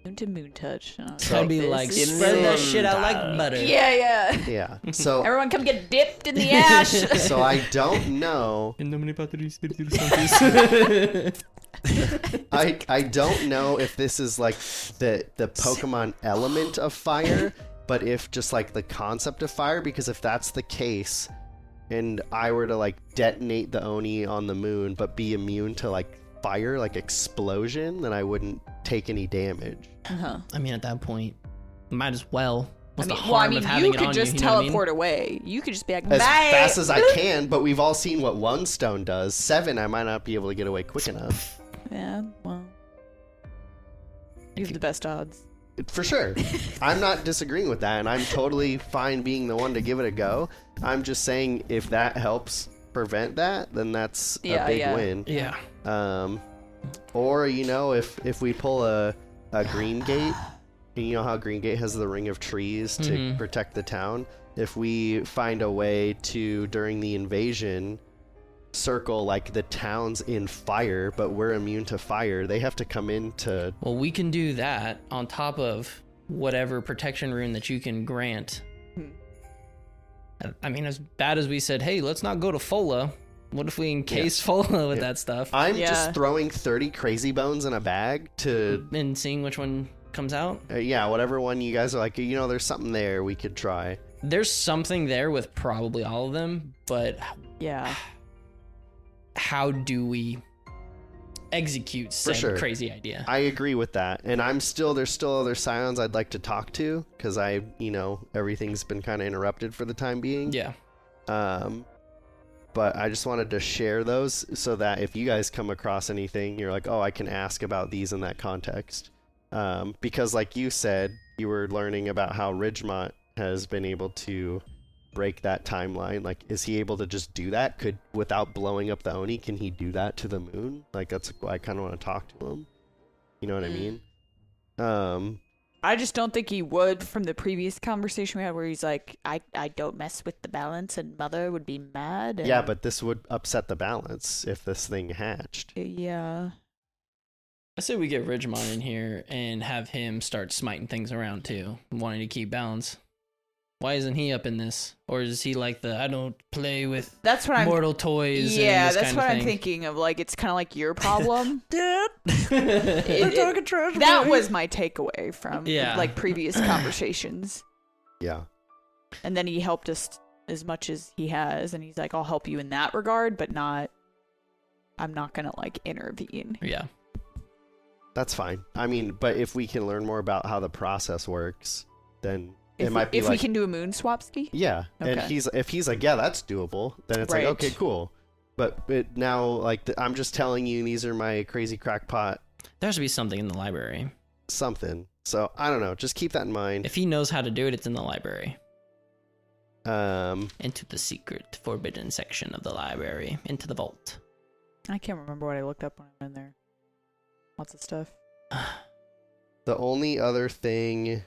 Speaker 3: moon to moon touch. and I was
Speaker 2: So-
Speaker 4: I'd be
Speaker 3: this
Speaker 4: like,
Speaker 3: is-
Speaker 4: spread that shit out like butter.
Speaker 3: Yeah, yeah.
Speaker 2: Yeah. So
Speaker 3: Everyone, come get dipped in the ash.
Speaker 2: so I don't know. I I don't know if this is like the the Pokemon element of fire, but if just like the concept of fire, because if that's the case, and I were to like detonate the Oni on the moon, but be immune to like fire, like explosion, then I wouldn't take any damage.
Speaker 3: uh-huh.
Speaker 4: I mean, at that point, might as well.
Speaker 3: I
Speaker 4: What's
Speaker 3: mean,
Speaker 4: the harm
Speaker 3: well, I mean,
Speaker 4: of having
Speaker 3: you
Speaker 4: it
Speaker 3: could
Speaker 4: on
Speaker 3: just
Speaker 4: you? you know what I mean?
Speaker 3: teleport away. You could just be like,
Speaker 2: As
Speaker 3: bye.
Speaker 2: fast as I can, but we've all seen what one stone does. Seven, I might not be able to get away quick enough.
Speaker 3: yeah, well, you have the best odds.
Speaker 2: For sure. I'm not disagreeing with that, and I'm totally fine being the one to give it a go. I'm just saying if that helps prevent that, then that's
Speaker 3: Yeah,
Speaker 2: a big
Speaker 3: yeah.
Speaker 2: win.
Speaker 4: Yeah.
Speaker 2: Um, or you know, if if we pull a a green gate, and you know how green gate has the ring of trees to
Speaker 3: Mm-hmm.
Speaker 4: Mhm.
Speaker 2: protect the town. If we find a way to during the invasion circle like the town's in fire, but we're immune to fire, they have to come in to
Speaker 4: Well, we can do that on top of whatever protection rune that you can grant.
Speaker 3: Hmm.
Speaker 4: I- I mean, as bad as we said, hey, let's not go to Fola. What if we encase Fola with that stuff
Speaker 2: I'm
Speaker 3: Yeah.
Speaker 2: just throwing 30 crazy bones in a bag to
Speaker 4: and seeing which one comes out?
Speaker 2: uh, yeah, whatever one you guys are like, you know, there's something there we could try.
Speaker 4: There's something there with probably all of them, but
Speaker 3: Yeah.
Speaker 4: how do we execute said
Speaker 2: sure.
Speaker 4: crazy idea?
Speaker 2: I agree with that. And I'm still, there's still other scions I'd like to talk to because I, you know, everything's been kind of interrupted for the time being.
Speaker 4: yeah.
Speaker 2: Um, but I just wanted to share those so that if you guys come across anything, you're like, oh, I can ask about these in that context. Um, because, like you said, you were learning about how Ridgemont has been able to break that timeline. Like, is he able to just do that? Could without blowing up the Oni, can he do that to the moon? Like, that's I kind of want to talk to him. You know what I
Speaker 3: Mm.
Speaker 2: mean? Um,
Speaker 3: I just don't think he would from the previous conversation we had where he's like, I, I don't mess with the balance and mother would be mad. and-
Speaker 2: yeah, but this would upset the balance if this thing hatched.
Speaker 3: Yeah.
Speaker 4: I say we get Ridgemont in here and have him start smiting things around too, wanting to keep balance. Why isn't he up in this? Or is he like the I don't play with
Speaker 3: That's what I'm.
Speaker 4: mortal toys?
Speaker 3: yeah,
Speaker 4: and this
Speaker 3: that's
Speaker 4: kind
Speaker 3: what
Speaker 4: of
Speaker 3: I'm thinking of. Like, it's kind of like your problem.
Speaker 4: thinking.
Speaker 3: It- it- that was my takeaway from
Speaker 4: Yeah.
Speaker 3: like previous conversations.
Speaker 2: Yeah.
Speaker 3: And then he helped us as much as he has, and he's like, I'll help you in that regard, but not. I'm not gonna like intervene.
Speaker 4: yeah,
Speaker 2: That's fine. I mean, but if we can learn more about how the process works, then
Speaker 3: If,
Speaker 2: it
Speaker 3: we-
Speaker 2: might be
Speaker 3: if we
Speaker 2: like,
Speaker 3: can do a moon swap ski,
Speaker 2: yeah. And
Speaker 3: Okay.
Speaker 2: he's if he's like, yeah, that's doable, then it's
Speaker 3: Right.
Speaker 2: like, okay, cool. But it, now, like, th- I'm just telling you, these are my crazy crackpot
Speaker 4: there should be something in the library.
Speaker 2: something. So I don't know. Just keep that in mind.
Speaker 4: If he knows how to do it, it's in the library.
Speaker 2: Um,
Speaker 4: Into the secret forbidden section of the library, into the vault.
Speaker 3: I can't remember what I looked up when I'm in there. Lots of stuff.
Speaker 2: the only other thing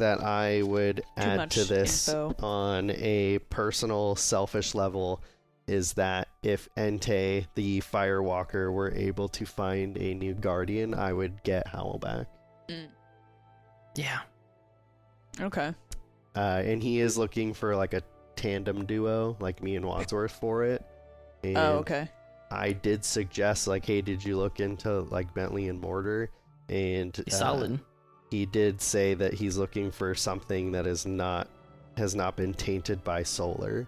Speaker 2: that I would add
Speaker 3: much
Speaker 2: to this
Speaker 3: info.
Speaker 2: on a personal, selfish level is that if Entei, the Firewalker, were able to find a new guardian, I would get Howl back.
Speaker 4: Yeah,
Speaker 3: Okay.
Speaker 2: Uh, and he is looking for like a tandem duo, like me and Wadsworth, for it. And
Speaker 3: Oh, okay.
Speaker 2: I did suggest, like, hey, did you look into like Bentley and Mortar? And
Speaker 4: he's
Speaker 2: uh,
Speaker 4: solid.
Speaker 2: he did say that he's looking for something that is not has not been tainted by solar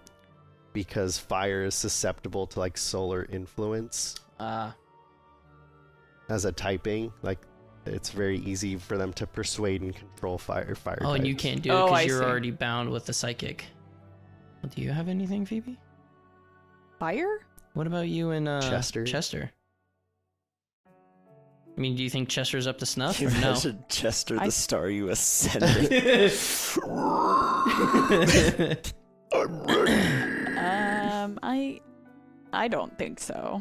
Speaker 2: because fire is susceptible to like solar influence
Speaker 4: Uh,
Speaker 2: as a typing like it's very easy for them to persuade and control fire fire
Speaker 4: oh, and you
Speaker 2: types.
Speaker 4: can't do it
Speaker 3: Oh,
Speaker 4: because
Speaker 3: I
Speaker 4: you're
Speaker 3: see.
Speaker 4: already bound with the psychic. Well, do you have anything, Phoebe?
Speaker 3: Fire?
Speaker 4: What about you and uh,
Speaker 2: Chester?
Speaker 4: Chester. I mean, do you think Chester's up to snuff?
Speaker 1: You
Speaker 4: Or no.
Speaker 1: imagine Chester
Speaker 3: I-
Speaker 1: the star you ascended.
Speaker 3: Um, I, I don't think so.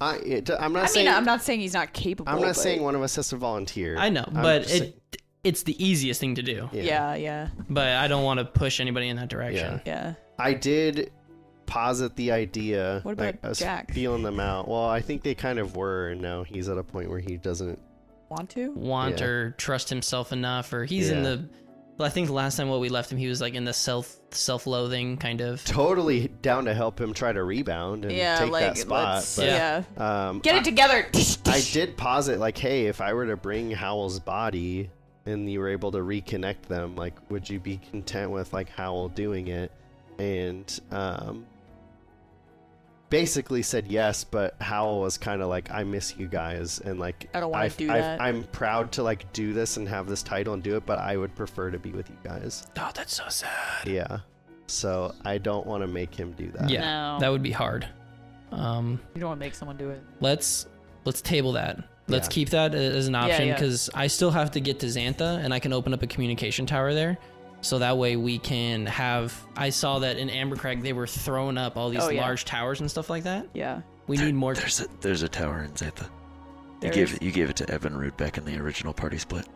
Speaker 2: I, it, I'm not
Speaker 3: I
Speaker 2: saying
Speaker 3: mean, I'm not saying he's not capable.
Speaker 2: I'm not
Speaker 3: but-
Speaker 2: saying one of us has to volunteer.
Speaker 4: I know,
Speaker 2: I'm
Speaker 4: but
Speaker 2: just saying-
Speaker 4: it it's the easiest thing to do.
Speaker 3: Yeah, yeah,
Speaker 4: But I don't want to push anybody in that direction.
Speaker 3: yeah.
Speaker 2: I did posit the idea.
Speaker 3: What about
Speaker 2: like, I was
Speaker 3: Jack?
Speaker 2: Feeling them out. Well, I think they kind of were, and now he's at a point where he doesn't.
Speaker 3: Want to?
Speaker 4: Want
Speaker 2: Yeah.
Speaker 4: or trust himself enough, or he's in
Speaker 2: Yeah.
Speaker 4: the. Well, I think last time what we left him, he was like in the self self loathing kind of.
Speaker 2: Totally down to help him try to rebound and
Speaker 3: Yeah,
Speaker 2: Mm, take
Speaker 3: like
Speaker 2: that spot.
Speaker 3: let's,
Speaker 2: But,
Speaker 3: yeah.
Speaker 2: um,
Speaker 3: Get it together.
Speaker 2: I did posit like, hey, if I were to bring Howell's body and you were able to reconnect them, like, would you be content with like Howell doing it? And um, basically said yes, but Howell was kind of like, I miss you guys, and like,
Speaker 3: I don't wanna
Speaker 2: I've-
Speaker 3: do
Speaker 2: I've-
Speaker 3: that.
Speaker 2: I'm proud to like do this and have this title and do it, but I would prefer to be with you guys.
Speaker 4: Oh, that's so sad.
Speaker 2: Yeah. So I don't want to make him do that.
Speaker 4: Yeah,
Speaker 3: No.
Speaker 4: that would be hard. Um,
Speaker 3: You don't want to make someone do it.
Speaker 4: let's let's table that. Let's
Speaker 2: Yeah.
Speaker 4: keep that as an option
Speaker 3: yeah.
Speaker 4: because I still have to get to Xantha and I can open up a communication tower there. So that way we can have. I saw that in Ambercrag they were throwing up all these
Speaker 3: Oh, yeah.
Speaker 4: large towers and stuff like that.
Speaker 3: Yeah.
Speaker 4: We need more.
Speaker 6: There's a there's a tower in Xantha. You
Speaker 3: There
Speaker 6: gave
Speaker 3: is.
Speaker 6: it you gave it to Evan Root back in the original party split,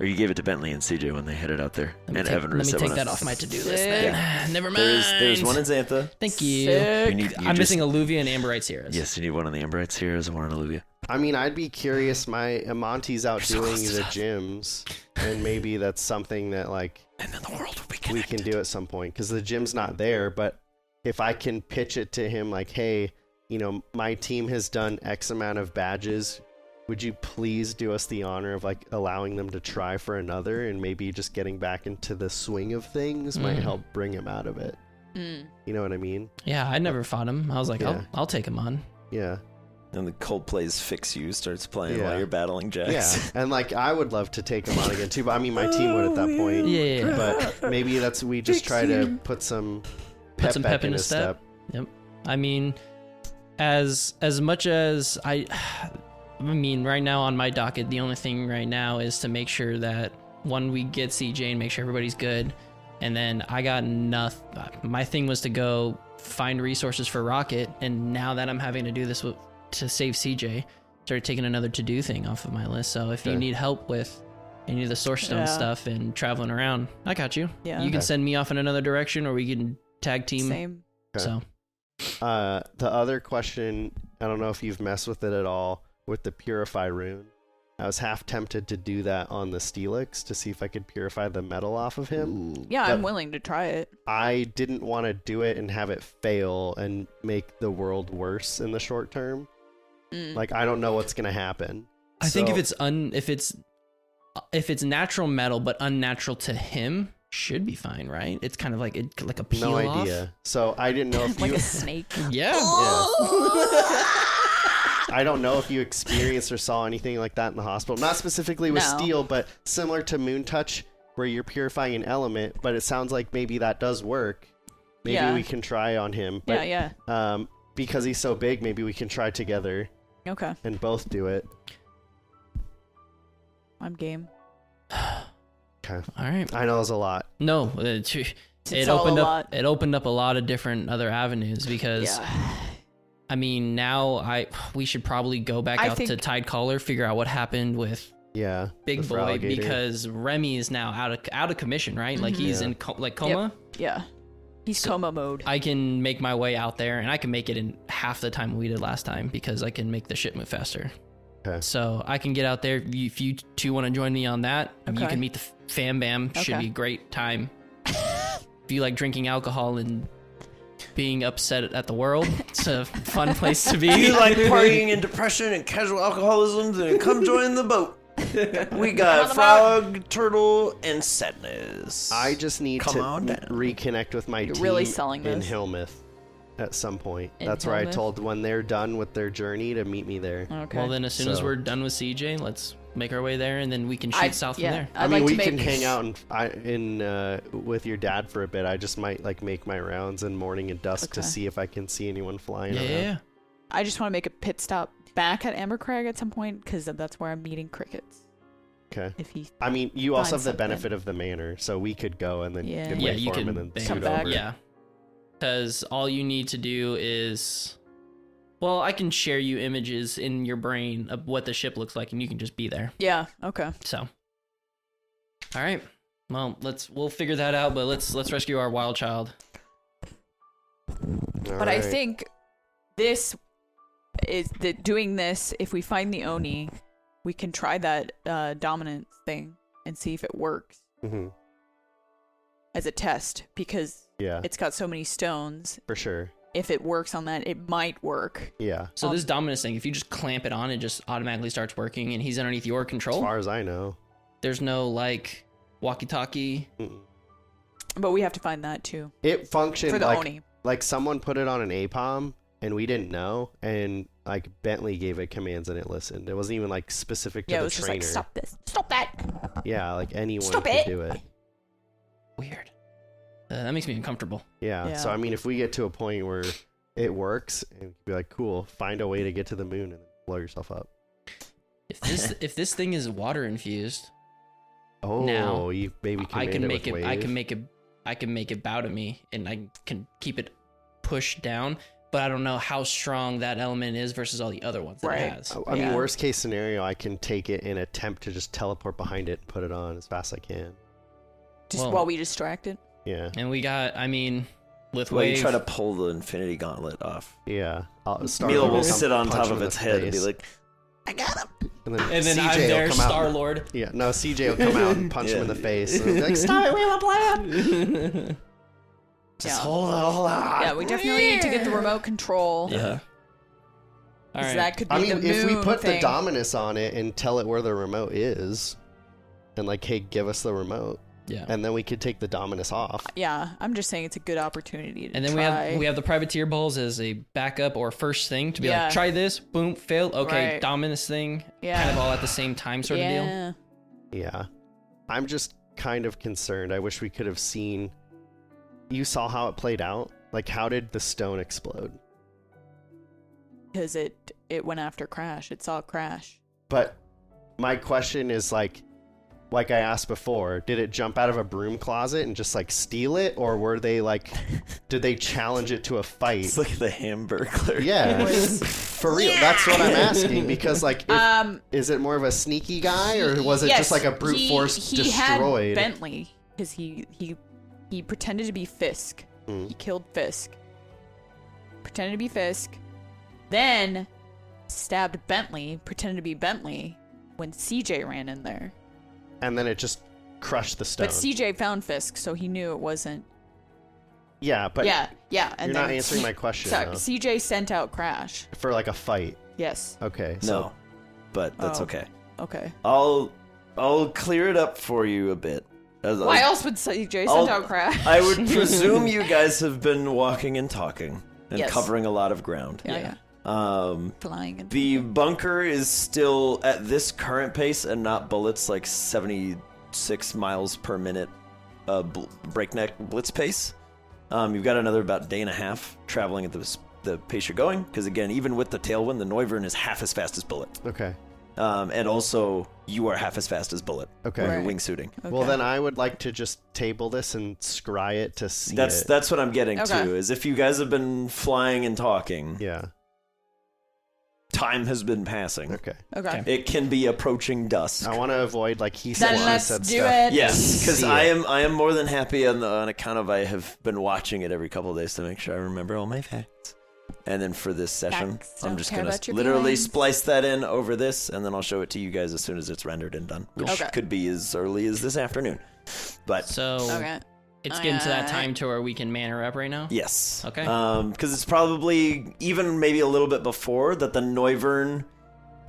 Speaker 6: or you gave it to Bentley and CJ when they headed out there.
Speaker 4: Let me
Speaker 6: and
Speaker 4: take,
Speaker 6: Evan
Speaker 4: let
Speaker 6: Root
Speaker 4: me
Speaker 6: said
Speaker 4: take
Speaker 6: when
Speaker 4: that
Speaker 6: I-
Speaker 4: off my to do list. Then. Never mind.
Speaker 1: There's there's one in Xantha.
Speaker 4: Thank you.
Speaker 3: Sick.
Speaker 1: You need, you
Speaker 4: I'm
Speaker 1: just-
Speaker 4: missing Alluvia and Amberites here.
Speaker 6: Yes, you need one on the Amberites here and one on Olivia.
Speaker 2: I mean, I'd be curious. My Amonte's out doing the gyms, and maybe that's something that like
Speaker 6: And then the world will be
Speaker 2: we can do at some point because the gym's not there. But if I can pitch it to him, like, hey, you know, my team has done X amount of badges. Would you please do us the honor of like allowing them to try for another, and maybe just getting back into the swing of things might
Speaker 6: Hmm.
Speaker 4: Mhm.
Speaker 2: help bring him out of it.
Speaker 3: Mm.
Speaker 2: You know what I mean?
Speaker 4: Yeah, I never fought him. I was like,
Speaker 2: Yeah.
Speaker 4: I'll, I'll take him on.
Speaker 2: Yeah.
Speaker 1: And the Coldplay's "Fix You" starts playing
Speaker 2: Yeah.
Speaker 1: while you're battling Jax.
Speaker 2: Yeah, and like I would love to take him on again too, but I mean my team would at
Speaker 1: Oh,
Speaker 2: that point.
Speaker 4: Yeah, yeah, yeah.
Speaker 2: But maybe that's we just try to put some pep,
Speaker 4: some
Speaker 2: back
Speaker 4: pep in his step. I mean, as as much as I, I mean, right now on my docket, the only thing right now is to make sure that one we get CJ and make sure everybody's good, and then I got nothing. My thing was to go find resources for Rocket, and now that I'm having to do this with, to save CJ, started taking another to do thing off of my list. So if you
Speaker 2: Okay.
Speaker 4: need help with any of the source stone
Speaker 3: Yeah.
Speaker 4: stuff and traveling around, I got you.
Speaker 3: Yeah.
Speaker 4: You can
Speaker 2: Okay.
Speaker 4: send me off in another direction, or we can tag team.
Speaker 3: Same.
Speaker 2: Okay.
Speaker 4: So
Speaker 2: Uh, the other question, I don't know if you've messed with it at all with the purify rune. I was half tempted to do that on the Steelix to see if I could purify the metal off of him.
Speaker 3: Yeah, I'm
Speaker 2: But-
Speaker 3: willing to try it.
Speaker 2: I didn't want to do it and have it fail and make the world worse in the short term.
Speaker 3: Mm.
Speaker 2: Like I don't know what's gonna happen.
Speaker 4: I think if
Speaker 2: So-
Speaker 4: it's un if it's if it's natural metal but unnatural to him should be fine, right? It's kind of like it like a peel
Speaker 2: no
Speaker 4: off.
Speaker 2: idea. So I didn't know if
Speaker 3: like
Speaker 2: you
Speaker 3: a snake.
Speaker 4: Yeah.
Speaker 2: Yeah. I don't know if you experienced or saw anything like that in the hospital. Not specifically with
Speaker 3: No.
Speaker 2: steel, but similar to Moon Touch, where you're purifying an element. But it sounds like maybe that does work. Maybe
Speaker 3: Yeah.
Speaker 2: we can try on him.
Speaker 3: yeah,
Speaker 2: But
Speaker 3: yeah.
Speaker 2: um, because he's so big, maybe we can try together
Speaker 3: Okay,
Speaker 2: and both do it.
Speaker 3: I'm game.
Speaker 4: All right.
Speaker 2: I know it's a lot.
Speaker 4: No, it, it
Speaker 3: all a
Speaker 4: opened up
Speaker 3: lot.
Speaker 4: it opened up a lot of different other avenues because
Speaker 3: Yeah.
Speaker 4: I mean, now I we should probably go back
Speaker 3: I
Speaker 4: out to
Speaker 3: think-
Speaker 4: Tide Collar, figure out what happened with
Speaker 2: Yeah.
Speaker 4: Big
Speaker 2: the
Speaker 4: Boy
Speaker 2: Feraligatr.
Speaker 4: because Remy is now out of out of commission, right? Like
Speaker 3: Mm-hmm.
Speaker 4: he's
Speaker 2: Yeah.
Speaker 4: in co- like coma.
Speaker 3: Yeah. He's coma mode.
Speaker 4: I can make my way out there and I can make it in half the time we did last time because I can make the ship move faster.
Speaker 2: Okay.
Speaker 4: So I can get out there. If you- If you two want to join me on that, you
Speaker 3: Okay.
Speaker 4: can meet the f- fam bam. Should
Speaker 3: Okay.
Speaker 4: be a great time. if you like drinking alcohol and being upset at the world, it's a fun place to be.
Speaker 1: You like partying and depression and casual alcoholism, then come join the boat. We got frog, turtle, and sadness.
Speaker 2: I just need
Speaker 1: Come
Speaker 2: to
Speaker 1: on down.
Speaker 2: reconnect with my
Speaker 3: You're
Speaker 2: team
Speaker 3: really selling
Speaker 2: in
Speaker 3: this.
Speaker 2: Hillmouth at some point.
Speaker 3: In
Speaker 2: That's where I
Speaker 3: Hillmouth?
Speaker 2: told when they're done with their journey to meet me there.
Speaker 3: Okay.
Speaker 4: well, then as soon as
Speaker 2: So-
Speaker 4: we're done with CJ, let's make our way there and then we can shoot
Speaker 3: I-
Speaker 4: south
Speaker 3: yeah,
Speaker 4: from there.
Speaker 2: I
Speaker 3: I'd
Speaker 2: mean,
Speaker 3: like
Speaker 2: we
Speaker 3: to make,
Speaker 2: can hang out and I, in uh, with your dad for a bit. I just might like make my rounds in morning and dusk to
Speaker 3: Okay.
Speaker 2: see if I can see anyone flying.
Speaker 4: Yeah, yeah,
Speaker 2: around.
Speaker 4: yeah.
Speaker 3: I just want to make a pit stop back at Ambercrag at some point because that's where I'm meeting crickets.
Speaker 2: Okay.
Speaker 3: If he
Speaker 2: I mean, you also
Speaker 3: Find
Speaker 2: have the
Speaker 3: something.
Speaker 2: benefit of the manor, so we could go and then
Speaker 3: Yeah.
Speaker 2: you could
Speaker 4: yeah,
Speaker 2: wait
Speaker 4: you
Speaker 2: for him
Speaker 4: can
Speaker 2: and then
Speaker 4: bang
Speaker 2: scoot
Speaker 3: back.
Speaker 2: over.
Speaker 4: Yeah, because all you need to do is, Well, I can share you images in your brain of what the ship looks like, and you can just be there.
Speaker 3: Yeah. Okay.
Speaker 4: So, all right. Well, let's we'll figure that out, but let's let's rescue our wild child.
Speaker 3: But I think this is that doing this. If we find the oni, we can try that uh, dominance thing and see if it works
Speaker 2: hmm
Speaker 3: as a test because
Speaker 2: Yeah,
Speaker 3: it's got so many stones.
Speaker 2: for sure.
Speaker 3: If it works on that, it might work.
Speaker 2: Yeah,
Speaker 4: So
Speaker 3: Um,
Speaker 4: this dominus thing, if you just clamp it on, it just automatically starts working, and he's underneath your
Speaker 2: as
Speaker 4: control.
Speaker 2: far as I know.
Speaker 4: There's no like walkie-talkie.
Speaker 2: Mm-mm.
Speaker 3: But we have to find that too
Speaker 2: It functioned
Speaker 3: for the
Speaker 2: like
Speaker 3: oni.
Speaker 2: like someone put it on an APOM and we didn't know, and like Bentley gave it commands and it listened. It wasn't even like specific to
Speaker 3: Yeah, it
Speaker 2: the
Speaker 3: was just
Speaker 2: trainer.
Speaker 3: like stop this, stop that.
Speaker 2: yeah, like anyone
Speaker 3: Stop
Speaker 2: could
Speaker 3: it!
Speaker 2: do it.
Speaker 4: Weird. Uh, that makes me uncomfortable.
Speaker 2: Yeah. So
Speaker 3: Yeah.
Speaker 2: I mean, if we get to a point where it works, and be like, cool, find a way to get to the moon and blow yourself up.
Speaker 4: If this if this thing is water infused,
Speaker 2: Oh,
Speaker 4: Now,
Speaker 2: you maybe
Speaker 4: I can make it.
Speaker 2: with
Speaker 4: I
Speaker 2: wave.
Speaker 4: can make it. I can make it bow to me, and I can keep it pushed down. But I don't know how strong that element is versus all the other ones that
Speaker 3: Right.
Speaker 4: it has.
Speaker 2: I I mean,
Speaker 3: Yeah.
Speaker 2: worst case scenario, I can take it and attempt to just teleport behind it and put it on as fast as I can.
Speaker 3: Just
Speaker 4: Well-
Speaker 3: while we distract it.
Speaker 2: Yeah,
Speaker 4: And we got. I mean, with
Speaker 1: Well, you
Speaker 4: wave.
Speaker 1: try to pull the Infinity Gauntlet off.
Speaker 2: yeah. I'll start
Speaker 1: Mila
Speaker 2: with
Speaker 1: will
Speaker 2: it,
Speaker 1: sit on
Speaker 2: punch
Speaker 1: top
Speaker 2: him
Speaker 1: of
Speaker 2: in
Speaker 1: its
Speaker 2: the
Speaker 1: head and be
Speaker 2: face,
Speaker 1: like, "I got him."
Speaker 2: and then,
Speaker 4: and then
Speaker 2: CJ
Speaker 4: I'm
Speaker 2: will
Speaker 4: there,
Speaker 2: come out-
Speaker 4: Star Lord.
Speaker 2: Yeah, no, CJ will come out and punch him in the face. And be like, Stop it!
Speaker 3: Yeah.
Speaker 1: Hold on, hold on.
Speaker 3: Yeah, we definitely need to get the remote control.
Speaker 4: yeah. All
Speaker 3: 'cause
Speaker 4: right.
Speaker 3: That could be
Speaker 2: I mean,
Speaker 3: the
Speaker 2: if we
Speaker 3: moon
Speaker 2: put
Speaker 3: thing.
Speaker 2: the Dominus on it and tell it where the remote is, and like, hey, give us the remote,
Speaker 4: yeah.
Speaker 2: and then we could take the Dominus off.
Speaker 3: Yeah, I'm just saying it's a good opportunity to
Speaker 4: And then we
Speaker 3: try.
Speaker 4: have we have the privateer balls as a backup or first thing to be
Speaker 3: Yeah.
Speaker 4: like, try this, boom, fail, okay,
Speaker 3: Right.
Speaker 4: dominus thing,
Speaker 3: Yeah.
Speaker 4: kind of all at the same time sort
Speaker 3: yeah.
Speaker 4: of deal.
Speaker 2: Yeah. I'm just kind of concerned. I wish we could have seen. You saw how it played out? Like, how did the stone explode?
Speaker 3: because it it went after Crash. It saw Crash.
Speaker 2: But my question is like, like I asked before, did it jump out of a broom closet and just like steal it? Or were they like, did they challenge it to a fight?
Speaker 1: It's like the Hamburglar.
Speaker 2: Yeah. For real. That's what I'm asking. Because, like, if,
Speaker 3: Um,
Speaker 2: is it more of a sneaky guy or was it
Speaker 3: yes,
Speaker 2: just like a brute
Speaker 3: he-
Speaker 2: force
Speaker 3: he
Speaker 2: destroyed?
Speaker 3: Had Bentley, because he he he pretended to be Fisk.
Speaker 2: Hmm.
Speaker 3: He killed Fisk. Pretended to be Fisk, then stabbed Bentley. Pretended to be Bentley when CJ ran in there.
Speaker 2: and then it just crushed the stone.
Speaker 3: But CJ found Fisk, so he knew it wasn't.
Speaker 2: yeah, but
Speaker 3: yeah, yeah. And
Speaker 2: you're
Speaker 3: then
Speaker 2: not answering my question.
Speaker 3: So,
Speaker 2: though.
Speaker 3: CJ sent out Crash.
Speaker 2: for like a fight.
Speaker 3: Yes.
Speaker 2: Okay. So
Speaker 1: No, but that's
Speaker 3: Oh.
Speaker 1: okay.
Speaker 3: Okay.
Speaker 1: I'll I'll clear it up for you a bit. As-
Speaker 3: Why else would CJ send
Speaker 1: I'll-
Speaker 3: out Crash?
Speaker 1: I would presume you guys have been walking and talking and
Speaker 3: Yes.
Speaker 1: covering a lot of ground.
Speaker 3: yeah, yeah.
Speaker 1: Um,
Speaker 3: Flying and
Speaker 1: the bunker is still at this current pace and not bullets like 76 miles per minute uh, bl- breakneck blitz pace. Um, you've got another about day and a half traveling at the, s- the pace you're going because again, even with the tailwind, the Noivern is half as fast as bullet,
Speaker 2: okay.
Speaker 1: um, and also you are half as fast as bullet.
Speaker 2: Okay.
Speaker 1: when
Speaker 3: Right.
Speaker 1: You're wingsuiting.
Speaker 2: Well, then I would like to just table this and scry it to see
Speaker 1: That's
Speaker 2: it.
Speaker 1: that's what I'm getting
Speaker 3: Okay.
Speaker 1: to. Is if you guys have been flying and talking,
Speaker 2: yeah.
Speaker 1: time has been passing.
Speaker 2: Okay.
Speaker 3: okay.
Speaker 1: It can be approaching dusk.
Speaker 2: I want to avoid like he said
Speaker 3: Then
Speaker 2: she
Speaker 3: let's
Speaker 2: said
Speaker 3: do
Speaker 2: stuff.
Speaker 3: it.
Speaker 1: Yes, because
Speaker 2: See
Speaker 1: I
Speaker 2: it.
Speaker 1: am I am more than happy on the on account of I have been watching it every couple of days to make sure I remember all my facts. And then for this session,
Speaker 3: Facts,
Speaker 1: I'm
Speaker 3: don't
Speaker 1: just
Speaker 3: care
Speaker 1: gonna
Speaker 3: about your
Speaker 1: literally
Speaker 3: feelings.
Speaker 1: splice that in over this, and then I'll show it to you guys as soon as it's rendered and done, which
Speaker 3: Okay.
Speaker 1: could be as early as this afternoon. But
Speaker 4: So
Speaker 3: Okay.
Speaker 4: it's getting to that
Speaker 3: Alright.
Speaker 4: time to where we can man her up right now.
Speaker 1: yes,
Speaker 4: Okay.
Speaker 1: um, because it's probably even maybe a little bit before that the Neuvern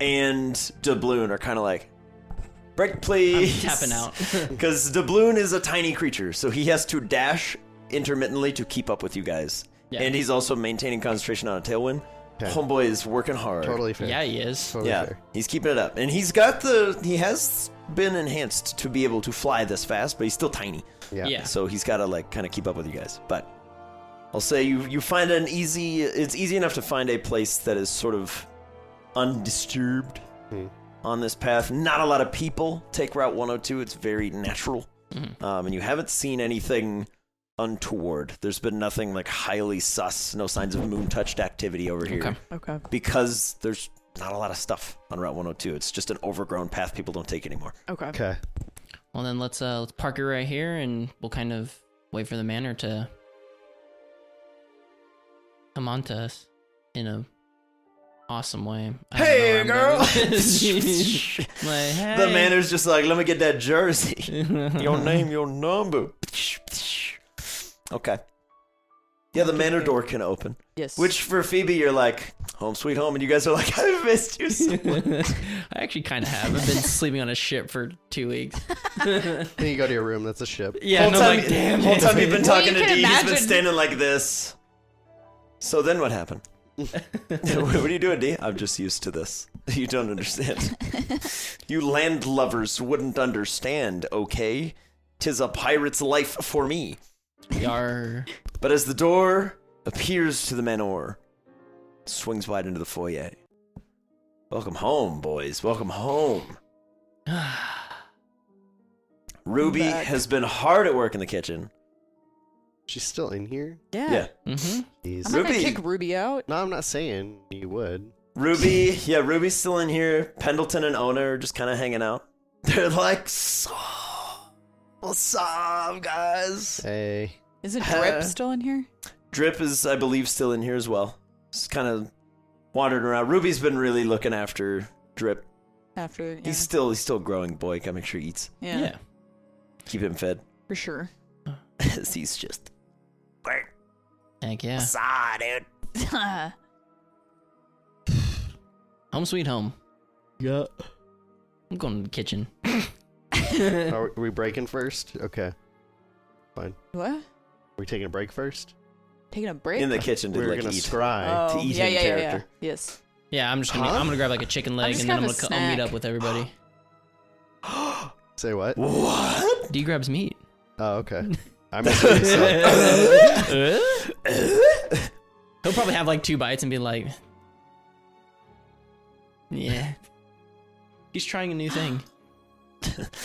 Speaker 1: and Doubloon are kind of like break,
Speaker 4: I'm
Speaker 1: please,
Speaker 4: tapping out.
Speaker 1: Because Doubloon is a tiny creature, so he has to dash intermittently to keep up with you guys.
Speaker 4: Yeah.
Speaker 1: And he's also maintaining concentration on a tailwind.
Speaker 2: Okay.
Speaker 1: Homeboy is working hard.
Speaker 2: Totally fair.
Speaker 4: yeah, he is.
Speaker 2: Totally
Speaker 1: Yeah,
Speaker 2: fair.
Speaker 1: he's keeping it up. And he's got the. He has been enhanced to be able to fly this fast, but he's still tiny.
Speaker 2: Yeah.
Speaker 4: Yeah.
Speaker 1: So he's got to, like, kind of keep up with you guys. But I'll say you, you find an easy. It's easy enough to find a place that is sort of undisturbed
Speaker 2: Hmm.
Speaker 1: on this path. Not a lot of oh
Speaker 4: Mm-hmm.
Speaker 1: people take Route 102. It's very natural. Um, and you haven't seen anything untoward. There's been nothing like highly sus, no signs of moon touched activity over here.
Speaker 4: Okay.
Speaker 3: Okay.
Speaker 1: Because there's not a lot of stuff on Route 102. It's just an overgrown path people don't take anymore.
Speaker 3: Okay.
Speaker 2: Okay.
Speaker 4: Well, then let's uh let's park it right here, and we'll kind of wait for the manor to come on to us in a awesome way. I don't know where I'm going with this. like,
Speaker 1: The manor's just like, let me get that jersey. your name, your number. Okay. Yeah, the manor door can open.
Speaker 3: Yes.
Speaker 1: Which for Phoebe, you're like, home sweet home, and you guys are like, I missed you so much.
Speaker 4: I actually kind of have. I've been sleeping on a ship for two weeks.
Speaker 2: Then you go to your room. That's a ship.
Speaker 4: Yeah,
Speaker 1: whole
Speaker 4: and
Speaker 1: time,
Speaker 4: I'm like, damn
Speaker 1: whole
Speaker 4: it.
Speaker 1: time you've been
Speaker 3: Well,
Speaker 1: talking
Speaker 3: you
Speaker 1: to
Speaker 3: can
Speaker 1: Dee, he's been
Speaker 3: imagine-
Speaker 1: standing like this. So then what happened? what are you doing, Dee? I'm just used to this. You don't understand. you land lovers wouldn't understand, okay? Tis a pirate's life for me.
Speaker 4: Yar.
Speaker 1: But as the door appears to the manor, it swings wide into the foyer. Welcome home, boys. Welcome home. Ruby
Speaker 3: Back.
Speaker 1: has been hard at work in the kitchen.
Speaker 2: She's still in here.
Speaker 3: Yeah.
Speaker 1: Yeah.
Speaker 4: hmm
Speaker 2: Jeez.
Speaker 3: I'm not
Speaker 1: Ruby.
Speaker 3: gonna kick Ruby out.
Speaker 2: No, I'm not saying you would.
Speaker 1: Ruby, yeah, Ruby's still in here. Pendleton and Ona are just kind of hanging out. They're like, so, what's up, guys?
Speaker 2: Hey.
Speaker 3: Isn't
Speaker 1: Uh,
Speaker 3: Drip still in here?
Speaker 1: Drip is, I believe, still in here as well. Just kind of wandering around. Ruby's been really looking after Drip.
Speaker 3: After yeah,
Speaker 1: He's still he's still growing boy. Gotta make sure he eats.
Speaker 3: yeah,
Speaker 4: Yeah.
Speaker 1: Keep him fed.
Speaker 3: for sure.
Speaker 1: As he's just
Speaker 4: Heck yeah.
Speaker 1: ah, dude.
Speaker 4: Home sweet home. Yeah. I'm going to the kitchen.
Speaker 3: Eh.
Speaker 2: Are we- are we breaking first? Okay. Are
Speaker 3: what?
Speaker 2: we taking a break first?
Speaker 3: Taking a break?
Speaker 1: In the kitchen to
Speaker 2: We were
Speaker 1: like
Speaker 2: gonna
Speaker 1: eat.
Speaker 3: Oh,
Speaker 2: scry.
Speaker 1: to eat
Speaker 3: yeah,
Speaker 1: in
Speaker 3: yeah, yeah, yeah.
Speaker 1: character.
Speaker 3: Yes.
Speaker 4: Yeah, I'm just gonna
Speaker 2: Huh?
Speaker 4: I'm gonna grab like a chicken
Speaker 3: I'm
Speaker 4: leg
Speaker 3: just
Speaker 4: and then I'm
Speaker 3: gonna
Speaker 4: gonna
Speaker 3: have a
Speaker 4: co- I'll meet
Speaker 3: snack.
Speaker 4: up with everybody.
Speaker 2: Say what?
Speaker 1: What?
Speaker 4: D grabs meat.
Speaker 2: Oh, okay. I'm assuming so.
Speaker 4: He'll probably have like two bites and be like, yeah. He's trying a new thing.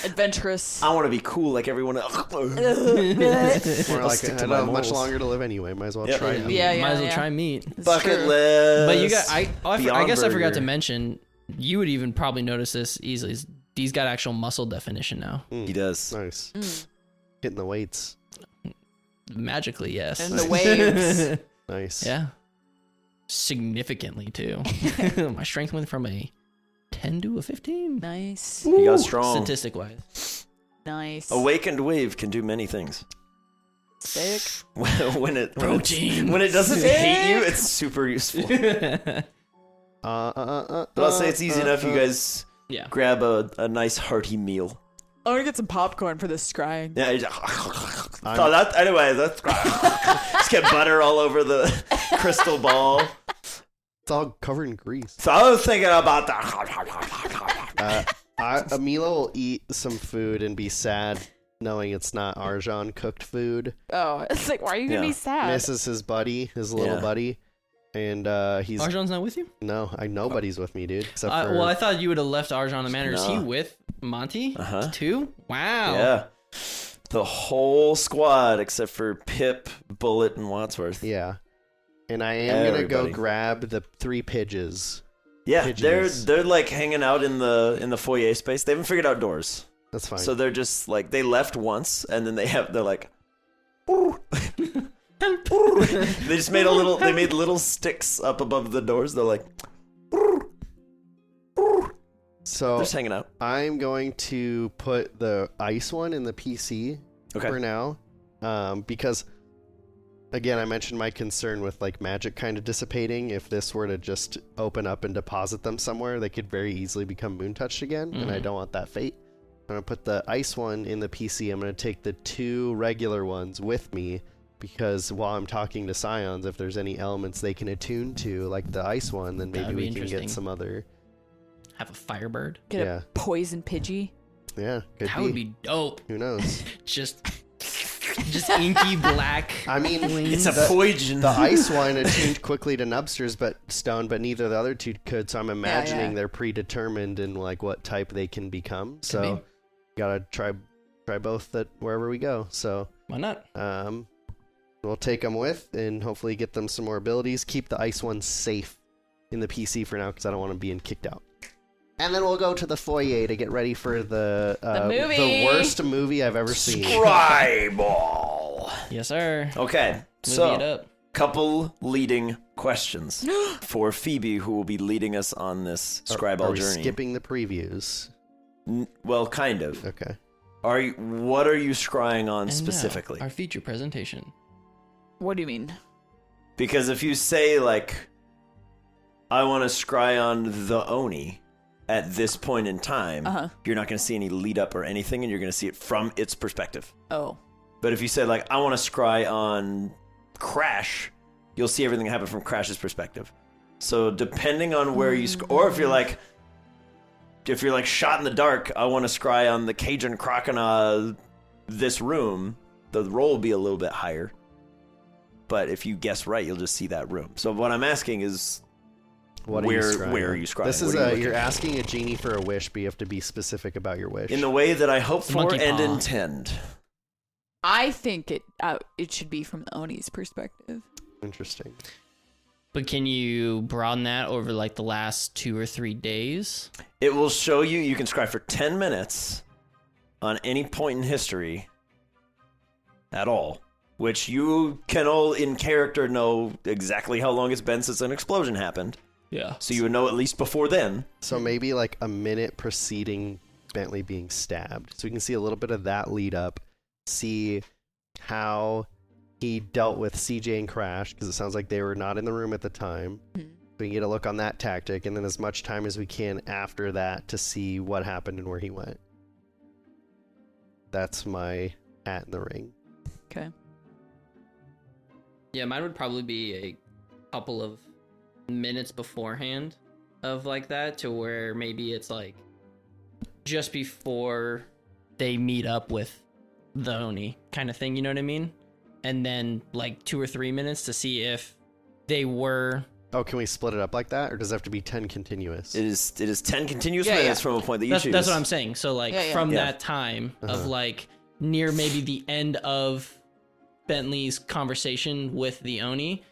Speaker 3: Adventurous.
Speaker 1: I want to be cool like everyone else.
Speaker 3: yeah,
Speaker 2: We're like, I
Speaker 1: stick to
Speaker 2: don't
Speaker 1: my
Speaker 2: have much
Speaker 1: moles.
Speaker 2: longer to live anyway. Might as well
Speaker 1: Yep.
Speaker 2: try
Speaker 1: Yeah.
Speaker 2: it.
Speaker 3: yeah,
Speaker 4: Might as well
Speaker 3: yeah.
Speaker 4: try meat.
Speaker 3: It's
Speaker 1: Bucket
Speaker 3: true.
Speaker 1: list.
Speaker 4: But you got I oh, I, for- I
Speaker 1: Uh, Beyond
Speaker 4: guess I forgot
Speaker 1: Burger.
Speaker 4: to mention you would even probably notice this easily. Is D's got actual muscle definition now.
Speaker 1: He does.
Speaker 2: Nice.
Speaker 3: Mm.
Speaker 2: Hitting the weights.
Speaker 4: Magically, yes.
Speaker 3: And the waves.
Speaker 2: Nice.
Speaker 4: yeah. Significantly too. My strength went from a ten to a fifteen.
Speaker 3: nice.
Speaker 1: He got strong.
Speaker 4: Statistic wise.
Speaker 3: Nice.
Speaker 1: Awakened wave can do many things.
Speaker 3: Sick.
Speaker 1: when it when it,
Speaker 4: Protein.
Speaker 1: when it doesn't hate you, it's super useful.
Speaker 2: Uh, uh, uh, uh,
Speaker 1: But I'll say it's easy
Speaker 2: uh,
Speaker 1: enough. You
Speaker 2: uh.
Speaker 1: guys
Speaker 4: yeah.
Speaker 1: grab a, a nice hearty meal.
Speaker 3: I'm gonna get some popcorn for this scrying.
Speaker 1: Yeah. it's- so that anyway, that's just get butter all over the crystal ball.
Speaker 2: It's all covered in grease.
Speaker 1: So I was thinking about that.
Speaker 2: Uh, I, Emila will eat some food and be sad knowing it's not Arjan cooked food.
Speaker 3: Oh, it's like, why are you gonna
Speaker 1: Yeah.
Speaker 3: be sad?
Speaker 2: Misses his buddy, his little
Speaker 1: Yeah.
Speaker 2: buddy. And uh, he's
Speaker 4: Arjan's not with you?
Speaker 2: no, I nobody's with me, dude. Except
Speaker 4: I,
Speaker 2: for
Speaker 4: well, I thought you would have left Arjan the Manor. Is he
Speaker 1: No.
Speaker 4: with Monty?
Speaker 1: Uh-huh.
Speaker 4: Too? Wow.
Speaker 1: yeah. The whole squad except for Pip, Bullet, and Wadsworth.
Speaker 2: yeah. And I am gonna
Speaker 1: Everybody.
Speaker 2: go grab the three pigeons.
Speaker 1: Yeah,
Speaker 2: Pigeons.
Speaker 1: they're they're like hanging out in the in the foyer space. They haven't figured out doors.
Speaker 2: That's fine.
Speaker 1: So they're just like they left once, and then they have they're like, they just made a little they made little sticks up above the doors. They're like
Speaker 2: so
Speaker 1: they're just hanging out.
Speaker 2: I'm going to put the ice one in the PC
Speaker 1: Okay.
Speaker 2: for now, um, because again, I mentioned my concern with like magic kind of dissipating. If this were to just open up and deposit them somewhere, they could very easily become moon touched again, and I
Speaker 4: Mhm.
Speaker 2: don't want that fate. I'm gonna put the ice one in the PC. I'm gonna take the two regular ones with me because while I'm talking to scions, if there's any elements they can attune to, like the ice one, then maybe
Speaker 4: That'd be
Speaker 2: we can
Speaker 4: interesting.
Speaker 2: get some other.
Speaker 4: Have a Firebird.
Speaker 3: Get
Speaker 2: Yeah.
Speaker 3: a poison pidgey.
Speaker 2: Yeah, could
Speaker 4: that
Speaker 2: be.
Speaker 4: would be dope.
Speaker 2: Who knows?
Speaker 4: Just, just inky black.
Speaker 2: I mean,
Speaker 1: It's a
Speaker 2: Mm, the-
Speaker 1: poison.
Speaker 2: the ice wine attuned quickly to Nubsters, but Stone, but neither of the other two could. So I'm imagining
Speaker 3: yeah.
Speaker 2: they're predetermined in like what type they can become. So
Speaker 4: be.
Speaker 2: gotta try try both that wherever we go. So
Speaker 4: Why not?
Speaker 2: um, We'll take them with and hopefully get them some more abilities. Keep the ice one safe in the PC for now because I don't want them being kicked out. And then we'll go to the foyer to get ready for the uh,
Speaker 3: movie.
Speaker 2: worst movie I've ever seen.
Speaker 1: Scryball.
Speaker 4: Yes, sir. Movie
Speaker 1: Okay,
Speaker 4: it
Speaker 1: so
Speaker 4: up.
Speaker 1: couple leading questions for Phoebe, who will be leading us on this
Speaker 2: Are-
Speaker 1: Scryball
Speaker 2: are we
Speaker 1: journey.
Speaker 2: Skipping Uh, the previews.
Speaker 1: N- well, kind of.
Speaker 2: Okay.
Speaker 1: Are you, what are you scrying on
Speaker 4: And now,
Speaker 1: specifically?
Speaker 4: our feature presentation.
Speaker 3: What do you mean?
Speaker 1: Because if you say like, I want to scry on the Oni at this point in time,
Speaker 3: Uh-huh.
Speaker 1: you're not going to see any lead up or anything, and you're going to see it from its perspective.
Speaker 3: Oh,
Speaker 1: But if you say like, I want to scry on Crash, you'll see everything happen from Crash's perspective. So depending on where you sc- or if you're like, if you're like shot in the dark, I want to scry on the Cajun Croconaw this room. The roll will be a little bit higher. But if you guess right, you'll just see that room. So what I'm asking is,
Speaker 2: What
Speaker 1: Where-
Speaker 2: are you scrying?
Speaker 1: where are you scrying?
Speaker 2: This
Speaker 1: What
Speaker 2: is
Speaker 1: are you
Speaker 2: a,
Speaker 1: looking
Speaker 2: you're
Speaker 1: at?
Speaker 2: asking a genie for a wish, but you have to be specific about your wish.
Speaker 1: in the way that I hope
Speaker 4: It's
Speaker 1: for
Speaker 4: monkey
Speaker 1: and
Speaker 4: paw.
Speaker 1: intend.
Speaker 3: I think it uh, it should be from the Oni's perspective.
Speaker 2: Interesting.
Speaker 4: But can you broaden that over like the last two or three days?
Speaker 1: It will show you. You can scry for ten minutes on any point in history at all, which you can all in character know exactly how long it's been since an explosion happened.
Speaker 4: Yeah.
Speaker 1: So you would know at least before then.
Speaker 2: So maybe like a minute preceding Bentley being stabbed. So we can see a little bit of that lead up, see how he dealt with CJ and Crash, because it sounds like they were not in the room at the time. We can get a look on that tactic, and then as much time as we can after that to see what happened and where he went. That's my hat in the ring.
Speaker 3: Okay.
Speaker 4: Yeah, mine would probably be a couple of minutes beforehand of like that to where maybe it's like just before they meet up with the Oni kind of thing, you know what I mean? And then like two or three minutes to see if they were
Speaker 2: Oh, can we split it up like that, or does it have to be ten continuous?
Speaker 1: It is it is ten continuous
Speaker 3: Yeah,
Speaker 1: minutes
Speaker 3: yeah.
Speaker 1: from a point that you
Speaker 4: that's,
Speaker 1: choose.
Speaker 4: that's what I'm saying. So like
Speaker 3: Yeah, yeah.
Speaker 4: from
Speaker 1: Yeah.
Speaker 4: that time of
Speaker 2: Uh-huh.
Speaker 4: like near maybe the end of Bentley's conversation with the Oni,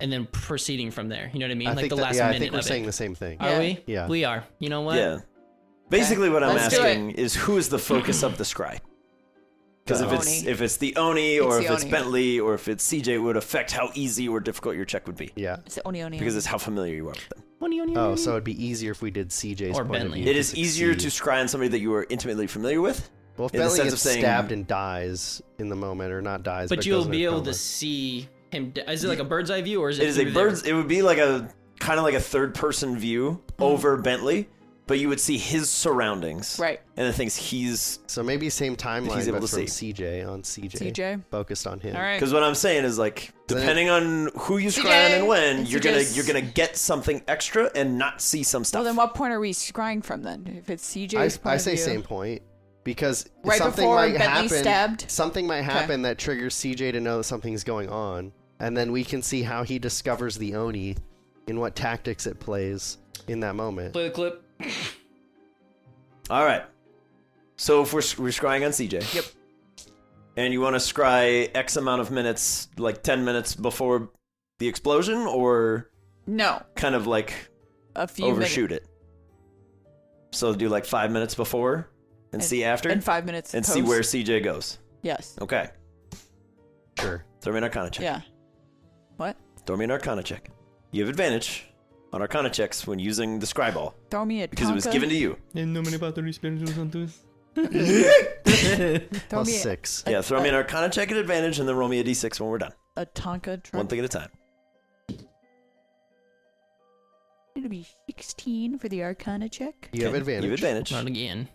Speaker 4: and then proceeding from there. You know what I mean? like
Speaker 2: think
Speaker 4: the
Speaker 2: that-
Speaker 4: last
Speaker 2: yeah,
Speaker 4: minute
Speaker 2: I think we're
Speaker 4: of
Speaker 2: saying
Speaker 4: it.
Speaker 2: the same thing.
Speaker 4: Are
Speaker 3: Yeah.
Speaker 4: we?
Speaker 2: Yeah.
Speaker 4: we are. You know what?
Speaker 1: Yeah. Basically, what I'm
Speaker 3: Let's do
Speaker 1: asking is who is the focus of the scry? Because if
Speaker 2: The
Speaker 1: it's
Speaker 3: Oni.
Speaker 1: if it's the Oni or
Speaker 3: It's
Speaker 1: if
Speaker 3: the
Speaker 1: it's
Speaker 3: Oni.
Speaker 1: Bentley or if it's CJ, it would affect how easy or difficult your check would be
Speaker 2: Yeah.
Speaker 3: It's the Oni Oni.
Speaker 1: because it's how familiar you are with them.
Speaker 4: Oni, oni,
Speaker 2: Oh,
Speaker 4: oni.
Speaker 2: so it'd be easier if we did CJ's
Speaker 4: Or
Speaker 2: point of
Speaker 4: Bentley.
Speaker 2: view
Speaker 1: It
Speaker 2: to
Speaker 1: is easier to
Speaker 2: succeed.
Speaker 1: scry on somebody that you are intimately familiar with.
Speaker 2: Well, if
Speaker 1: in the
Speaker 2: Bentley
Speaker 1: sense
Speaker 2: gets
Speaker 1: of saying-
Speaker 2: stabbed and dies in the moment, or not dies,
Speaker 4: but,
Speaker 2: but,
Speaker 4: you'll
Speaker 2: goes
Speaker 4: be
Speaker 2: into
Speaker 4: able
Speaker 2: coma.
Speaker 4: to see him. d- Is it like a bird's eye view or is it?
Speaker 1: It is a
Speaker 4: through there?
Speaker 1: bird's. It would be like a kind of like a third person view over Bentley, but you would see his surroundings,
Speaker 3: Right.
Speaker 1: and the things he's.
Speaker 2: So maybe same timeline,
Speaker 1: he's able
Speaker 2: but
Speaker 1: to
Speaker 2: from
Speaker 1: see.
Speaker 2: CJ on CJ,
Speaker 3: CJ?
Speaker 2: focused on him.
Speaker 3: All right.
Speaker 1: Because what I'm saying is like,
Speaker 2: Then-
Speaker 1: depending on who you scry on
Speaker 3: CJ,
Speaker 1: and when, you're gonna
Speaker 3: CJ's
Speaker 1: you're gonna get something extra and not see some stuff.
Speaker 3: Well, then what point are we scrying from then? If
Speaker 2: I,
Speaker 3: it's CJ's point
Speaker 2: I
Speaker 3: of
Speaker 2: say
Speaker 3: view.
Speaker 2: same point because
Speaker 3: Right
Speaker 2: something
Speaker 3: before
Speaker 2: might
Speaker 3: Bentley
Speaker 2: happen.
Speaker 3: stabbed?
Speaker 2: Something might happen that triggers CJ to know that something's going on, and then we can see how he discovers the Oni and what tactics it plays in that moment.
Speaker 4: Play the clip.
Speaker 1: All right. So if we're we're scrying on CJ. Yep. And you want to scry X amount of minutes, like ten minutes before the explosion, or
Speaker 3: No,
Speaker 1: kind of like
Speaker 3: a few
Speaker 1: overshoot
Speaker 3: minutes
Speaker 1: it. So do like five minutes before and, see after
Speaker 3: and five minutes
Speaker 1: and
Speaker 3: post.
Speaker 1: see where CJ goes.
Speaker 3: Yes.
Speaker 1: Okay.
Speaker 2: Sure.
Speaker 1: Throw me an Arcana check.
Speaker 3: Yeah. What?
Speaker 1: Throw me an Arcana check. You have advantage on Arcana checks when using the Scry Ball
Speaker 3: Throw me a
Speaker 1: because it was
Speaker 3: Tonka-
Speaker 1: given to you.
Speaker 3: Throw
Speaker 2: Plus
Speaker 3: me
Speaker 2: six.
Speaker 1: Yeah, throw me an Arcana check at advantage and then roll me a d6 when we're done.
Speaker 3: A, a Tonka truck.
Speaker 1: One thing at a time.
Speaker 3: It'll be sixteen for the Arcana check.
Speaker 2: You have
Speaker 1: Okay,
Speaker 2: advantage.
Speaker 1: You have advantage.
Speaker 4: Not again.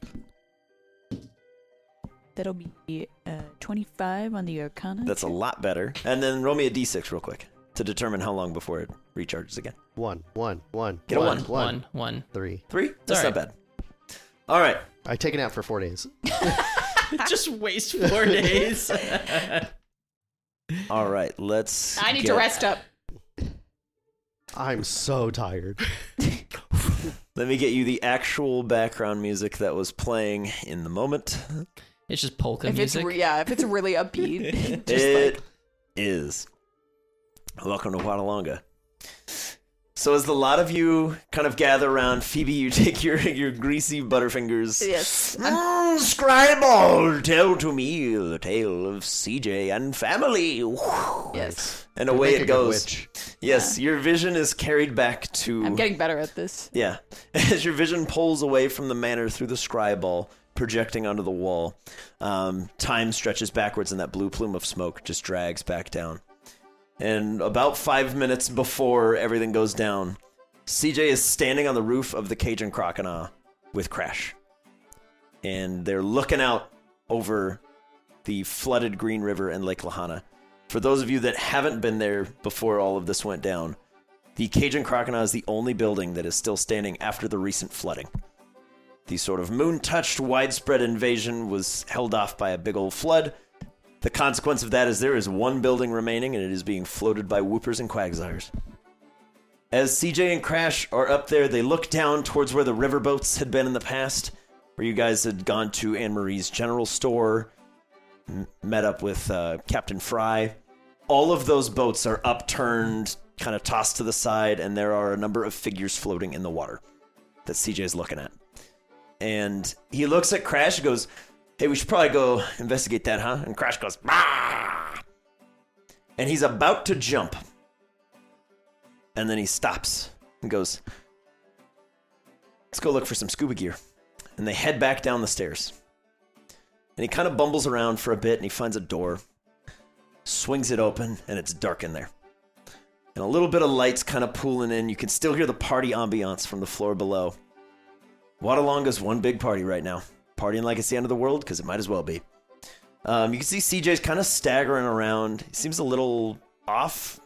Speaker 3: That'll be uh, twenty-five on the Arcana.
Speaker 1: That's a
Speaker 3: check.
Speaker 1: lot better. And then roll me a d6 real quick to determine how long before it recharges again.
Speaker 2: One, one, one,
Speaker 1: Get a
Speaker 2: one,
Speaker 1: one.
Speaker 2: one,
Speaker 4: One, one.
Speaker 2: three.
Speaker 1: Three? That's
Speaker 4: all
Speaker 1: not bad. All right.
Speaker 2: I take a nap for four days.
Speaker 4: Just waste four days.
Speaker 1: All right. Let's.
Speaker 3: I need
Speaker 1: get-
Speaker 3: to rest up.
Speaker 2: I'm so tired.
Speaker 1: Let me get you the actual background music that was playing in the moment.
Speaker 4: it's just polka
Speaker 3: if
Speaker 4: music.
Speaker 3: it's re- yeah, if it's really upbeat, just
Speaker 1: it
Speaker 3: like
Speaker 1: is. Welcome to Huatalonga. So as the lot of you kind of gather around, Phoebe, you take your, your greasy butterfingers.
Speaker 3: Yes.
Speaker 1: Mm, Scribble, tell to me the tale of CJ and family. Whew.
Speaker 3: Yes.
Speaker 1: And away
Speaker 2: Make a
Speaker 1: it
Speaker 2: good
Speaker 1: goes.
Speaker 2: witch.
Speaker 1: Yes, your vision is carried back to.
Speaker 3: I'm getting better at this.
Speaker 1: Yeah. As your vision pulls away from the manor through the scry ball, projecting onto the wall, um, time stretches backwards and that blue plume of smoke just drags back down. And about five minutes before everything goes down, CJ is standing on the roof of the Cajun Croconaw with Crash. And they're looking out over the flooded Green River and Lake Lahana. For those of you that haven't been there before all of this went down, the Cajun Croconaw is the only building that is still standing after the recent flooding. The sort of moon touched, widespread invasion was held off by a big old flood. The consequence of that is there is one building remaining and it is being floated by whoopers and quagsires. As CJ and Crash are up there, they look down towards where the riverboats had been in the past, where you guys had gone to Anne Marie's general store, m- met up with uh, Captain Fry all of those boats are upturned, kind of tossed to the side, and there are a number of figures floating in the water that CJ is looking at. And he looks at Crash and goes, Hey, we should probably go investigate that, huh? And Crash goes, "Bah!" And he's about to jump. And then he stops and goes, Let's go look for some scuba gear. And they head back down the stairs. And he kind of bumbles around for a bit and he finds a door swings it open, and it's dark in there. And a little bit of light's kind of pooling in. You can still hear the party ambiance from the floor below. Watalonga's one big party right now. Partying like it's the end of the world, because it might as well be. Um, you can see CJ's kind of staggering around. He seems a little off,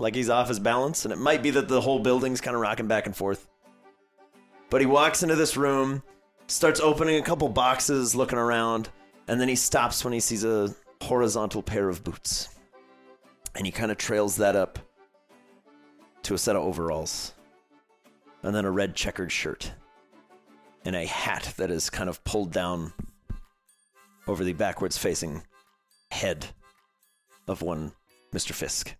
Speaker 1: like he's off his balance, and it might be that the whole building's kind of rocking back and forth. But he walks into this room, starts opening a couple boxes, looking around, and then he stops when he sees a horizontal pair of boots. And he kind of trails that up to a set of overalls, and then a red checkered shirt, and a hat that is kind of pulled down over the backwards facing head of one Mr. Fisk.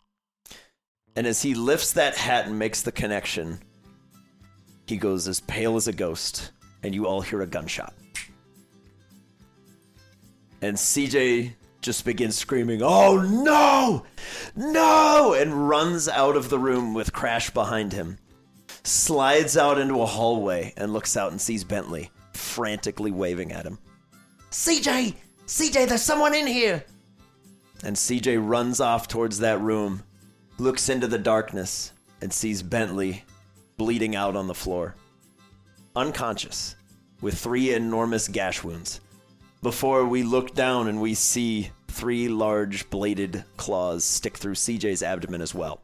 Speaker 1: And as he lifts that hat and makes the connection, he goes as pale as a ghost, and you all hear a gunshot and CJ just begins screaming, "Oh no! No!" and runs out of the room with Crash behind him. Slides out into a hallway and looks out and sees Bentley frantically waving at him.
Speaker 5: CJ! CJ, there's someone in here!
Speaker 1: And CJ runs off towards that room, looks into the darkness, and sees Bentley bleeding out on the floor, unconscious, with three enormous gash wounds. Before we look down and we see three large bladed claws stick through CJ's abdomen as well,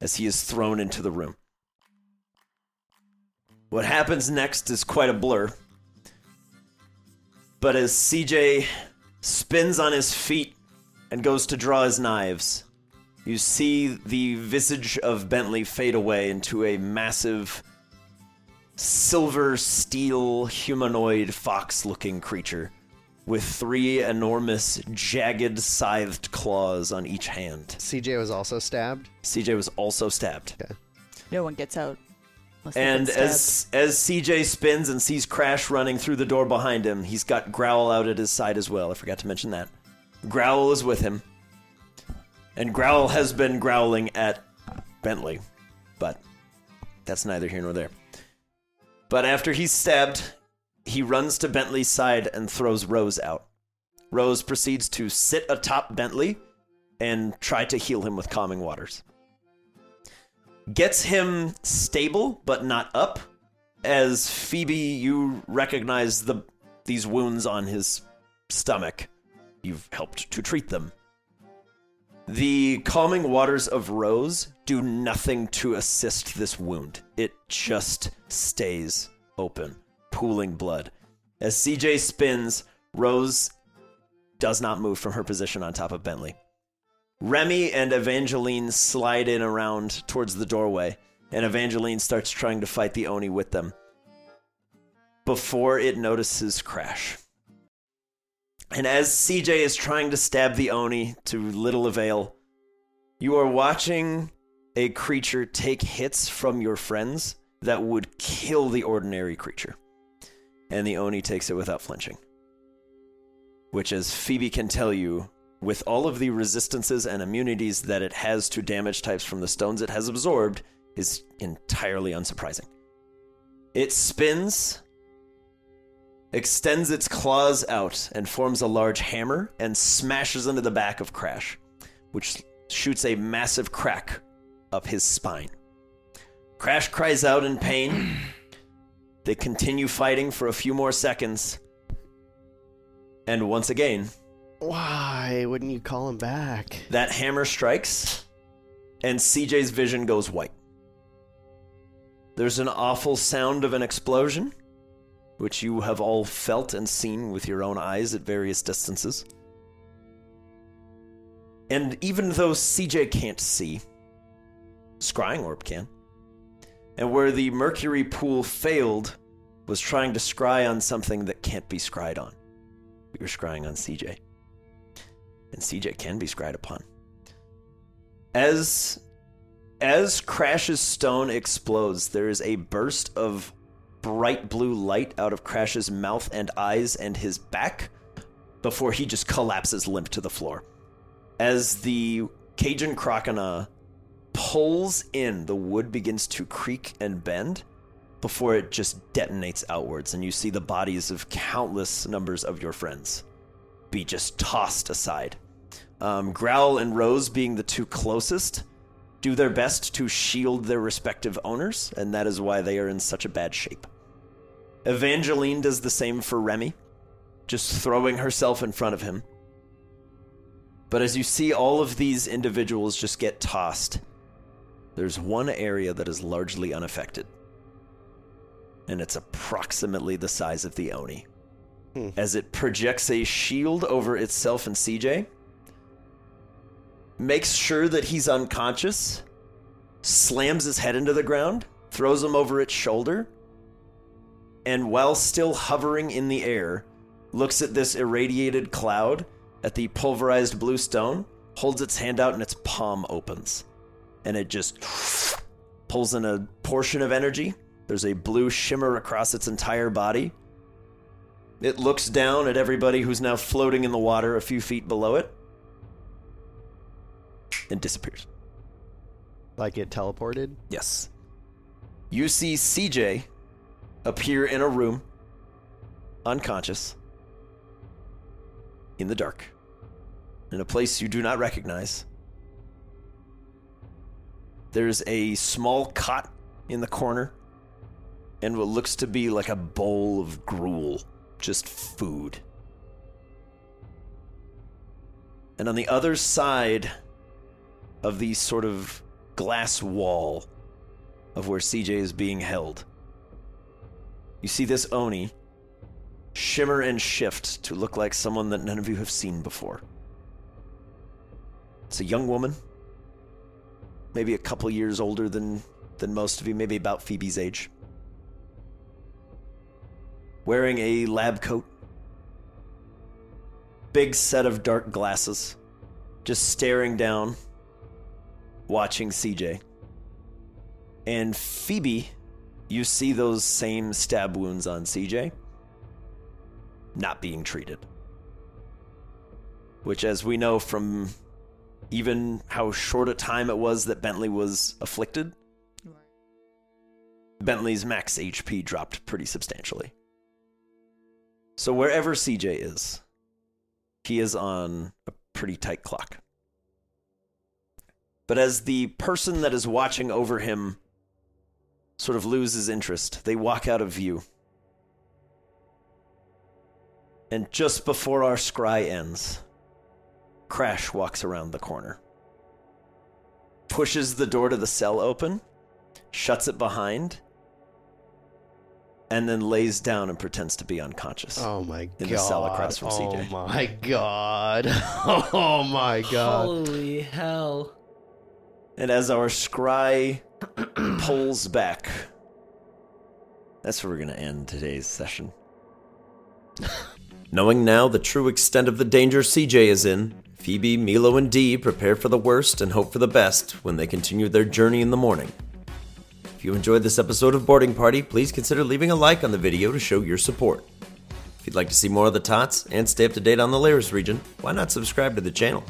Speaker 1: as he is thrown into the room. What happens next is quite a blur. But as CJ spins on his feet and goes to draw his knives. You see the visage of Bentley fade away into a massive silver steel humanoid fox looking creature with three enormous jagged scythed claws on each hand.
Speaker 2: CJ was also stabbed.
Speaker 1: CJ was also stabbed.
Speaker 3: No one gets out. unless they
Speaker 1: And
Speaker 3: get
Speaker 1: as as CJ spins and sees Crash running through the door behind him, he's got Growl out at his side as well. I forgot to mention that. Growl is with him. And Growl has been growling at Bentley, but that's neither here nor there. But after he's stabbed, he runs to Bentley's side and throws Rose out. Rose proceeds to sit atop Bentley and try to heal him with calming waters gets him stable but not up. As Phoebe, you recognize the these wounds on his stomach. You've helped to treat them. The calming waters of Rose do nothing to assist this wound. It just stays open, pooling blood. As CJ spins, Rose does not move from her position on top of Bentley. Remy and Evangeline slide in around towards the doorway, and Evangeline starts trying to fight the Oni with them before it notices Crash. And as CJ is trying to stab the Oni to little avail, you are watching a creature take hits from your friends that would kill the ordinary creature. And the Oni takes it without flinching. Which, as Phoebe can tell you, with all of the resistances and immunities that it has to damage types from the stones it has absorbed, is entirely unsurprising. It spins, extends its claws out, and forms a large hammer and smashes into the back of Crash, which shoots a massive crack up his spine. Crash cries out in pain. They continue fighting for a few more seconds. And once again,
Speaker 2: Why wouldn't you call him back?
Speaker 1: that hammer strikes, and CJ's vision goes white. There's an awful sound of an explosion, which you have all felt and seen with your own eyes at various distances. And even though CJ can't see, Scrying Orb can. And where the Mercury pool failed was trying to scry on something that can't be scried on. You're scrying on CJ and CJ can be scried upon. As as Crash's stone explodes, there is a burst of bright blue light out of Crash's mouth and eyes and his back before he just collapses limp to the floor. As the Cajun Crocona pulls in, the wood begins to creak and bend before it just detonates outwards, and you see the bodies of countless numbers of your friends be just tossed aside. Um, Growl and Rose, being the two closest, do their best to shield their respective owners, and that is why they are in such a bad shape. Evangeline does the same for Remy, just throwing herself in front of him. But as you see all of these individuals just get tossed, there's one area that is largely unaffected. And it's approximately the size of the Oni as it projects a shield over itself and CJ, makes sure that he's unconscious, slams his head into the ground, throws him over its shoulder, and while still hovering in the air, looks at this irradiated cloud, at the pulverized blue stone, holds its hand out and its palm opens. And it just pulls in a portion of energy. There's a blue shimmer across its entire body. It looks down at everybody who's now floating in the water a few feet below it and disappears.
Speaker 2: Like it teleported?
Speaker 1: Yes. You see CJ appear in a room, unconscious, in the dark, in a place you do not recognize. There's a small cot in the corner and what looks to be like a bowl of gruel, just food. And on the other side of the sort of glass wall of where CJ is being held, you see this Oni shimmer and shift to look like someone that none of you have seen before. It's a young woman, maybe a couple years older than, than most of you, maybe about Phoebe's age wearing a lab coat, big set of dark glasses, just staring down, watching CJ. And Phoebe, you see those same stab wounds on CJ, not being treated. Which, as we know from even how short a time it was that Bentley was afflicted, Bentley's max HP dropped pretty substantially. So wherever CJ is, he is on a pretty tight clock. But as the person that is watching over him sort of loses interest, they walk out of view. And just before our scry ends, Crash walks around the corner, pushes the door to the cell open, shuts it behind, and then lays down and pretends to be unconscious.
Speaker 2: Oh my
Speaker 1: In
Speaker 2: god.
Speaker 1: the cell across from
Speaker 2: oh
Speaker 1: CJ.
Speaker 2: my god. Oh my god.
Speaker 4: Holy hell.
Speaker 1: And as our scry pulls back, that's where we're going to end today's session. Knowing now the true extent of the danger CJ is in, Phoebe, Milo, and Dee prepare for the worst and hope for the best when they continue their journey in the morning. If you enjoyed this episode of Boarding Party, please consider leaving a like on the video to show your support. If you'd like to see more of the Tots and stay up to date on the Laris region, why not subscribe to the channel?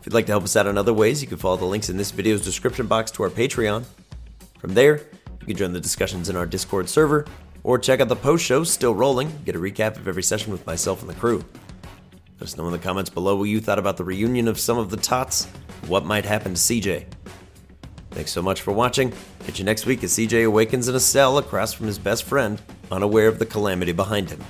Speaker 1: If you'd like to help us out in other ways, you can follow the links in this video's description box to our Patreon. From there, you can join the discussions in our Discord server, or check out the post show still rolling, get a recap of every session with myself and the crew. Let us know in the comments below what you thought about the reunion of some of the tots, and what might happen to CJ. Thanks so much for watching. Catch you next week as CJ awakens in a cell across from his best friend, unaware of the calamity behind him.